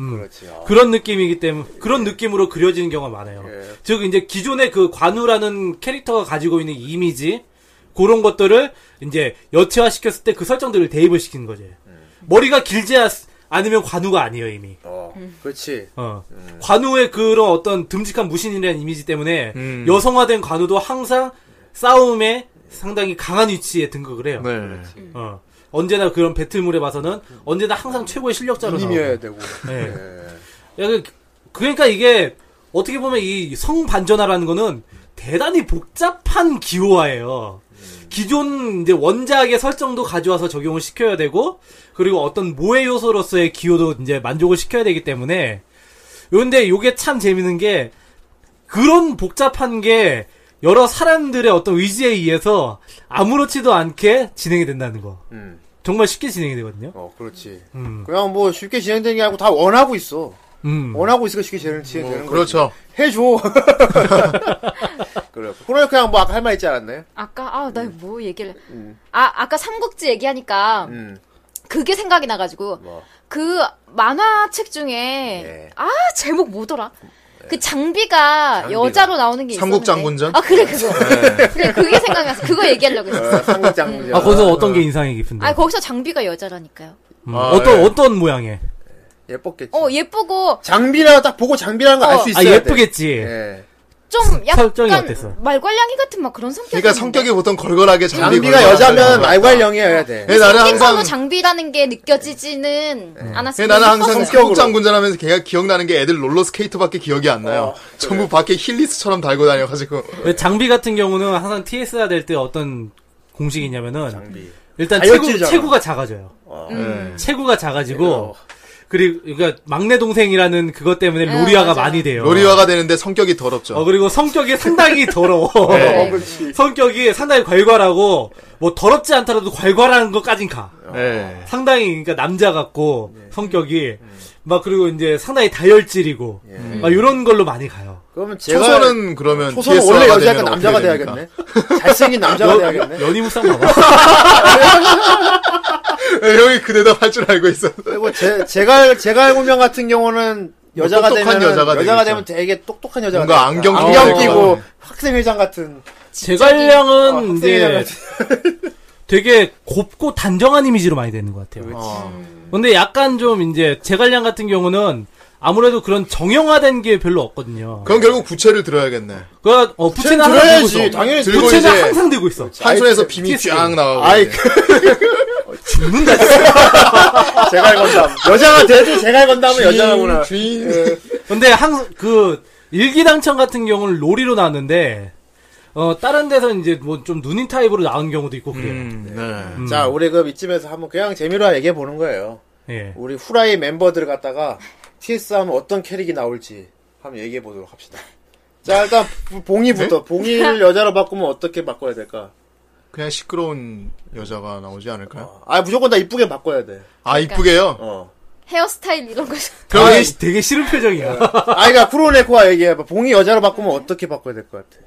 음. 그렇지. 어. 그런 느낌이기 때문에 그런 느낌으로 그려지는 경우가 많아요. 예. 즉 이제 기존의 그 관우라는 캐릭터가 가지고 있는 이미지 그런 것들을 이제 여체화 시켰을 때 그 설정들을 대입을 시킨 거지. 음. 머리가 길지 않- 않으면 관우가 아니에요 이미. 어, 그렇지. 어. 예. 관우의 그런 어떤 듬직한 무신이라는 이미지 때문에 음. 여성화된 관우도 항상 싸움에 상당히 강한 위치에 등극을 해요. 네. 어. 언제나 그런 배틀물에 봐서는 언제나 항상 최고의 실력자로 누님이어야 나와요. 되고. 네. 예. 그러니까 이게 어떻게 보면 이 성반전화라는 거는 대단히 복잡한 기호화예요. 기존 이제 원작의 설정도 가져와서 적용을 시켜야 되고 그리고 어떤 모의 요소로서의 기호도 이제 만족을 시켜야 되기 때문에 근데 요게 참 재밌는 게 그런 복잡한 게 여러 사람들의 어떤 의지에 의해서 아무렇지도 않게 진행이 된다는 거. 음. 정말 쉽게 진행이 되거든요. 어, 그렇지. 음. 그냥 뭐 쉽게 진행되는 게 아니고 다 원하고 있어. 음. 원하고 있으니까 쉽게 진행, 뭐, 진행되는 거지. 그렇죠. 해줘. [LAUGHS] 그래. 그러니까 그냥 뭐 아까 할 말 있지 않았나요? 아까 아 나 뭐 얘기를 음. 아 아까 삼국지 얘기하니까 음. 그게 생각이 나가지고 뭐. 그 만화책 중에 네. 아 제목 뭐더라? 그 장비가, 장비가. 여자로 나오는 게 삼국 있었는데 장군전? 아 그래 그거 그래 그게 생각나서 그거 얘기하려고 네. 했어. 어, 삼국장 문제. 아 거기서 어떤 게 인상이 깊은데? 아 거기서 장비가 여자라니까요. 음, 아, 어떤 예. 어떤 모양의? 예뻤겠지. 어 예쁘고 장비라고 딱 보고 장비라는 거 알 수 아 있어야 돼. 예쁘겠지. 예. 좀 약간 설정이 어땠어? 말괄량이 같은 막 그런 성격. 그러니까 성격이 보통 걸걸하게 장비 장비가 걸걸하게 여자면 하는 거야. 말괄령이어야 돼. 예, 나는 성격으로 항상 장비라는 게 느껴지지는 않았어요. 예, 나는 항상 예뻤어요. 성격 장군전하면서 걔가 기억나는 게 애들 롤러 스케이트밖에 기억이 안 어, 나요. 전부 밖에 힐리스처럼 달고 다녀가지고 왜그 장비 같은 경우는 항상 TS가 될 때 어떤 공식이냐면은 장비. 일단 체구, 다이어트잖아. 체구가 작아져요. 어. 체구가 작아지고 어. 그리고 그러니까 막내 동생이라는 그것 때문에 로리아가 많이 돼요. 로리화가 되는데 성격이 더럽죠. 어 그리고 성격이 상당히 더러워. [LAUGHS] 어, 그렇지. [LAUGHS] 성격이 상당히 괄괄하고 뭐 더럽지 않더라도 괄괄한 것까진 가. 예. 상당히 그러니까 남자 같고 예. 성격이 음. 막 그리고 이제 상당히 다혈질이고 예. 막 이런 걸로 많이 가요. 그러면 제가 초선은 그러면 초선은 DSR 가 원래 되면 여자가 어떻게 남자가 됩니까? 돼야겠네. 잘생긴 남자가 돼야겠네. 연희무쌍 봐봐. [LAUGHS] 예, 형이 그 대답 할 줄 알고 있어. 그리고 제, 제가 제가 알고 명 같은 경우는 여자가 뭐 똑똑한 되면 여자가 여자가, 되겠죠. 되면 되게 똑똑한 여자가 뭔가 되겠다. 안경 끼고 안경 끼고 되겠다. 학생회장 같은 어, 제갈량은 학생회장 이제 같은 [LAUGHS] 되게 곱고 단정한 이미지로 많이 되는 것 같아요. 어. 음. 근데 약간 좀 이제 제갈량 같은 경우는 아무래도 그런 정형화된 게 별로 없거든요. 그럼 결국 부채를 들어야겠네. 그러니까 어, 부채는 항상 들고 들어야지. 있어. 당연히 들고 부채는 이제 항상 들고 있어. 한 손에서 빔이 TSK. 쫙 나오고. 아이, 그... 죽는다. 제갈 건담 여자가 돼도 제갈 건담은 여자구나. 주인. 근데 항상 그 일기당천 같은 경우는 로리로 나왔는데 어 다른 데서 이제 뭐 좀 누님 타입으로 나온 경우도 있고 그래요. 음, 네. 음. 자, 우리 그 이쯤에서 한번 그냥 재미로 얘기해 보는 거예요. 예. 우리 후라이 멤버들 갖다가 TS 하면 어떤 캐릭이 나올지 한번 얘기해 보도록 네? 합시다. 자, 일단 봉이부터 봉이를 여자로 바꾸면 어떻게 바꿔야 될까? 그냥 시끄러운 여자가 나오지 않을까요? 아 무조건 다 이쁘게 바꿔야 돼. 어. 아 이쁘게요? 헤어스타일 이런 거. 그럼 되게, 되게 싫은 표정이야. 아, 그러니까 프로네코와 얘기해봐. 봉이 여자로 바꾸면 어떻게 바꿔야 될 것 같아?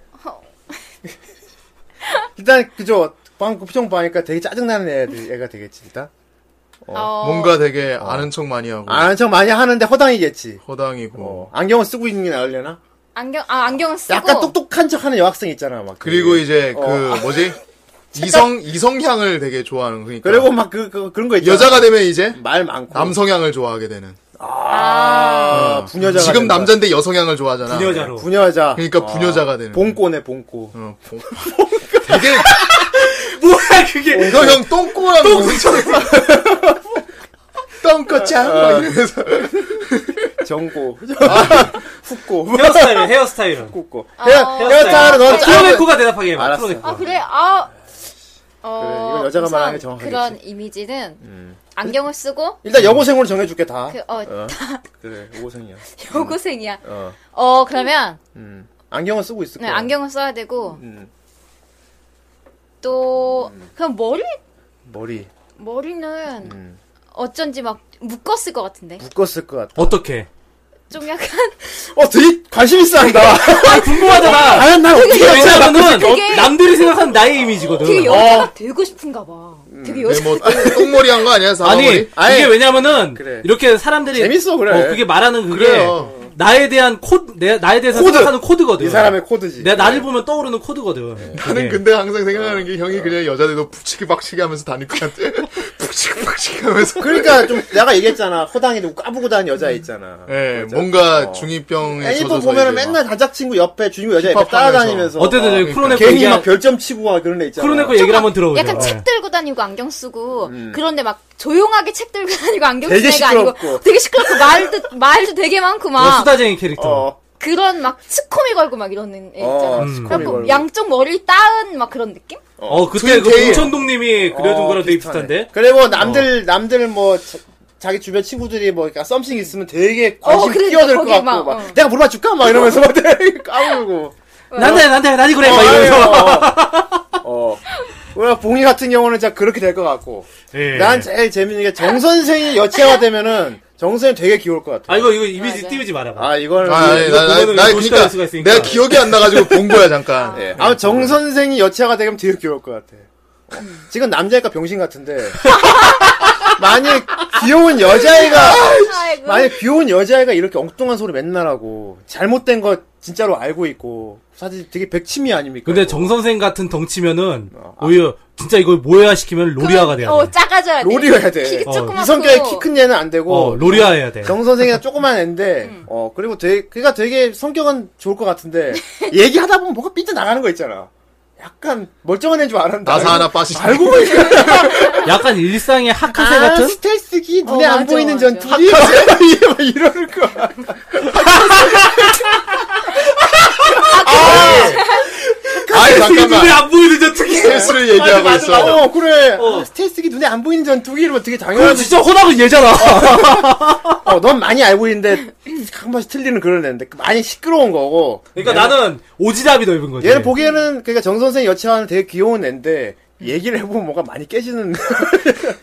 [LAUGHS] 일단 그죠. 방 표정 보니까 되게 짜증나는 애들 애가 되겠지 일단. 어. 뭔가 되게 아는 척 많이 어. 하고 아는 어. 척 많이 하는데 허당이겠지. 허당이고 안경을 쓰고 있는 게 나으려나? 안경 아 안경은 쓰고. 약간 똑똑한 척하는 여학생 있잖아 막. 그리고 이제 어. 그 뭐지 이성 이성향을 되게 좋아하는 그러니까 그리고 막 그 그, 런거 있잖아. 여자가 되면 이제 말 많고 남성향을 좋아하게 되는 아, 어. 분여자 지금 남잔데 여성향을 좋아하잖아 분여자로. 분여자. 그러니까 분여자가 되는 봉꼬네 봉꼬. 어, 봉... 어, 되게 뭐야 그게? 너형 똥꼬랑 똥꼬 똥꼬짱 막 이러면서 어. [LAUGHS] 아. 정고. [LAUGHS] 뭐? 훅고. 헤어스타일은 헤어스타일은. 꽂고. 아, 헤어 헤어스타일은 아, 넌 프로네코가 대답하게 해봐. 알았어. 프로네코. 아 그래 아. 어, 그래, 이건 여자가 우선 말하는 게 정확하겠지. 음. 그- 그런 이미지는 안경을 쓰고 일단 여고생으로 정해줄게 다. 그, 어, 그래 여고생이야. 여고생이야. 어. 어 그러면 음. 안경은 쓰고 있을 네, 거야. 안경을 써야 되고 음. 또 그럼 머리 머리 머리는 음. 어쩐지 막 묶었을 것 같은데 묶었을 것 같아. [LAUGHS] 어떻게? 좀 약간 어 되게 관심 있어 [LAUGHS] 한다. 아 궁금하잖아. 아니 난 어떻게 이게 했지? 왜냐면은 그게- 남들이 생각하는 나의 이미지거든. 되게 어. 여자가 되고 싶은가 봐 음. 네, 되게 여자 뭐 똥머리 한 거 아니야 아니 사과머리 이게 왜냐면은 그래. 이렇게 사람들이 재밌어, 그래. 어, 그게 말하는 그게 그래요. 나에 대한 코드 내, 나에 대해서 코드. 생각하는 코드거든. 이 사람의 코드지. 그 내가 나를 보면 떠오르는 코드거든. [LAUGHS] 나는 근데 항상 생각하는 게 형이 그냥 여자들도 푹치기 박치기 하면서 다닐 것 같아 [LAUGHS] 푹치기 박치기 하면서 그러니까 좀 내가 얘기했잖아 허당이도 까부고 다니는 여자 있잖아. 예, 맞아. 뭔가 어. 중2병에 애니폰 젖어서 이제 막 보면은 맨날 단짝 친구 옆에 주인공 여자 옆에 힙합하면서. 따라다니면서 어쨌든 막 저기 크로네코 괜히 얘기 막 별점 치고 와 그런 애 있잖아. 크로네코 얘기를 한번 들어보죠. 약간 예. 책 들고 다니고 안경 쓰고 그런데 막 조용하게 책 들고 다니고 안경 쓰는 음. 되게 애가 아니고 시끄럽고. 되게 시끄럽고 말도 말도 되게 많고 너 막 수다쟁이 캐릭터. 어. 그런 막 스코미 걸고 막 이런 뭐. 애 예, 있잖아 어, 음. 스코미 뭐 그래갖고 걸고. 양쪽 머리를 따은 막 그런 느낌? 어, 그때 그 트윈테일. 봉천동님이 그려준 어, 거랑 되게 비슷하네. 비슷한데? 어. 그리고 남들 남들 뭐 자, 자기 주변 친구들이 뭐 그러니까 썸씽 있으면 되게 관심 어, 그러니까 끼어들 것 거기 같고 막, 막, 어. 내가 물어봐 줄까 막 이러면서 막 되게 까불고 난데, 난데, 난이 그래. 네, 막 이러면서. 어, 어. 우리가 봉이 같은 경우는 진짜 그렇게 될 것 같고 [LAUGHS] 예. 난 제일 재밌는 게 정 선생이 여치가 되면은 정 선생 되게 귀여울 것 같아. 아, 이거, 이거 이미지 맞아. 띄우지 말아봐. 아 이거는 아, 아니, 이거 나, 나, 보면은 나, 도시가 그니까, 될 수가 있으니까. 내가 기억이 안 나가지고 본 거야, 잠깐. 예. 아마 정 선생이 여체가 되면 되게 귀여울 것 같아. 어, 지금 남자애가 병신 같은데 [LAUGHS] 만약 귀여운 여자애가 아이고. 만약 귀여운 여자애가 이렇게 엉뚱한 소리 맨날 하고 잘못된 거 진짜로 알고 있고 사실 되게 백치미 아닙니까? 근데 이거? 정선생 같은 덩치면은, 어. 오히려, 진짜 이걸 모여야 시키면 로리아가 돼야 돼. 어, 작아져야 돼. 로리가 해야 돼. 키 어, 조그맣고. 이 성격에 키 큰 얘는 안 되고 어, 로리아 해야 네. 돼. 정 선생이가 조그만 애인데 음. 어 그리고 되게 그가 되게 성격은 좋을 것 같은데 [LAUGHS] 얘기하다 보면 뭐가 삐져 나가는 거 있잖아. 약간 멀쩡한 애인 줄 알았는데 나사 하나 빠지지. 알고 보니까 약간 일상의 [LAUGHS] 하카세 아, 같은? 스텔스기 눈에 어, 안 맞아, 보이는 맞아. 전투기 막 [LAUGHS] 이러는 거야. 아니, 잠깐만. [LAUGHS] 눈에 안 보이는 저 특이. 스트레스를 얘기하고 맞아, 있어. 맞아, 어, 그래. 어. 아, 스텔스기 눈에 안 보이는 전투기 이러면 되게 그럼 당연하지. 진짜 호닥은 얘잖아. 어, 넌 많이 알고 있는데 한 번씩 틀리는 그런 애인데 많이 시끄러운 거고. [LAUGHS] 그러니까 나는 오지랖이 넓은 거지. 네. 얘는 보기에는 그러니까 정 선생 여차하는 되게 귀여운 애인데 얘기를 해보면 뭔가 많이 깨지는.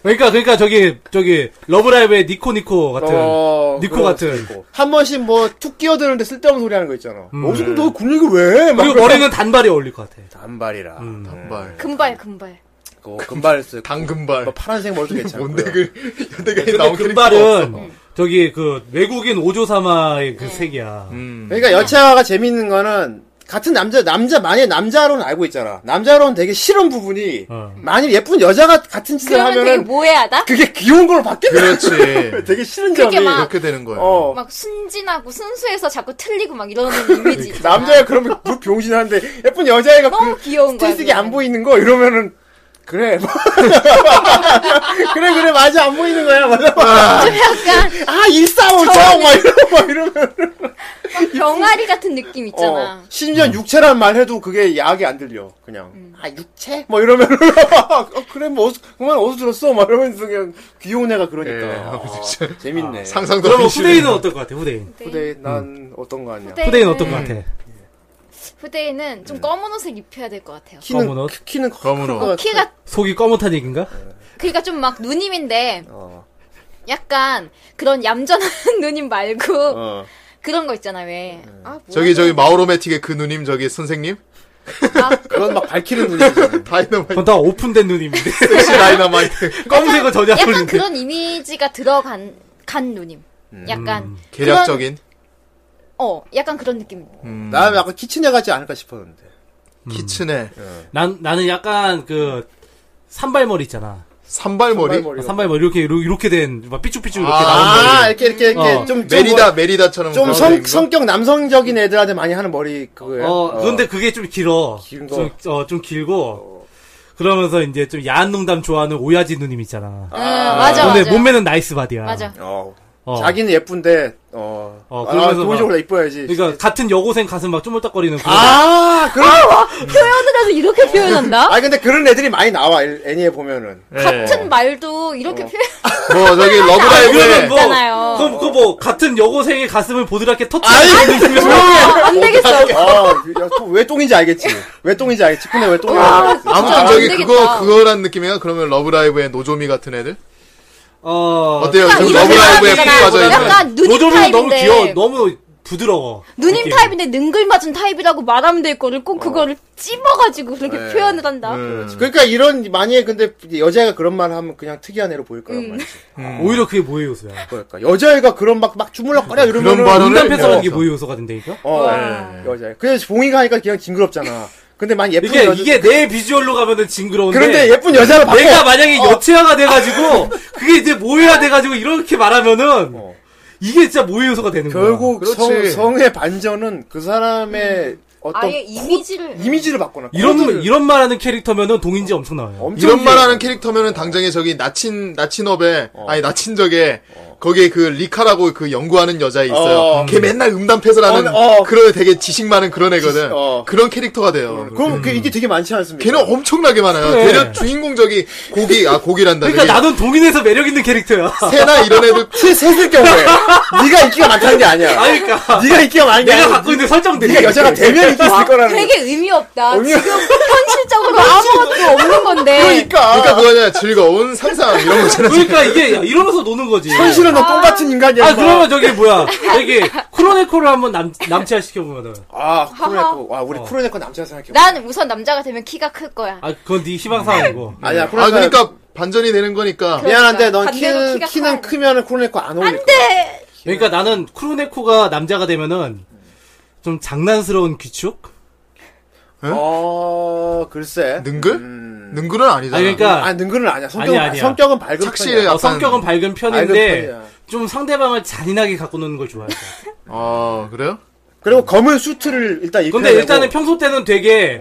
그러니까, 그러니까 저기, 저기, 러브라이브의 니코니코 같은. 어, 니코 그런 같은. 것도 있고. 한 번씩 뭐 툭 끼어드는데 쓸데없는 소리 하는 거 있잖아. 음. 어, 지금 너 굴리기 왜? 막 그리고 머리는 단발이 어울릴 것 같아. 단발이라. 음. 단발. 금발, 금발. 그 금발 쓰. 당금발. 뭐 파란색 머리도 괜찮고. 뭔데, 그, 연대가 근데 나온 금발은 저기 그 외국인 오조사마의 그 색이야. 음. 그러니까 여차가 재밌는 거는 같은 남자 남자 만약 남자로는 알고 있잖아. 남자로는 되게 싫은 부분이 어. 만약 예쁜 여자가 같은 짓을 그러면 되게 하면은 뭐- 모해하다? 그게 귀여운 걸로 바뀌는 그렇지. [LAUGHS] 되게 싫은 그게 점이 막- 그렇게 되는 거야. 어. 막 순진하고 순수해서 자꾸 틀리고 막 이러는 이미지. 있잖아. 남자가 그러면 물 병신하는데 예쁜 여자애가 너무 그 귀여운 거야. 스트레스기 안 그거는. 보이는 거 이러면은 그래 [LAUGHS] 그래 그래 맞아 안 보이는 거야 맞아 어, 좀 약간 아 일사오 저막 이러고 막 이러면 병아리 같은 느낌 있잖아. 어, 심지어 육체란 말 해도 그게 야하게 안 들려 그냥 음. 아 육체 뭐 이러면 어, 그래 뭐 어디서, 그만 어디서 들었어 막 이러면서 그냥 귀여운 애가 예. 그러니까 아, 진짜. 재밌네 상상도 그러면 하기 싫은 후대인은 어떨 것 같아? 후대인. 후대 난 어떤 거 아니야 네. 후대인 후대인. 어떨 것 같아? 후대인은 좀 검은 옷을 입혀야 될 것 같아요. 검은 옷? 키는 검은 어, 키가 속이 검은한 얘기인가? 그러니까 좀 막 누님인데 어. 약간 그런 얌전한 [LAUGHS] 누님 말고 어. 그런 거 있잖아 왜. 아, 뭐야, 저기 저기 마오로매틱의 그 누님 저기 선생님? 그건 막 밝히는 [LAUGHS] 누님. 다이너마이트. 그건 다 오픈된 [LAUGHS] 누님인데. 섹시 다이너마이트. 검은색은 전혀 안 약간 어울리는데. 그런 이미지가 들어간 간 누님. 약간 계략적인. 어, 약간 그런 느낌. 음, 나는 약간 키친에 가지 않을까 싶었는데. 키친에. 난 나는 약간 그 산발머리 있잖아. 산발머리? 아, 산발머리 이렇게 이렇게, 이렇게 된막 삐죽삐죽 이렇게 나온 머리. 아, 이렇게, 이렇게, 이렇게, 어. 좀. 뭐- 메리다, 메리다처럼. 좀 그런 성, 느낌인가? 성격 남성적인 애들한테 많이 하는 머리, 그거예요 어, 그런데 그게 좀 길어. 거. 좀, 어, 좀 길고. 그러면서 이제 좀 야한 농담 좋아하는 오야지 누님 있잖아. 아, 맞아, 근데 맞아. 몸매는 나이스 바디야. 맞아. 어. 어. 자기는 예쁜데, 어. 어, 아, 그러면서 돈이 막- 올라 이뻐야지. 그러니까 같은 여고생 가슴 막 쪼물딱거리는 그런. 아, 그런. 표현을 해서 이렇게 표현한다? 아니, 근데 그런 애들이 많이 나와, 애- 애니에 보면은. 같은 말도 어. 이렇게 표현. 뭐, 저기, 그러면 러브라이브에. 뭐, 있잖아요. 그럼 그거 뭐 같은 여고생의 가슴을 보드랗게 아, 안 되겠어. 아, 야, 또왜 똥인지 알겠지. 왜 똥인지 알겠지. 근데 왜 똥인지 알겠지. 아무튼 저기 그거, 되겠다. 그거란 느낌이야? 그러면 러브라이브의 노조미 같은 애들? 어 어때요? 약간 지금 이런 러브라이브에 푹 사람이잖아요. 빠져있는. 약간 누님 노조미는 너무 타입인데. 귀여워. 너무 부드러워. 누님 느낌이. 타입인데 능글맞은 타입이라고 말하면 될 거를 꼭 그거를 찝어가지고 그렇게 어. 네. 표현을 한다. 어, 그러니까 이런, 만약에 근데 여자애가 그런 말 하면 그냥 특이한 애로 보일 거란 말이지. 음. 오히려 그게 모의 요소야. 그러니까 여자애가 그런 막, 막 주물럭거려 이러면. 그런 발언을 남편사라는 게 모의 요소가 된다니까. 어, 예. 여자애. 그래서 봉이가 하니까 그냥 징그럽잖아. 근데 만 예쁜 이게 여자. 이게 내 비주얼로 가면은 징그러운데. 그런데 예쁜 여자로 바꿔. 어. 아. 내가 만약에 여체화가 돼가지고 그게 이제 모해가 돼가지고 이렇게 말하면은 이게 진짜 모의 요소가 되는 거야. 어. 결국 성, 그렇지. 성의 반전은 그 사람의 어떤 음. 아예 이미지를. 이미지를 바꿔놔. 이런 코드를. 이런 말하는 캐릭터면은 동인지 엄청 어. 나와요. 이런 말 하는 캐릭터면은 당장에 저기 나친, 나친업에, 어. 아니, 나친적에, 거기에 그 리카라고 그 연구하는 여자 있어요. 어. 걔 맨날 음담패설하는 어, 어. 그런 되게 지식 많은 그런 애거든. 지식, 어. 그런 캐릭터가 돼요. 그럼 음. 그 이게 되게 많지 않습니까? 걔는 엄청나게 많아요. 그래. 대략 주인공 저기 고기, 아, 고기란다. 그러니까 저기 나는 동인에서 매력 있는 [LAUGHS] 캐릭터야. 새나 이런 애들 새 셋을 경우에 네가 인기가 많다는 게 아니야. 아니, 그러니까. 네가 인기가 많은 게 내가 아니야. 갖고 있는 설정들이. 네가 여자가 되면 인기 있을 거라는. 거. 되게 의미 없다. 의미 없- 지금 현실적으로 아무것도 없는 건데. 그러니까 그거냐 즐거운 상상 이런 거잖아. 그러니까 이게 야, 이러면서 노는 거지. 현실은 너 똥같은 인간이야. 아 인마. 그러면 저기 [LAUGHS] 뭐야 저기 크로네코를 한번 남 남치화 시켜보면은 아 쿠로네코. [LAUGHS] 와 우리 어. 쿠로네코 남자 생각해. 난 우선 남자가 되면 키가 클 거야. 아 그건 네 희망사항이고. 아니야 아 쿠로네코. 그러니까 반전이 되는 거니까. 아, 미안한데 넌 반대로 키는 키가 키는 커야 돼. 크면은 쿠로네코 안 어울릴 거야. 근데 그러니까 나는 크로네코가 남자가 되면은 좀 장난스러운 귀축? 어 글쎄. 능글? 음. 능글은 아니잖아. 아니 그러니까 아 능글은 아니야. 성격은 아니야, 아니야. 성격은 밝은 착실해. 편이야. 어, 약간 성격은 밝은 밝은 편인데 편이야. 좀 상대방을 잔인하게 갖고 노는 걸 좋아해. 아 그래요? 그리고 검은 수트를 일단 입고. 근데 일단은 평소 때는 되게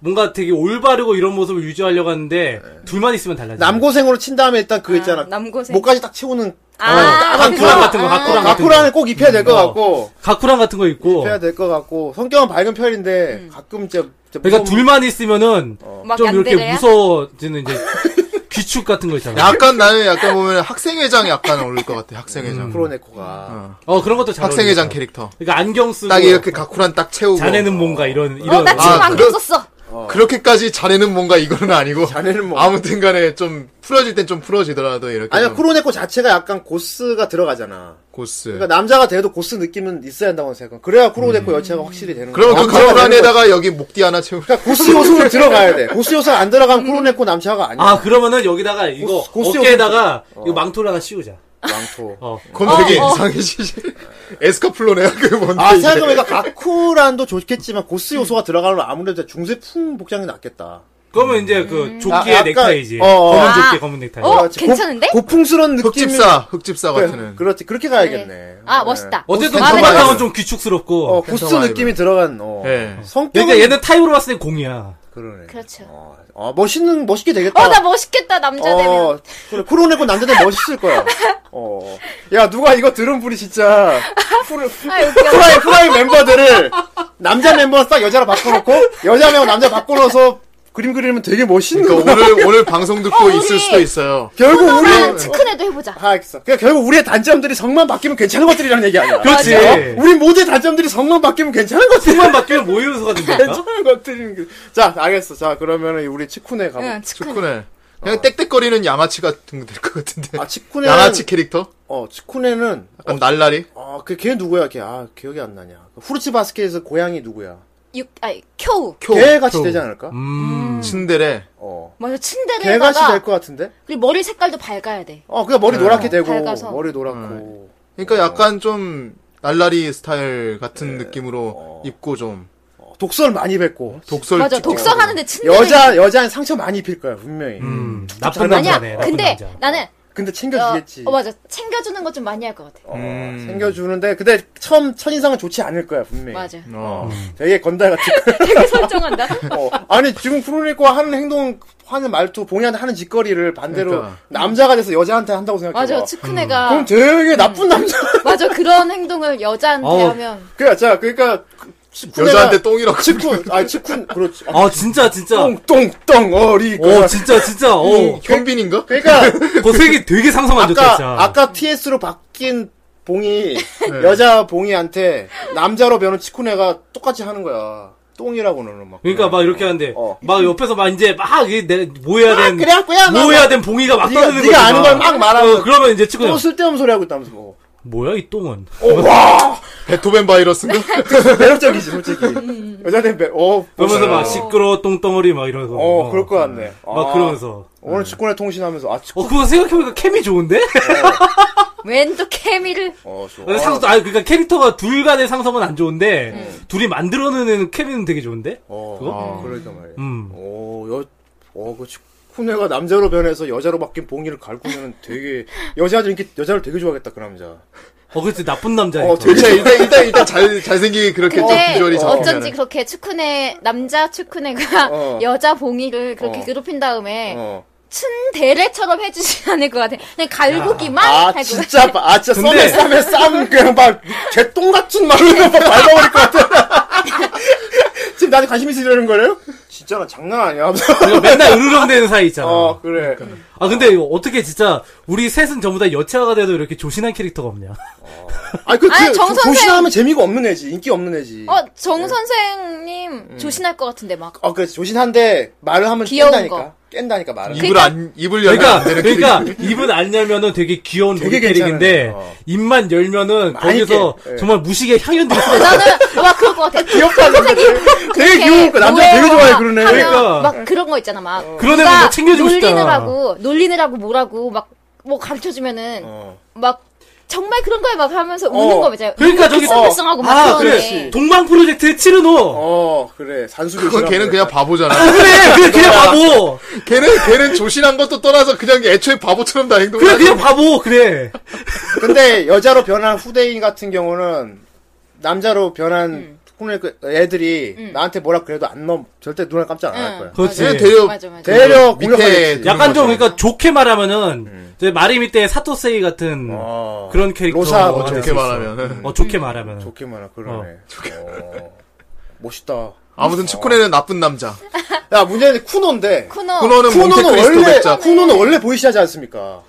뭔가 되게 올바르고 이런 모습을 유지하려고 하는데 둘만 있으면 어, 달라져. 남고생으로 친 다음에 일단 그 있잖아. 남고생. 목까지 딱 채우는 어, 아, 가쿠랑 같은 거, 가쿠랑 같은 거. 아, 가쿠라는 꼭 입혀야 될 것 어. 같고. 가쿠랑 같은 거 있고. 해야 될 것 같고 성격은 밝은 편인데 가끔 진짜, 진짜 그러니까 무서운- 둘만 있으면은 막 좀 이렇게 얀데레야? 무서워지는 이제 [LAUGHS] 귀축 같은 거 있잖아. 네. 약간 나는 약간 보면 학생회장 약간 어울릴 것 같아. 음, 학생회장. 프로네코가 어 그런 것도 잘 학생회장 어울리겠다. 캐릭터. 그러니까 안경 쓰고 딱 이렇게 가쿠란 딱 채우고. 자네는 뭐 뭔가 이런 이런 어, 나 지금 아, 안경 그런- 썼어. 그렇게까지 자네는 뭔가 이거는 아니고. 자네는 뭐 아무튼간에 좀 풀어질 땐 좀 풀어지더라도 이렇게. 아니야 좀 크로네코 자체가 약간 고스가 들어가잖아. 고스. 그러니까 남자가 돼도 고스 느낌은 있어야 한다고 생각. 그래야 크로네코 여체가 확실히 되는 거야. 음. 그러면 그 남자가 되는 거야. 가쿠란에다가 여기 목뒤 하나 채우. 그러니까 고스 [LAUGHS] 요소를 들어가야 돼. 고스 요소 안 들어가면 음. 크로네코 남자가 아니야. 아 그러면은 여기다가 이거 고스- 고스 어깨에다가 이거 망토를 하나 씌우자. 그- 왕토. 어. 그럼 되게 이상해지지. [LAUGHS] 에스카플로네가 그 뭔데? 아 이게. 생각해보니까 가쿠란도 좋겠지만 고스 요소가 들어가면 아무래도 중세풍 복장이 낫겠다. 그러면 이제 그 조끼의 아, 약간- 넥타이지. 어, 어. 검은 음. 아. 조끼, 검은 넥타이. 어, 그렇지. 괜찮은데? 고, 고풍스러운 느낌. 흑집사, 흑집사 같은. 그렇지 그렇게 가야겠네. 아, 멋있다. 어쨌든 마음에 들어. 저마당은 좀 귀축스럽고. 어, 고스 팬텀 느낌이 들어간, 어. 예. 성격. 그러니까 얘는 타입으로 봤을 때 공이야. 그러네. 그렇죠. 어, 어, 멋있는, 멋있게 되겠다. 어, 나 멋있겠다, 남자 되면. 어, 그래, 코로네코 남자들 멋있을 거야. 어. 야, 누가 이거 들은 분이 진짜, 아, 웃겨. 프라이, 프라이 멤버들을, 남자 멤버 싹 여자로 바꿔놓고, 여자 멤버 남자 바꿔놓어서 그림 그리면 되게 멋있는 그러니까 거야. 오늘 오늘 방송 듣고 어, 있을 우리 수도 있어요. 결국 우리 아, 네. 치킨에도 해보자. 알겠어. 그러니까 결국 우리의 단점들이 성만 바뀌면 괜찮은 것들이라는 얘기 아니야. 그렇지. 어? 네. 우리 모두의 단점들이 성만 바뀌면 괜찮은 어? 것들. 성만 바뀌면 뭐 요소가 됩니까? 괜찮은 것들인. 자, 알겠어. 자, 그러면은 우리 치쿠네 가보. 응, 치쿠네. 그냥 땡땡거리는 야마치 같은 거 될 것 같은데. 아, 치쿠네. 야마치 캐릭터? 어, 치쿠네는 약간 어, 날라리? 아, 그 걔 누구야? 걔 아, 기억이 안 나냐. 그 후르츠 바스켓에서 고양이 누구야? 육, 아니, 쿄우. 음. 걔 같이 되지 않을까? 츤데레. 어. 맞아, 걔 같이 될 츤데레다가 것 같은데? 그리고 머리 색깔도 밝아야 돼. 어, 그냥 머리 음. 네. 노랗게 되고 밝아서. 머리 음. 노랗고. 그러니까 어. 약간 좀 날라리 스타일 같은 네. 느낌으로 입고 좀 어, 독설 많이 뱉고 독설 어. 맞아, 찍고. 독서하는데 츤데레. 여자 여자는 상처 많이 입힐 거야 분명히. 음. 나쁜 아니야. 근데 나는 근데 챙겨주겠지. 어. 어, 어, 맞아. 챙겨주는 건 좀 많이 할 것 같아. 챙겨주는데 근데 처음 첫 인상은 좋지 않을 거야 분명히. 맞아. 어. 되게 건달 같은. 되게 설정한다. 어. 아니 지금 프로리코가 하는 행동, 하는 말투, 봉이한테 하는 짓거리를 반대로 그러니까. 남자가 돼서 여자한테 한다고 생각해. 맞아, 봐. 치쿠네가. 그럼 음. 되게 나쁜 남자. 맞아, 그런 행동을 여자한테 어. 하면. 그래, 자, 그러니까 여자한테 똥이라고. 치쿤, 아 치쿤, 그렇지. 아 진짜 진짜. 똥똥똥 어리. 그 어 진짜 진짜. 어. 그 현빈인가? 그러니까 고색이 되게 상상 안 좋다 진짜. 네. 아까 아까 TS로 바뀐 봉이 여자 봉이한테 남자로 변한 치쿠네가 똑같이 하는 거야. 똥이라고는 막. 그러니까 막 이렇게 하는데 막 옆에서 막 이제 막 이게 내 모여야 된 그래갖고야, 어. 막- 모여야 된 봉이가 막 네가- 떠드는 네가 아는 걸막 어. 말하는 거야. 그러면 이제 치고 또 쓸데없는 소리 하고 있다면서 뭐. 뭐야 이 똥은. 와 베토벤 바이러스인가? 네. 매력적이지 솔직히. 여자들 매. 어. 음, 그러면서 보자. 막 시끄러 똥덩어리 막 이러면서. 어, 그럴 것 같네. 막 아. 그러면서. 오늘 치쿠네 통신하면서 아 치쿠. 어 그거 생각해보니까 캠이 좋은데? 웬 또 케미를. 어 좋아. 상 아, 그러니까 캐릭터가 둘 간의 상성은 안 좋은데, 음. 둘이 만들어내는 케미는 되게 좋은데? 어, 그거? 아, 그러니까 말이야. 음. 어, 여, 어, 그 치쿠네가 남자로 변해서 여자로 바뀐 봉이를 갈구면 되게 여자들 인기 여자를 되게 좋아하겠다 그 남자. 어, 그치, 나쁜 남자. 어, 되게 일단 일단 일단, 일단 잘 잘생기 그렇게 좀 근데 비주얼이 잡히면 어쩐지 그렇게 츠쿠네 남자 츠쿠네가 어. 여자 봉이를 그렇게 어. 괴롭힌 다음에 어. 츤데레처럼 해주지 않을 것 같아. 그냥 갈구기만 아, 할 진짜, 것 같아. 아, 진짜, 썸에, 근데- 썸에, 쌈, 그냥 막, 개똥 같은 말로 막 밟아버릴 것 같아. [LAUGHS] 지금 나한테 관심 있으려는 거래요? 진짜 나 장난 아니야. 그러니까 맨날 [LAUGHS] 으르렁대는 사이 있잖아. 어, 그래. 아, 근데 이거 어떻게 진짜, 우리 셋은 전부 다 여차가 돼도 이렇게 조신한 캐릭터가 아, 없냐. 아니, 그, 아니, 그, 정 선생- 조신하면 재미가 없는 애지. 인기 없는 애지. 어, 네. 정 선생님 음. 조신할 것 같은데 막. 어, 그래. 조신한데, 말을 하면 귀여운 깬다니까. 거. 그 깬다니까, 말을. 그러니까 입을 안 입을 열면 그러니까, 안 되는 그러니까, 캐릭터. 입은 안 열면은 되게 귀여운 되게 어. 놀이 캐릭인데, 입만 열면은 많이 거기서 깨. 예. 정말 무식의 아, 향연들이 나는 막 그럴 것 같아. 귀엽다, 근데. 되게 귀여운 거. 네, 그러니까 남자 되게 좋아해, 그러네. 그러니까. 막 그런 거 있잖아 막. 그런 애는 누가 뭐 챙겨주고 싶다. 놀리느라고 놀리느라고 뭐라고 막 뭐 가르쳐주면은 막. 정말 그런 거에 막 하면서 우는 어. 거 있잖아요. 어. 그러니까 저기, 성하고 막 아, 그러는데. 그래. 동방 프로젝트의 치르노. 어, 그래. 산수교. 그건 걔는 그냥 바보잖아. 그래, 그래, 그냥 바보. 걔는 걔는 조신한 것도 떠나서 그냥 애초에 바보처럼 다 행동을 그래, 하지. 그냥 바보, 그래. 근데 여자로 변한 후대인 같은 경우는 남자로 변한 콩네 그 애들이 나한테 뭐라 그래도 안 넘, 절대 눈을 깜짝 안 할 거야. 그렇지. 그냥 대려, 맞아, 맞아. 대려 밑에 공격하겠지. 약간 좀 그러니까 좋게 말하면은 저희 마리미 때 사토세이 같은 그런 캐릭터 로사 가 같은 될수 좋게 있어. 말하면은. 어 좋게 말하면 좋게 말아, 그러네. 어. [LAUGHS] 멋있다. 아무튼 축구네는 나쁜 남자. 야, 문제는 쿠노인데. 쿠노. 쿠노는 뭐 쿠노는 몬테크리스토 원래, 백작. 쿠노는 원래 보이시하지 않습니까?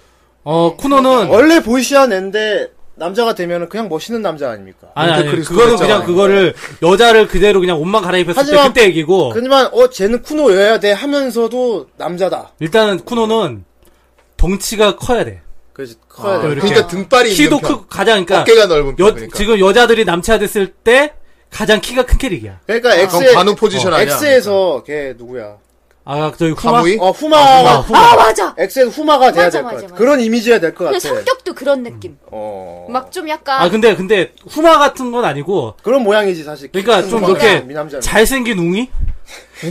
어 음. 쿠노는 원래 보이시한 애인데, 남자가 되면 그냥 멋있는 남자 아닙니까? 아니 아니 몬테크리스토 그거는 됐잖아. 그냥 그거를 여자를 그대로 그냥 옷만 갈아입혔을 때 하지만- 그때 얘기고 하지만, 어, 쟤는 쿠노여야 돼 하면서도 남자다. 일단은 쿠노는 덩치가 커야 돼. 그래서 커야 돼. 이렇게. 그러니까 등발이 아, 키도 있는 편. 크고 가장 그러니까 어깨가 넓은 편. 여- 그러니까. 지금 여자들이 남체화됐을 때 가장 키가 큰 캐릭이야. 그러니까 그럼 X에, 관우 포지션 아니야? X에서 걔 누구야? 아 저기 후마 사무이? 어 후마가 아, 후마. 아, 맞아. X에서 후마가 돼야 맞아, 될 것 맞아, 같아. 맞아. 그런 이미지가 될 것 근데 같아. 성격도 그런 느낌. 어 막 좀 약간 음. 아 근데 근데 후마 같은 건 아니고 그런 모양이지 사실. 그러니까 좀 음, 후마가 그렇게 미남자. 잘생긴 웅이? [LAUGHS]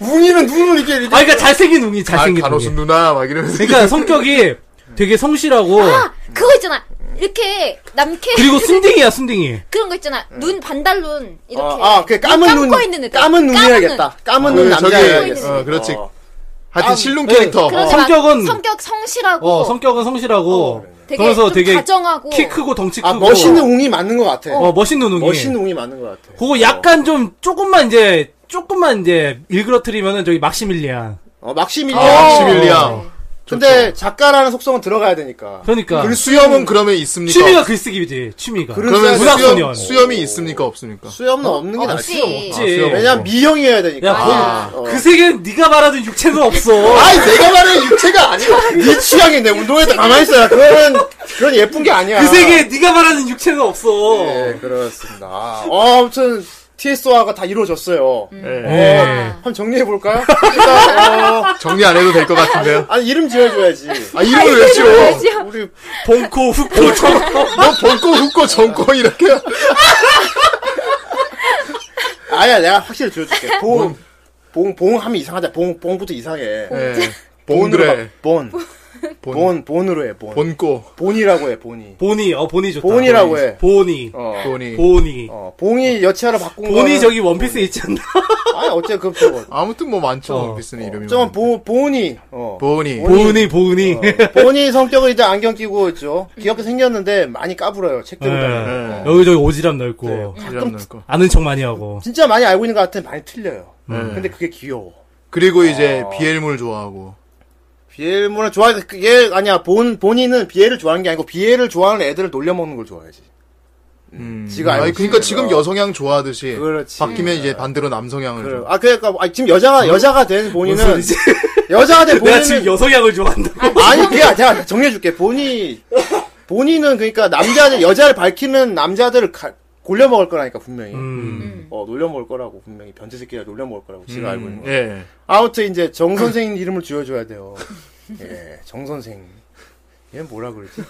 웅이는 눈을 이렇게 이렇게. 아 그러니까 잘생긴 웅이 아, 잘생긴 웅이. 간호순 누나 막 이러면서. 그러니까 성격이 되게 성실하고 아 네. 그거 있잖아. 이렇게 남캐 그리고 순딩이야 음. 순딩이. 그런 거 있잖아. 눈 반달눈 이렇게 뭐 아, 그 까만 눈, 감고 있는 느낌. 까만 까만 눈이야겠다. 까만 그 눈 저기 남자야겠어. 어, 그렇지. 어. 아, 하여튼 실눈 네, 캐릭터. 그런 어. 사람 성격은- 성격 성실하고 어 성격은 성실하고 어. 되게 그래서 좀 되게 다정하고 키 크고 덩치 크고 아 멋있는 웅이 맞는 것 같아. 어 멋있는 웅이 멋있는 웅이 맞는 것 같아. 그거 약간 좀 조금만 이제 조금만 이제 일그러뜨리면은 저기 막시밀리안. 어, 막시밀리안. 막시밀리안. 근데 작가라는 속성은 들어가야 되니까. 그러니까. 글 수염은 그러면 있습니까? 취미가 글쓰기지. 취미가. 그러면 수염, 문학소년. 수염이 있습니까 없습니까? 수염은 없는 게 아, 낫지. 수염 없지. 아, 수염 왜냐면 없어. 아. 미형이어야 되니까. 야, 거기- 어. 그 세계는 네가 말하던 육체는 없어. 아니, 내가 말하는 육체가 아니야. 네 취향인데, 운동에다 가만있어라. 그거는, 그건 예쁜 게 아니야. 그 세계에 네가 말하는 육체는 없어. 예, 그렇습니다. 아, 어, 아무튼, TSO화가 다 이루어졌어요. 어, 예. 네. [LAUGHS] 한번 정리해볼까요? 일단, 어, 정리 안 해도 될 것 같은데요. 아니, 이름 지어줘야지. 아, 이름을 왜 지어? 우리, 봉코, 훅코, 정코. 너 봉코, 훅코, 정코 이렇게. 아니야, 내가 확실히 네. 지어줄게. 봉, 봉, 봉 하면 이상하다. 봉, 봉부터 이상해. 예. 본으로, 봉드레. 막- 본. 본, 본으로 해, 본. 본꼬. 본이라고 해, 본이. 보니, 어, 보니 좋다. 본이라고 해. 보니. 어. 본이. 보니. 어, 봉이 여체하러 바꾼 거. 보니 저기 원피스 있지 않나? 아니, 어째, 그, 저거. 아무튼 뭐 많죠. 어. 원피스는 이름이. 뭐. 저건 보, 보은이. 어. 보니. 보니, 보니. 보은이 성격을 이제 안경 끼고 있죠. 귀엽게 생겼는데 많이 까불어요. 책 들고 다니고. 네. 예. 여기저기 오지랖 넓고. 이름 넣고. 아는 척 많이 하고. 진짜 많이 알고 있는 것 같아. 많이 틀려요. 음. 근데 그게 귀여워. 그리고 이제 비엘물 좋아하고. 비엘문을 좋아해. 얘, 아니야. 본, 본인은 비엘을 좋아하는 게 아니고 비엘을 좋아하는 애들을 놀려먹는 걸 좋아하지. 음. 지가 알고 아니, 그러니까 있으니까. 지금 여성향 좋아하듯이 그렇지. 바뀌면 이제 반대로 남성향을 그래. 아, 그러니까, 아, 지금 여자가, 뭐? 여자가 된 본인은. 소리지? 여자가 된 내가 본인은. 지금 여성향을 좋아한다. 아니, 그게 제가 정리해줄게. 본이, 본인은 그러니까 남자들, 여자를 밝히는 남자들을 가- 골려먹을 거라니까, 분명히. 음. 어, 놀려먹을 거라고, 분명히. 변태 새끼가 놀려먹을 거라고, 지가 알고 있는 거. 예. 아무튼, 이제, 정선생 이름을 지어줘야 돼요. 예, 정선생. 얘는 뭐라 그러지?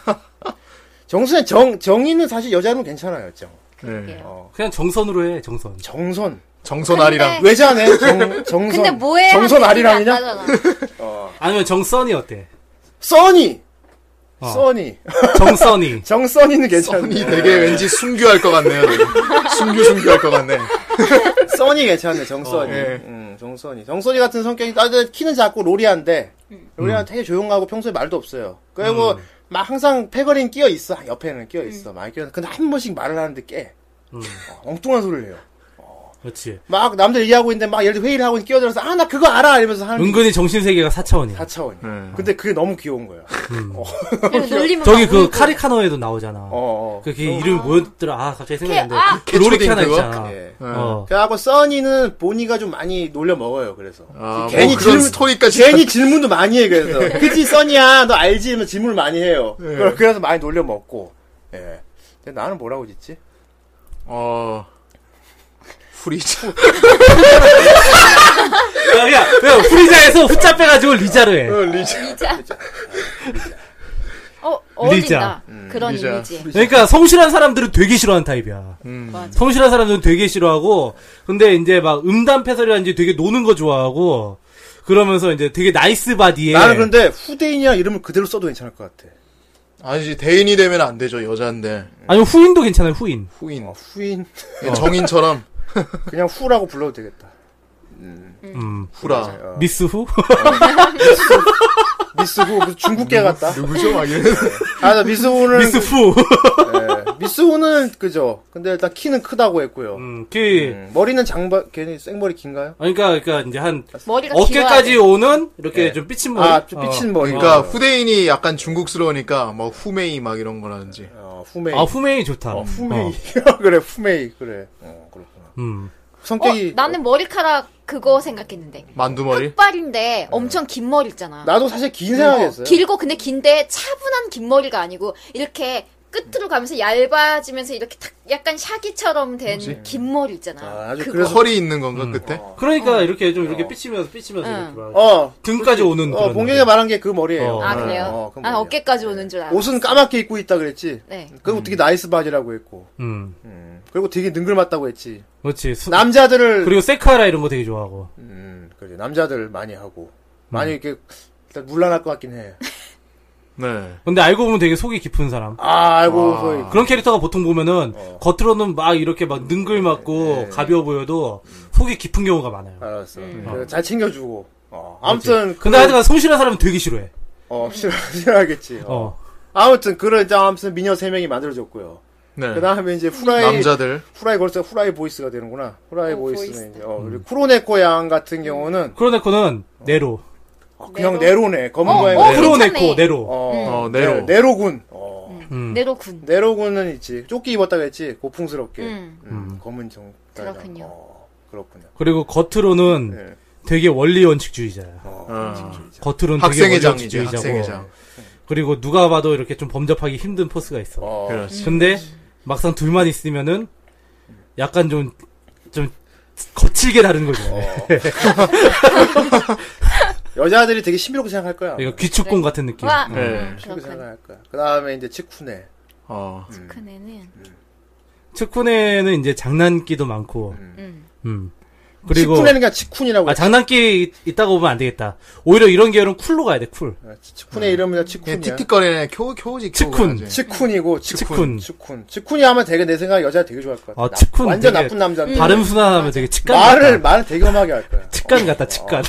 정선생, 정, 정의는 사실 여자는 괜찮아요, 정. 예. 어, 그냥 정선으로 해, 정선. 정선. 정선아리랑. 외자네, 정, 정선. 근데 뭐해? 정선 하는 아리랑이냐? 느낌이 안 나잖아. 아니면 정선이 어때? 써니! 어. 써니. 정선이. 정선이는 괜찮네. 이 아. 되게 왠지 순교할 것 같네요. 되게. 순교 순교할 것 같네. 써니 괜찮네, 정써니. 어, 예. 음, 정써니. 정써니 같은 성격이, 아, 근데 키는 작고 로리한데, 로리한 되게 조용하고 평소에 말도 없어요. 음. 그리고 막 항상 패거린 끼어 있어. 옆에는 끼어 있어. 많이 끼어 있어. 근데 한 번씩 말을 하는데 깨. 음. 어, 엉뚱한 소리를 해요. [LAUGHS] 그렇지. 막 남들 얘기하고 있는데 막 예를 들어 회의를 하고 있는데 끼어들어서, 아, 나 그거 알아! 이러면서 하는 게 은근히 네. 정신세계가 4차원이야. 4차원이야. 예. 근데 그게 너무 귀여운 거야. 그리고 놀리면 [LAUGHS] 저기 막 그 울고. 카리카노에도 나오잖아. 아, 어, 어. 그게 이름이 뭐였더라? 아, 갑자기 생각이 안 걔- 아! 나. 그 로리키 하나 캐초딩 있잖아. 예. 어. 그래갖고 써니는 보니가 좀 많이 놀려 먹어요. 그래서 아, 괜히 뭐 그런 질문- 스토리까지 괜히 질문도 많이 해 그래서 그치 써니야 너 알지? 이러면 질문을 많이 해요. 예. 그래- 그래서 많이 놀려 먹고. 예. 근데 나는 뭐라고 짓지? 어. 후리자. 야, 야, 야, [LAUGHS] 후리자에서 후자 그 빼가지고 리자로 해. 리자. 어, 어울린다. 리자. 그런 리자. 이미지. 그러니까 성실한 사람들은 되게 싫어하는 타입이야. 음. 성실한 사람들은 되게 싫어하고, 근데 이제 막 음담패설이라든지 되게 노는 거 좋아하고, 그러면서 이제 되게 나이스 바디에. 나는 그런데 후대인이야 이름을 그대로 써도 괜찮을 것 같아. 아니지 대인이 되면 안 되죠 여자인데 아니면 후인도 괜찮아요, 후인. 후인. 어, 후인 예, 정인처럼 그냥 후라고 불러도 되겠다. 음. 후라. 어, 미스 후? [LAUGHS] 미스 후 무슨 중국계 같다. 누구죠 막 이런. 아, 나 미스 후는 미스 후. 예. 미스 후는 그죠. 근데 일단 키는 크다고 했고요. 음, 그, 음, 머리는 장발 괜히 생머리 긴가요? 그러니까, 그러니까 이제 한, 머리가 어깨까지 길어야 오는, 이렇게 예. 좀 삐친 머리. 어. 아, 좀 삐친 머리. 그러니까 후대인이 약간 중국스러우니까 뭐 후메이 막 이런 거라든지. 어, 후메이. 어. 아, 후메이 좋다. 어, 후메이. [LAUGHS] 어. 그래, 후메이. 그래. 어, 그렇구나. 음. 성격이. 어, 나는 머리카락 그거 생각했는데. 만두머리? 흑발인데 엄청 긴 머리 있잖아. 나도 사실 긴 생각했어요. 길고 근데 긴데 차분한 긴 머리가 아니고 이렇게 끝으로 가면서 얇아지면서 이렇게 탁 약간 샤기처럼 된 긴 머리 있잖아. 아, 아주 그거. 그래서- 허리 있는 건가 그때? 그러니까 이렇게 좀 이렇게 삐치면서, 삐치면서. 응. 이렇게 돌아가. 어. 등까지 오는. 어, 그런 음. 봉경이 머리. 말한 게 그 머리예요. 어. 아 그래요? 어, 그 난 머리예요. 어깨까지 오는 줄 알아. 옷은 까맣게 입고 있다 그랬지. 네. 그리고 되게 나이스 바지라고 했고. 음. 음. 그리고 되게 능글맞다고 했지. 그렇지. 수- 남자들을. 그리고 세카라 이런 거 되게 좋아하고. 음, 그래. 남자들을 많이 하고. 음. 많이 이렇게. 일단 물란할 것 같긴 해. 네. 근데 알고 보면 되게 속이 깊은 사람. 아, 아이고, 어. 소위. 그런 캐릭터가 보통 보면은 겉으로는 막 이렇게 막 능글맞고 네. 가벼워 보여도 음. 속이 깊은 경우가 많아요. 알았어. 음. 그래, 잘 챙겨주고. 어, 아무튼. 근데 그런- 하여튼간 성실한 사람은 되게 싫어해. 어, [LAUGHS] 싫어, 싫어하겠지. 어. 어. 아무튼 그런 이제 아무튼 미녀 세 명이 만들어졌고요. 네. 그 다음에 이제 후라이 남자들. 후라이 걸스 후라이 보이스가 되는구나. 후라이 보이스는 이제 어, 그리고 쿠로네코 양 같은 경우는 쿠로네코는 네로. 그냥 네로네. 검은 어, 고양이. 어, 쿠로네코, 네로. 어, 음. 네로. 음. 네로군. 어, 음. 네로군. 네로군은 있지. 조끼 입었다 그랬지. 고풍스럽게. 음. 음, 검은 정. 어, 그렇군요. 그렇군요. 예. 그리고 겉으로는 되게 원리 원칙주의자야. 어, 아, 겉으로는 학생의 되게 원리 장이죠, 어. 원칙주의자고. 학생의 장. 그리고 누가 봐도 이렇게 좀 범접하기 힘든 포스가 있어. 그렇지. 음. 근데 막상 둘만 있으면은 약간 좀 좀 거칠게 다른 거죠. [LAUGHS] 어. 여자들이 되게 신비롭게 생각할 거야. 이거 그러니까 귀축공 네. 같은 느낌. 와, 음. 네. 신비롭게 생각할 거야. 그 다음에 이제 치쿠네. 음. 어. 치쿠네는 측쿤에는 이제 장난기도 많고. 음. 음. 그리고 치쿤에는 그냥 치쿤이라고 아, 장난기 있- 있다고 보면 안 되겠다. 오히려 이런 계열은 쿨로 가야 돼, 쿨. 치쿤의 이름은 음. 치쿤이야. 예, 틱틱거리네. 교, 교우지. 네. 치쿤. 치쿤이고 치쿤. 치쿤. 치쿤. 치쿤이 하면 되게 내 생각에 여자 되게 좋아할 것 같아. 아, 나- 치쿤. 완전 되게 나쁜 남자인데. 발음 순화하면 되게 직관. 말을 같다. 말을 되게 험하게 할 거야. 어. 직관 같다, 직관.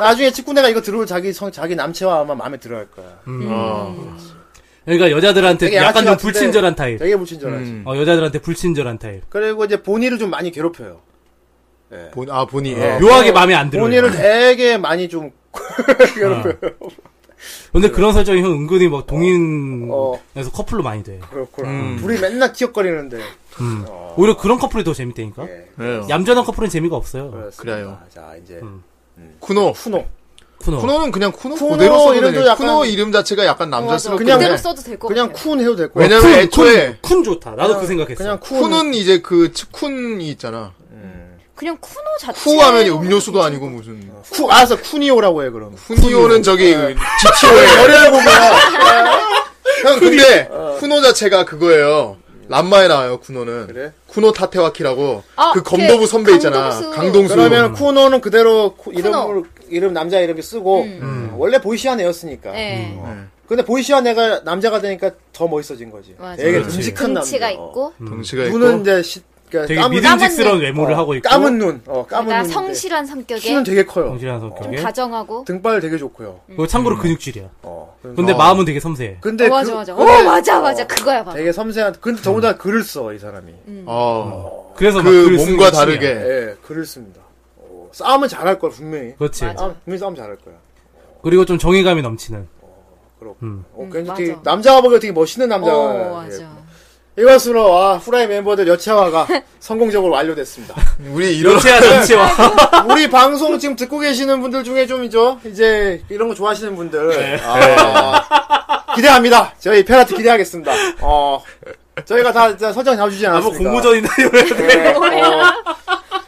나중에 치쿤애가 이거 들으면 자기 성 자기 남체와 아마 마음에 들어할 거야. 음. [LAUGHS] 그러니까 여자들한테 되게 약간 양아치 좀 같은데 불친절한 타입. 되게 불친절하지. 어, 여자들한테 불친절한 타입. 그리고 이제 본의를 좀 많이 괴롭혀요. 본, 아, 본이. 어, 묘하게 마음에 안 들어요. 아. 본의를 되게 많이 좀 [LAUGHS] 괴롭혀요. 근데 그런 설정이 형 은근히 뭐 동인에서 어. 커플로 많이 돼. 그렇구나. 음. 둘이 맨날 기억거리는데. 음. 어. 오히려 그런 커플이 더 재밌다니까. 예. 그래요. 얌전한 커플은 재미가 없어요. 그래요. 자, 이제. 음. 쿠노. 쿠노. 쿠노. 쿠노는 그냥 쿠노, 쿠노 그대로 써도 이름도 되니까. 약간- 쿠노 이름 자체가 약간 남자스럽긴 그냥 해. 써도 될 것 같아요. 그냥 쿤 해도 될거 왜냐면 쿤, 애초에 쿤, 쿤 좋다. 나도 그 생각했어. 그냥 쿠는 이제 그 츠쿤이 있잖아. 그냥 쿠노 자체. 쿠 하면 음료수도 아니고 무슨 쿠 알아서 쿠니오라고 해 그럼. 어. 쿠니오는 네. 저기 GTO의 [LAUGHS] 머리를 보면 [LAUGHS] 형 근데 쿠노 자체가 그거예요. 람마에 나와요 쿠노는. 쿠노 타테와키라고 아, 그 검도부 그 선배 있잖아. 강동수. 음. 강동수. 그러면 쿠노는 그대로 쿠- 이름으로 이름 남자 이렇게 쓰고 음. 원래 보이시한 애였으니까. 네. 근데 보이시한 애가 남자가 되니까 더 멋있어진 거지. 맞아요. 되게 그렇지. 듬직한 남자. 어. 음. 등치가 있고 덩치가 있고. 눈은 이제 시, 그러니까 되게 까만- 믿음직스러운 까만 눈. 외모를 어, 하고 있고. 까만 눈. 어, 까만 그러니까 눈. 성실한 성격에 키는 되게 커요. 정신한 좀 성격에. 다정하고 등발 되게 좋고요. 그거 참고로 근육질이야. 그래서- 근데 어. 마음은 되게 섬세해. 근데 어, 맞아 그- 맞아. 근데- 네. 어 맞아 맞아. 어, 그거야 봐. 되게 섬세한. 근데 음. 저보다 글을 써 이 사람이. 음. 음. 어. 아, 그래서 막 그 글을 쓰는 몸과 욕심이야. 다르게 예, 글을 씁니다. 어, 싸움은 잘할 거야 분명히. 그렇지. 맞아. 싸움, 분명히 싸움 잘할 거야. 그리고 좀 정의감이 넘치는. 그렇고. 음. 어, 굉장히 되게 남자가 보기에 되게 멋있는 남자가. 어, 예. 맞아. 이것으로 아, 후라이 [LAUGHS] 멤버들 여체화가 성공적으로 완료됐습니다. 우리 이런 여체와 전체와. 우리 방송 지금 듣고 계시는 분들 중에 좀 이죠 이제 이런 거 좋아하시는 분들 네. 아, 기대합니다. 저희 페라트 기대하겠습니다. 어, 저희가 다 진짜 설정 잡아주지 아마 않았습니까? 공모전이나 이런 거 네, 어,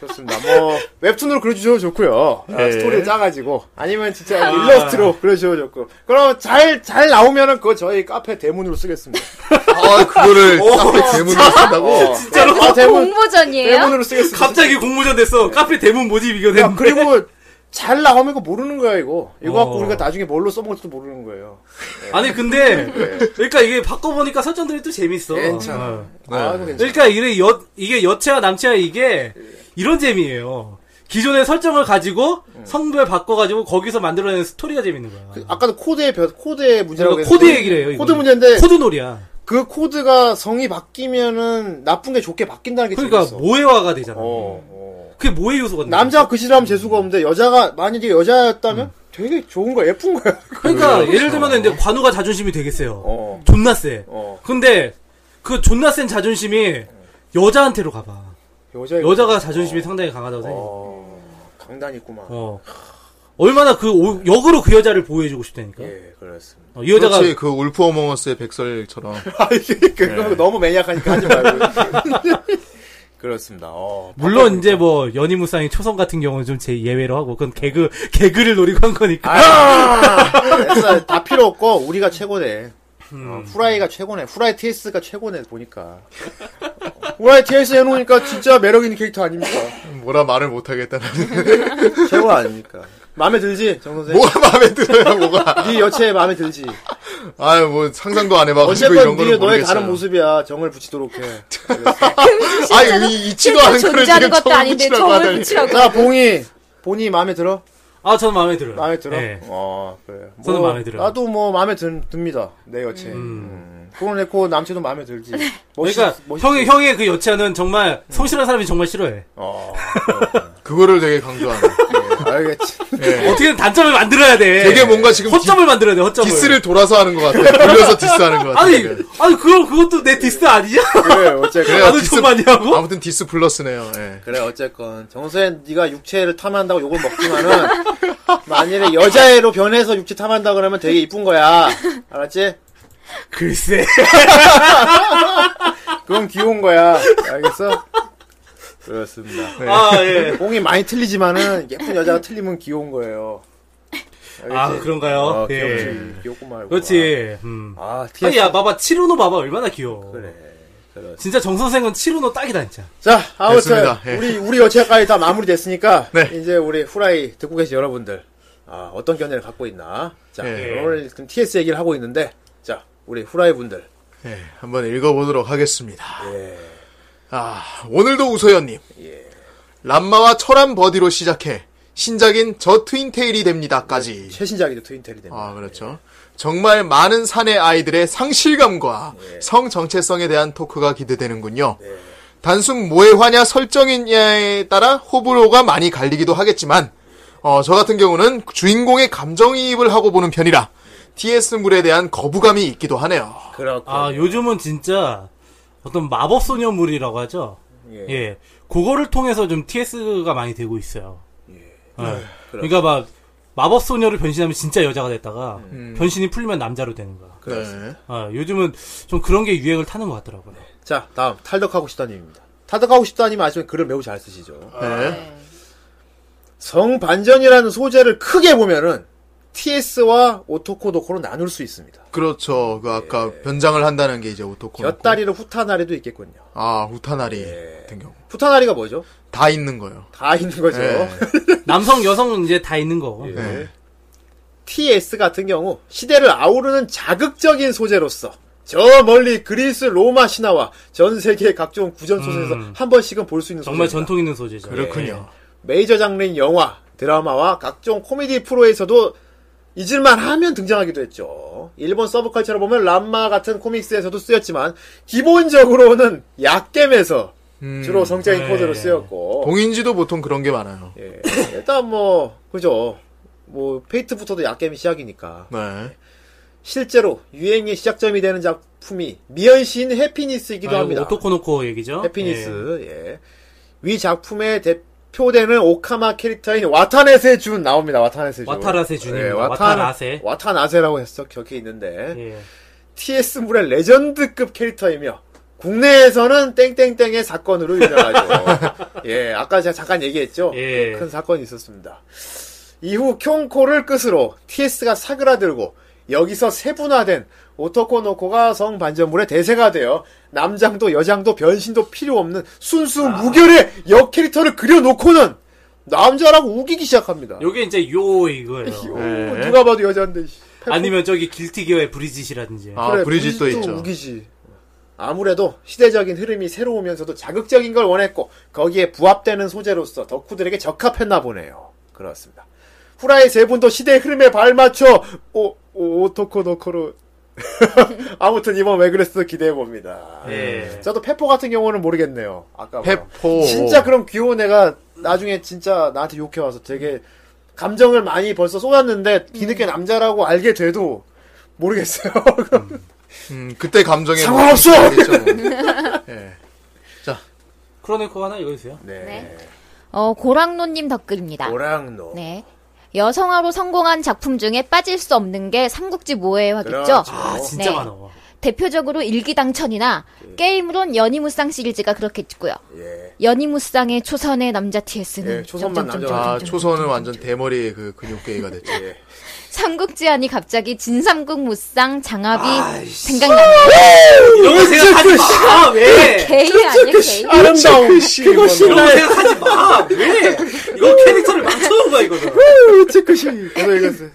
좋습니다. 뭐 웹툰으로 그려주셔도 좋고요. 아, 네. 스토리를 짜가지고 아니면 진짜 일러스트로 그려주셔도 좋고. 그럼 잘 잘 나오면은 그거 저희 카페 대문으로 쓰겠습니다. 아 그거를 카페 대문으로 쓴다고. 어. 진짜로 아, 대문 네, 뭐 공모전이에요. 대문으로 쓰겠습니다. 갑자기 공모전 됐어. 카페 대문 모집 이겨냈 야, 그리고 잘 나오면 이거 모르는 거야 이거. 이거 갖고 어. 우리가 나중에 뭘로 써먹을지도 모르는 거예요. 아니 근데 그러니까 이게 바꿔보니까 설정들이 또 재밌어. 괜찮아. 어. 아, 이거 괜찮아. 그러니까 이게 여 이게 여체와 남체와 이게 이런 재미예요. 기존의 설정을 가지고 성별 바꿔가지고 거기서 만들어낸 스토리가 재밌는 거야. 그 아까도 코드의 변- 코드의 문제라고 그러니까 코드 했는데 얘기를 해요. 코드 이거는. 문제인데 코드 놀이야. 그 코드가 성이 바뀌면은 나쁜 게 좋게 바뀐다는 게 그러니까 재밌어. 어. 모해화가 되잖아. 그게 모해 요소가. 남자가 그 짓을 하면 재수가 없는데 여자가 만약에 여자였다면 되게 좋은 거야 예쁜 [LAUGHS] 거야. 그러니까 예를 들면 이제 관우가 자존심이 되게 세요. 존나 세. 어. 근데 그 존나 센 자존심이 여자한테로 가봐. 여자 여자가 자존심이 상당히 강하다고 생각해. 어. 강단 있구만. 어. 얼마나 그 오- 역으로 그 여자를 보호해주고 싶다니까. 예 그렇습니다. 어, 이 여자가 그렇지 그 울프 어몽어스의 백설처럼. [LAUGHS] 아 이게 그거 너무 매니악하니까 하지 말고. [LAUGHS] 그렇습니다. 어, 물론 이제 뭐 연희무쌍의 초성 같은 경우는 좀 제 예외로 하고 그건 개그 개그를 노리고 한 아. 거니까. [LAUGHS] 그래서 다 필요 없고 우리가 최고네. 어, 후라이가 최고네. 후라이 TS가 최고네 보니까. 후라이 TS 해놓으니까 진짜 매력 있는 캐릭터 아닙니까? 뭐라 말을 못 하겠다는. 최고 아닙니까? 마음에 들지 정 선생. 뭐가 마음에 들어요 뭐가. 네 여체 마음에 들지. 아유 뭐 상상도 안 해봐가지고 어쨌건 이런 네 거는 너의 모르겠어요. 다른 모습이야. 정을 붙이도록 해. [LAUGHS] 아유 이 잊지도 실제 존재하는 않은 거를 지금 것도 처음 아닌데 붙이라고 점을 하다니. 네. 붙이라고. 자 봉이 봉이 마음에 들어? 아 저는 마음에 들어요. 마음에 들어? 예. 어 그래. 뭐 저는 마음에 들어요. 나도 뭐 마음에 든, 듭니다. 내 여체. 음. 그러네코 남친도 마음에 들지. 멋있, 그러니까 형의 형의 그 여친은 정말 성실한 사람이 정말 싫어해. 그거를 되게 강조하네. 알겠지. 어떻게든 단점을 만들어야 돼. 네. 되게 뭔가 지금 허점을 만들어야 돼. 허점을. 디스를 돌아서 하는 것 같아. 돌려서 디스하는 것 같아. 네. 아니 아니 그럼 그것도 내 디스 [LAUGHS] 아니야? 그래 어쨌건 그래요, 나도 디스- 좀 많이 하고. 아무튼 디스 플러스네요. 예. 그래 어쨌건 정수현 네가 육체를 탐한다고 욕을 먹지만은 만일에 여자애로 변해서 육체 탐한다 그러면 되게 이쁜 거야. 알았지? 글쎄. 그건 귀여운 거야. 알겠어? 그렇습니다. 네. 아, 예. 공이 많이 틀리지만은 예쁜 여자가 틀리면 귀여운 거예요. 알겠지? 아 그런가요? 어, 예. 귀엽지. 귀엽고 말고. 그렇지. 음. 아, 아니, 야, 봐봐. 치루노 봐봐. 얼마나 귀여워. 그래. 진짜 정선생은 치루노 딱이다, 진짜. 자, 아무튼 됐습니다. 예. 네. 우리 우리 여체까지 다 마무리됐으니까 이제 우리 후라이 듣고 계신 여러분들 아, 어떤 견해를 갖고 있나? 자, 예. 오늘 지금 TS 얘기를 하고 있는데 자, 우리 후라이 분들 예, 한번 읽어보도록 하겠습니다. 예. 아, 오늘도 우소연님. 람마와 철암 버디로 시작해 신작인 저 트윈테일이 됩니다까지. 최신작이죠, 트윈테일이 됩니다. 아, 그렇죠. 정말 많은 산의 아이들의 상실감과 예. 성 정체성에 대한 토크가 기대되는군요. 네. 단순 모해화냐 설정이냐에 따라 호불호가 많이 갈리기도 하겠지만, 어, 저 같은 경우는 주인공의 감정이입을 하고 보는 편이라, TS물에 대한 거부감이 있기도 하네요. 그렇고. 아, 요즘은 진짜 어떤 마법소녀물이라고 하죠. 예. 예. 그거를 통해서 좀 TS가 많이 되고 있어요. 아, 예. 그러니까 막 마법소녀로 변신하면 진짜 여자가 됐다가 음. 변신이 풀리면 남자로 되는 거야. 그렇습니다. 아, 요즘은 좀 그런 게 유행을 타는 것 같더라고요. 자, 다음 탈덕하고 싶다님입니다. 탈덕하고 싶다님 아시면 글을 매우 잘 쓰시죠. 네. 성반전이라는 소재를 크게 보면은 TS와 오토코 도코로 나눌 수 있습니다. 그렇죠. 그 아까 예. 변장을 한다는 게 이제 오토코. 곁다리로 예. 후타나리도 있겠군요. 아, 후타나리 같은 경우. 후타나리가 뭐죠? 다 있는 거예요. 다 있는 거죠. 예. 네. [LAUGHS] 남성, 여성은 이제 다 있는 거고. 예. TS 같은 경우 시대를 아우르는 자극적인 소재로서 저 멀리 그리스 로마 신화와 전 세계 각종 구전 소설에서 한 번씩은 볼 수 있는 음. 정말 소재입니다. 전통 있는 예. 소재죠. 그렇군요. 메이저 장르인 영화, 드라마와 각종 코미디 프로에서도 잊을만 하면 등장하기도 했죠. 일본 서브컬처로 보면 람마 같은 코믹스에서도 쓰였지만 기본적으로는 약겜에서 음, 주로 성적인 네. 코드로 쓰였고 동인지도 보통 그런 게 많아요. 예. 일단 뭐 그죠. 뭐 페이트부터도 약겜이 시작이니까 네. 실제로 유행의 시작점이 되는 작품이 미연 시인 해피니스이기도 아, 합니다. 오토코노코 얘기죠. 해피니스. 예. 위 작품에 대표되는 오카마 캐릭터인 와타네세 준 나옵니다. 와타네세 준. 예, 와타라세 준입니다. 와타라세. 와타나세라고 해서 적혀 있는데 예. TS 물의 레전드급 캐릭터이며 국내에서는 땡땡땡의 사건으로 [LAUGHS] 유명하죠. 예, 아까 제가 잠깐 얘기했죠. 예. 큰 사건이 있었습니다. 이후 쿄코를 끝으로 TS가 사그라들고 여기서 세분화된 오토코노코가 성반전물의 대세가 되어 남장도 여장도 변신도 필요 없는 순수 무결의 역 캐릭터를 그려놓고는 남자라고 우기기 시작합니다. 요게 이제 요 이거예요. 뭐 누가 봐도 여잔데. 씨. 아니면 저기 길티기어의 네. 브리짓이라든지. 아, 그래, 브리짓도 우기지. 아무래도 시대적인 흐름이 새로우면서도 자극적인 걸 원했고 거기에 부합되는 소재로서 덕후들에게 적합했나 보네요. 그렇습니다. 후라이 세 분도 시대의 흐름에 발맞춰 오, 오 오토코 노코로 [LAUGHS] 아무튼 이번 왜 그랬어 기대해 봅니다. 예. 저도 페포 같은 경우는 모르겠네요. 아까 봐요. 페포. 진짜 그럼 귀여운 애가 나중에 진짜 나한테 욕해 와서 되게 감정을 많이 벌써 쏟았는데 뒤늦게 남자라고 알게 돼도 모르겠어요. [LAUGHS] 음, 그때 감정에. 상관없어! 뭐 비슷하겠죠, [LAUGHS] 뭐. 예. 크로네코 하나 읽어주세요. 네. 어, 고랑노님 덧글입니다. 고랑노. 네. 여성화로 성공한 작품 중에 빠질 수 없는 게 삼국지 모해화겠죠? 네. 그렇죠. 아, 진짜 많아. 대표적으로 일기당천이나 네. 게임으론 연희무쌍 시리즈가 그렇겠고요. 예. 연희무쌍의 초선의 남자 TS는 예, 네. 초선만 남자. 아, 초선은 완전 대머리의 그 근육계이가 됐죠. 삼국지안이 갑자기 진삼국 무쌍 장합이 씨. 어! 생각나요. 이런 거 생각하지 마. 아, 왜? 게이 아니야 게이. 아름다운 그렇죠. 그것이 이런 거 나의- 생각하지 마. 왜? 이거 캐릭터를 망쳐놓은 거야 이거는. 체크시. 저도 읽었어요.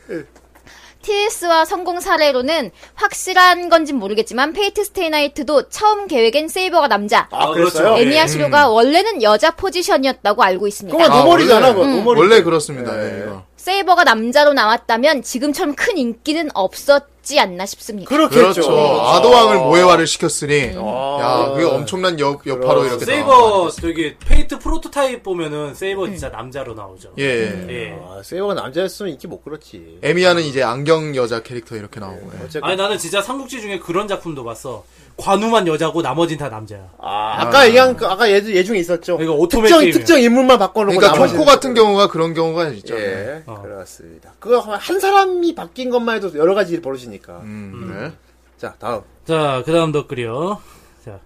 TS와 성공 사례로는 확실한 건진 모르겠지만 페이트 스테이 나이트도 처음 계획엔 세이버가 남자. 아, 그랬어요? 애니아 시로가 원래는 여자 포지션이었다고 알고 있습니다. 그건 노멀이잖아, 그거. 음. 노멀이. 원래 그렇습니다. 예, 이거. 세이버가 남자로 나왔다면 지금처럼 큰 인기는 없었지 않나 싶습니다. 아, 그렇죠. 아도왕을 모해화를 음. 시켰으니 아. 야 그게 엄청난 여, 여파로 그렇죠. 이렇게 세이버 되게 페이트 프로토타입 보면은 세이버 진짜 남자로 나오죠. 예. 네. 아, 세이버가 남자였으면 인기 못 그렇지. 에미야는 이제 안경 여자 캐릭터 이렇게 나오고. 예. 아니 나는 진짜 삼국지 중에 그런 작품도 봤어. 관우만 여자고 나머진 다 남자야. 아, 까 얘기한 그- 아까 얘, 얘 중에 있었죠. 이거 오토맨 특정 게임이야. 특정 인물만 바꿔놓고 그러니까 나머지 경코 같은 경우가 그런 경우가 있죠. 예, 그렇습니다. 그 한 사람이 바뀐 것만 해도 여러 가지 일이 벌어지니까. 음. 네. 자 다음. 자 그다음 덧글이요. 자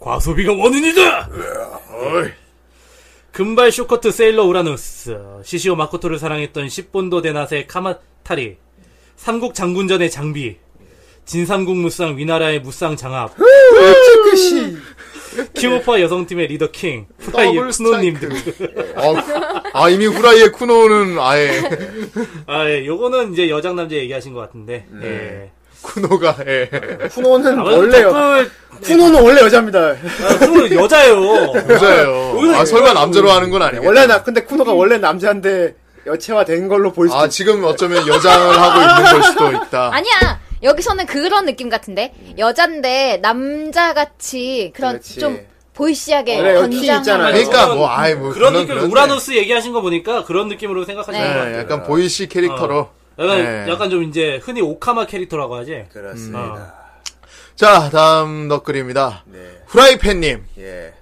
과소비가 원인이다. 어이. 금발 쇼커트 세일러 우라누스 시시오 마코토를 사랑했던 십본도 데나세 카마타리 삼국 장군전의 장비 진삼국 무쌍 위나라의 무쌍 장합 체크시 키오파 여성팀의 리더 킹 아, 프라이 더블 쿠노님 그 등 아, 아, 이미 후라이의 쿠노는 아예 [LAUGHS] 아, 예, 요거는 이제 여장 남자 얘기하신 것 같은데. 예. 쿠노가 예. 쿠노는 아무래도 원래 여, 댓글- 쿠노는 원래 여자입니다. 아, 쿠노는 [LAUGHS] 여자예요. 여자예요. 아 설마 남자로 하는 건 아니에요. 원래 나 근데 쿠노가 원래 남자인데 여체화된 걸로 볼 수도. 아 지금 어쩌면 여장을 하고 있는 걸 수도 있다. 아니야. 여기서는 그런 느낌 같은데 여잔데 남자같이 그런 음. 그렇지. 좀 보이시하게 그래, 여기 키 건장한 있잖아요. 그러니까 뭐 아이 뭐 그런 그건 느낌, 그런데. 우라노스 얘기하신 거 보니까 그런 느낌으로 생각하시는 네. 것 네. 예, 같아요. 약간 보이시 캐릭터로. 어. 약간, 예. 약간 좀 이제 흔히 오카마 캐릭터라고 하지. 그렇습니다. 네, 자 다음 덧글입니다. 후라이팬님. 예.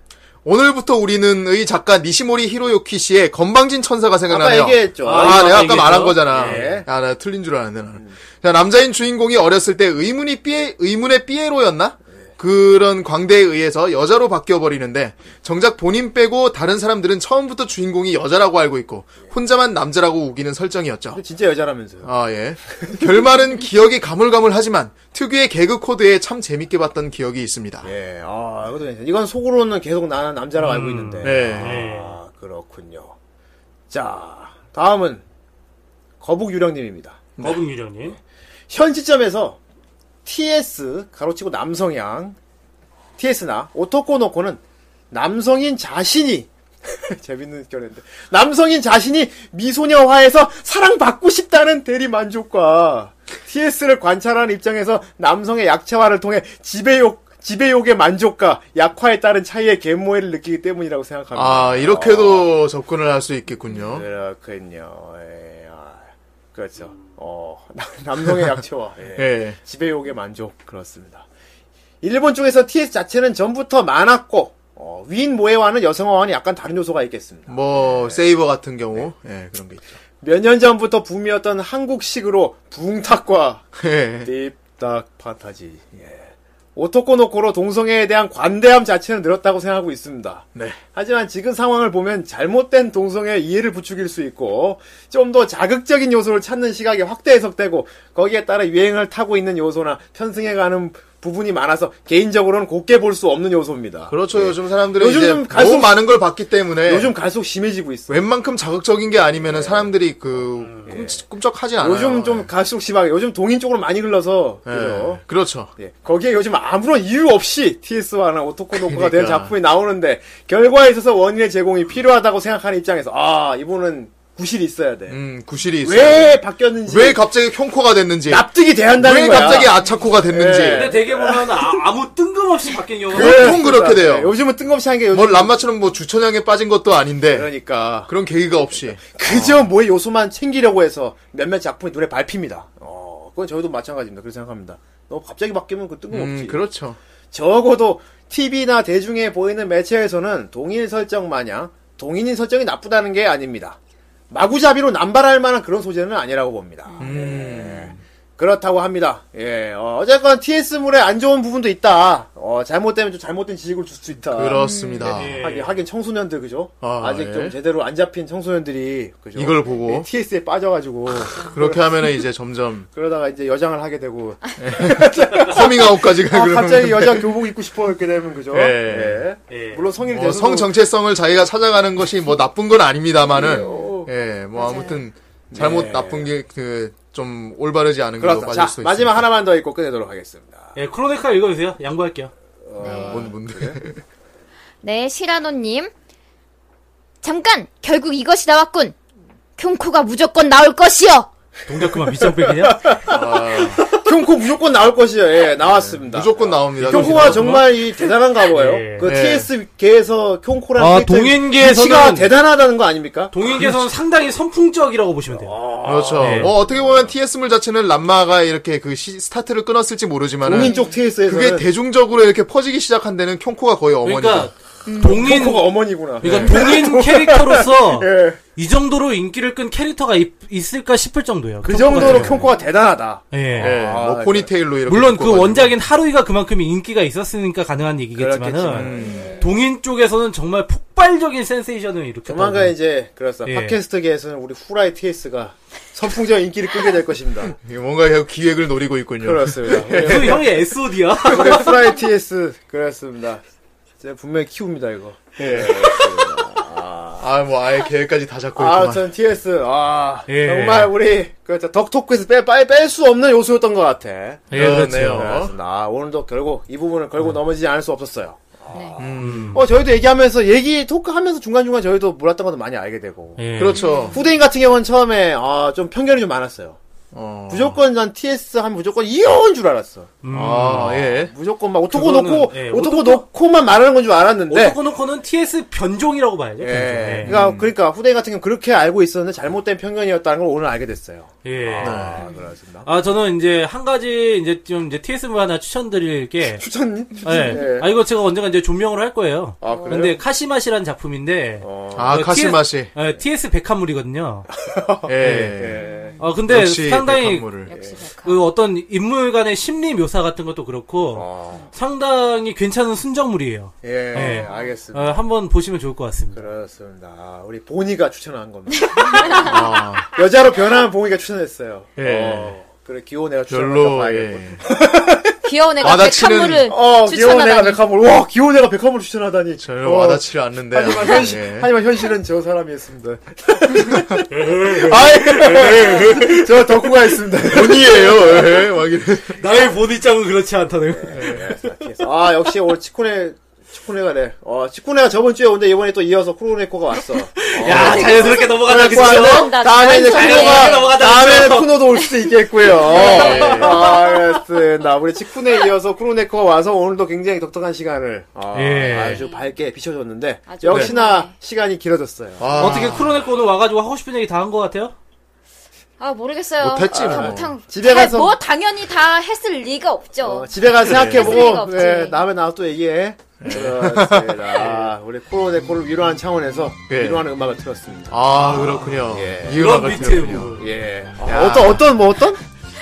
오늘부터 우리는의 작가 니시모리 히로요키 씨의 건방진 천사가 생각나네요. 아까 얘기했죠. 아, 아까 내가 아까 얘기했죠. 말한 거잖아. 예. 아, 나 틀린 줄 알았네, 나는. 자, 남자인 주인공이 어렸을 때 의문이 삐에, 의문의 삐에로였나? 그런 광대에 의해서 여자로 바뀌어버리는데, 정작 본인 빼고 다른 사람들은 처음부터 주인공이 여자라고 알고 있고, 혼자만 남자라고 우기는 설정이었죠. 진짜 여자라면서요. 아, 예. 결말은 기억이 가물가물하지만, 특유의 개그 코드에 참 재밌게 봤던 기억이 있습니다. 예, 아, 이것도 괜찮아. 이건 속으로는 계속 나는 남자라고 알고 있는데. 네. 아, 그렇군요. 자, 다음은 거북 유령님입니다. 거북 유령님. 현 시점에서 TS 가로치고 남성향 TS나 오토코노코는 남성인 자신이 [LAUGHS] 재밌는 결인데 남성인 자신이 미소녀화해서 사랑받고 싶다는 대리 만족과 TS를 관찰하는 입장에서 남성의 약체화를 통해 지배욕 지배욕의 만족과 약화에 따른 차이의 계모해를 느끼기 때문이라고 생각합니다. 어, 아, 이렇게도 접근을 할 수 네. 있겠군요. 그렇군요. 예, 아, 그렇죠. 어, [LAUGHS] 남- 남성의 약체와 예. 예. 지배욕의 만족 그렇습니다. 일본 쪽에서 TS 자체는 전부터 많았고 어, 위인 모해와는 여성화와는 약간 다른 요소가 있겠습니다. 뭐 세이버 같은 경우 네. 예 그런 게 있죠. 몇 년 전부터 붐이었던 한국식으로 붕탁과 예. 네. 딥닥 판타지 예. 오토코노코로 동성애에 대한 관대함 자체는 늘었다고 생각하고 있습니다. 네. 하지만 지금 상황을 보면 잘못된 동성애 이해를 부추길 수 있고 좀 더 자극적인 요소를 찾는 시각이 확대 해석되고 거기에 따라 유행을 타고 있는 요소나 편승해가는 부분이 많아서 개인적으로는 곱게 볼 수 없는 요소입니다. 그렇죠. 요즘 사람들은 예. 요즘 이제 좀 갈수록- 너무 많은 걸 봤기 때문에 요즘 갈수록 심해지고 있어요. 웬만큼 자극적인 게 아니면은 사람들이 그 꿈, 쩍하지 않아요. 음. 네. 요즘 좀 갈수록 심하게 요즘 동인 쪽으로 많이 흘러서 예. 그죠? 그렇죠. 예. 거기에 요즘 아무런 이유 없이 TS와나 오토코노코가 된 그러니까. 작품이 나오는데 결과에 있어서 원인의 제공이 필요하다고 생각하는 입장에서 아 이분은 구실이 있어야 돼. 음 구실이 있어요. 왜 바뀌었는지 왜 갑자기 형코가 됐는지 납득이 돼야 한다는 왜 거야. 갑자기 아차코가 됐는지 예. 근데 되게 보면 아, 무 뜬금없이 바뀐 경우가 보통 그렇게 돼요. 예, 요즘은 뜬금없이 하는 게 요즘 뭘 람마처럼 뭐 주천양에 빠진 것도 아닌데 그러니까 그런 계기가 없이 어. 그저 뭐의 요소만 챙기려고 해서 몇몇 작품이 눈에 밟힙니다. 어, 그건 저희도 마찬가지입니다. 그렇게 생각합니다. 너무 갑자기 바뀌면 그 뜬금없지. 음 그렇죠. 적어도 TV나 대중에 보이는 매체에서는 동일 설정 마냥 동인인 설정이 나쁘다는 게 아닙니다. 마구잡이로 남발할 만한 그런 소재는 아니라고 봅니다. 음. 예. 그렇다고 합니다. 예, 어, 쨌건 TS물에 안 좋은 부분도 있다. 어, 잘못되면 좀 잘못된 지식을 줄 수 있다. 그렇습니다. 예. 하긴, 하긴 청소년들 그죠? 아, 아, 직 예. 좀 제대로 안 잡힌 청소년들이 그죠? 예, 이걸 보고. TS에 빠져가지고 그렇게 하면은 이제 점점 그러다가 이제 여장을 하게 되고 아, 커밍아웃까지 가 그러면 갑자기 여자 교복 입고 싶어 이렇게 되면 그죠? 예. 예. 물론 성인이 뭐 돼서 성 정체성을 자기가 찾아가는 것이 뭐 나쁜 건 아닙니다만은 예, 뭐 아무튼 잘못 나쁜 게 그 좀 올바르지 않은 걸로 네. 그렇다. 빠질 자 수 있어요. 마지막 하나만 더 읽고 끝내도록 하겠습니다. 예, 크로네카 읽어주세요. 양보할게요. 뭔 뭔데? 네, 시라노님. 잠깐! 결국 이것이 나왔군! 쿄코가 무조건 나올 것이요. 동작 그만 밑장빼기냐? 쿄코 무조건 나올 것이요. 예, 나왔습니다. 무조건 나옵니다. 그렇죠. 쿄코가 정말 이 대단한가 봐요. 그 예. TS계에서 쿄코랑 아, 캐릭터의 동인계에서는- 위치가 대단하다는 거 아닙니까? [LAUGHS] 동인계에서는 상당히 선풍적이라고 보시면 돼요. 아. 그렇죠. 네. 어, 어떻게 보면 TS물 자체는 람마가 이렇게 그 시- 스타트를 끊었을지 모르지만 동인 쪽 TS에서는 그게 대중적으로 이렇게 퍼지기 시작한 데는 쿄코가 거의 어머니다. 그러니까 동인 쿄코가 어머니구나. 예. 그러니까 동인 [LAUGHS] 캐릭터로서 이 정도로 인기를 끈 캐릭터가 있, 을까 싶을 정도예요. 그 쿄코가 정도로 되면. 쿄코가 대단하다. 아, 그러니까 예. 예, 뭐 포니테일로 이렇게 물론 그 묶어가지고. 원작인 하루이가 그만큼 인기가 있었으니까 가능한 얘기겠지만은 그렇겠지만. 동인 쪽에서는 정말 폭발적인 센세이션을 일으켰다. 조만간 이제 그렇습니다. 예. 팟캐스트계에서는 우리 후라이 TS가 선풍적 인기를 끌게 될 것입니다. 이게 뭔가 계속 기획을 노리고 있군요. 그렇습니다. 예. 그 형이 SOD야. [LAUGHS] 우리 후라이 TS 네, 그렇습니다. 제가 분명히 키웁니다 이거. 예. 아, 뭐 아예 계획까지 다 잡고 있구만. 아, 전 TS, 아, 예. 정말 우리, 그렇죠. 덕토크에서 빼, 빨리 뺄 수 없는 요소였던 것 같아. 예, 그렇죠. 아, 오늘도 결국 이 부분을 네. 걸고 넘어지지 않을 수 없었어요. 아, 음. 어, 저희도 얘기하면서, 얘기, 토크 하면서 중간중간 저희도 몰랐던 것도 많이 알게 되고. 예. 어. 그렇죠. 후대인 같은 경우는 처음에, 아, 좀 편견이 좀 많았어요. 어. 무조건 난 TS 하면 무조건 이어인 줄 알았어. 아, 예. 무조건 막 오토코 네. 그거는, 놓고, 예, 오토코 오토코- 놓고만 말하는 건 줄 알았는데. 오토코노코는 TS 변종이라고 봐야죠. 변종. 네. 네. 예. 네. 그러니까, 음. 그러니까 후대인 같은 경우는 그렇게 알고 있었는데 잘못된 편견이었다는 걸 오늘 알게 됐어요. 예. 네. 아, [LAUGHS] 그렇습니다. 아, 저는 이제 한 가지 이제 좀 이제 TSM 하나 추천드릴 [LAUGHS] 게. 추천님? 예. 네. 예. 아, 이거 제가 언젠가 이제 조명을 할 거예요. 아, 그래요? 근데 카시마시라는 작품인데. 아, 카시마시. TS, 예, TS 백합물이거든요. 예. 네. 아, 근데 역시 상당히 백합물을. 그 어떤 인물 간의 심리 묘사 같은 것도 그렇고 상당히 괜찮은 순정물이에요. 예, 네. 알겠습니다. 어, 한번 보시면 좋을 것 같습니다. 그렇습니다. 아, 우리 보니가 추천한 겁니다. 아, 여자로 변한 보니가 추천했어요. 예. 어, 그래, 귀여운 애가 추천한 별로, 거 예. 귀여운 애가 와다치는- 백합물을 어, 귀여운 애가 추천하다니. 백합물. 와, 귀여운 애가 백합물 추천하다니. 별로 어, 와닿지를 않는데. 하지만 현실, 예. 하지만 현실은 [LAUGHS] 저 사람이었습니다. 아이, [LAUGHS] 저 덕후가 했습니다. 본이에요. 예. 막 이래. 나의 본 입장은 그렇지 않다네요. 아, 역시 오늘 치쿠네, 치쿠네가래. 어, 치쿠네가 저번 주에 오는데 이번에 또 이어서 쿠로네코가 왔어. 야, 자연스럽게 넘어가다 그래서 그죠? 다음에 이제 자연스럽게 쿠노가 넘어가다 다음에는 그죠? 쿠노도 올 수도 있겠고요. 아, 알겠습니다. 우리 치쿠네 이어서 쿠로네코가 와서 오늘도 굉장히 독특한 시간을 아, 예. 아주 밝게 비춰줬는데 역시나 시간이 길어졌어요. 아. 어떻게 크로네코는 와가지고 하고 싶은 얘기 다 한 것 같아요? 아 모르겠어요. 못했지, 다 뭐. 못한- 집에 다- 가서- 뭐 당연히 다 했을 리가 없죠. 어, 집에 가서 했을 리가 생각해보고 없지. 예, 다음에 나와서 또 얘기해. 그렇습니다. 아, 우리 쿠로네코를 위로하는 차원에서 예. 위로하는 음악을 틀었습니다. 아, 그렇군요. 이 그런 음악을 비트예요, 들었군요. 예. 야. 아, 어떤 어떤 뭐 어떤?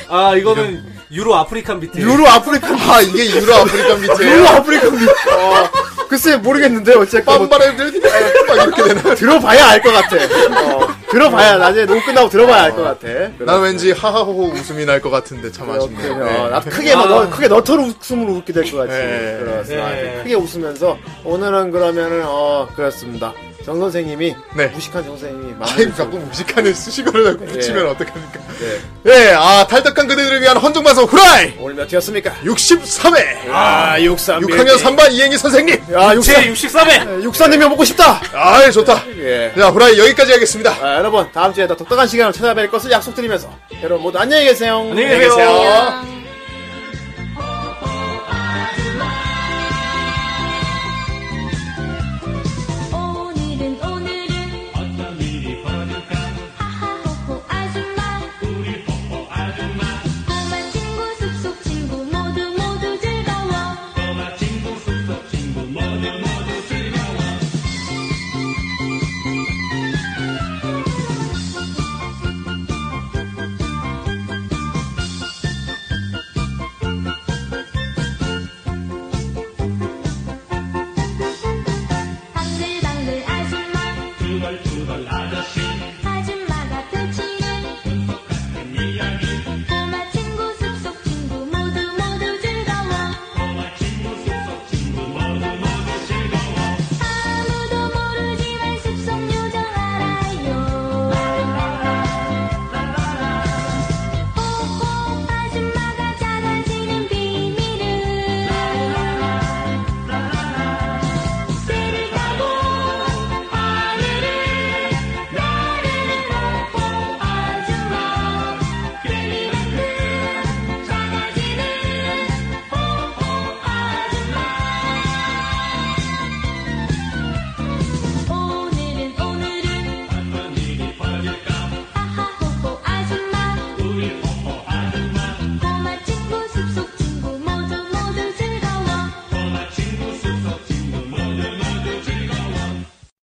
아, 이거는 유로 아프리칸 비트. 유로 아프리칸 아, 이게 유로 아프리칸 비트예요. 유로 아프리칸 [LAUGHS] 비트. 어, 글쎄 모르겠는데 어쨌건 뭐 빰바람들 막 이렇게 아, 되나? 들어봐야 알 것 같아. 어, 들어봐야 나중에 녹음 끝나고 들어봐야 알 것 같아. 난 왠지 하하호호 웃음이 날 것 같은데 참 아쉽네요. 그렇군요. 네. 어, 나 크게 막 너, 크게 너털 웃음으로 웃게 될 것 같지. 네. 그렇습니다. 네. 크게 웃으면서 오늘은 그러면은 어 그렇습니다. 정 선생님이 네. 무식한 정 선생님이 아니 마무리- 자꾸 무식한을 수식어를 자꾸 붙이면 어떡합니까? 네. 예, 아 탈덕한 그대들을 위한 헌정방송 후라이 오늘 몇 회였습니까? 63회 아, 63. 6학년 3반 이행이 선생님 네, 아, 63. 제 63회! 육사님이 먹고 싶다. 아 좋다 예. 자 후라이 여기까지 하겠습니다 아, 여러분 다음 주에 더 독특한 시간을 찾아뵐 것을 약속드리면서 여러분 모두 안녕히 계세요. 안녕히 계세요. 안녕.